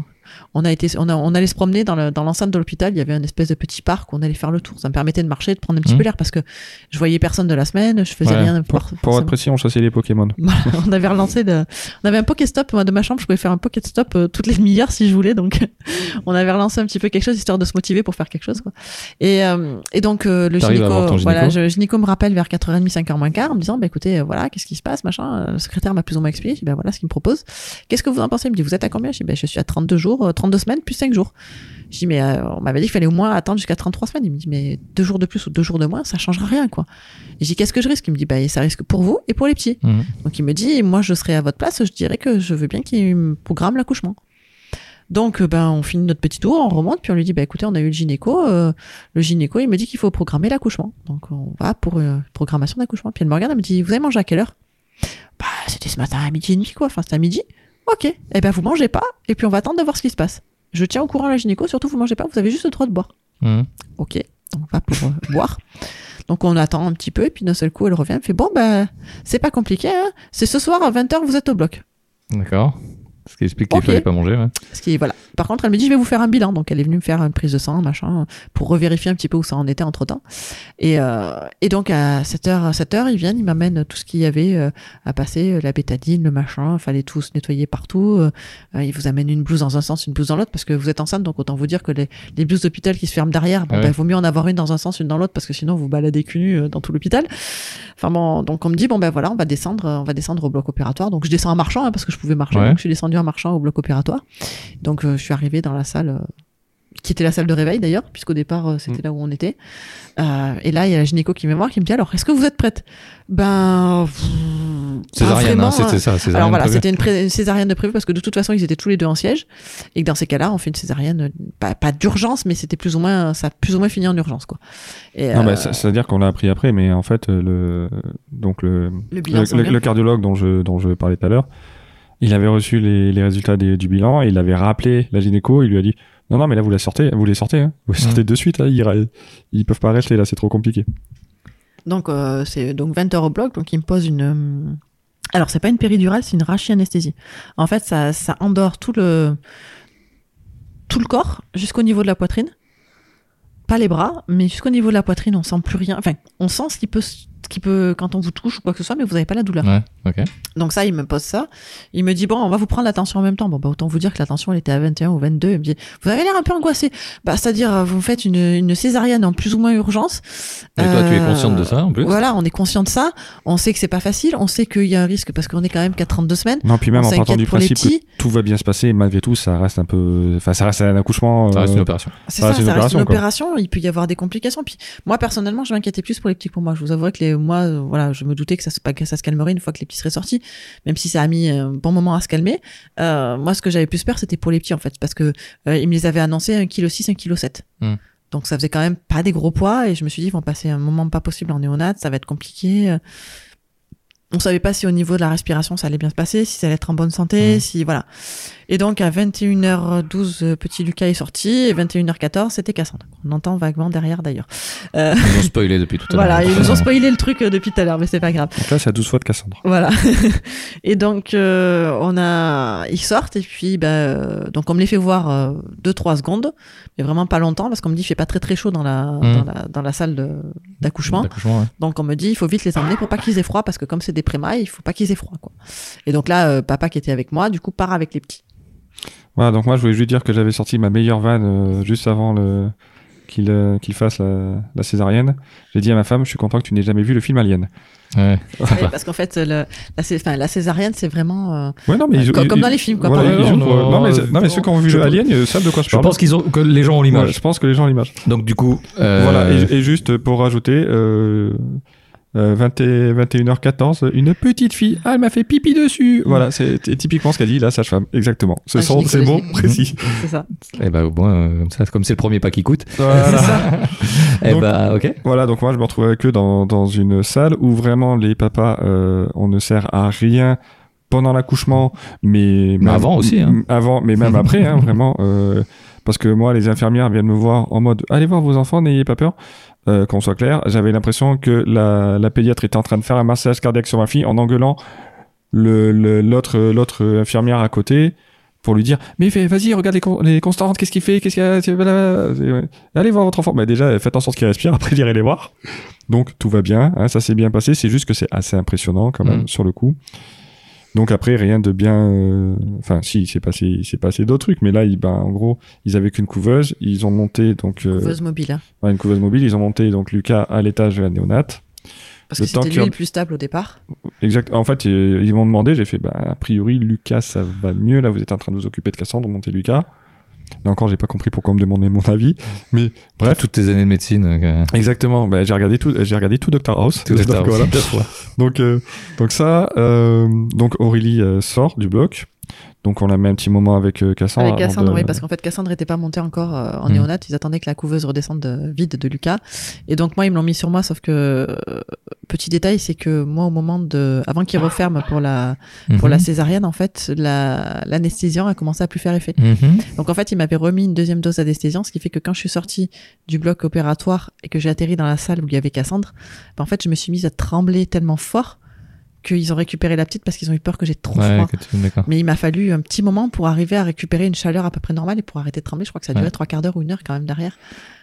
C: on a été on, a- on allait se promener dans le- dans l'enceinte de l'hôpital, il y avait un espèce de petit parc, où on allait faire le tour. Ça me permettait de marcher, de prendre un petit
B: Mhm.
C: peu l'air parce que je voyais personne de la semaine, je faisais
B: Ouais.
C: rien.
D: Mm. Pour,
C: par-
D: pour
C: forcément.
D: être précis, on chassait les Pokémon.
C: (laughs) Voilà, on avait relancé le... On avait un Pokéstop, moi, de ma chambre, je pouvais faire un Pokéstop euh, toutes les demi-heures si je voulais, donc (laughs) on avait relancé un petit peu quelque chose, histoire de se motiver pour faire quelque chose, quoi. Et, euh, et donc, euh, le
B: T'arrives à
C: gynéco,
B: voir ton
C: voilà,
B: gynéco
C: je, gynéco me rappelle vers 4h30, 5h moins quart, en me disant, bah écoutez, euh, voilà, qu'est-ce qui se passe, machin, Euh, le secrétaire m'a plus ou moins expliqué, je dis, bah voilà ce qu'il me propose. Qu'est-ce que vous en pensez Il me dit, vous êtes à combien Je dis, bah je suis à 32 jours, euh, 32 semaines, plus 5 jours. Je dis, mais euh, on m'avait dit qu'il fallait au moins attendre jusqu'à 33 semaines. Il me dit, mais deux jours de plus ou deux jours de moins, ça changera rien, quoi. Et je dis, qu'est-ce que je risque Il me dit, bah ça risque pour vous et pour les petits.
B: Mhm.
C: Donc il me dit, moi je serai à votre place, je dirais que je veux bien qu'il me programme l'accouchement. Donc euh, ben on finit notre petit tour, on remonte, puis on lui dit, bah écoutez, on a eu le gynéco, euh, le gynéco il me dit qu'il faut programmer l'accouchement. Donc on va pour euh, programmation d'accouchement. Puis elle me regarde, elle me dit, vous avez mangé à quelle heure Bah c'était ce matin à midi et demi quoi, enfin c'était à midi. Ok, eh ben vous mangez pas, et puis on va attendre de voir ce qui se passe. Je tiens au courant la gynéco, surtout vous mangez pas, vous avez juste le droit de boire.
B: Hmm.
C: Ok, donc on va pour euh, boire. Donc on attend un petit peu, et puis d'un seul coup, elle revient, elle fait Bon, ben, c'est pas compliqué, hein. c'est ce soir à 20h, vous êtes au bloc.
B: D'accord. Ce qui explique qu'il
C: Ok. Ah,
B: fallait pas manger. ouais.
C: Ce qui, voilà. Par contre, elle me dit, je vais vous faire un bilan. Donc, elle est venue me faire une prise de sang, machin, pour revérifier un petit peu où ça en était entre temps. Et, euh, et donc, à 7h, 7h, ils viennent, ils m'amènent tout ce qu'il y avait euh, à passer, euh, la bétadine, le machin, fallait tout se nettoyer partout. Euh, euh, ils vous amènent une blouse dans un sens, une blouse dans l'autre, parce que vous êtes enceinte, donc autant vous dire que les, les blouses d'hôpital qui se ferment derrière, bon,
B: Ah
C: ben,
B: ouais.
C: vaut mieux en avoir une dans un sens, une dans l'autre, parce que sinon, vous baladez cul nu euh, dans tout l'hôpital. Enfin bon, donc on me dit bon ben voilà, on va descendre, euh, on va descendre au bloc opératoire. Donc je descends en marchant hein, parce que je pouvais marcher,
B: Ouais.
C: donc je suis descendu en marchant au bloc opératoire. Donc euh, je suis arrivé dans la salle. euh, qui était la salle de réveil d'ailleurs, puisqu'au départ euh,
B: Mm.
C: c'était là où on était. Euh, et là il y a la gynéco qui me voit, qui me dit alors est-ce que vous êtes prête Ben pff, pas
B: Césarienne,
C: vraiment,
B: hein, c'était
C: hein.
B: ça. Césarienne
C: Alors voilà,
B: prévue.
C: c'était une, pré- une césarienne de prévu parce que de toute façon ils étaient tous les deux en siège et que dans ces cas-là on fait une césarienne euh, pas, pas d'urgence mais c'était plus ou moins ça a plus ou moins fini en urgence quoi. Et,
D: Non,
C: euh,
D: bah, ça- c'est-à-dire qu'on l'a appris après, mais en fait, euh, le, donc le,
C: le bilan
D: le,
C: sanguin.
D: le- le cardiologue dont je, dont je parlais tout à l'heure, il avait reçu les, les résultats des- du bilan, il avait rappelé la gynéco, il lui a dit Non, non, mais là, vous la sortez, vous les sortez, hein. vous les
C: Mm.
D: sortez de suite, là, ils, ra- ils peuvent pas rester, là, c'est trop compliqué.
C: Donc euh, c'est donc 20 heures au bloc, donc il me pose une. euh, Alors c'est pas une péridurale, c'est une rachianesthésie. En fait, ça, ça endort tout le tout le corps jusqu'au niveau de la poitrine. Pas les bras, mais jusqu'au niveau de la poitrine, on sent plus rien. Enfin, on sent ce qui peut, s- ce qui peut quand on vous touche ou quoi que ce soit, mais vous n'avez pas la douleur.
B: Ouais, ok.
C: Donc ça, il me pose ça. Il me dit, bon, on va vous prendre la tension en même temps. Bon, bah, autant vous dire que la tension, elle était à 21 ou 22. Il me dit, vous avez l'air un peu angoissé. Bah, c'est-à-dire, euh, vous me faites une, une césarienne en plus ou moins urgence.
B: Et toi, tu es
C: Euh,
B: consciente de ça en plus
C: Voilà, on est conscient de ça. On sait que c'est pas facile. On sait qu'il y a un risque parce qu'on est quand même qu'à 32 semaines.
D: Non, puis
C: On
D: même en partant
C: s'inquiète
D: du
C: pour les
D: principe que
C: petits.
D: tout va bien se passer, malgré tout, ça reste un peu. Enfin, ça reste un accouchement.
B: Ça reste
D: euh,
B: une opération.
C: C'est
D: Ah,
C: ça,
D: c'est une
C: ça reste une
D: opération,
C: opération. Il peut y avoir des complications. Puis moi, personnellement, je m'inquiétais plus pour les petits que pour moi. Je vous avouerai que les, moi, euh, voilà, je me doutais que ça se, pas- que ça se calmerait une fois que les petits seraient sortis. Même si ça a mis un bon moment à se calmer. Euh, moi, ce que j'avais plus peur, c'était pour les petits, en fait. Parce que euh, ils me les avaient annoncés 1,6 kg, 1,7 kg.
B: Hmm.
C: Donc ça faisait quand même pas des gros poids. Et je me suis dit, ils vont passer un moment pas possible en néonat. Ça va être compliqué. Euh, On savait pas si au niveau de la respiration ça allait bien se passer, si ça allait être en bonne santé,
B: Hmm.
C: si voilà. Et donc à 21h12, euh, petit Lucas est sorti, et 21h14, c'était Cassandre. On entend vaguement derrière d'ailleurs. Euh,
B: Ils nous ont spoilé depuis tout à l'heure.
C: voilà, ils nous ont spoilé le truc euh, depuis tout à l'heure, mais c'est pas grave.
D: Donc là, c'est à 12 fois de Cassandre.
C: Voilà. (laughs) et donc euh, on a, ils sortent et puis bah, euh, donc on me les fait voir euh, deux trois secondes, mais vraiment pas longtemps parce qu'on me dit il fait pas très très chaud dans la dans la, dans la salle de- d'accouchement.
B: D'accouchement, ouais.
C: Donc on me dit il faut vite les emmener pour pas qu'ils aient froid parce que comme c'est des prémailles, il faut pas qu'ils aient froid quoi. Et donc là euh, papa qui était avec moi du coup part avec les petits.
D: Voilà, donc moi je voulais juste dire que j'avais sorti ma meilleure vanne euh, juste avant le qu'il euh, qu'il fasse la, la césarienne. J'ai dit à ma femme, je suis content que tu n'aies jamais vu le film Alien.
B: Ouais.
C: Oui, parce qu'en fait, le- la, cé- enfin, la césarienne, c'est vraiment euh,
D: Ouais, non, mais ils-
C: comme,
D: ils-
C: comme dans
D: ils-
C: les films. Quoi,
D: voilà,
C: par
B: ouais,
D: ils
C: exemple.
D: ont-
B: non, non,
D: non, mais,
B: euh,
D: non, mais ceux qui ont vu
B: je
D: le
B: pense-
D: Alien ils savent de quoi je,
B: Je
D: parle.
B: pense qu'ils ont que les gens ont
D: Ouais,
B: l'image.
D: je pense que les gens ont l'image.
B: Donc du coup, euh,
D: Voilà, et, et juste pour rajouter, euh, euh, 20 et- 21h14, une petite fille, ah, elle m'a fait pipi dessus. Voilà, c'est t- typiquement ce qu'a dit la sage-femme, exactement. Ce
C: Ah,
D: sont ces mots
C: gynécologie.
D: précis.
C: C'est ça.
B: eh ben, au moins, euh, comme ça, comme c'est le premier pas qui coûte,
D: Voilà.
B: eh
D: Donc-
B: ben, ok.
D: Voilà, donc moi je me retrouve avec eux dans, dans une salle où vraiment les papas, euh, on ne sert à rien pendant l'accouchement, mais, même-
B: avant aussi, hein.
D: m- Avant, mais même
B: (laughs)
D: après, hein, vraiment. euh, parce que moi, les infirmières viennent me voir en mode allez voir vos enfants, n'ayez pas peur. Euh, qu'on soit clair, j'avais l'impression que la, la pédiatre était en train de faire un massage cardiaque sur ma fille en engueulant le- le- l'autre l'autre infirmière à côté pour lui dire mais fais- vas-y regarde les, con- les constantes qu'est-ce qu'il fait qu'est-ce qu'il y a c'est- blablabla. C'est- ouais. allez voir votre enfant bah déjà faites en sorte qu'il respire (laughs) après irez les voir donc tout va bien hein, ça s'est bien passé c'est juste que c'est assez impressionnant quand même
B: Mm.
D: sur le coup donc après rien de bien euh, enfin si il s'est passé il s'est passé d'autres trucs mais là il, bah, en gros ils avaient qu'une couveuse ils ont monté donc euh,
C: Couveuse mobile. hein.
D: ouais, une couveuse mobile ils ont monté donc Lucas à l'étage de la néonate
C: Parce
D: le
C: que
D: temps
C: c'était
D: qu'il y en-
C: lui le plus stable au départ.
D: Exact. En fait, euh, ils m'ont demandé, j'ai fait, bah, a priori, Lucas, ça va mieux. Là, vous êtes en train de vous occuper de Cassandre, montez Lucas. Là encore, j'ai pas compris pourquoi on me demandait mon avis. Mais bref.
B: toutes tes années de médecine. euh,
D: Exactement. Bah, j'ai regardé tout, j'ai regardé tout Dr House.
B: Tout à
D: Donc, voilà.
B: Deux fois.
D: Donc, euh, donc ça, euh, donc Aurélie euh, sort du bloc. Donc, on la met un petit moment avec euh, Cassandre.
C: Avec
D: avant
C: Cassandre,
D: de-
C: oui, parce qu'en fait, Cassandre n'était pas montée encore euh, en
B: Hmm.
C: néonat. Ils attendaient que la couveuse redescende euh, vide de Lucas. Et donc, moi, ils me l'ont mis sur moi, sauf que, euh, petit détail, c'est que moi, au moment de. Avant qu'il referme pour la,
B: Mhm.
C: pour
D: Hmm.
C: la césarienne, en fait, la- l'anesthésiant a commencé à plus faire effet.
B: Mhm.
C: Donc en fait, il m'avait remis une deuxième dose d'anesthésiant, ce qui fait que quand je suis sortie du bloc opératoire et que j'ai atterri dans la salle où il y avait Cassandre, ben, en fait, je me suis mise à trembler tellement fort qu'ils ont récupéré la petite parce qu'ils ont eu peur que j'ai trop
B: Ouais,
C: froid.
B: que tu- d'accord.
C: Mais il m'a fallu un petit moment pour arriver à récupérer une chaleur à peu près normale et pour arrêter de trembler. Je crois que ça a duré
B: Ouais.
C: trois quarts d'heure ou une heure quand même derrière.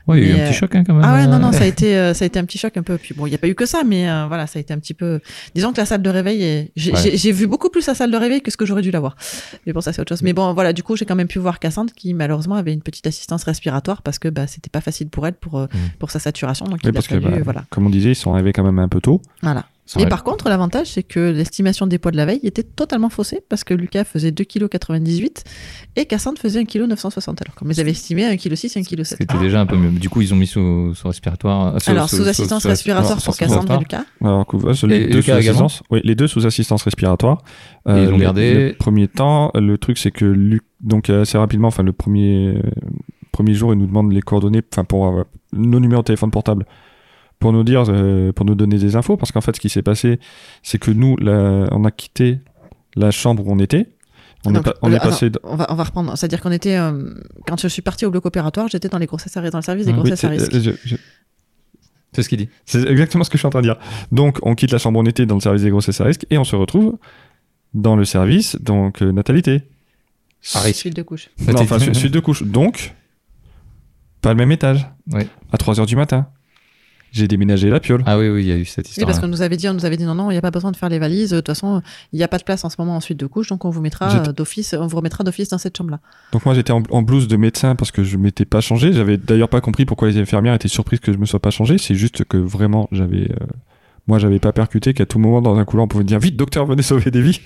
B: Ouais, il y a eu
C: Mais,
B: un
C: euh,
B: petit choc hein, quand même.
C: Ah ouais, non, non,
B: euh,
C: ça a été, euh, ça a été un petit choc un peu. Puis bon, il n'y a pas eu que ça, mais euh, voilà, ça a été un petit peu. Disons que la salle de réveil, est- j'ai
B: Ouais.
C: j'ai- j'ai vu beaucoup plus la salle de réveil que ce que j'aurais dû la voir. Mais bon, ça c'est autre chose. Mais bon, voilà, du coup, j'ai quand même pu voir Cassandre qui malheureusement avait une petite assistance respiratoire parce que bah, c'était pas facile pour elle pour, euh,
B: Mhm.
C: pour sa saturation. Donc
D: Mm. Oui,
C: il a
D: parce que,
C: fallu,
D: bah,
C: euh, voilà.
D: Comme on disait, ils sont arrivés quand même un peu tôt.
C: voilà.
D: Ils sont
C: Et
D: arrivés-
C: par contre, l'avantage, c'est que l'estimation des poids de la veille était totalement faussée parce que Lucas faisait 2,98 kg et Cassandre faisait 1,960 kg alors qu'on les avait estimés à 1,6 kg et 1,7 kg.
B: C'était déjà un peu mieux. Du coup, ils ont mis sous, sous respiratoire. euh,
C: Alors, sous assistance respiratoire pour Cassandre et Lucas.
D: Alors, que- ah, celui-
B: Et- et
D: deux sous
B: Lucas également
D: assistance. Oui, les deux sous assistance respiratoire.
B: Et ils l'ont
D: le-
B: gardé.
D: Le premier temps, le truc c'est que Luc, donc euh, assez rapidement, enfin le premier euh, premier jour, il nous demande les coordonnées, enfin pour euh, nos numéros de téléphone portable, pour nous dire, euh, pour nous donner des infos, parce qu'en fait, ce qui s'est passé, c'est que nous, la- on a quitté la chambre où on était. On
C: Donc,
D: est, pas- on
C: le-
D: est passé. d-
C: On va, on va reprendre. C'est-à-dire qu'on était, euh, quand je suis partie au bloc opératoire, j'étais dans les grossesses à risque, dans le service des
B: Oui,
D: Oui,
C: grossesses à
D: c'est-
C: risque.
D: euh, je- je-
B: C'est ce qu'il dit.
D: C'est exactement ce que je suis en train de dire. Donc, on quitte la chambre où on était dans le service des grossesses à risque et on se retrouve dans le service, donc euh, natalité.
B: À risque.
C: Suite de couche.
B: Bah, (laughs)
D: Non, enfin, su- suite de couche. Donc, pas le même étage.
B: Ouais.
D: À 3h du matin. J'ai déménagé la piole.
B: Ah oui, oui, il y a eu cette
C: Oui,
B: histoire.
C: parce qu'on nous avait dit, on nous avait dit non, non, il n'y a pas besoin de faire les valises. De toute façon, il n'y a pas de place en ce moment en suite de couche, donc on vous mettra
D: J'étais-
C: euh, d'office, on vous remettra d'office dans cette chambre-là.
D: Donc, moi, j'étais en, en blouse de médecin parce que je m'étais pas changé. J'avais d'ailleurs pas compris pourquoi les infirmières étaient surprises que je me sois pas changé. C'est juste que vraiment, j'avais. euh, moi, j'avais pas percuté qu'à tout moment, dans un couloir, on pouvait dire Vite, docteur, venez sauver des vies.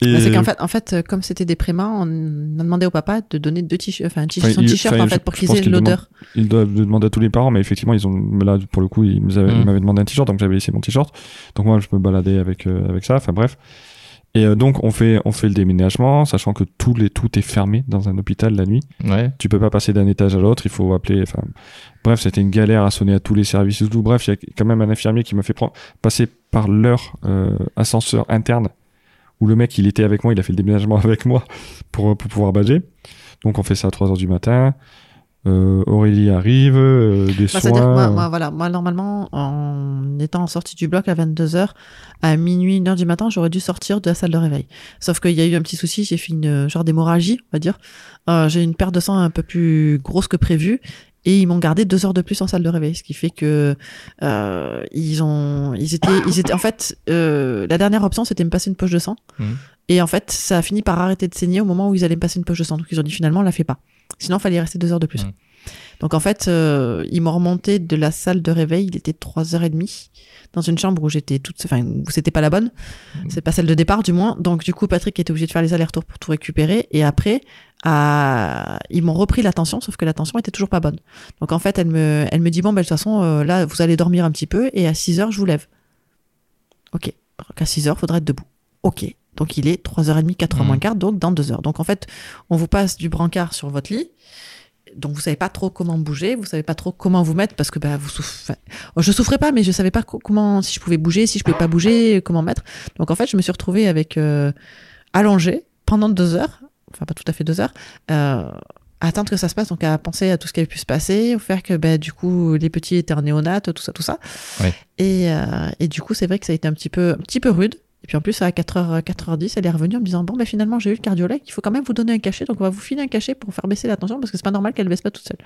D: Et-
C: Mais C'est qu'en fait, en fait, euh, comme c'était des prémas, on a demandé au papa de donner deux t-shirts, enfin, un t-shirt,
D: Enfin,
C: son
D: il-
C: t-shirt
D: enfin,
C: en
D: je-
C: fait pour
D: je
C: qu'ils
D: pense
C: aient
D: qu'il
C: l'odeur.
D: Ils doivent le demander à tous les parents, mais effectivement, ils ont mais là pour le coup, ils m'avaient
B: Mm.
D: ils m'avaient demandé un t-shirt, donc j'avais laissé mon t-shirt. Donc moi, je me baladais avec euh, avec ça. Enfin bref. Et euh, donc on fait on fait le déménagement, sachant que tout les tout est fermé dans un hôpital la nuit.
B: Ouais.
D: Tu peux pas passer d'un étage à l'autre. Il faut appeler. Enfin bref, c'était une galère à sonner à tous les services. et Tout bref, il y a quand même un infirmier qui m'a fait prendre passer par leur euh, ascenseur interne où le mec il était avec moi, il a fait le déménagement (laughs) avec moi pour pour pouvoir badger. Donc on fait ça à 3 heures du matin. Euh, Aurélie arrive, euh, des
C: Enfin, Bah,
D: soins.
C: C'est-à-dire que moi,
D: euh,
C: moi, voilà, moi, normalement, en étant sortie du bloc à 22h, à minuit, 1h du matin, j'aurais dû sortir de la salle de réveil. Sauf qu'il y a eu un petit souci, j'ai fait une euh, genre d'hémorragie, on va dire. Euh, j'ai eu une perte de sang un peu plus grosse que prévu. Et ils m'ont gardé deux heures de plus en salle de réveil, ce qui fait que euh, ils ont, ils étaient, ils étaient en fait, euh, la dernière option c'était me passer une poche de sang,
D: Mmh.
B: Mhm.
C: et en fait ça a fini par arrêter de saigner au moment où ils allaient me passer une poche de sang, donc ils ont dit finalement on la fait pas, sinon fallait rester deux heures de plus.
B: Mhm.
C: Donc en fait euh, ils m'ont remonté de la salle de réveil, il était trois heures et demie dans une chambre où j'étais toute, enfin où c'était pas la bonne, c'est pas celle de départ du moins, donc du coup Patrick était obligé de faire les allers-retours pour tout récupérer, et après à- ils m'ont repris la tension, sauf que la tension était toujours pas bonne. Donc en fait, elle me, elle me dit bon, ben, de toute façon, euh, là, vous allez dormir un petit peu et à 6 heures, je vous lève. Ok. Donc à 6 heures, faudra être debout. Ok. Donc il est 3h30, 4h moins
B: Mhm.
C: quart, donc dans 2 heures. Donc en fait, on vous passe du brancard sur votre lit. Donc vous savez pas trop comment bouger, vous savez pas trop comment vous mettre parce que bah vous souffrez. Je souffrais pas, mais je savais pas co- comment si je pouvais bouger, si je pouvais pas bouger, comment mettre. Donc en fait, je me suis retrouvée avec euh, allongée pendant deux heures, enfin pas tout à fait deux heures, euh, à attendre que ça se passe, donc à penser à tout ce qui avait pu se passer, au faire que ben, du coup les petits étaient en néonate, tout ça, tout ça.
B: Ouais.
C: Et, euh, et du coup, c'est vrai que ça a été un petit peu, un petit peu rude. Et puis en plus, à euh, 4h, 4h10, elle est revenue en me disant Bon, ben finalement, j'ai eu le cardiologue, il faut quand même vous donner un cachet, donc on va vous filer un cachet pour faire baisser la tension parce que c'est pas normal qu'elle baisse pas toute seule.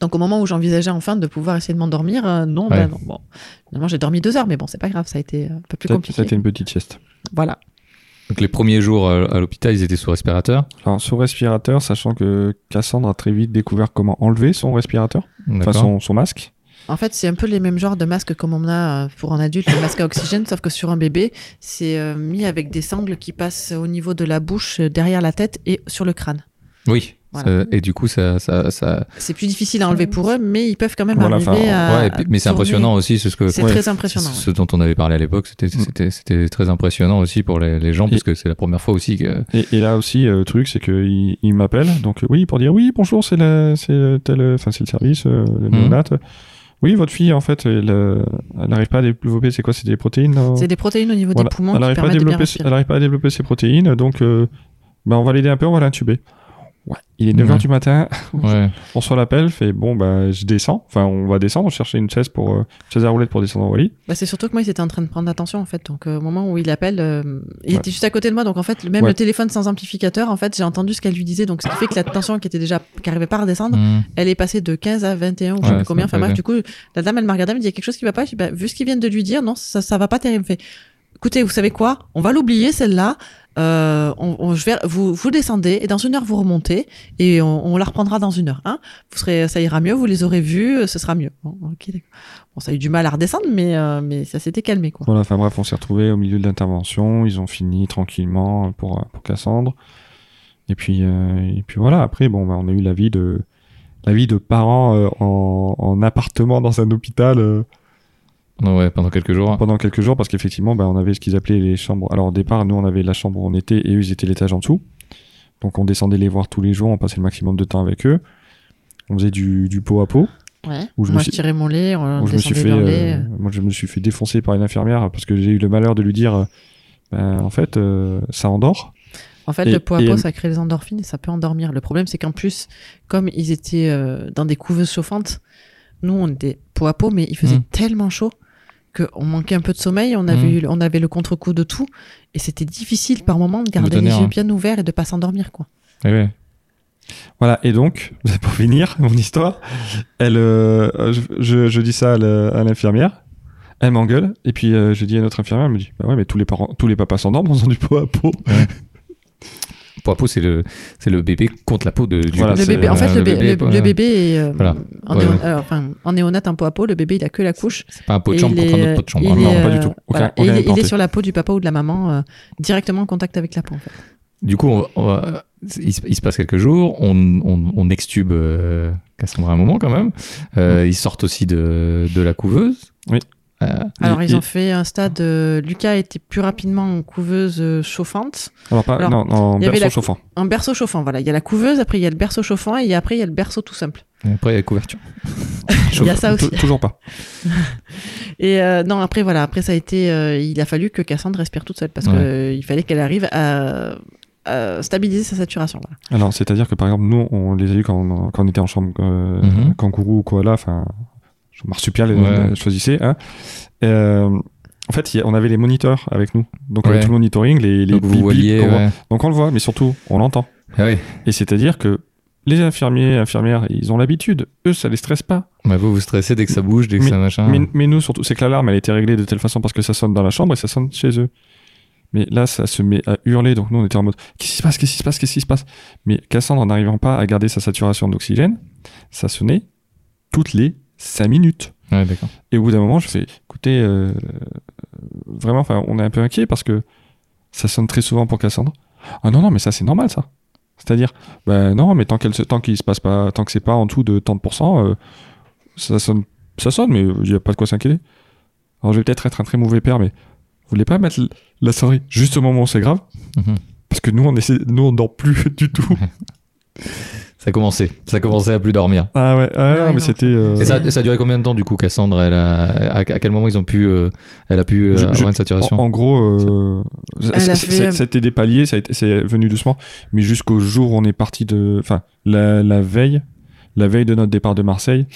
C: Donc au moment où j'envisageais enfin de pouvoir essayer de m'endormir, euh, non,
B: Ouais.
C: ben non. Bon, finalement, j'ai dormi deux heures, mais bon, c'est pas grave, ça a été euh, un peu plus
D: ça- ça a
C: compliqué.
D: été une petite sieste.
C: Voilà.
B: Donc les premiers jours euh, à l'hôpital, ils étaient sous respirateur.
D: Alors, sous respirateur, sachant que Cassandre a très vite découvert comment enlever son respirateur, enfin
B: D'accord.
D: son, son masque.
C: En fait, c'est un peu les mêmes genres de masques comme on a euh, pour un adulte, le masque à oxygène, sauf que sur un bébé, c'est euh, mis avec des sangles qui passent au niveau de la bouche, euh, derrière la tête et sur le crâne.
B: Oui.
C: Voilà.
B: Ça- Et du coup, ça, ça, ça...
C: C'est plus difficile à enlever pour eux, mais ils peuvent quand même
D: Voilà,
C: arriver
D: enfin,
C: à.
B: ouais, et puis- mais c'est
C: Euh, tourner.
B: impressionnant aussi, c'est ce que
C: C'est
D: Ouais.
C: très impressionnant.
B: Ce dont on avait parlé à l'époque, c'était- c'était c'était très impressionnant aussi pour les, les gens,
D: Mm. Et-
B: puisque c'est la première fois aussi que.
D: Et, et là aussi, euh, le truc, c'est qu'il il, m'appelle, donc euh, oui, pour dire oui, bonjour, c'est la- c'est euh, tel, euh, enfin, c'est le service, euh, le
B: Mhm.
D: néonat. Oui, votre fille, en fait, elle euh, elle n'arrive pas à développer, c'est quoi, c'est des protéines non
C: ouais. C'est des protéines au niveau
D: Voilà.
C: des poumons
D: elle
C: qui
D: n'arrive pas, à
C: permettent de bien
D: développer-
C: respirer.
D: ben, elle arrive pas à développer ses protéines, donc euh, bah, on va l'aider un peu, on va l'intuber. Ouais, il est 9h
B: Ouais.
D: du matin,
B: Ouais.
D: on soit l'appel, fait bon, bah, je descends. Enfin, on va descendre, chercher une chaise pour, euh, chaise à roulettes pour descendre en Wally.
C: Bah, c'est surtout que moi, il était en train de prendre attention, en fait. Donc, euh, au moment où il appelle, euh, il
D: Ouais.
C: était juste à côté de moi. Donc, en fait, même
D: Ouais.
C: le téléphone sans amplificateur, en fait, j'ai entendu ce qu'elle lui disait. Donc, ce qui fait que la tension qui était déjà, qui arrivait pas à redescendre,
B: Mmh.
C: elle est passée de 15 à 21 ou je sais
B: Ouais,
C: plus combien.
B: c'est
C: Enfin,
B: un peu
C: bref, du coup, la dame, elle m'a regardé, elle me dit, il y a quelque chose qui va pas. Je dis, bah, vu ce qu'ils viennent de lui dire, non, ça, ça va pas terrible. Elle me fait, écoutez, vous savez quoi? On va l'oublier, celle-là. Euh, on, on- je vais, vous, vous descendez et dans une heure vous remontez et on, on la reprendra dans une heure. Hein vous serez, ça ira mieux, vous les aurez vus, euh, ce sera mieux. Bon, ok, d'accord. Bon, ça a eu du mal à redescendre, mais, euh, mais ça s'était calmé quoi.
D: Voilà, enfin bref, on s'est retrouvés au milieu de l'intervention. Ils ont fini tranquillement pour, euh, pour Cassandre. Et puis, euh, et puis voilà, après, bon, bah, on a eu la vie de, la vie de parents euh, en, en appartement dans un hôpital euh,
B: Non, ouais, pendant quelques jours.
D: pendant quelques jours parce qu'effectivement, bah, on avait ce qu'ils appelaient les chambres. Alors au départ, nous, on avait la chambre où on était et eux, ils étaient l'étage en dessous. Donc on descendait les voir tous les jours, on passait le maximum de temps avec eux. On faisait du, du pot à pot.
C: Ouais.
D: Où je me
C: Moi je
D: suis-
C: tirais mon lait, on
D: Moi, je me suis
C: descendait
D: fait,
C: leur
D: euh,
C: lait.
D: moi, je me suis fait défoncer par une infirmière parce que j'ai eu le malheur de lui dire, euh, Ben, en fait, euh, ça endort.
C: En fait,
D: Et-
C: le pot à
D: et
C: pot,
D: elle-
C: ça crée des endorphines et ça peut endormir. Le problème, c'est qu'en plus, comme ils étaient euh, dans des couveuses chauffantes, nous, on était pot à pot, mais il faisait
B: Mm.
C: tellement chaud qu'on manquait un peu de sommeil. On avait,
B: Mm.
C: eu- on avait le contre-coup de tout et c'était difficile par moment de garder
B: tenir,
C: les yeux
B: hein.
C: bien ouverts et de pas s'endormir, quoi.
B: Ouais, ouais.
D: Voilà. Et donc, (laughs) pour finir mon histoire, elle, euh, je, je- je dis ça à la- à l'infirmière. Elle m'engueule. Et puis, euh, je dis à notre infirmière, elle me dit, bah ouais, mais tous les parents, tous les papas s'endorment en faisant du pot à pot.
B: Pour la peau, c'est le, c'est le bébé contre la peau de, du
D: Voilà, Ah,
C: le
D: c'est-
C: bébé, en fait,
B: euh,
C: le, bé- le-
B: voilà.
C: le bébé est, euh,
B: Voilà.
C: en,
B: Ouais,
C: néon-
B: ouais.
C: euh, enfin, en néonate, un pot à pot, le bébé, il a que la couche.
B: C'est pas un pot de
C: Et
B: chambre
C: il
B: contre un
C: est-
B: autre pot de chambre.
C: il
B: hein.
C: est,
D: Non,
B: Non.
D: pas
C: euh,
D: du tout. Aucun-
C: voilà. Et
D: aucun
C: il est- il est
D: implanté.
C: sur la peau du papa ou de la maman, euh, directement en contact avec la peau. en fait.
B: Du coup, on- on va- il, se, il se passe quelques jours, on, on, on extube euh, Cassandra un moment quand même. Euh, Ils sortent aussi de, de la couveuse.
D: Mm. Oui.
B: Euh,
C: Alors,
D: Et-
C: ils
D: et-
C: ont fait un stade. euh, Lucas était plus rapidement en couveuse euh, chauffante,
D: Alors, pas,
C: Alors,
D: non, en
C: il y avait
D: berceau
C: la-
D: chauffant.
C: un berceau chauffant. Voilà, il y a la couveuse, après il y a le berceau chauffant et après il y a le berceau tout simple.
B: et après, il y a la couverture.
C: (laughs) Il y a ça
D: Tou-
C: aussi.
D: Toujours pas.
C: Et euh, non, après voilà, après ça a été, euh, il a fallu que Cassandre respire toute seule parce
B: Ouais.
C: que euh, il fallait qu'elle arrive à, à stabiliser sa saturation. voilà.
D: Alors, c'est-à-dire que par exemple, nous, on les a eu quand on, quand on était en chambre euh,
B: Mhm.
D: kangourou ou koala, enfin, marsupial,
B: Ouais.
D: euh, choisissez. Hein. Euh, en fait, il y a- on avait les moniteurs avec nous. Donc, on avait
B: Ouais.
D: tout le monitoring, les, les
B: Donc, vous
D: bip, bip
B: voiliez.
D: qu'on voit.
B: ouais.
D: Donc, on le voit, mais surtout, on l'entend.
B: Ah oui.
D: Et c'est-à-dire que les infirmiers, infirmières, ils ont l'habitude. Eux, ça les stresse pas.
B: Bah, vous, vous stressez dès que ça bouge, dès que ça machin.
D: Mais, mais nous, surtout, c'est que l'alarme, elle était réglée de telle façon parce que ça sonne dans la chambre et ça sonne chez eux. Mais là, ça se met à hurler. Donc, nous, on était en mode Qu'est-ce qui se passe Qu'est-ce qui se passe Qu'est-ce qui se passe Mais Cassandre, en n'arrivant pas à garder sa saturation d'oxygène, ça sonnait toutes les 5 minutes.
B: Ouais, d'accord.
D: Et au bout d'un moment, je fais Écoutez, euh, euh, vraiment, enfin, on est un peu inquiet parce que ça sonne très souvent pour Cassandre. Ah non, non, mais ça, c'est normal, ça. C'est-à-dire, ben non, mais tant qu'elle se- tant qu'il se passe pas, tant que c'est pas en dessous de tant de pourcents, euh, ça sonne, ça sonne, mais il y a pas de quoi s'inquiéter. Alors je vais peut-être être un très mauvais père, mais vous voulez pas mettre l- la sonnerie juste au moment où c'est grave
B: Mhm.
D: Parce que nous, on essaie, nous, on dort plus (laughs) du tout.
B: Ça commençait. Ça commençait à plus dormir.
D: Ah ouais, ah
C: Ouais,
D: non,
C: non.
D: mais c'était. euh,
B: Et ça, ça a duré combien de temps du coup, Cassandre elle a, à, à quel moment ils ont pu, euh, elle a pu euh,
D: Je- je-
B: avoir une
D: en,
B: saturation
D: en gros, euh,
C: Elle a
D: ça-
C: fait-
D: ça- c'était des paliers, ça a été- c'est venu doucement, mais jusqu'au jour où on est parti de, enfin, la, la veille, la veille de notre départ de Marseille,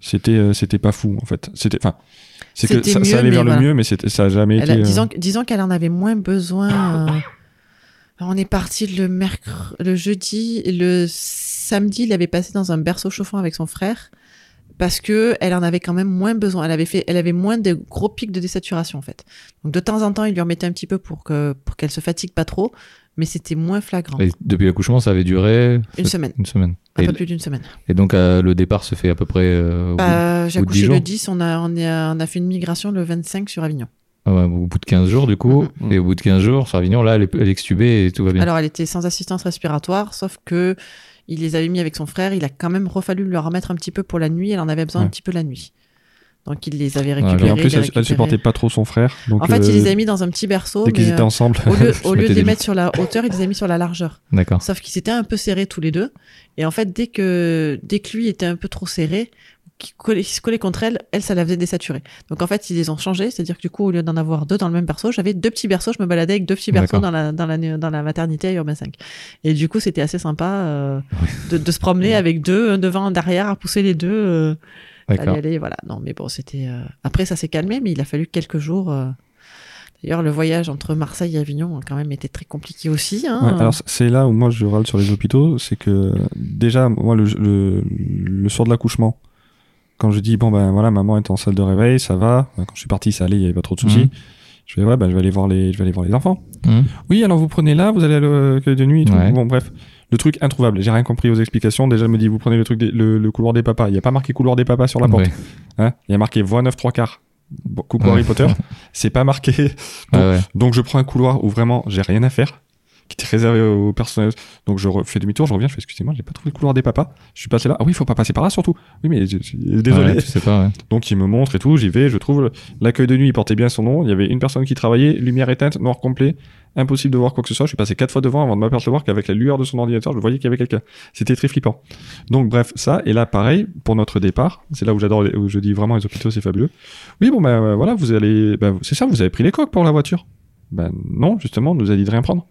D: c'était, euh, c'était pas fou en fait. C'était, enfin, c'est que
C: C'était
D: ça, ça
C: mieux,
D: allait vers
C: mais
D: le
C: voilà.
D: mieux, mais c'était- ça a jamais
C: Elle
D: été.
C: a-
D: euh,
C: disons que- disons qu'elle en avait moins
B: Ah,
C: besoin. euh, on est parti le mercredi, le jeudi, le samedi, il avait passé dans un berceau chauffant avec son frère parce que elle en avait quand même moins besoin. Elle avait fait, elle avait moins de gros pics de désaturation en fait. Donc de temps en temps, il lui en mettait un petit peu pour que pour qu'elle se fatigue pas trop, mais c'était moins flagrant.
B: Et depuis l'accouchement, ça avait duré
C: Une semaine,
B: une semaine.
C: un
B: Et,
C: peu plus d'une semaine.
B: et donc euh, le départ se fait à peu près. euh, au bout-
C: Bah, J'ai
B: au bout de dix
C: accouché le
B: jours.
C: 10, on a, on, est à- on a fait une migration le 25 sur Avignon.
B: Ah ouais, au bout de 15 jours, du coup.
D: Mhm.
B: Et au bout de 15 jours, sur Avignon, là, elle est, elle est extubée et tout va bien.
C: Alors, elle était sans assistance respiratoire, sauf que il les avait mis avec son frère. Il a quand même refallu leur remettre un petit peu pour la nuit. Elle en avait besoin
D: Ouais.
C: un petit peu la nuit. Donc, il les avait
B: Ouais,
C: récupérés.
D: Et en
C: il
D: plus,
C: les
D: elle, elle
C: récupérait.
D: supportait pas trop son frère. Donc,
C: En fait, il les
D: euh,
C: a mis dans un petit berceau.
D: Dès qu'ils
C: mais,
D: étaient
C: euh,
D: ensemble.
C: au
D: (laughs)
C: lieu,
D: je
C: au lieu
D: mettais
C: de les
D: des-
C: mettre sur la hauteur, il les a mis sur la largeur.
B: D'accord.
C: Sauf qu'ils étaient un peu serrés tous les deux. Et en fait, dès que, dès que lui était un peu trop serré, qui, collaient- qui se collaient contre elle, elle, ça la faisait désaturer. Donc en fait, ils les ont changés, c'est-à-dire que du coup, au lieu d'en avoir deux dans le même berceau, j'avais deux petits berceaux, je me baladais avec deux petits berceaux
B: D'accord.
C: dans la, dans, la, nu- dans la maternité à Urbain 5. Et du coup, c'était assez sympa euh, de, de se promener avec deux, un devant, un derrière, à pousser les deux. euh, Allez,
B: D'accord.
C: allez, voilà. Non, mais bon, c'était. euh, Après, ça s'est calmé, mais il a fallu quelques jours. euh, D'ailleurs, le voyage entre Marseille et Avignon a quand même été très compliqué aussi. Hein.
D: Ouais,
B: Ah.
D: alors c- c'est là où moi je râle sur les hôpitaux, c'est que déjà moi le, le, le soir de l'accouchement, quand je dis bon ben voilà maman est en salle de réveil, ça va, quand je suis parti ça allait, il y avait pas trop de soucis.
B: Mhm.
D: Je vais ouais ben je vais aller voir les je vais aller voir les enfants.
B: Mhm.
D: Oui alors vous prenez là, vous allez à l'accueil de nuit. et tout.
B: Ouais.
D: Bon bref le truc introuvable, j'ai rien compris aux explications. Déjà elle me dit vous prenez le truc des- le, le couloir des papas, il y a pas marqué couloir des papas sur la porte,
B: Ouais.
D: hein. il y a marqué voie 9 3 quarts. Bon, coucou
B: Ouais. (laughs)
D: Harry Potter, c'est pas marqué
B: Ah ouais.
D: donc je prends un couloir où vraiment j'ai rien à faire, qui était réservé au personnel. Donc je re- fais demi-tour, je reviens, je fais excusez-moi, j'ai pas trouvé le couloir des papas. Je suis passé là. Ah oui, faut pas passer par là surtout. Oui, mais je- je- désolé.
B: Ouais, tu sais pas, ouais.
D: Donc il me montre et tout, j'y vais, je trouve le- l'accueil de nuit, il portait bien son nom. Il y avait une personne qui travaillait, lumière éteinte, noir complet, impossible de voir quoi que ce soit. Je suis passé quatre fois devant avant de m'apercevoir qu'avec la lueur de son ordinateur, je voyais qu'il y avait quelqu'un. C'était très flippant. Donc bref, ça et là pareil pour notre départ. C'est là où j'adore, les- où je dis vraiment les hôpitaux, c'est fabuleux. Oui bon ben euh, voilà, vous allez, ben, c'est ça, vous avez pris les coques pour la voiture. Ben non, justement, on nous a dit de rien prendre.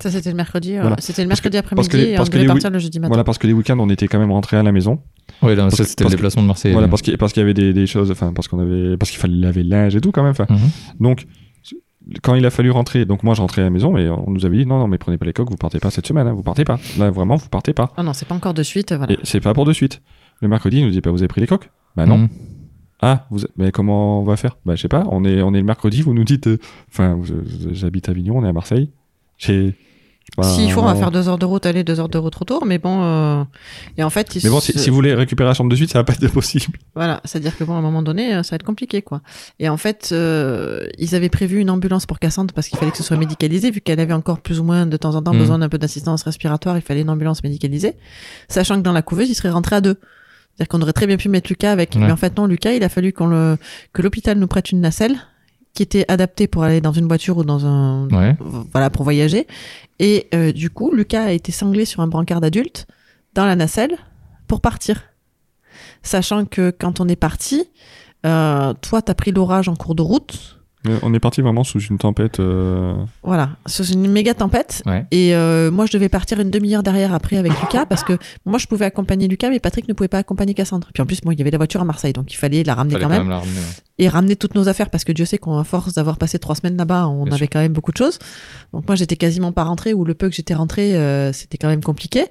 C: Ça, c'était le mercredi. euh,
D: Voilà.
C: C'était le
D: Parce que-
C: mercredi
D: parce
C: après-midi
D: que les-
C: et on
D: parce que
C: devait
D: les-
C: partir le jeudi matin.
D: Voilà parce que les week-ends, on était quand même rentrés à la maison.
B: Ouais, non,
D: Parce
B: ça
D: que-
B: c'était le
D: parce que-
B: déplacement de Marseille.
D: Voilà, parce qu'il parce qu'il y avait des, des choses, enfin, parce qu'on avait, parce qu'il fallait laver le linge et tout quand même. enfin.
B: Mhm.
D: Donc, quand il a fallu rentrer, donc moi je rentrais à la maison, mais on nous avait dit non, non, mais prenez pas les coques, vous partez pas cette semaine, hein, vous partez pas. Là, vraiment, vous partez pas.
C: Ah non, c'est pas encore de suite. Voilà.
D: Et c'est pas pour de suite. Le mercredi, il nous dit pas, vous avez pris les coques Bah non.
B: Mhm.
D: Ah, vous, mais comment on va faire Bah je sais pas, on est, on est le mercredi, vous nous dites, euh, enfin, vous- vous- j'habite à Avignon, on est à Marseille. J'ai. enfin,
C: S'il faut, on va faire deux heures de route aller, deux heures de route retour. Mais bon, euh, et en fait, ils
D: Mais bon,
C: se-
D: si, si vous voulez récupérer la chambre de suite, ça va pas
C: (laughs)
D: être possible.
C: Voilà, c'est-à-dire que bon, à un moment donné, euh, ça va être compliqué, quoi. Et en fait, euh, ils avaient prévu une ambulance pour Cassandre parce qu'il fallait que ce soit médicalisé, vu qu'elle avait encore plus ou moins de temps en temps
B: Mhm.
C: besoin d'un peu d'assistance respiratoire, il fallait une ambulance médicalisée, sachant que dans la couveuse, il serait rentré à deux. C'est-à-dire qu'on aurait très bien pu mettre Lucas avec,
B: Ouais.
C: mais en fait non, Lucas, il a fallu qu'on le que l'hôpital nous prête une nacelle qui était adaptée pour aller dans une voiture ou dans un
B: Ouais.
C: voilà pour voyager. Et euh, du coup, Lucas a été sanglé sur un brancard d'adulte dans la nacelle pour partir. Sachant que quand on est parti, euh, toi, t'as pris l'orage en cours de route.
D: Euh, On est parti vraiment sous une tempête. euh,
C: Voilà, c'est une méga tempête.
B: Ouais.
C: Et euh, moi, je devais partir une demi-heure derrière après avec Lucas parce que moi, je pouvais accompagner Lucas, mais Patrick ne pouvait pas accompagner Cassandre. Puis en plus, moi, il y avait la voiture à Marseille, donc il fallait la ramener
B: Fallait
C: quand même.
B: la ramener, ouais.
C: et ramener toutes nos affaires parce que Dieu sait qu'à force d'avoir passé trois semaines là-bas, on
B: Bien
C: avait quand même beaucoup de choses. Donc moi, j'étais quasiment pas rentrée ou le peu que j'étais rentrée, euh, c'était quand même compliqué.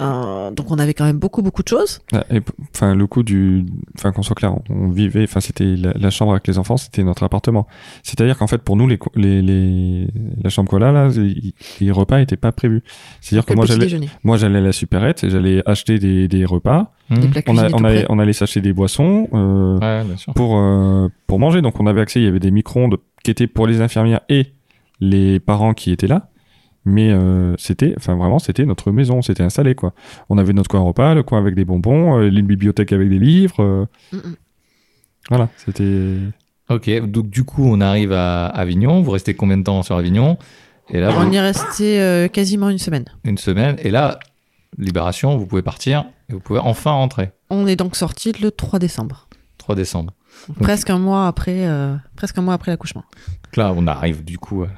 C: Euh, donc on avait quand même beaucoup beaucoup de choses.
D: Ah, et p- Enfin, le coup du, enfin qu'on soit clair, on- on vivait, enfin c'était la, la chambre avec les enfants, c'était notre appartement. C'est-à-dire qu'en fait pour nous les co- les, les la chambre cola là, les, les repas étaient pas prévus. C'est-à-dire que
C: le
D: moi
C: petit
D: j'allais
C: déjeuner,
D: moi j'allais à la supérette, et j'allais acheter des, des repas,
C: des
B: Mhm.
C: plats
D: on, a-
C: cuisinés tout
D: on allait
C: prêts.
D: on allait s'acheter des boissons euh,
B: Ouais, bien sûr.
D: pour euh, pour manger. Donc on avait accès, il y avait des micro-ondes qui étaient pour les infirmières et les parents qui étaient là. Mais euh, c'était, enfin vraiment, c'était notre maison, c'était installé quoi. On avait notre coin repas, le coin avec des bonbons, euh, une bibliothèque avec des livres. euh,
C: Mm, mm.
D: voilà, c'était.
B: Ok, donc du coup, on arrive à Avignon. Vous restez combien de temps sur Avignon Et là,
C: On
B: vous-
C: y est resté euh, quasiment une semaine.
B: une semaine. Et là, libération, vous pouvez partir et vous pouvez enfin rentrer.
C: On est donc sorti le 3 décembre,
B: 3 décembre.
C: Donc, presque un mois après, euh, presque un mois après l'accouchement.
B: Donc là, on arrive du coup à-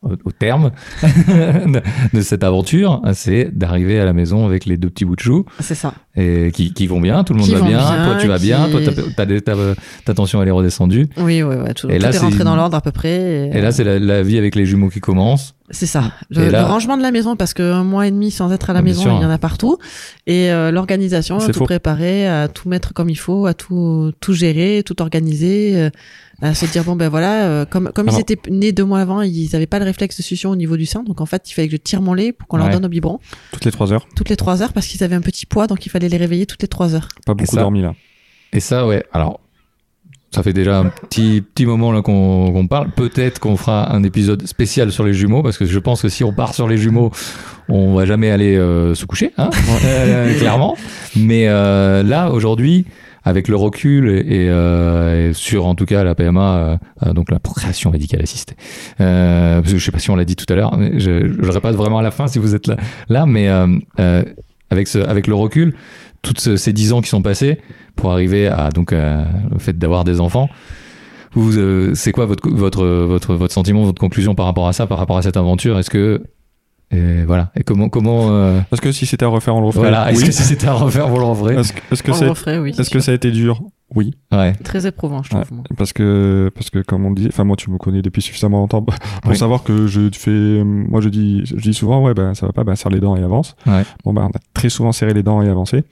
B: au, au terme (laughs) de, de cette aventure. Ah, C'est d'arriver à la maison avec les deux petits bouts de chou
C: Ah, C'est ça.
B: et qui, qui vont bien. Tout le monde
C: Qui
B: va
C: vont
B: bien.
C: bien,
B: Toi, tu vas
C: qui-
B: bien. Toi, t'as- t'as des- t'as- euh, ta tension, elle est redescendue.
C: Oui, oui, oui. Tout,
B: Et
C: tout
B: là,
C: est
B: c'est
C: rentré
B: une-
C: dans l'ordre à peu près.
B: Et là, c'est la, la vie avec les jumeaux qui commence.
C: C'est ça. Le,
B: Et là-
C: le rangement de la maison, parce qu'un mois et demi sans être à la
B: Ah, bien
C: maison,
B: sûr.
C: il y en a partout. Et euh, l'organisation,
D: C'est
C: tout
D: faux.
C: préparer, à tout mettre comme il faut, à tout, tout gérer, tout organiser, euh, à se dire, bon ben voilà, euh, comme, comme ils
D: Alors-
C: étaient nés deux mois avant, ils n'avaient pas le réflexe de succion au niveau du sein, donc en fait, il fallait que je tire mon lait pour qu'on
B: Ouais.
C: leur donne au biberon
D: Toutes les trois heures,
C: toutes les trois heures, parce qu'ils avaient un petit poids, donc il fallait les réveiller toutes les trois heures.
D: pas beaucoup
B: ça
D: dormi là.
B: Et ça, ouais. Alors, ça fait déjà un petit, petit moment là qu'on qu'on parle. Peut-être qu'on fera un épisode spécial sur les jumeaux, parce que je pense que si on part sur les jumeaux, on va jamais aller euh, se coucher, hein, euh, (laughs) clairement. Mais euh, là, aujourd'hui, avec le recul et, et, euh, et sur en tout cas la PMA, euh, euh, donc la procréation médicale assistée, euh, parce que je sais pas si on l'a dit tout à l'heure, mais je, je le répète vraiment à la fin si vous êtes là, là mais euh, euh, avec, ce, avec le recul, toutes ce- ces dix ans qui sont passés pour arriver à donc à- au fait d'avoir des enfants. Vous, euh, c'est quoi votre votre votre votre sentiment, votre conclusion par rapport à ça, par rapport à cette aventure Est-ce que et voilà. Et comment comment euh,
D: Parce que si c'était à refaire, on le referait.
B: voilà Est-ce
D: Oui.
B: que si c'était à refaire, vous le referez
D: Est-ce que- est-ce que
C: On
D: c'est
C: le referait, oui.
D: est-ce que ça a été dur Oui.
B: Ouais.
C: Très éprouvant, je trouve. moi.
D: Parce que, parce que comme on le dit, enfin moi tu me connais depuis suffisamment longtemps pour (laughs)
B: Oui.
D: savoir que je fais, euh, moi je dis, je dis souvent ouais ben ça va pas, ben serre les dents et avance.
B: Ouais.
D: Bon ben on a très souvent serré les dents et avancé.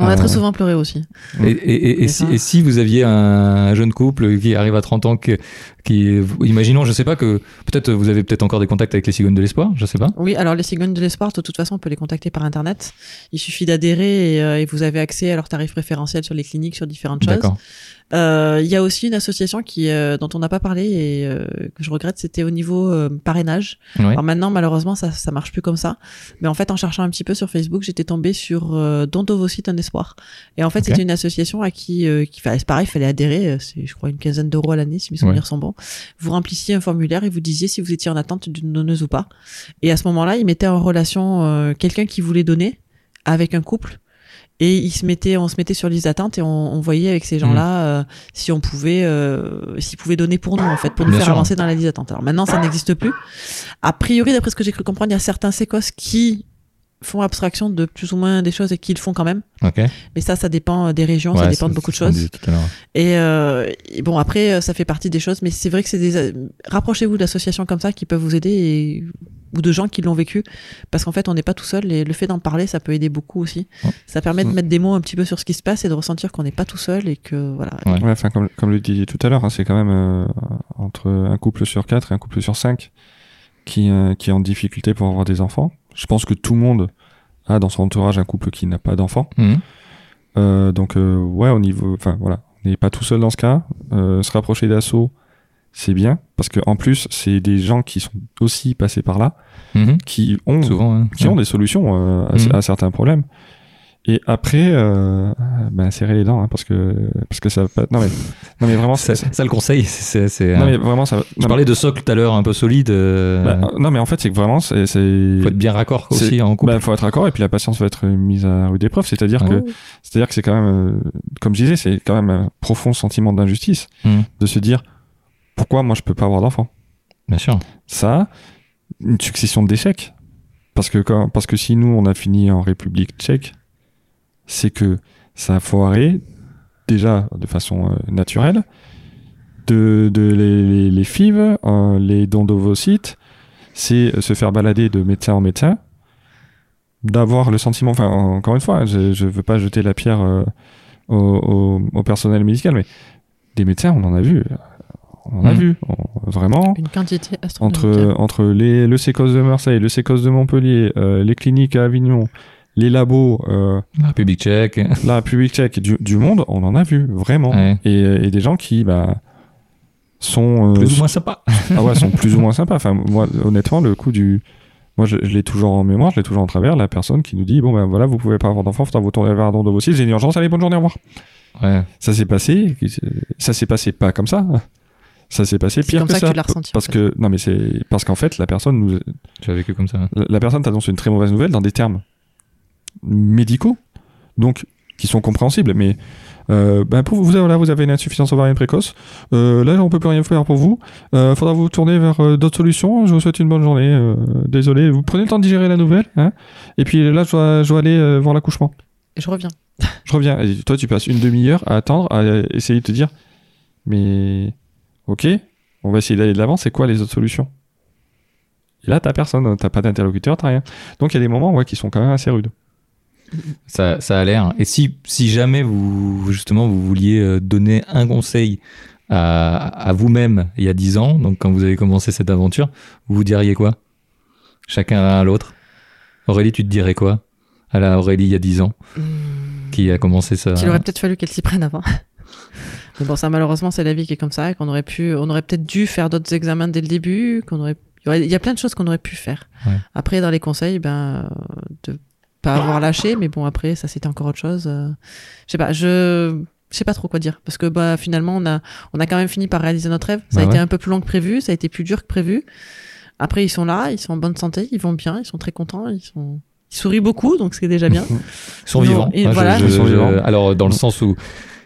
C: On
D: Euh,
C: a très souvent pleuré aussi.
D: Mm.
B: Et, et- et- et
C: Mais
B: si,
C: ça-
B: et si vous aviez un, un jeune couple qui arrive à 30 ans, que- qui, imaginons, je sais pas que peut-être vous avez peut-être encore des contacts avec les cigognes de l'espoir, je sais pas.
C: Oui, alors les cigognes de l'espoir, de toute façon, on peut les contacter par Internet. Il suffit d'adhérer et, euh, et vous avez accès à leurs tarifs préférentiels sur les cliniques, sur différentes choses.
B: D'accord.
C: Euh, Il y a aussi une association qui, euh, dont on n'a pas parlé et euh, que je regrette, c'était au niveau euh, parrainage.
B: Ouais.
C: Alors maintenant, malheureusement, ça, ça marche plus comme ça. Mais en fait, en cherchant un petit peu sur Facebook, j'étais tombée sur euh, Dontovocite un espoir. Et en fait,
B: Ok.
C: c'était une association à qui, euh, qui enfin, c'est pareil, il fallait adhérer. euh, C'est, je crois, une quinzaine d'euros à l'année, si mes souvenirs sont bons. Vous remplissiez un formulaire et vous disiez si vous étiez en attente d'une donneuse ou pas. Et à ce moment-là, ils mettaient en relation euh, quelqu'un qui voulait donner avec un couple. Et ils se mettaient, on se mettait sur liste d'attente et on, on voyait avec ces
B: Mmh.
C: gens-là euh, si on pouvait, euh, s'ils pouvaient donner pour nous en fait, pour nous
B: Bien
C: faire
B: sûr.
C: avancer dans la liste d'attente. Alors maintenant, ça n'existe plus. A priori, d'après ce que j'ai cru comprendre, il y a certains sécos qui font abstraction de plus ou moins des choses et qui le font quand même.
B: Ok.
C: Mais ça, ça dépend euh, des régions, ça
B: Ouais,
C: dépend de
B: c'est-
C: beaucoup de
B: c'est ce qu'on
C: choses.
B: disait tout à l'heure.
C: Et, euh, et bon, après, euh, ça fait partie des choses, mais c'est vrai que c'est des. euh, Rapprochez-vous d'associations comme ça qui peuvent vous aider et- ou de gens qui l'ont vécu, parce qu'en fait, on n'est pas tout seul et le fait d'en parler, ça peut aider beaucoup aussi.
B: Ouais.
C: Ça permet de
D: Mm.
C: mettre des mots un petit peu sur ce qui se passe et de ressentir qu'on n'est pas tout seul et que voilà.
B: Ouais.
D: Ouais, enfin comme comme le disiez tout à l'heure, hein, c'est quand même euh, entre un couple sur quatre et un couple sur cinq qui euh, qui est en difficulté pour avoir des enfants. Je pense que tout le monde a dans son entourage un couple qui n'a pas d'enfants.
B: Mhm.
D: Euh, donc euh, ouais au niveau enfin voilà on n'est pas tout seul dans ce cas Euh, se rapprocher d'assaut c'est bien parce que en plus c'est des gens qui sont aussi passés par là
B: Mhm.
D: qui ont
B: Souvent. hein.
D: qui ont des solutions euh, à,
B: Mhm.
D: à certains problèmes et après euh, ben serrer les dents hein, parce que parce que ça va pas non mais non mais vraiment
B: Ça,
D: c'est-
B: ça, le conseil, c'est. c'est- c'est,
D: non
B: euh,
D: mais vraiment ça va-
B: Je
D: non,
B: parlais de socle tout à l'heure, un peu solide. euh,
D: bah, non mais en fait c'est que vraiment c'est c'est-
B: faut être bien raccord
D: c'est-
B: aussi en couple. Ah
D: bah, faut être d'accord et puis la patience va être mise à rude épreuve c'est-à-dire
B: Ouais.
D: que C'est-à-dire que c'est quand même, euh, comme je disais, c'est quand même un profond sentiment d'injustice
B: Mm.
D: de se dire pourquoi moi je peux pas avoir d'enfant.
B: Bien sûr.
D: Ça, une succession d'échecs. Parce que quand, parce que si nous on a fini en République Tchèque, c'est que ça a foiré déjà de façon euh, naturelle de, de les, les, les FIV, euh, les dons d'ovocytes, c'est euh, se faire balader de médecin en médecin, d'avoir le sentiment, enfin en- encore une fois, hein, je je veux pas jeter la pierre euh, au, au- au personnel médical, mais des médecins, on en a vu, euh, on en a
B: Mhm.
D: vu, on- vraiment.
C: Une quantité astronomique.
D: Entre, entre les, le sécos de Marseille, le sécos de Montpellier, euh, les cliniques à Avignon, les labos, euh,
B: La République tchèque.
D: la République tchèque du, du monde, on en a vu, vraiment.
B: Ouais.
D: Et, euh, et des gens qui bah, sont, euh,
B: Plus ou moins sympa.
D: ah ouais, sont plus ou moins sympas. Enfin, moi, honnêtement, le coup du. Moi, je, je l'ai toujours en mémoire, je l'ai toujours en travers, la personne qui nous dit Bon, ben voilà, vous pouvez pas avoir d'enfant, faut vous tourner vers un don de vos cils, j'ai une urgence, allez, bonne journée, au revoir.
B: Ouais.
D: Ça s'est passé, ça s'est passé pas comme ça. Ça s'est passé
C: C'est
D: pire
C: comme
D: que
C: ça
D: ça.
C: que tu l'as ressenti, en
D: parce
C: fait.
D: que non mais c'est parce qu'en fait la personne nous
B: Tu as vécu comme ça.
D: la la personne t'annonce une très mauvaise nouvelle dans des termes médicaux, donc qui sont compréhensibles, mais euh, ben, pour vous, voilà, vous avez une insuffisance ovarienne précoce. Euh, là, on peut plus rien faire pour vous. Euh, faudra vous tourner vers euh, d'autres solutions. Je vous souhaite une bonne journée. Euh, désolé, vous prenez le temps de digérer la nouvelle. hein. Et puis là, je dois, je dois aller euh, voir l'accouchement.
C: Et je reviens.
D: Je reviens. Et toi, tu passes une demi-heure à attendre, à euh, essayer de te dire, mais ok, on va essayer d'aller de l'avant. C'est quoi les autres solutions Et là, t'as personne, t'as pas d'interlocuteur, t'as rien. Donc il y a des moments ouais, qui sont quand même assez rudes.
B: Ça, ça a l'air. Et si, si jamais vous, justement, vous vouliez euh, donner un conseil à, à vous-même il y a 10 ans, donc quand vous avez commencé cette aventure, vous vous diriez quoi Chacun à l'autre Aurélie, tu te dirais quoi À la Aurélie il y a 10 ans, qui a commencé ça.
C: Il aurait peut-être fallu qu'elle s'y prenne avant. (laughs) Mais bon, ça, malheureusement, c'est la vie qui est comme ça, et qu'on aurait pu, on aurait peut-être dû faire d'autres examens dès le début, qu'on aurait, il y aurait- il y a plein de choses qu'on aurait pu faire.
B: Ouais.
C: Après, dans les conseils, ben, euh, de pas avoir lâché, mais bon, après, ça, c'était encore autre chose. euh, Je sais pas, je, je sais pas trop quoi dire, parce que, bah, finalement, on a, on a quand même fini par réaliser notre rêve.
B: Bah
C: Ça a été
B: ouais.
C: un peu plus long que prévu, ça a été plus dur que prévu. Après, ils sont là, ils sont en bonne santé, ils vont bien, ils sont très contents, ils sont,
E: Il sourit beaucoup, donc ce qui est déjà
B: (laughs)
E: bien.
B: Ils sont
E: Non,
B: vivants.
E: et
B: hein, je-
E: voilà.
B: je-
D: Ah, Ils sont
B: je-
D: vivants.
B: alors, dans le sens où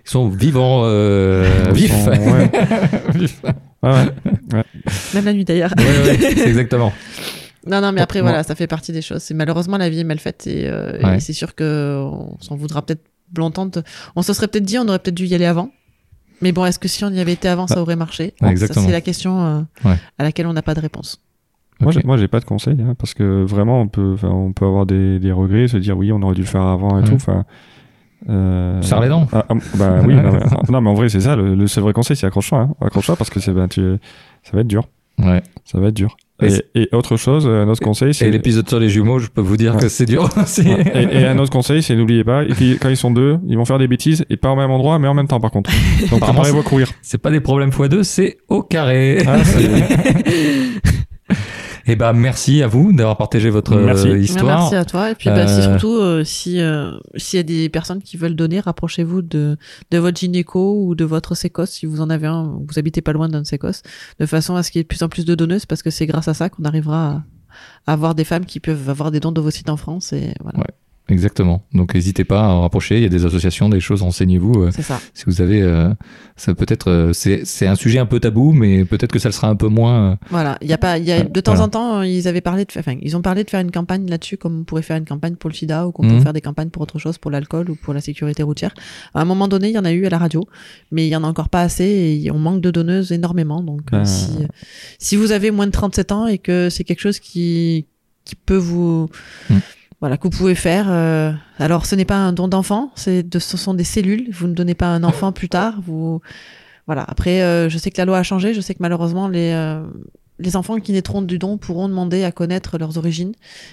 B: ils sont vivants, euh, vifs.
D: Ils sont-
B: (laughs)
D: ouais.
B: Vifs.
D: Ouais, ouais.
E: Même la nuit d'ailleurs.
B: Ouais, ouais,
C: (laughs)
B: c'est exactement.
C: Non, non, mais après,
D: Moi-
C: voilà, ça fait partie des choses. C'est malheureusement la vie est mal faite et, euh, et
B: Ouais.
C: c'est sûr que on s'en voudra peut-être longtemps. On se serait peut-être dit, on aurait peut-être dû y aller avant. Mais bon, est-ce que si on y avait été avant, ça aurait marché
B: Ouais,
C: Ça,
B: exactement.
C: C'est la question euh,
B: Ouais.
C: à laquelle on n'a pas de réponse.
D: Moi,
B: Ok.
D: j'ai- moi, j'ai pas de conseils, hein, parce que vraiment, on peut, enfin, on peut avoir des, des regrets, se dire oui, on aurait dû le faire avant et
B: Ouais.
D: tout. Enfin, euh...
B: Serre les dents.
D: Ah, ah, bah oui, non, mais, non, mais en vrai, c'est ça, le, le seul vrai conseil, c'est accroche-toi, hein. accroche-toi, parce que c'est, ben, tu, ça va être dur,
B: Ouais.
D: ça va être dur.
B: Et
D: Et, et autre chose, un autre conseil, c'est
B: Et l'épisode sur les jumeaux, je peux vous dire
D: Ouais.
B: que c'est dur. (laughs) C'est-
D: Ouais. Et, et un autre conseil, c'est n'oubliez pas, et puis, quand ils sont deux, ils vont faire des bêtises, et pas au même endroit, mais en même temps, par
B: (laughs)
D: contre. Donc,
B: Apparemment,
D: préparez-vous à courir.
B: C'est pas des problèmes x2, c'est au carré. (laughs)
D: Ah, c'est-
B: Et bah merci à vous d'avoir partagé votre euh,
D: Merci.
B: histoire.
C: Merci à toi. Et puis, bah, si
B: Euh,
C: surtout, euh, si euh, s'il y a des personnes qui veulent donner, rapprochez-vous de, de votre gynéco ou de votre sécos, si vous en avez un, vous habitez pas loin d'un sécos, de façon à ce qu'il y ait de plus en plus de donneuses, parce que c'est grâce à ça qu'on arrivera à avoir des femmes qui peuvent avoir des dons de vos sites en France. Et voilà,
B: Ouais. Exactement. Donc n'hésitez pas à en rapprocher. Il y a des associations, des choses. Renseignez-vous euh,
C: c'est ça.
B: si vous avez. euh, ça peut être. euh, c'est c'est un sujet un peu tabou, mais peut-être que ça le sera un peu moins. euh,
C: Voilà, il y a pas, il y a
B: Ouais,
C: de temps
B: voilà.
C: en temps, euh, ils avaient parlé de, fa- enfin, ils ont parlé de faire une campagne là-dessus, comme on pourrait faire une campagne pour le SIDA ou qu'on
B: Mhm.
C: peut faire des campagnes pour autre chose, pour l'alcool ou pour la sécurité routière. À un moment donné, il y en a eu à la radio, mais il y en a encore pas assez et on manque de donneuses énormément. Donc, euh,
D: Ben.
C: si, si vous avez moins de 37 ans et que c'est quelque chose qui qui peut vous
B: Mhm.
C: Voilà, que vous pouvez faire. euh, alors, ce n'est pas un don d'enfant, c'est de, ce sont des cellules. Vous ne donnez pas un enfant plus tard. Vous, voilà. Après, euh, je sais que la loi a changé. Je sais que malheureusement, les, euh, les enfants qui naîtront du don pourront demander à connaître leurs origines,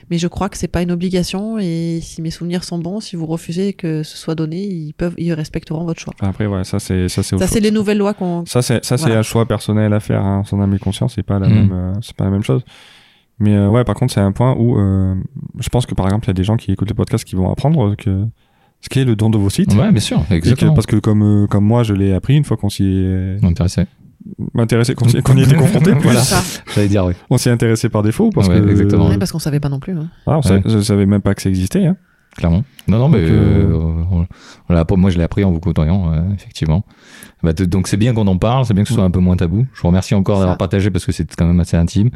C: mais je crois que c'est pas une obligation et si mes souvenirs sont bons, si vous refusez que ce soit donné, ils peuvent, ils respecteront votre choix.
D: Après, ouais, ça, c'est, ça, c'est autre
C: Ça, c'est
D: chose.
C: les nouvelles lois qu'on.
D: Ça, c'est, ça, c'est
C: Voilà.
D: un choix personnel à faire, hein. son âme et conscience, c'est pas la
B: Mm.
D: même, euh, c'est pas la même chose. Mais euh, ouais, par contre, c'est un point où euh, je pense que par exemple, il y a des gens qui écoutent le podcast qui vont apprendre que ce qu'est le don de vos sites.
B: Ouais, bien sûr.
D: Et que-
B: Exactement.
D: parce que comme euh, comme moi, je l'ai appris une fois qu'on s'y est
B: Intéressé.
D: intéressé, qu'on s'y, qu'on
B: (laughs)
D: y était confronté. plus.
B: Voilà.
C: Ça.
B: J'allais dire oui.
D: On s'y est intéressé par défaut parce
B: Ouais,
D: que
B: exactement.
C: Ouais, parce qu'on savait pas non plus. hein.
D: Ah, on sa-
B: Ouais.
D: je savais même pas que ça existait. Hein.
B: Clairement. Non, non, mais
D: Donc, euh,
B: euh, on- on l'a appris- moi je l'ai appris en vous côtoyant, ouais, effectivement. Bah, t- donc c'est bien qu'on en parle, c'est bien que ce
D: Mm.
B: soit un peu moins tabou. Je vous remercie encore
C: Ça. Mm.
B: d'avoir partagé parce que c'est quand même assez intime.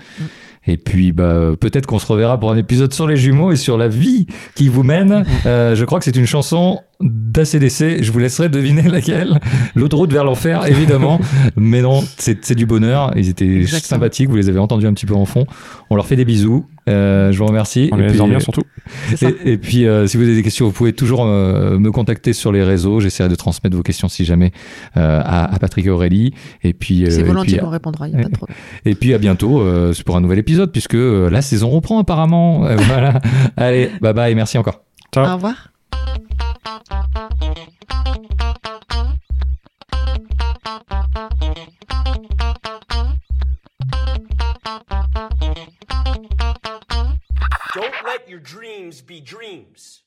B: Et puis bah, peut-être qu'on se reverra pour un épisode sur les jumeaux et sur la vie qui vous
C: Mm.
B: mène. Euh, je crois que c'est une chanson d'ACDC, je vous laisserai deviner (laughs) laquelle. L'autoroute vers l'enfer,
C: (laughs)
B: évidemment. mais non, c'est c'est du bonheur. Ils étaient
C: Exactement.
B: sympathiques, vous les avez entendus un petit peu en fond. On leur fait des bisous. Euh, je vous remercie.
D: On
B: Et
D: les laisse
B: puis-
D: dormir surtout.
C: C'est ça.
B: et, et puis, euh, si vous avez des questions, vous pouvez toujours euh, me contacter sur les réseaux. J'essaierai de transmettre vos questions, si jamais, euh, à, à Patrick et Aurélie. Et puis, euh,
C: C'est
B: et
C: volontiers
B: puis,
C: qu'on répondra. Y a pas de problème.
B: et puis à bientôt euh, pour un nouvel épisode, puisque euh, la saison reprend apparemment. (laughs) Euh, voilà. Allez, bye bye, et merci encore.
D: Ah.
C: Au revoir.
A: Don't let your dreams be dreams.